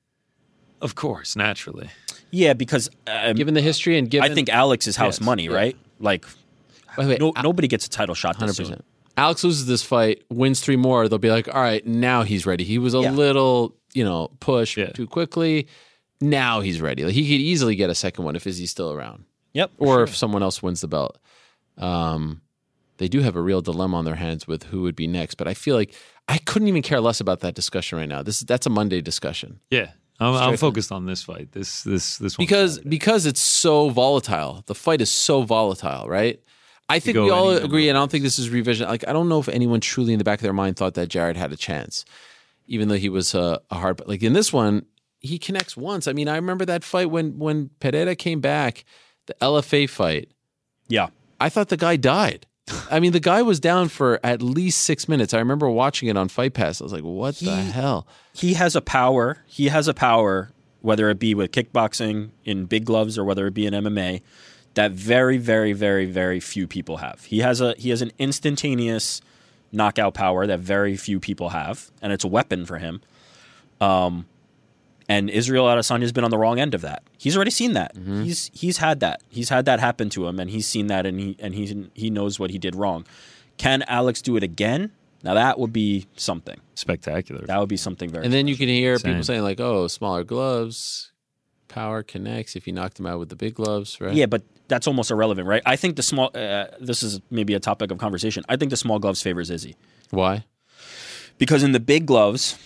S5: of course, naturally.
S6: Yeah, because um,
S1: Given the history and given
S6: I think Alex is house
S1: Yes,
S6: money,
S1: yeah.
S6: right? Like
S1: By the way,
S6: no,
S1: Al-
S6: nobody gets a title shot this
S1: Hundred
S6: soon.
S1: percent. Alex loses this fight, wins three more. They'll be like, "All right, now he's ready." He was a
S6: Yeah.
S1: little, you know, push
S5: Yeah.
S1: too quickly. Now he's ready. Like, he could easily get a second one if Izzy's still around,
S6: Yep.
S1: or if someone else wins the belt. Um, they do have a real dilemma on their hands with who would be next. But I feel like I couldn't even care less about that discussion right now. This that's a Monday discussion
S5: Yeah, I'm,
S1: Straight
S5: I'm
S1: up.
S5: focused on this fight. This this this one
S1: because because it's so volatile. The fight is so volatile, right? I think
S5: go
S1: we all
S5: any number
S1: agree,
S5: of
S1: and I don't think this is revision. Like I don't know if anyone truly in the back of their mind thought that Jared had a chance, even though he was a, a hard. But like in this one, he connects once. I mean, I remember that fight when when Pereira came back, the LFA fight.
S6: Yeah.
S1: I thought the guy died. I mean, the guy was down for at least six minutes. I remember watching it on Fight Pass. I was like, "What the
S6: He-
S1: hell?"
S6: He has a power. He has a power, whether it be with kickboxing in big gloves or whether it be in MMA, that very, very, very, very few people have. He has a he has an instantaneous knockout power that very few people have, and it's a weapon for him. Um and Israel Adesanya's been on the wrong end of that. He's already seen that. He's he's had that. He's had that happen to him, and he's seen that, and he and he he knows what he did wrong. Can Alex do it again? Now that would be something.
S5: spectacular.
S6: That would be something very.
S1: And then you can hear
S5: Same.
S1: people saying like, "Oh, smaller gloves, power connects." If you knocked him out with the big gloves, right?
S6: yeah, but that's almost irrelevant, right? I think the small. Uh, this is maybe a topic of conversation. I think the small gloves favors Izzy
S1: Why?
S6: because in the big gloves,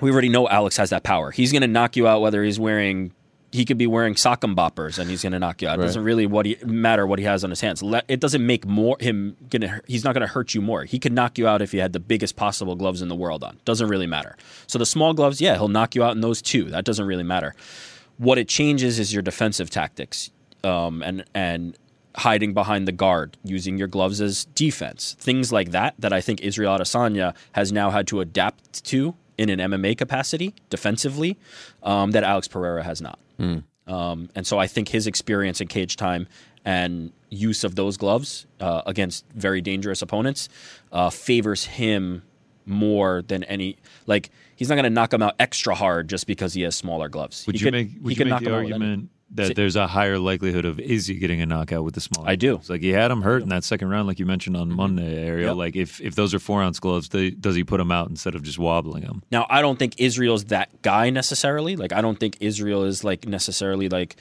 S6: we already know Alex has that power. He's going to knock you out whether he's wearing he could be wearing sock'em boppers and he's going to knock you out. It
S1: Right.
S6: doesn't really what he matter what he has on his hands. Let, it doesn't make more him gonna. He's not going to hurt you more. He could knock you out if he had the biggest possible gloves in the world on. Doesn't really matter. So the small gloves, yeah, he'll knock you out in those too. That doesn't really matter. What it changes is your defensive tactics um, and and hiding behind the guard, using your gloves as defense, things like that. That I think Israel Adesanya has now had to adapt to in an MMA capacity defensively um, that Alex Pereira has not. Um, and so I think his experience in cage time and use of those gloves uh, against very dangerous opponents uh, favors him more than any. Like he's not going to knock him out extra hard just because he has smaller gloves.
S5: Would
S6: He
S5: you
S6: could-
S5: make
S6: he
S5: would you
S6: could
S5: make
S6: knock
S5: the
S6: him out with any-
S5: argument that
S6: See-
S5: there's a higher likelihood of Izzy getting a knockout with the smaller?
S6: I do. Mm-hmm.
S5: gloves? Like he had him hurt in that second round, like you mentioned on Monday, Ariel.
S6: Yep.
S5: Like if if those are four ounce gloves, they, does he put them out instead of just wobbling them?
S6: Now, I don't think Israel's that guy necessarily. Like, I don't think Israel is like necessarily like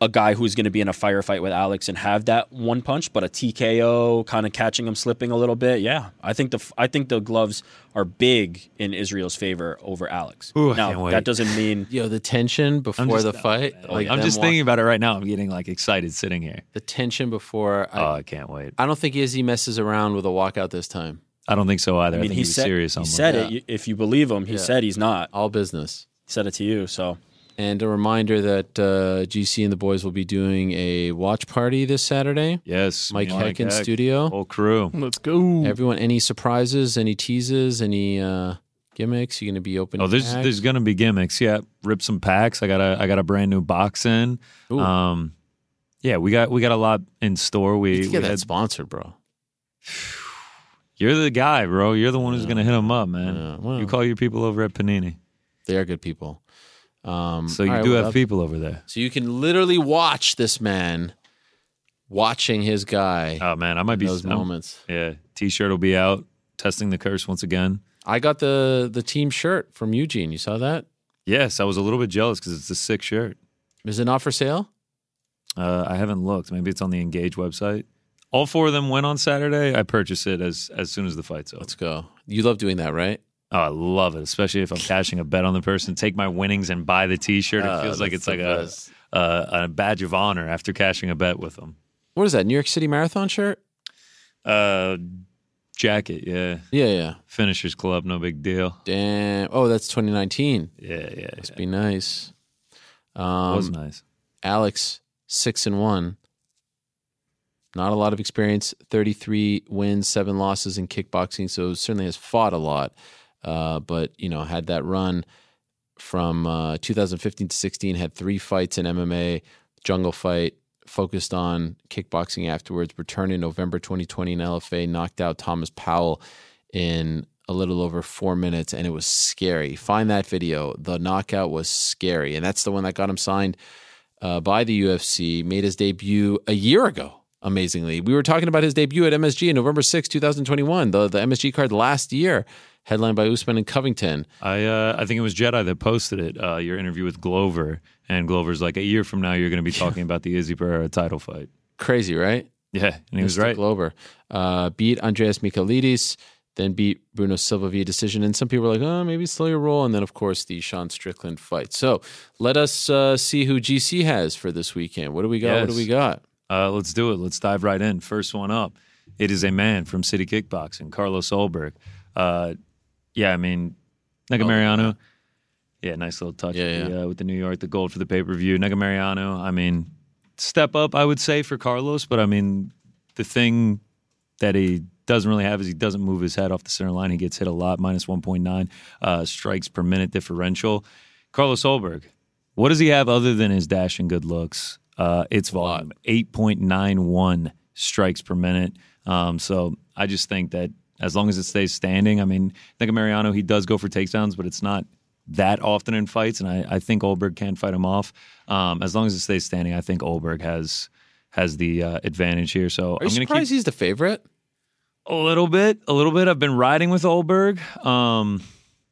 S6: a guy who's going to be in a firefight with Alex and have that one punch, but a TKO, kind of catching him slipping a little bit. Yeah, I think the I think the gloves are big in Israel's favor over Alex.
S5: Ooh, I
S6: now
S5: can't wait.
S6: that doesn't mean
S1: Yo, the tension before
S5: just-
S1: the fight. like
S5: I'm
S1: them
S5: just
S1: wa-
S5: thinking about it right now. I'm getting like excited sitting here.
S1: the tension before. I,
S5: oh, I can't wait.
S1: I don't think Izzy messes around with a walkout this time.
S5: I don't think so either.
S6: I
S5: I,
S6: mean
S5: think
S6: he
S5: was
S6: said
S5: serious on
S6: he
S5: Monday.
S6: said
S1: Yeah.
S6: it. If you believe him, he
S1: Yeah.
S6: said he's not.
S1: All business.
S6: He said it to you. So
S1: And a reminder that uh, GC and the boys will be doing a watch party this Saturday.
S5: Yes,
S1: Mike Heck in
S5: Heck,
S1: studio.
S5: whole crew.
S4: Let's go.
S5: Hmm.
S1: Everyone, any surprises, any teases, any uh, gimmicks? You're going to be open.
S5: Oh, there's there's gonna be gimmicks. Yeah, rip some packs. I got a I got a brand new box in.
S1: Ooh.
S5: Um, yeah, we got we got a lot in store.
S1: to
S5: We, we
S1: get that
S5: had-
S1: sponsored, bro.
S5: you're the guy, bro. You're the one who's gonna hit them up, man.
S1: Yeah, well.
S5: You call your people over at Panini,
S1: They are good people. Um,
S5: so you
S1: all right,
S5: do
S1: well,
S5: have
S1: that-
S5: people over there.
S1: So you can literally watch this man watching his guy
S5: Oh man, I might
S1: in
S5: be
S1: those
S5: I'm-
S1: moments.
S5: Yeah, t-shirt will be out. Testing the curse once again.
S1: I got the the team shirt from Eugene. You saw that?
S5: Yes, I was a little bit jealous because it's a sick shirt.
S1: Is it not for sale?
S5: Uh, I haven't looked. Maybe it's on the Engage website. All four of them went on Saturday. I purchased it as as soon as the fight's over.
S1: Let's go. You love doing that, right?
S5: Oh, I love it, especially if I'm cashing a bet on the person. Take my winnings and buy the T-shirt. It
S1: Oh,
S5: feels like
S1: that's
S5: it's
S1: the
S5: like a,
S1: best.
S5: a a badge of honor after cashing a bet with them.
S1: What is that? New York City Marathon shirt?
S5: Uh, jacket, yeah.
S1: Yeah, yeah.
S5: Finishers Club, no big deal.
S1: Damn. Oh, that's 2019.
S5: Yeah, yeah.
S1: Must
S5: yeah.
S1: be nice.
S5: It was
S1: Um,
S5: nice.
S1: Alex, six and one. Not a lot of experience, 33 wins, seven losses in kickboxing. So certainly has fought a lot, uh, but you know had that run from uh, 2015 to 16. Had three fights in MMA, jungle fight, focused on kickboxing afterwards. Returned in November 2020 in LFA, knocked out Thomas Powell in a little over four minutes, and it was scary. Find that video. The knockout was scary, and that's the one that got him signed uh, by the UFC, made his debut a year ago. Amazingly, we were talking about his debut at MSG in November 6, 2021, the, the MSG card last year, headlined by Usman and Covington.
S5: I uh, I think it was Jedi that posted it. Uh, your interview with Glover, and Glover's like, a year from now, you're going to be talking about the Izzy Pereira title fight.
S1: Crazy, right?
S5: Yeah, and he was
S1: Mr.
S5: right.
S1: Glover uh, beat Andreas Mikalidis, then beat Bruno Silva via decision. And some people were like, oh, maybe slow your roll. And then, of course, the Sean Strickland fight. So let us uh, see who GC has for this weekend. What do we got? What do
S5: Yes.
S1: we got?
S5: Uh, let's do it. Let's dive right in. First one up. It is a man from City Kickboxing, Carlos Olberg. Uh, yeah, I mean, Nagamariano. yeah, nice little touch
S1: Oh, Yeah,
S5: with, the,
S1: yeah.
S5: uh, with the New York, the gold for the pay per view. Nagamariano, I mean, step up, I would say, for Carlos, but I mean, the thing that he doesn't really have is he doesn't move his head off the center line. He gets hit a lot, minus 1.9 uh, strikes per minute differential. Carlos Olberg, what does he have other than his dash and good looks? Uh, it's volume, 8.91 strikes per minute. Um, so I just think that as long as it stays standing, I mean, I think of Mariano, he does go for takedowns, but it's not that often in fights. And I, I think Olberg can fight him off. Um, as long as it stays standing, I think Olberg has has the uh, advantage here. So
S1: Are
S5: I'm
S1: you
S5: going to keep
S1: surprised he's the favorite?
S5: a little bit, a little bit. I've been riding with Olberg, um,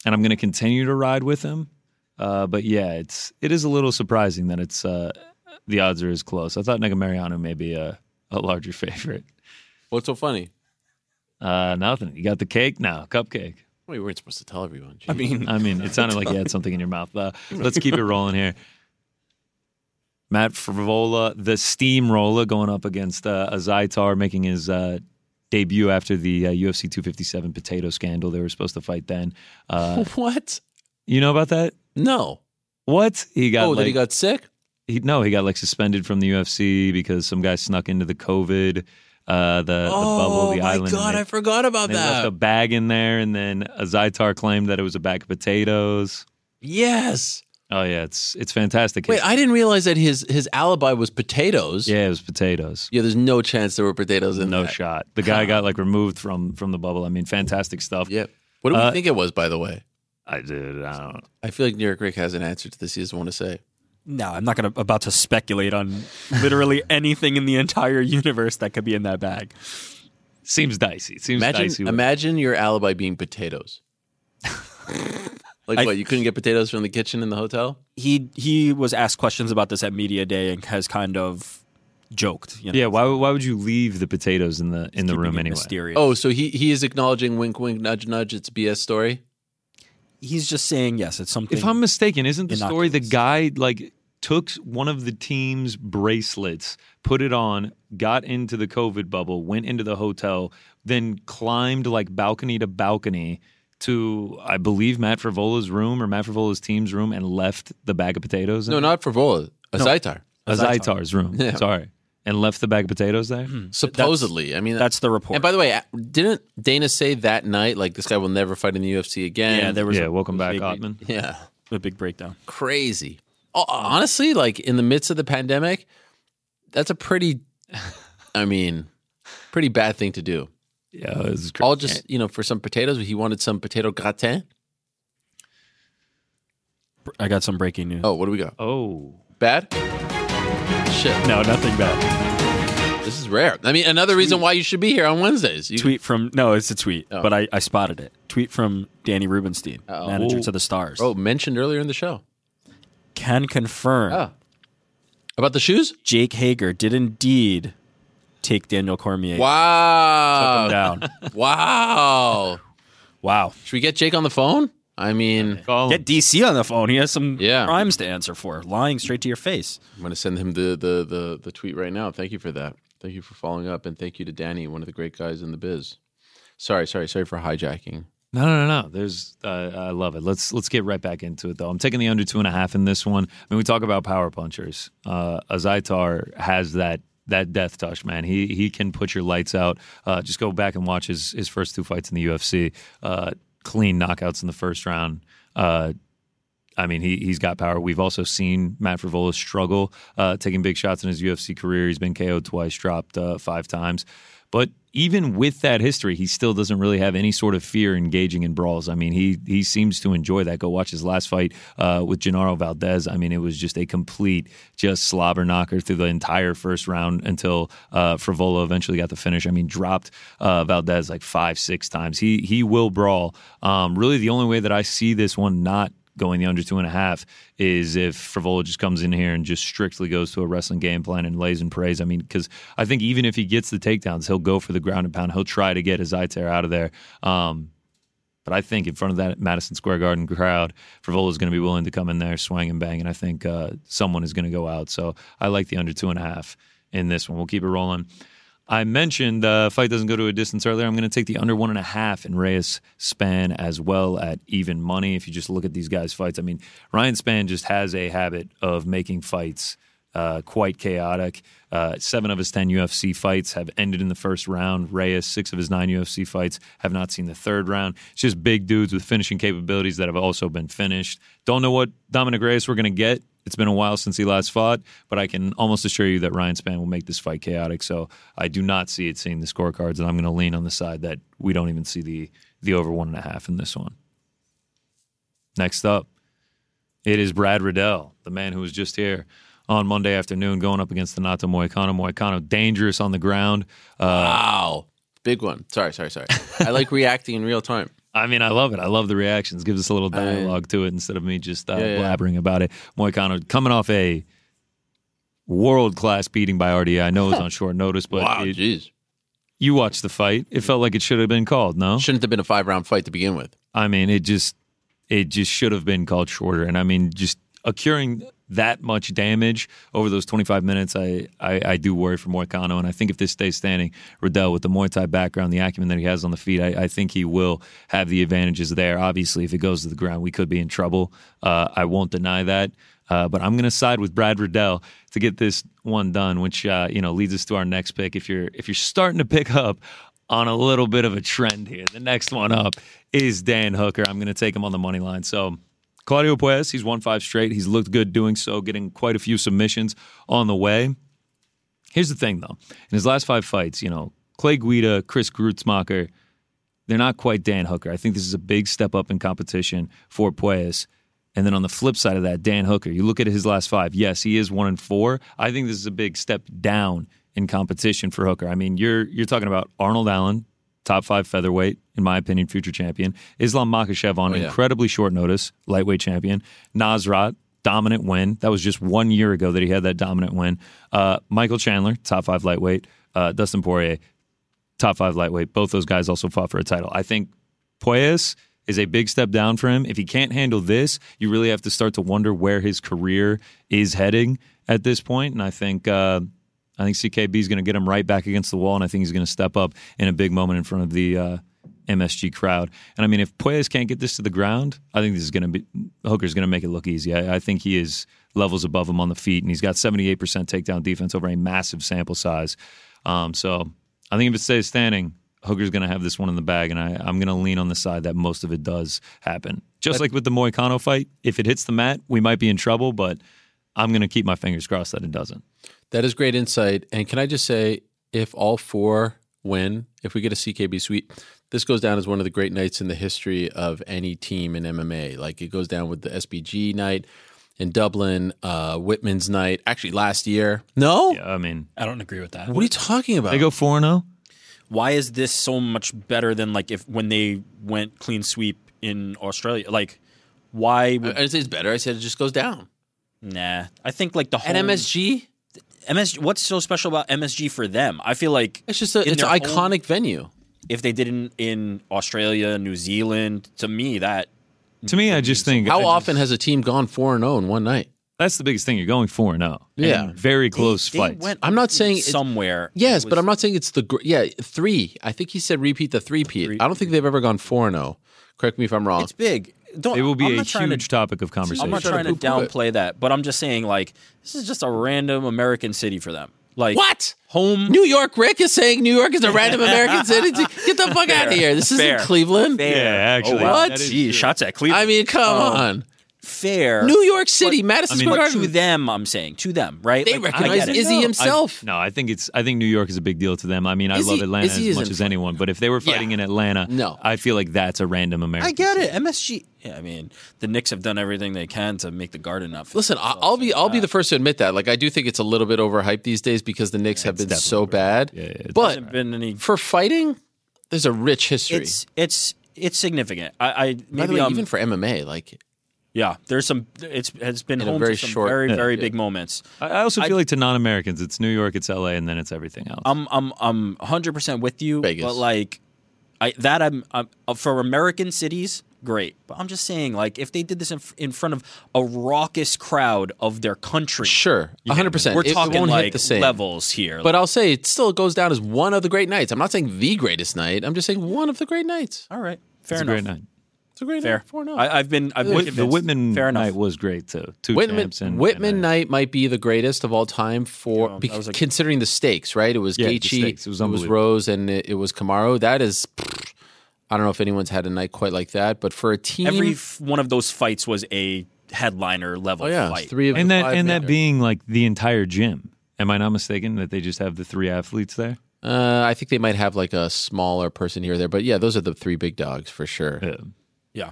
S5: and I'm going to continue to ride with him. Uh, but yeah, it's it is a little surprising that it's uh, the odds are as close. I thought Nagamariano may be a, a larger favorite.
S1: What's so funny?
S5: Uh, nothing. You got the cake now, cupcake.
S1: Well, you weren't supposed to tell everyone.
S5: I mean, it sounded like you had something in your mouth. Uh, let's keep it rolling here. Matt Frivola, the steamroller, going up against uh, a Zaitar, making his uh, debut after the uh, UFC 257 potato scandal. They were supposed to fight then. Uh,
S1: what?
S5: you know about that?
S1: No.
S5: What? He got
S1: oh,
S5: like,
S1: that he got sick?
S5: he no, he got like suspended from the UFC because some guy snuck into the COVID, uh, the,
S1: oh,
S5: the bubble, the
S1: my
S5: island. and
S1: God,
S5: they-
S1: I forgot about
S5: and they left
S1: that.
S5: a bag in there, and then a Zaitar claimed that it was a bag of potatoes.
S1: yes.
S5: Oh yeah, it's it's fantastic.
S1: Wait, I didn't realize that his, his alibi was potatoes.
S5: yeah, it was potatoes.
S1: Yeah, there's no chance there were potatoes in
S5: No
S1: that.
S5: shot. The guy got like removed from from the bubble. I mean, fantastic stuff.
S1: Yep. What do we
S5: Uh,
S1: think it was, by the way?
S5: I did. I don't.
S1: I feel like New York Rick has an answer to this he doesn't want to say.
S6: No, I'm not gonna about to speculate on literally anything in the entire universe that could be in that bag.
S5: Seems dicey. Seems dicey.
S1: Imagine, imagine your alibi being potatoes. like
S6: I-
S1: what? You couldn't get potatoes from the kitchen in the hotel?
S6: He he was asked questions about this at media day and has kind of joked. You know,
S5: yeah. Why why would you leave the potatoes in the in the room
S6: keeping it
S5: anyway?
S6: Mysterious.
S1: Oh, so he, he is acknowledging wink, wink, nudge, nudge. It's BS story.
S6: he's just saying yes. It's something.
S5: If I'm mistaken, isn't the story the
S6: innocuous.
S5: guy like took one of the team's bracelets, put it on, got into the COVID bubble, went into the hotel, then climbed like balcony to balcony to I believe Matt Favola's room or Matt Favola's team's room and left the bag of potatoes.
S1: No,
S5: in
S1: not for Vola. A
S5: No.
S1: Zaitar.
S5: a Zaitar's room.
S1: Yeah. Hmm.
S5: Sorry, and left the bag of potatoes there.
S1: Supposedly. I mean,
S6: that's the report.
S1: And by the way, didn't Dana say that night, like, this guy will never fight in the UFC again?
S6: yeah, there was
S5: yeah,
S6: a,
S5: welcome back,
S6: big-
S5: Ottman.
S1: Yeah.
S6: a big breakdown.
S1: Crazy. Oh, honestly, like, in the midst of the pandemic, that's a pretty, I mean, pretty bad thing to do.
S5: Yeah, it was crazy.
S1: All just, you know, for some potatoes, he wanted some potato gratin.
S6: I got some breaking news.
S1: Oh, what do we got?
S5: oh.
S1: Bad? Shit.
S6: No, nothing bad.
S1: This is rare. I mean, another reason why you should be here on Wednesdays. You,
S6: Tweet from no, it's a tweet,
S1: Oh.
S6: but I, I spotted it. Tweet from Danny Rubenstein,
S1: Uh-oh.
S6: manager
S1: Oh.
S6: to the Stars.
S1: Oh, mentioned earlier in the show.
S6: can confirm
S1: Ah. About the shoes?
S6: Jake Hager did indeed take Daniel Cormier
S1: Wow.
S6: down.
S1: Wow.
S6: wow.
S1: Should we get Jake on the phone? I mean,
S5: Call him.
S6: Get DC on the phone. He has some
S1: Yeah.
S6: crimes to answer for, lying straight to your face.
S1: I'm going to send him the, the, the, the tweet right now. Thank you for that. Thank you for following up. And thank you to Danny, one of the great guys in the biz. Sorry, sorry, sorry for hijacking.
S5: No, no, no, no. There's, uh, I love it. Let's let's get right back into it though. I'm taking the under two and a half in this one. I mean, we talk about power punchers. Uh, Azaitar has that that death touch, man. He he can put your lights out. Uh, just go back and watch his his first two fights in the UFC. Uh, clean knockouts in the first round. Uh, I mean, he he's got power. We've also seen Matt Frivola struggle uh, taking big shots in his UFC career. He's been KO'd twice, dropped uh, five times. But even with that history, he still doesn't really have any sort of fear engaging in brawls. I mean, he he seems to enjoy that. Go watch his last fight uh, with Gennaro Valdez. I mean, it was just a complete just slobber knocker through the entire first round until uh, Frivola eventually got the finish. I mean, dropped uh, Valdez like five, six times. He he will brawl. Um, really, the only way that I see this one not going the under two and a half is if Frivola just comes in here and just strictly goes to a wrestling game plan and lays and prays. I mean, because I think even if he gets the takedowns, he'll go for the ground and pound. He'll try to get his eye tear out of there. Um, but I think in front of that Madison Square Garden crowd, Frivola is going to be willing to come in there, swing and bang, and I think uh, someone is going to go out. So I like the under two and a half in this one. We'll keep it rolling. I mentioned the fight doesn't go to a distance earlier. I'm going to take the under one and a half in Reyes Span as well at even money. If you just look at these guys' fights, I mean, Ryan Span just has a habit of making fights uh, quite chaotic. Uh, seven of his 10 UFC fights have ended in the first round. Reyes, six of his nine UFC fights have not seen the third round. It's just big dudes with finishing capabilities that have also been finished. Don't know what Dominic Reyes we're going to get. It's been a while since he last fought, but I can almost assure you that Ryan Spann will make this fight chaotic. So I do not see it seeing the scorecards, and I'm going to lean on the side that we don't even see the the over one and a half in this one. Next up, it is Brad Riddell, the man who was just here on Monday afternoon, going up against the Nato Moicano. Moicano dangerous on the ground. Uh,
S1: Wow. Big one. Sorry, sorry, sorry. I like reacting in real time.
S5: I mean, I love it. I love the reactions. Gives us a little dialogue to it instead of me just uh,
S1: Yeah, yeah.
S5: blabbering about it. Moicano coming off a world class beating by RDA. I know it was on short notice, but
S1: wow,
S5: it-
S1: jeez.
S5: you watched the fight. It felt like it should have been called. No,
S1: Shouldn't have been a five round fight to begin with.
S5: I mean, it just it just should have been called shorter. And I mean, just occurring that much damage over those 25 minutes. I, I, I do worry for Moicano. And I think if this stays standing, Riddell, with the Muay Thai background, the acumen that he has on the feet, I, I think he will have the advantages there. Obviously, if it goes to the ground, we could be in trouble. Uh, I won't deny that. Uh, but I'm going to side with Brad Riddell to get this one done, which uh, you know leads us to our next pick. If you're if you're starting to pick up on a little bit of a trend here, the next one up is Dan Hooker. I'm going to take him on the money line. So Claudio Puez, he's won five straight. He's looked good doing so, getting quite a few submissions on the way. Here's the thing, though. In his last five fights, you know, Clay Guida, Chris Grootsmacher, they're not quite Dan Hooker. I think this is a big step up in competition for Puez. And then on the flip side of that, Dan Hooker, you look at his last five. Yes, he is one and four. I think this is a big step down in competition for Hooker. I mean, you're you're talking about Arnold Allen, top five featherweight, in my opinion, future champion. Islam Makhachev on
S1: Oh, yeah.
S5: incredibly short notice, lightweight champion. Nasrat, dominant win. That was just one year ago that he had that dominant win. Uh, Michael Chandler, top five lightweight. Uh, Dustin Poirier, top five lightweight. Both those guys also fought for a title. I think Poyas is a big step down for him. If he can't handle this, you really have to start to wonder where his career is heading at this point. And I think uh, I think CKB is going to get him right back against the wall, and I think he's going to step up in a big moment in front of the. Uh, MSG crowd, and I mean, if Poyas can't get this to the ground, I think this is going to be Hooker's going to make it look easy. I, I think he is levels above him on the feet, and he's got 78% takedown defense over a massive sample size. Um, so I think if it stays standing, Hooker's going to have this one in the bag, and I, I'm going to lean on the side that most of it does happen. Just like with the Moicano fight, if it hits the mat, we might be in trouble, but I'm going to keep my fingers crossed that it doesn't.
S1: That is great insight. And can I just say, if all four win, if we get a CKB sweep, this goes down as one of the great nights in the history of any team in MMA. Like it goes down with the SBG night in Dublin, uh, Whitman's night. Actually, last year. No,
S5: Yeah, I mean,
S6: I don't agree with that.
S1: what are you talking about?
S5: they go oh? 4 0.
S6: Why is this so much better than like if when they went clean sweep in Australia? Like, why?
S1: I
S6: Would,
S1: didn't say it's better. I said it just goes down.
S6: nah, I think like the whole
S1: And MSG,
S6: MSG. What's so special about MSG for them? I feel like
S1: it's just a,
S6: in
S1: it's an
S6: their home-
S1: iconic venue.
S6: if they didn't in Australia, New Zealand, to me that
S5: To me, I just think
S1: How
S5: I just-
S1: often has a team gone four and zero in one night?
S5: that's the biggest thing. You're going 4 0.
S1: Yeah.
S5: Very close
S6: they
S5: fights.
S6: went
S1: I'm not saying it-
S6: somewhere.
S1: Yes,
S6: It
S1: but
S6: was-
S1: I'm not saying it's the gr- yeah three. I think he said repeat the three peat. I don't think they've ever gone four and zero. Correct me if I'm wrong.
S6: It's big. Don't.
S5: it will
S6: I'm
S5: be a
S6: not trying to-
S5: huge topic of conversation.
S6: I'm not trying to
S1: poo-poo it.
S6: downplay that, but I'm just saying like this is just a random American city for them. Like
S1: What?
S6: home?
S1: New York Rick is saying New York is a random American city. Get the fuck out of here. This
S6: Fair.
S1: isn't Cleveland.
S6: Fair.
S5: Yeah, actually.
S6: Oh, wow.
S1: What?
S6: That is Gee,
S5: true.
S6: shots at Cleveland.
S1: I mean, come
S6: Um,
S1: on.
S6: fair.
S1: New York City, Madison
S5: I mean-
S1: Square
S6: but
S1: Garden.
S6: to them, I'm saying to them, right?
S1: They
S6: Like, I
S1: recognize
S6: get it.
S1: Izzy
S5: No, I-
S1: himself.
S5: no, I think it's. I think New York is a big deal to them. I mean, I
S1: Izzy-
S5: love Atlanta
S1: Izzy
S5: as much
S1: isn't
S5: as anyone, but if they were fighting in Atlanta,
S1: No.
S5: I feel like that's a random American.
S6: I get it. MSG. Yeah, I mean, the Knicks have done everything they can to make the Garden not. fit.
S1: Listen, I- I'll be I'll be the first to admit that. Like, I do think it's a little bit overhyped these days because the Knicks have been so bad.
S5: yeah, it's
S1: but
S6: hasn't been any.
S1: for fighting, there's a rich history.
S6: It's um, it's it's significant. I, I
S1: By the
S6: maybe
S1: way,
S6: I'm,
S1: even for MMA, like
S6: yeah. There's some. It's has been
S1: In a
S6: home
S1: very
S6: to some
S1: short-
S6: very
S1: yeah.
S6: very big moments.
S5: I I also feel like to non-Americans, it's New York, it's LA, and then it's everything else.
S6: I'm I'm I'm 100 percent with you.
S1: Vegas.
S6: But like, I that I'm, I'm uh, for American cities, great. But I'm just saying, like, if they did this in, f- in front of a raucous crowd of their country,
S1: sure, 100. percent
S6: we're
S1: it,
S6: talking
S1: it won't
S6: like
S1: hit the same
S6: levels here.
S1: But I'll say it still goes down as one of the great nights. I'm not saying the greatest night. I'm just saying one of the great nights.
S6: all right, fair
S5: it's a
S6: enough.
S5: great night.
S1: It's a great
S6: Fair.
S1: night. Four oh.
S6: I, I've been. I've been
S5: Whit- the
S6: convinced.
S5: Whitman
S6: Fair enough.
S5: night was great too. Two
S1: Whitman,
S5: champs and
S1: Whitman
S5: and, uh,
S1: night might be the greatest of all time for
S6: Yeah, that
S1: because,
S6: was a-
S1: considering the stakes. Right? It was
S5: Yeah, the
S1: Gaethje,
S5: stakes. It was unbelievable.
S1: Rose, and it, it was Camaro. That is, I don't know if anyone's had a night quite like that. But for a team,
S6: Every f- one of those fights was a headliner level
S1: oh yeah, it's
S6: fight.
S1: three of
S5: and
S1: the
S5: that
S1: five
S5: and
S1: major-
S5: that being like the entire gym. Am I not mistaken that they just have the three athletes there?
S1: Uh, I think they might have like a smaller person here or there, but yeah, those are the three big dogs for sure.
S5: Yeah.
S6: Yeah.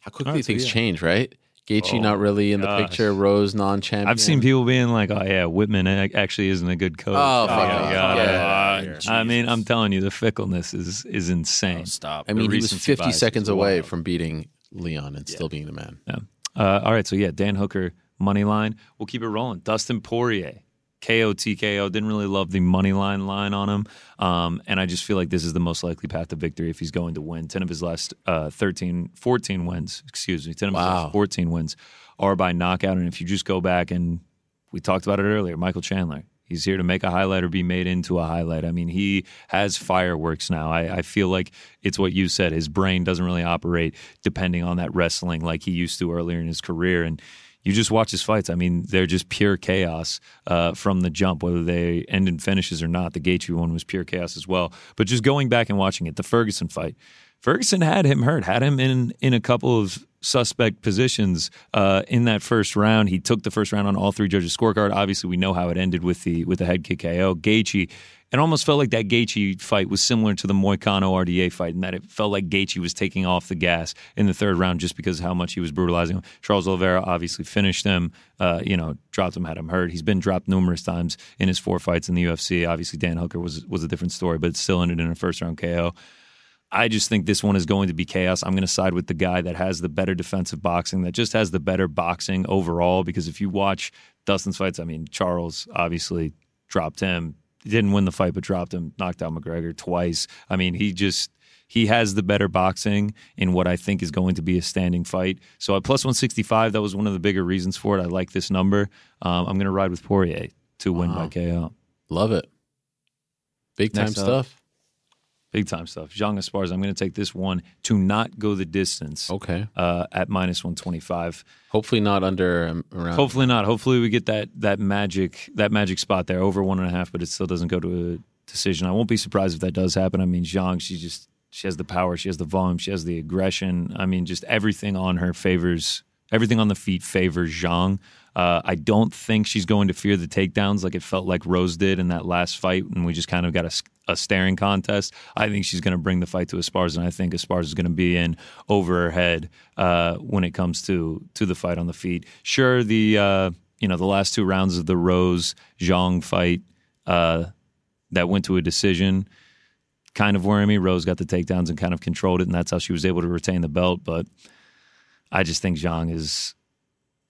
S1: How quickly things change, right? Gaethje not really in the
S5: Oh gosh.
S1: picture. Rose non-champion.
S5: I've seen people being like, "Oh yeah, Whitman ac- actually isn't a good coach."
S1: Oh, fuck
S5: yeah,
S1: off.
S5: yeah.
S6: Uh,
S1: Yeah. Oh,
S5: I mean, I'm telling you, the fickleness is is insane.
S6: Stop.
S1: I mean, he was
S5: recency
S1: 50
S5: bias is
S1: seconds away
S5: wild.
S1: from beating Leon and still being the man.
S5: Yeah. Uh, all right. So yeah, Dan Hooker money line. We'll keep it rolling. Dustin Poirier KOTKO. Didn't really love the money line line on him. Um, and I just feel like this is the most likely path to victory if he's going to win. 10 of his last uh, 13, 14 wins, excuse me, 10 of his last 14 wins are by knockout. And if you just go back and we talked about it earlier, Michael Chandler. He's here to make a highlight or be made into a highlight. I mean, he has fireworks now. I, I feel like it's what you said. His brain doesn't really operate depending on that wrestling like he used to earlier in his career. And you just watch his fights. I mean, they're just pure chaos uh, from the jump, whether they end in finishes or not. The Gaethje one was pure chaos as well. But just going back and watching it, the Ferguson fight, Ferguson had him hurt, had him in in a couple of suspect positions uh, in that first round. He took the first round on all three judges' scorecard. Obviously, we know how it ended with the with the head kick KO. Gaethje, it almost felt like that Gaethje fight was similar to the Moicano RDA fight, in that it felt like Gaethje was taking off the gas in the third round just because of how much he was brutalizing him. Charles Oliveira obviously finished him, uh, you know, dropped him, had him hurt. He's been dropped numerous times in his four fights in the UFC. Obviously, Dan Hooker was was a different story, but it still ended in a first round KO. I just think this one is going to be chaos. I'm going to side with the guy that has the better defensive boxing, that just has the better boxing overall. Because if you watch Dustin's fights, I mean, Charles obviously dropped him, He didn't win the fight, but dropped him, knocked out McGregor twice. I mean, he just. He has the better boxing in what I think is going to be a standing fight. So at plus 165, that was one of the bigger reasons for it. I like this number. Um, I'm going to ride with Poirier to win by KO.
S1: Love it. Big time
S5: Next up.
S1: stuff.
S5: Big time stuff. Jean Esparza. I'm going to take this one to not go the distance.
S1: Okay.
S5: Uh, at minus 125.
S1: Hopefully not under um, around.
S5: Hopefully not. Hopefully we get that that magic that magic spot there over one and a half, but it still doesn't go to a decision. I won't be surprised if that does happen. I mean, Zhang, she just she has the power, she has the volume, she has the aggression. I mean, just everything on her favors everything on the feet favors Zhang. Uh, I don't think she's going to fear the takedowns like it felt like Rose did in that last fight, and we just kind of got a, s- a staring contest. I think she's going to bring the fight to Esparza, and I think Esparza is going to be in over her head uh, when it comes to to the fight on the feet. Sure, the uh, you know the last two rounds of the Rose Zhang fight uh, that went to a decision kind of worry me. Rose got the takedowns and kind of controlled it, and that's how she was able to retain the belt. But I just think Zhang is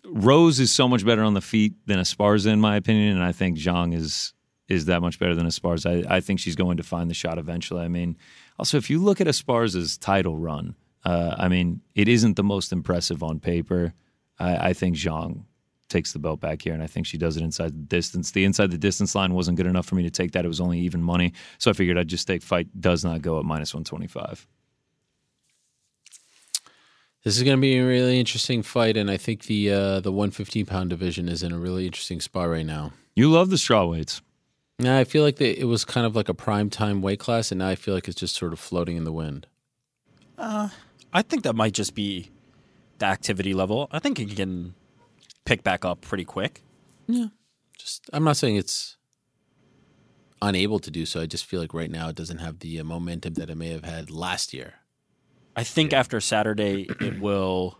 S5: Rose is so much better on the feet than Esparza, in my opinion, and I think Zhang is is that much better than Esparza. I, I think she's going to find the shot eventually. I mean, also if you look at Esparza's title run, uh, I mean, it isn't the most impressive on paper. I, I think Zhang takes the belt back here, and I think she does it inside the distance. The inside the distance line wasn't good enough for me to take that; it was only even money, so I figured I'd just take fight does not go at minus one twenty five.
S1: This is going to be a really interesting fight, and I think the uh, the 115 pound division is in a really interesting spot right now.
S5: You love the straw weights.
S1: Yeah, I feel like they, it was kind of like a prime time weight class, and now I feel like it's just sort of floating in the wind.
S6: Uh, I think that might just be the activity level. I think it can pick back up pretty quick.
S1: Yeah, just I'm not saying it's unable to do so. I just feel like right now it doesn't have the uh, momentum that it may have had last year.
S6: I think after Saturday, it will.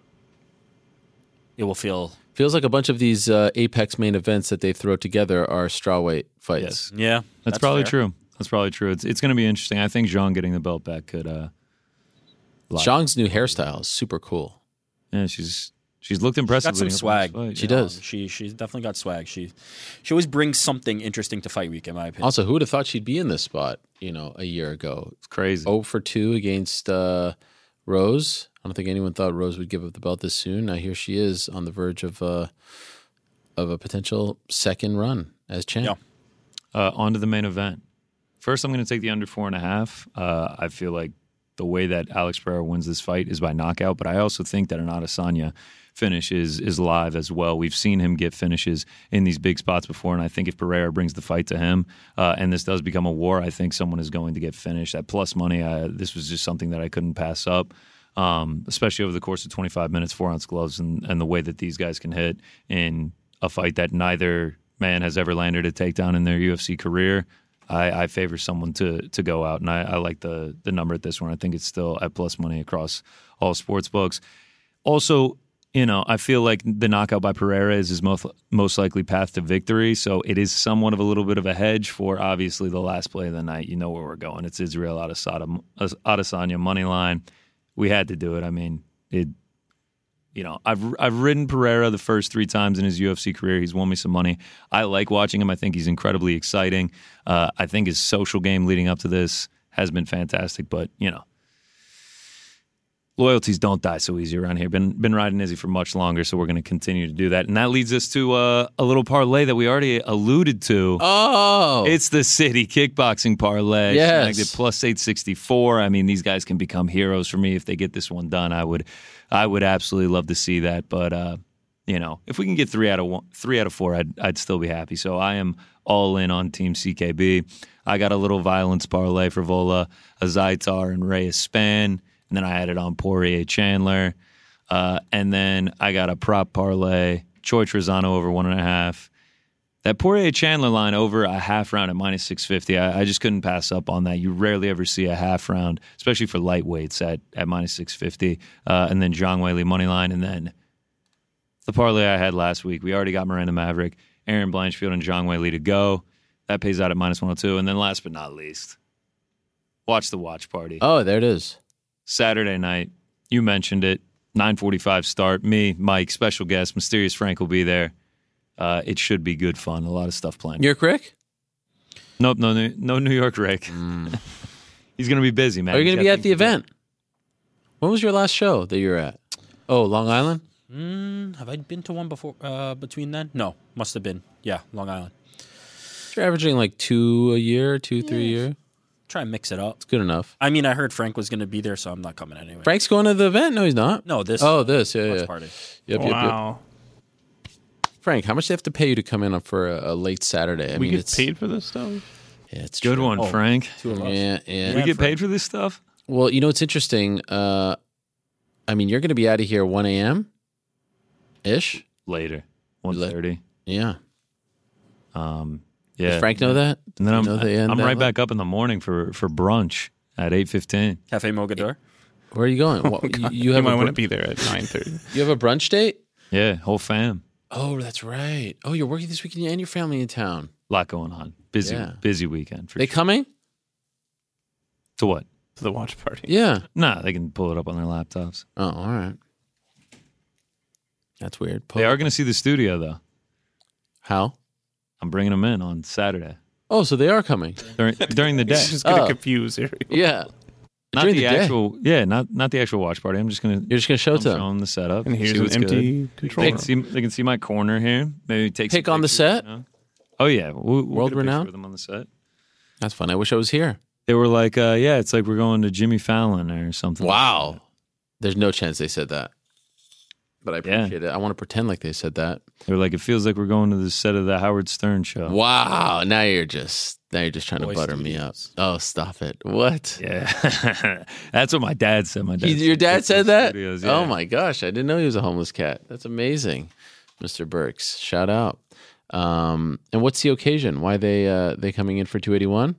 S6: It will feel
S1: Feels like a bunch of these uh, Apex main events that they throw together are strawweight fights.
S6: yeah.
S5: That's, probably true. That's probably true. It's it's going to be interesting. I think Jean getting the belt back could. uh Live.
S1: Zhang's new hairstyle is super cool.
S5: Yeah, she's she's looked impressive.
S6: Got
S5: leading
S6: some
S5: up to this
S6: swag.
S5: fight,
S1: She
S5: yeah.
S1: does.
S6: She she's definitely got swag. She she always brings something interesting to fight week, in my opinion.
S1: Also, who would have thought she'd be in this spot, you know, a year ago?
S5: It's crazy.
S1: Oh for 2 against uh, Rose. I don't think anyone thought Rose would give up the belt this soon. Now here she is on the verge of uh, of a potential second run as champ.
S6: Yeah.
S5: Uh, on to the main event. First, I'm going to take the under four and a half. Uh, I feel like the way that Alex Pereira wins this fight is by knockout, but I also think that an Adesanya finish is is live as well. We've seen him get finishes in these big spots before, and I think if Pereira brings the fight to him, uh, and this does become a war, I think someone is going to get finished. At plus money, I, this was just something that I couldn't pass up. Um, especially over the course of 25 minutes, four ounce gloves, and, and the way that these guys can hit in a fight that neither man has ever landed a takedown in their UFC career. I, I favor someone to to go out, and I, I like the the number at this one. I think it's still at plus money across all sports books. Also, you know, I feel like the knockout by Pereira is his most most likely path to victory. So it is somewhat of a little bit of a hedge for obviously the last play of the night. You know where we're going. It's Israel Adesanya, Adesanya money line. We had to do it. I mean, it you know, I've I've ridden Pereira the first three times in his UFC career. He's won me some money. I like watching him. I think he's incredibly exciting. Uh, I think his social game leading up to this has been fantastic. But you know, loyalties don't die so easy around here. Been been riding Izzy for much longer, so we're going to continue to do that. And that leads us to uh, a little parlay that we already alluded to.
S1: Oh,
S5: it's the city kickboxing parlay.
S1: Yes.
S5: Schmacked it plus eight sixty four. I mean, these guys can become heroes for me if they get this one done. I would, I would absolutely love to see that. But uh, you know, if we can get three out of one, three out of four, I'd I'd still be happy. So I am all in on Team CKB. I got a little violence parlay for Vola, a Zaitar, and Reyes Span. And then I added on Poirier Chandler. Uh, and then I got a prop parlay, Choi Trezano over one and a half. That Poirier Chandler line over a half round at minus 650, I, I just couldn't pass up on that. You rarely ever see a half round, especially for lightweights at, at minus 650. Uh, and then Zhang Weili money line. And then the parlay I had last week, we already got Miranda Maverick, Aaron Blanchfield, and Zhang Weili to go. That pays out at minus 102. And then last but not least, watch the watch party.
S1: Oh, there it is.
S5: Saturday night. You mentioned it. 9:45 start. Me, Mike, special guest, Mysterious Frank will be there. Uh, it should be good fun. A lot of stuff planned.
S1: You're Rick?
S5: Nope, no, New- no New York Rick.
S4: Hmm.
S5: He's gonna be busy, man.
S1: Are you
S5: He's
S1: going to
S5: got
S1: be at
S5: things
S1: the
S5: to do.
S1: event? When was your last show that you were at? Oh, Long Island?
S6: Mm, have I been to one before? Uh, between then, no, must have been. Yeah, Long Island.
S1: You're averaging like two a year, two, three a year.
S6: Try and mix it up.
S1: It's good enough.
S6: I mean, I heard Frank was going to be there, so I'm not coming anyway.
S1: Frank's going to the event? No, he's not.
S6: No, this.
S1: Oh, this. Yeah,
S6: watch
S1: yeah.
S6: party.
S1: Yep, yep, yep.
S4: wow.
S1: Frank, how much do they have to pay you to come in for a, a late Saturday? I
S4: we
S1: mean,
S4: get
S1: it's,
S4: paid for this stuff?
S1: Yeah, it's
S5: Good
S1: true.
S5: one,
S6: Oh.
S5: Frank.
S6: Two of us.
S1: Yeah, yeah.
S5: We
S6: Yeah,
S5: get
S6: Frank.
S5: paid for this stuff.
S1: Well, you know it's interesting. Uh, I mean, you're going to be out of here 1 a.m. ish.
S5: Later, 1:30.
S1: Yeah.
S5: Um,
S1: Does
S5: yeah.
S1: Frank know that?
S5: and then I'm,
S1: know they end
S5: I'm
S1: that
S5: right
S1: late?
S5: back up in the morning for for brunch at 8:15.
S6: Cafe Mogador.
S1: Where are you going?
S5: Oh,
S1: What, you, you
S4: You
S1: have
S4: might
S1: a
S4: want to
S1: br-
S4: be there at 9:30.
S1: you have a brunch date?
S5: Yeah, whole fam.
S1: Oh, that's right. Oh, you're working this weekend and your family in town.
S5: lot going on. Busy,
S1: Yeah.
S5: busy weekend. For
S1: they
S5: sure.
S1: coming?
S5: to what?
S4: to the watch party.
S1: Yeah.
S5: Nah, they can pull it up on their laptops.
S1: Oh, all right. That's weird.
S5: They are going to see the studio though.
S1: How?
S5: I'm bringing them in on Saturday
S1: Oh, so they are coming.
S5: during during the day.
S4: It's just gonna
S1: Oh.
S4: confuse everyone.
S1: Yeah.
S5: Not
S1: During
S5: the,
S1: the day.
S5: actual, yeah, not not the actual watch party. I'm just going to
S1: You're just gonna show it to them.
S5: show them the setup.
S4: And
S5: see
S4: here's an
S5: what's
S4: empty
S5: good.
S4: control
S5: They
S4: room.
S5: can, see, they can see my corner here. Maybe take some
S1: Pick on the
S5: pictures,
S1: set?
S5: you know? Oh yeah, we'll, we'll
S1: World
S5: get a picture
S1: renowned?
S5: with them on the set.
S1: That's fun. I wish I was here.
S5: They were like, uh, yeah, it's like we're going to Jimmy Fallon or something.
S1: Wow. There's no chance they said that. But I
S5: Yeah.
S1: appreciate it. I want to pretend like they said that.
S5: They were like, it feels like we're going to the set of the Howard Stern show.
S1: Wow. Now you're just now you're just trying to
S6: Boy
S1: butter me up.
S6: Studios.
S1: Oh, stop it. What?
S5: Yeah, that's what my dad said. My dad,
S1: He- your
S5: said
S1: dad
S5: Kickbox
S1: said that?
S5: Studios, yeah.
S1: Oh my gosh, I didn't know he was a homeless cat. That's amazing, Mr. Burks. Shout out. Um, and what's the occasion? Why they uh, they coming in for two eighty one?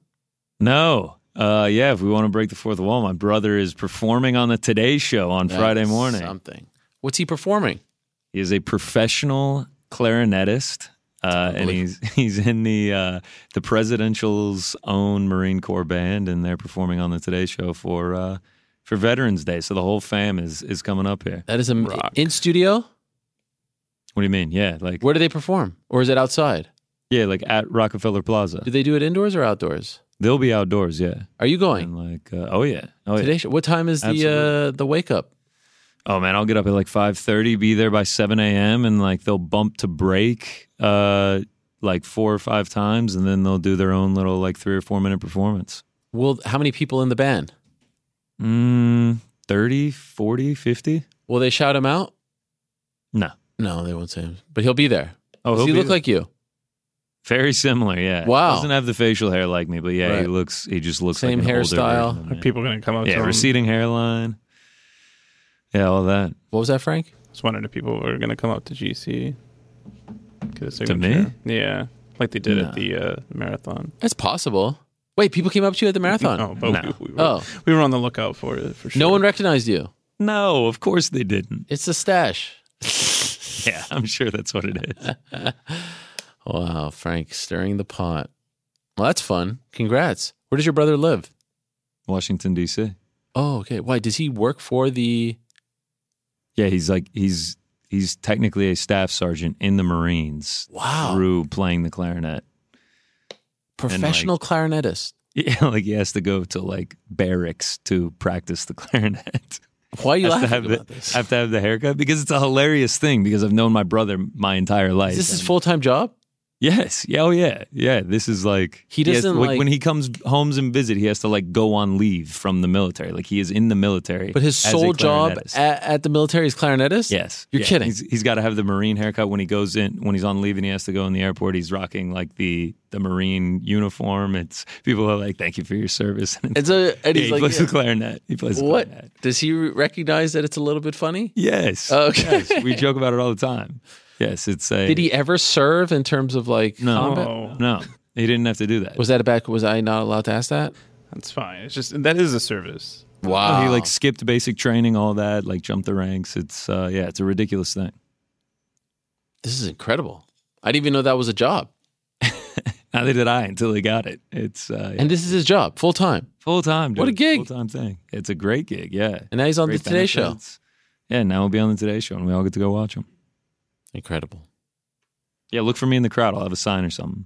S5: No. Uh, yeah, if we want to break the fourth wall, my brother is performing on the Today Show on Friday morning.
S1: Something. What's he performing?
S5: He is a professional clarinetist, uh, and he's he's in the uh, the presidential's own Marine Corps band, and they're performing on the Today Show for uh, for Veterans Day. So the whole fam is is coming up here.
S1: That is a in studio.
S5: What do you mean? Yeah, like
S1: Where do they perform, or is it outside?
S5: yeah, like at Rockefeller Plaza.
S1: Do they do it indoors or outdoors?
S5: They'll be outdoors. Yeah,
S1: Are you
S5: and
S1: going
S5: like uh, oh yeah, oh yeah.
S1: today? What time is the uh,
S5: Absolutely.
S1: the wake up?
S5: Oh man, I'll get up at like five thirty, be there by seven a.m., and like they'll bump to break, uh, like four or five times, and then they'll do their own little like three or four minute performance.
S1: Will how many people in the band?
S5: Mm, 30, 40, 50?
S1: Will they shout him out?
S5: No.
S1: No, they won't say him. But he'll be there.
S5: Oh,
S1: Does
S5: he'll
S1: he
S5: be
S1: look
S5: there.
S1: like you?
S5: very similar. Yeah.
S1: Wow.
S5: Doesn't have the facial hair like me, but yeah, he
S1: Right.
S5: looks. He just looks
S1: Same
S5: like an older
S1: hairstyle.
S5: version of
S4: Are
S5: me.
S4: people gonna come up
S5: yeah,
S4: to him?
S5: receding hairline. Yeah, all that.
S1: What was that, Frank?
S4: I was um, wondering if people were gonna come up to GC. Get a
S5: To me?
S4: signature. Yeah, like they did
S5: Nah.
S4: at the uh, marathon.
S1: That's possible. Wait, people came up to you at the marathon.
S4: Oh, but
S5: No.
S4: we, we were,
S1: Oh.
S4: we were on the lookout for it for sure.
S1: No one recognized you.
S5: No, of course they didn't.
S1: It's the stash.
S5: Yeah, I'm sure that's what it is.
S1: Wow, Frank stirring the pot. Well, that's fun. Congrats. Where does your brother live?
S5: Washington D.C.
S1: Oh, okay. Why does he work for the?
S5: Yeah, he's like he's he's technically a staff sergeant in the Marines.
S1: Wow.
S5: Through playing the clarinet.
S1: Professional clarinetist.
S5: Yeah, like he has to go to like barracks to practice the clarinet.
S1: Why are you
S5: Has to
S1: laughing
S5: have
S1: about
S5: the,
S1: this?
S5: Have to have the haircut because it's a hilarious thing. Because I've known my brother my entire life.
S1: Is this his full time job?
S5: Yes. Yeah. Oh, yeah. Yeah. This is like
S1: He
S5: has-
S1: doesn't, like-
S5: when he comes homes and visit. He has to like go on leave from the military. Like he is in the military.
S1: But his
S5: as a
S1: sole job
S5: clarinetist.
S1: at, at the military is clarinetist?
S5: Yes.
S1: You're
S5: Yeah.
S1: kidding.
S5: He's, he's got to have the Marine haircut when he goes in, when he's on leave and he has to go in the airport. He's rocking like the, the Marine uniform. It's people are like, thank you for your service. And
S1: It's a, and
S5: Yeah,
S1: he's
S5: he
S1: like,
S5: plays
S1: yeah.
S5: the clarinet. He plays the
S1: what?
S5: clarinet.
S1: Does he recognize that it's a little bit funny?
S5: Yes.
S1: Okay.
S5: Yes, We joke about it all the time. Yes. It's a.
S1: Did he ever serve in terms of like combat?
S5: No. No. He didn't have to do that.
S1: Was that a back? Was I not allowed to ask that? Oh,
S4: That's fine. It's just that is a service.
S1: Wow.
S5: He like skipped basic training, all that, like jumped the ranks. It's uh yeah, it's a ridiculous thing.
S1: this is incredible. I didn't even know that was a job.
S5: Neither did I until he got it. It's uh
S1: And this is his job, full time.
S5: full time.
S1: What a gig.
S5: Full time thing. It's a great gig. Yeah.
S1: And now he's on
S5: Great
S1: the Today
S5: benefits. Yeah. Now we'll be on the Today Show, and we all get to go watch him.
S1: Show. Incredible.
S5: Yeah. Look for me in the crowd. I'll have a sign or something.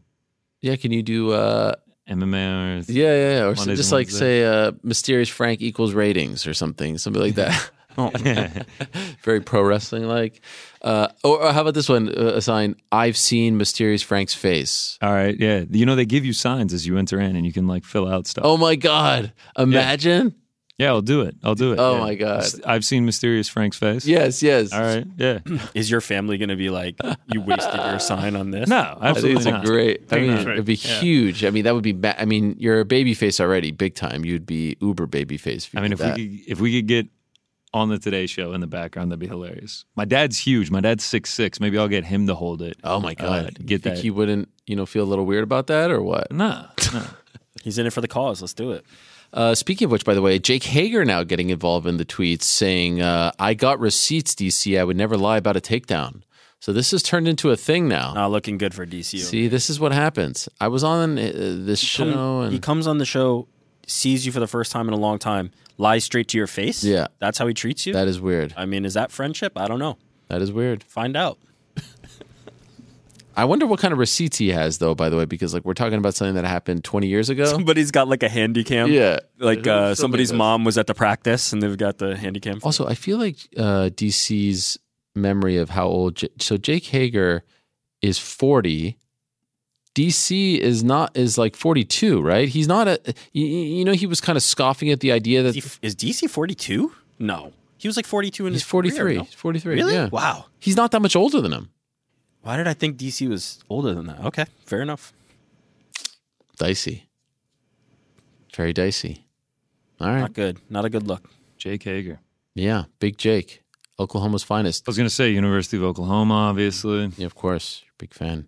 S1: Yeah, can you do uh
S5: MMA or
S1: yeah, yeah, yeah. or
S5: Mondays
S1: so-
S5: and
S1: just like
S5: Wednesdays.
S1: say uh mysterious Frank equals ratings or something, something like that.
S5: oh,
S1: Very pro wrestling like. Uh or, or how about this one? Uh, a sign I've seen mysterious Frank's face.
S5: all right. Yeah. You know they give you signs as you enter in, and you can like fill out stuff.
S1: Oh my god. Imagine?
S5: Yeah, I'll do it. I'll do it.
S1: Oh
S5: Yeah.
S1: my God.
S5: I've seen mysterious Frank's face.
S1: Yes, yes.
S5: All right. Yeah.
S6: Is your family going to be like, you wasted your sign on this?
S5: No,
S1: I think
S5: absolutely
S1: it's a
S5: not.
S1: great. I
S5: Think
S1: mean,
S5: not.
S1: it'd be
S5: Yeah.
S1: huge. I mean, that would be. Ba- I mean, you're a baby face already, big time. You'd be uber baby face. If you
S5: I mean,
S1: did
S5: if
S1: that.
S5: we could, if we could get on the Today Show in the background, that'd be hilarious. My dad's huge. My dad's six six. Maybe I'll get him to hold it.
S1: Oh my god!
S5: Uh,
S1: you
S5: get
S1: think
S5: that?
S1: he wouldn't, you know, feel a little weird about that or what?
S5: Nah, nah.
S6: He's in it for the cause. Let's do it.
S1: Uh, speaking of which, by the way, Jake Hager now getting involved in the tweets, saying, uh, "I got receipts, DC. I would never lie about a takedown." So this has turned into a thing now.
S6: Not looking good for DCU.
S1: See, this is what happens. I was on uh, this
S6: Come-
S1: show,
S6: he
S1: and
S6: comes on the show, sees you for the first time in a long time, lies straight to your face.
S1: Yeah.
S6: That's how he treats you.
S1: that is weird.
S6: I mean, is that friendship? I don't know.
S1: That is weird.
S6: Find out.
S1: I wonder what kind of receipts he has, though. By the way, because like we're talking about something that happened 20 years ago.
S6: Somebody's got like a handy cam.
S1: Yeah.
S6: Like
S1: Somebody
S6: uh, somebody's
S1: does. Oh,
S6: mom was at the practice and they've got the handy cam.
S1: Also, I feel like uh, DC's memory of how old. J- so Jake Hager is forty. DC is not is like forty two, right? He's not a. You, you know, he was kind of scoffing at the idea that
S6: Is is DC 42? No. He was like 42 in
S1: he's
S6: his career,
S1: forty three.
S6: no?
S1: He's forty three.
S6: Really?
S1: Yeah.
S6: Wow.
S1: He's not that much older than him.
S6: Why did I think DC was older than that? Okay, fair enough.
S1: Dicey. Very dicey. All right.
S6: Not good. Not a good look.
S5: Jake Hager.
S1: Yeah. Big Jake, Oklahoma's finest.
S5: I was gonna say University of Oklahoma, obviously.
S1: Yeah, of course. Big fan.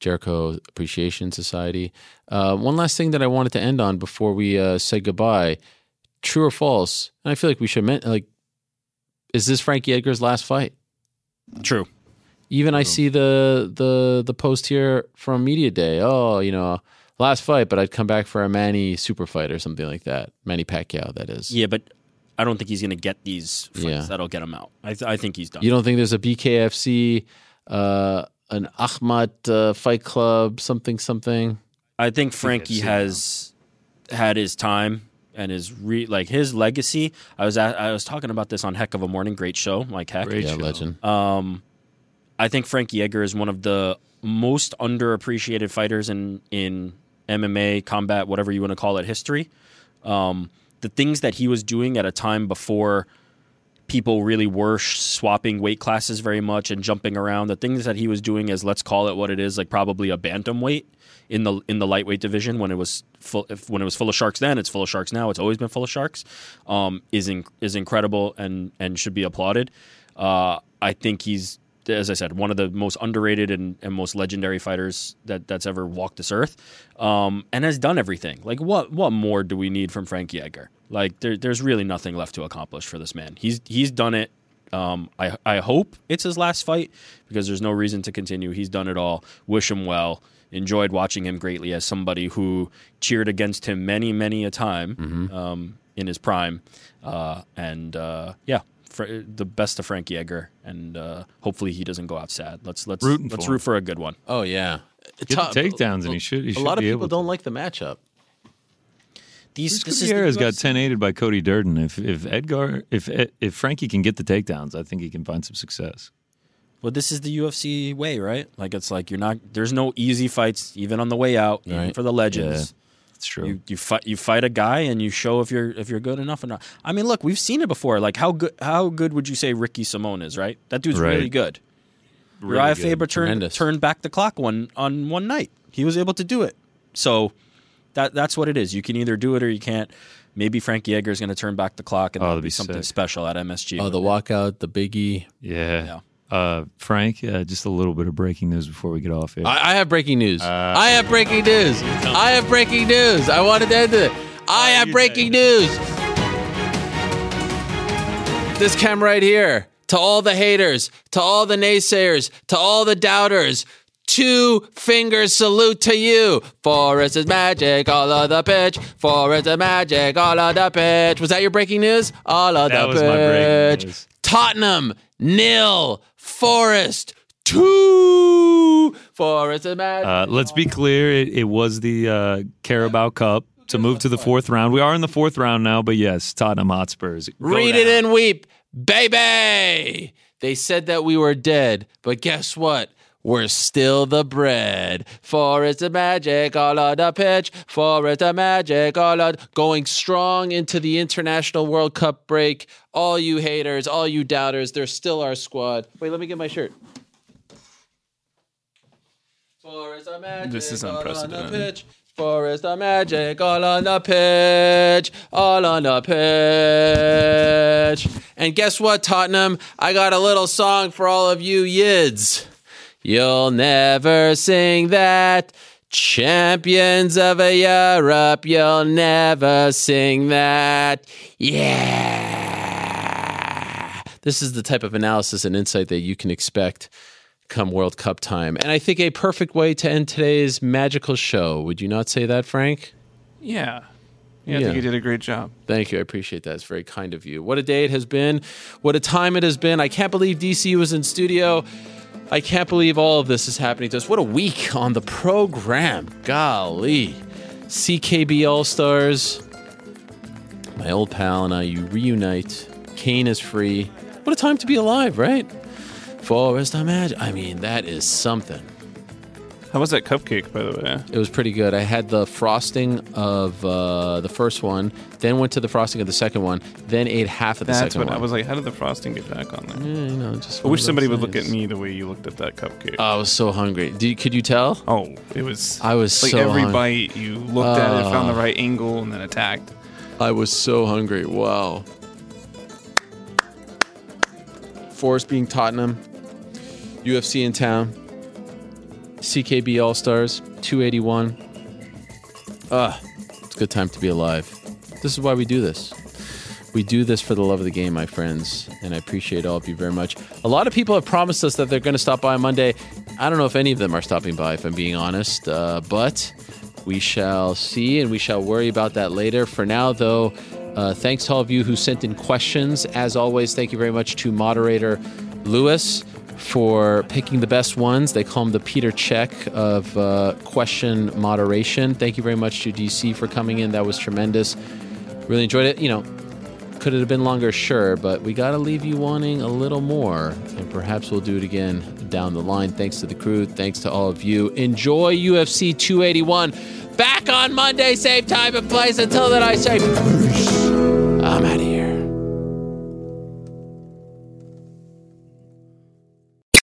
S1: Jericho Appreciation Society. Uh, one last thing that I wanted to end on before we uh, say goodbye. True or false? And I feel like we should men- like. Is this Frankie Edgar's last fight?
S6: True.
S1: Even I see the the the post here from media day. Oh, you know, last fight, but I'd come back for a Manny super fight or something like that. Manny Pacquiao, that is.
S6: Yeah, but I don't think he's going to get these fights
S1: Yeah.
S6: that'll get him out. I, th- I think he's done.
S1: You don't think there's a BKFC, uh, an Ahmad uh, Fight Club, something something?
S6: I think Frankie has had his time and his re- like his legacy. I was at, I was talking about this on Heck of a Morning, great show, like Heck.
S5: Great
S1: yeah,
S5: show.
S1: legend.
S6: Um, I think Frankie Edgar is one of the most underappreciated fighters in in MMA combat, whatever you want to call it, history. Um, the things that he was doing at a time before people really were sh- swapping weight classes very much and jumping around. The things that he was doing is let's call it what it is, like probably a bantamweight in the in the lightweight division when it was full if, when it was full of sharks then it's full of sharks now it's always been full of sharks um, is in, is incredible and and should be applauded. Uh, I think he's as I said one of the most underrated and, and most legendary fighters that that's ever walked this earth um, and has done everything. Like what what more do we need from Frankie Edgar? Like there, there's really nothing left to accomplish for this man. He's he's done it. Um, I I hope it's his last fight because there's no reason to continue. He's done it all. Wish him well. Enjoyed watching him greatly as somebody who cheered against him many many a time um, in his prime. Uh, and uh, yeah, Fra- the best of Frankie Edgar, and uh, hopefully he doesn't go out sad. Let's let's
S5: Rooting
S6: let's
S5: for
S6: root
S5: him.
S6: for a good one.
S1: Oh yeah,
S5: Get the takedowns, and he should. He
S1: a
S5: should
S1: lot of
S5: be
S1: people
S5: able to.
S1: don't like the matchup. These
S5: This
S1: this is the
S5: Gutierrez got
S1: UFC.
S5: ten aided by Cody Durden. If if Edgar, if if Frankie can get the takedowns, I think he can find some success.
S6: Well, this is the UFC way, right? Like it's like you're not. There's no easy fights, even on the way out, even
S5: Right.
S6: for the legends.
S5: It's true.
S6: You, you fight you fight a guy and you show if you're if you're good enough or not. I mean, look, we've seen it before. Like how good how good would you say Ricky Simone is? Right, that dude's
S5: Right.
S6: really good.
S5: Really
S6: Uriah
S5: good.
S6: Faber turned
S1: Tremendous.
S6: turned back the clock one on one night. He was able to do it. So that that's what it is. You can either do it or you can't. Maybe Frankie Edgar is going to turn back the clock and
S5: Oh,
S6: that'll
S5: that'd
S6: be
S5: be
S6: something
S5: sick.
S6: special at MSG.
S1: Oh, the walkout, the biggie.
S5: Yeah. Uh, Frank, uh, just a little bit of breaking news before we get off here.
S1: I, I have breaking news.
S5: Uh,
S1: I have breaking news. I have breaking news. I wanted to end it. I have breaking news. This cam right here. To all the haters, to all the naysayers, to all the doubters, two finger salute to you. Forest is magic, all of the pitch. Forest is magic, all of the pitch. Was that your breaking news? All of
S5: That
S1: the
S5: was my breaking
S1: pitch.
S5: news.
S1: Tottenham nil, Forest two. Forest is magic.
S5: Uh, let's be clear. It, it was the uh, Carabao Cup to move to the fourth round. We are in the fourth round now, but yes, Tottenham Hotspurs. go
S1: Read
S5: down.
S1: it and weep, baby. They said that we were dead, but guess what? We're still the bread. For it's the magic all on the pitch. For it's the magic all on. Going strong into the International World Cup break. All you haters, all you doubters, they're still our squad. Wait, let me get my shirt. For it's the magic
S4: This is
S1: all on the
S4: unprecedented.
S1: pitch. For it's the magic all on the pitch, all on the pitch. And guess what, Tottenham? I got a little song for all of you yids. You'll never sing that. Champions of Europe, you'll never sing that. Yeah. This is the type of analysis and insight that you can expect come World Cup time. And I think a perfect way to end today's magical show. Would you not say that, Frank?
S4: Yeah. Yeah, I
S1: Yeah.
S4: think you did a great job.
S1: Thank you. I appreciate that. It's very kind of you. What a day it has been. What a time it has been. I can't believe DC was in studio. I can't believe all of this is happening to us. What a week on the program. Golly. CKB All Stars. My old pal and I, you reunite. Kane is free. What a time to be alive, right? Forest Imagine. I mean, that is something.
S4: How was that cupcake, by the way?
S1: It was pretty good. I had the frosting of uh, the first one, then went to the frosting of the second one, then ate half of the
S4: That's
S1: second
S4: what
S1: one.
S4: I was like. How did the frosting get back on there?
S1: Yeah, you know, just
S4: I
S1: one
S4: wish
S1: of
S4: somebody
S1: those
S4: would look at
S1: things.
S4: me the way you looked at that cupcake.
S1: Oh, I was so hungry. Did, could you tell?
S4: oh, it was.
S1: I was
S4: like
S1: so
S4: every
S1: hung- Uh,
S4: bite you looked at it, found the right angle, and then attacked.
S1: I was so hungry. Wow. Forest being Tottenham, UFC in town, CKB All Stars, 281. Ah, it's a good time to be alive. This is why we do this. We do this for the love of the game, my friends, and I appreciate all of you very much. A lot of people have promised us that they're going to stop by on Monday. I don't know if any of them are stopping by, if I'm being honest, uh, but we shall see and we shall worry about that later. For now, though, uh, thanks to all of you who sent in questions. As always, thank you very much to moderator Lewis for picking the best ones. They call him the Peter Check of uh, question moderation. Thank you very much to DC for coming in. That was tremendous. Really enjoyed it. You know, could it have been longer? Sure, but we got to leave you wanting a little more, and perhaps we'll do it again down the line. Thanks to the crew. Thanks to all of you. Enjoy UFC 281. Back on Monday, same time and place. Until then, I say peace.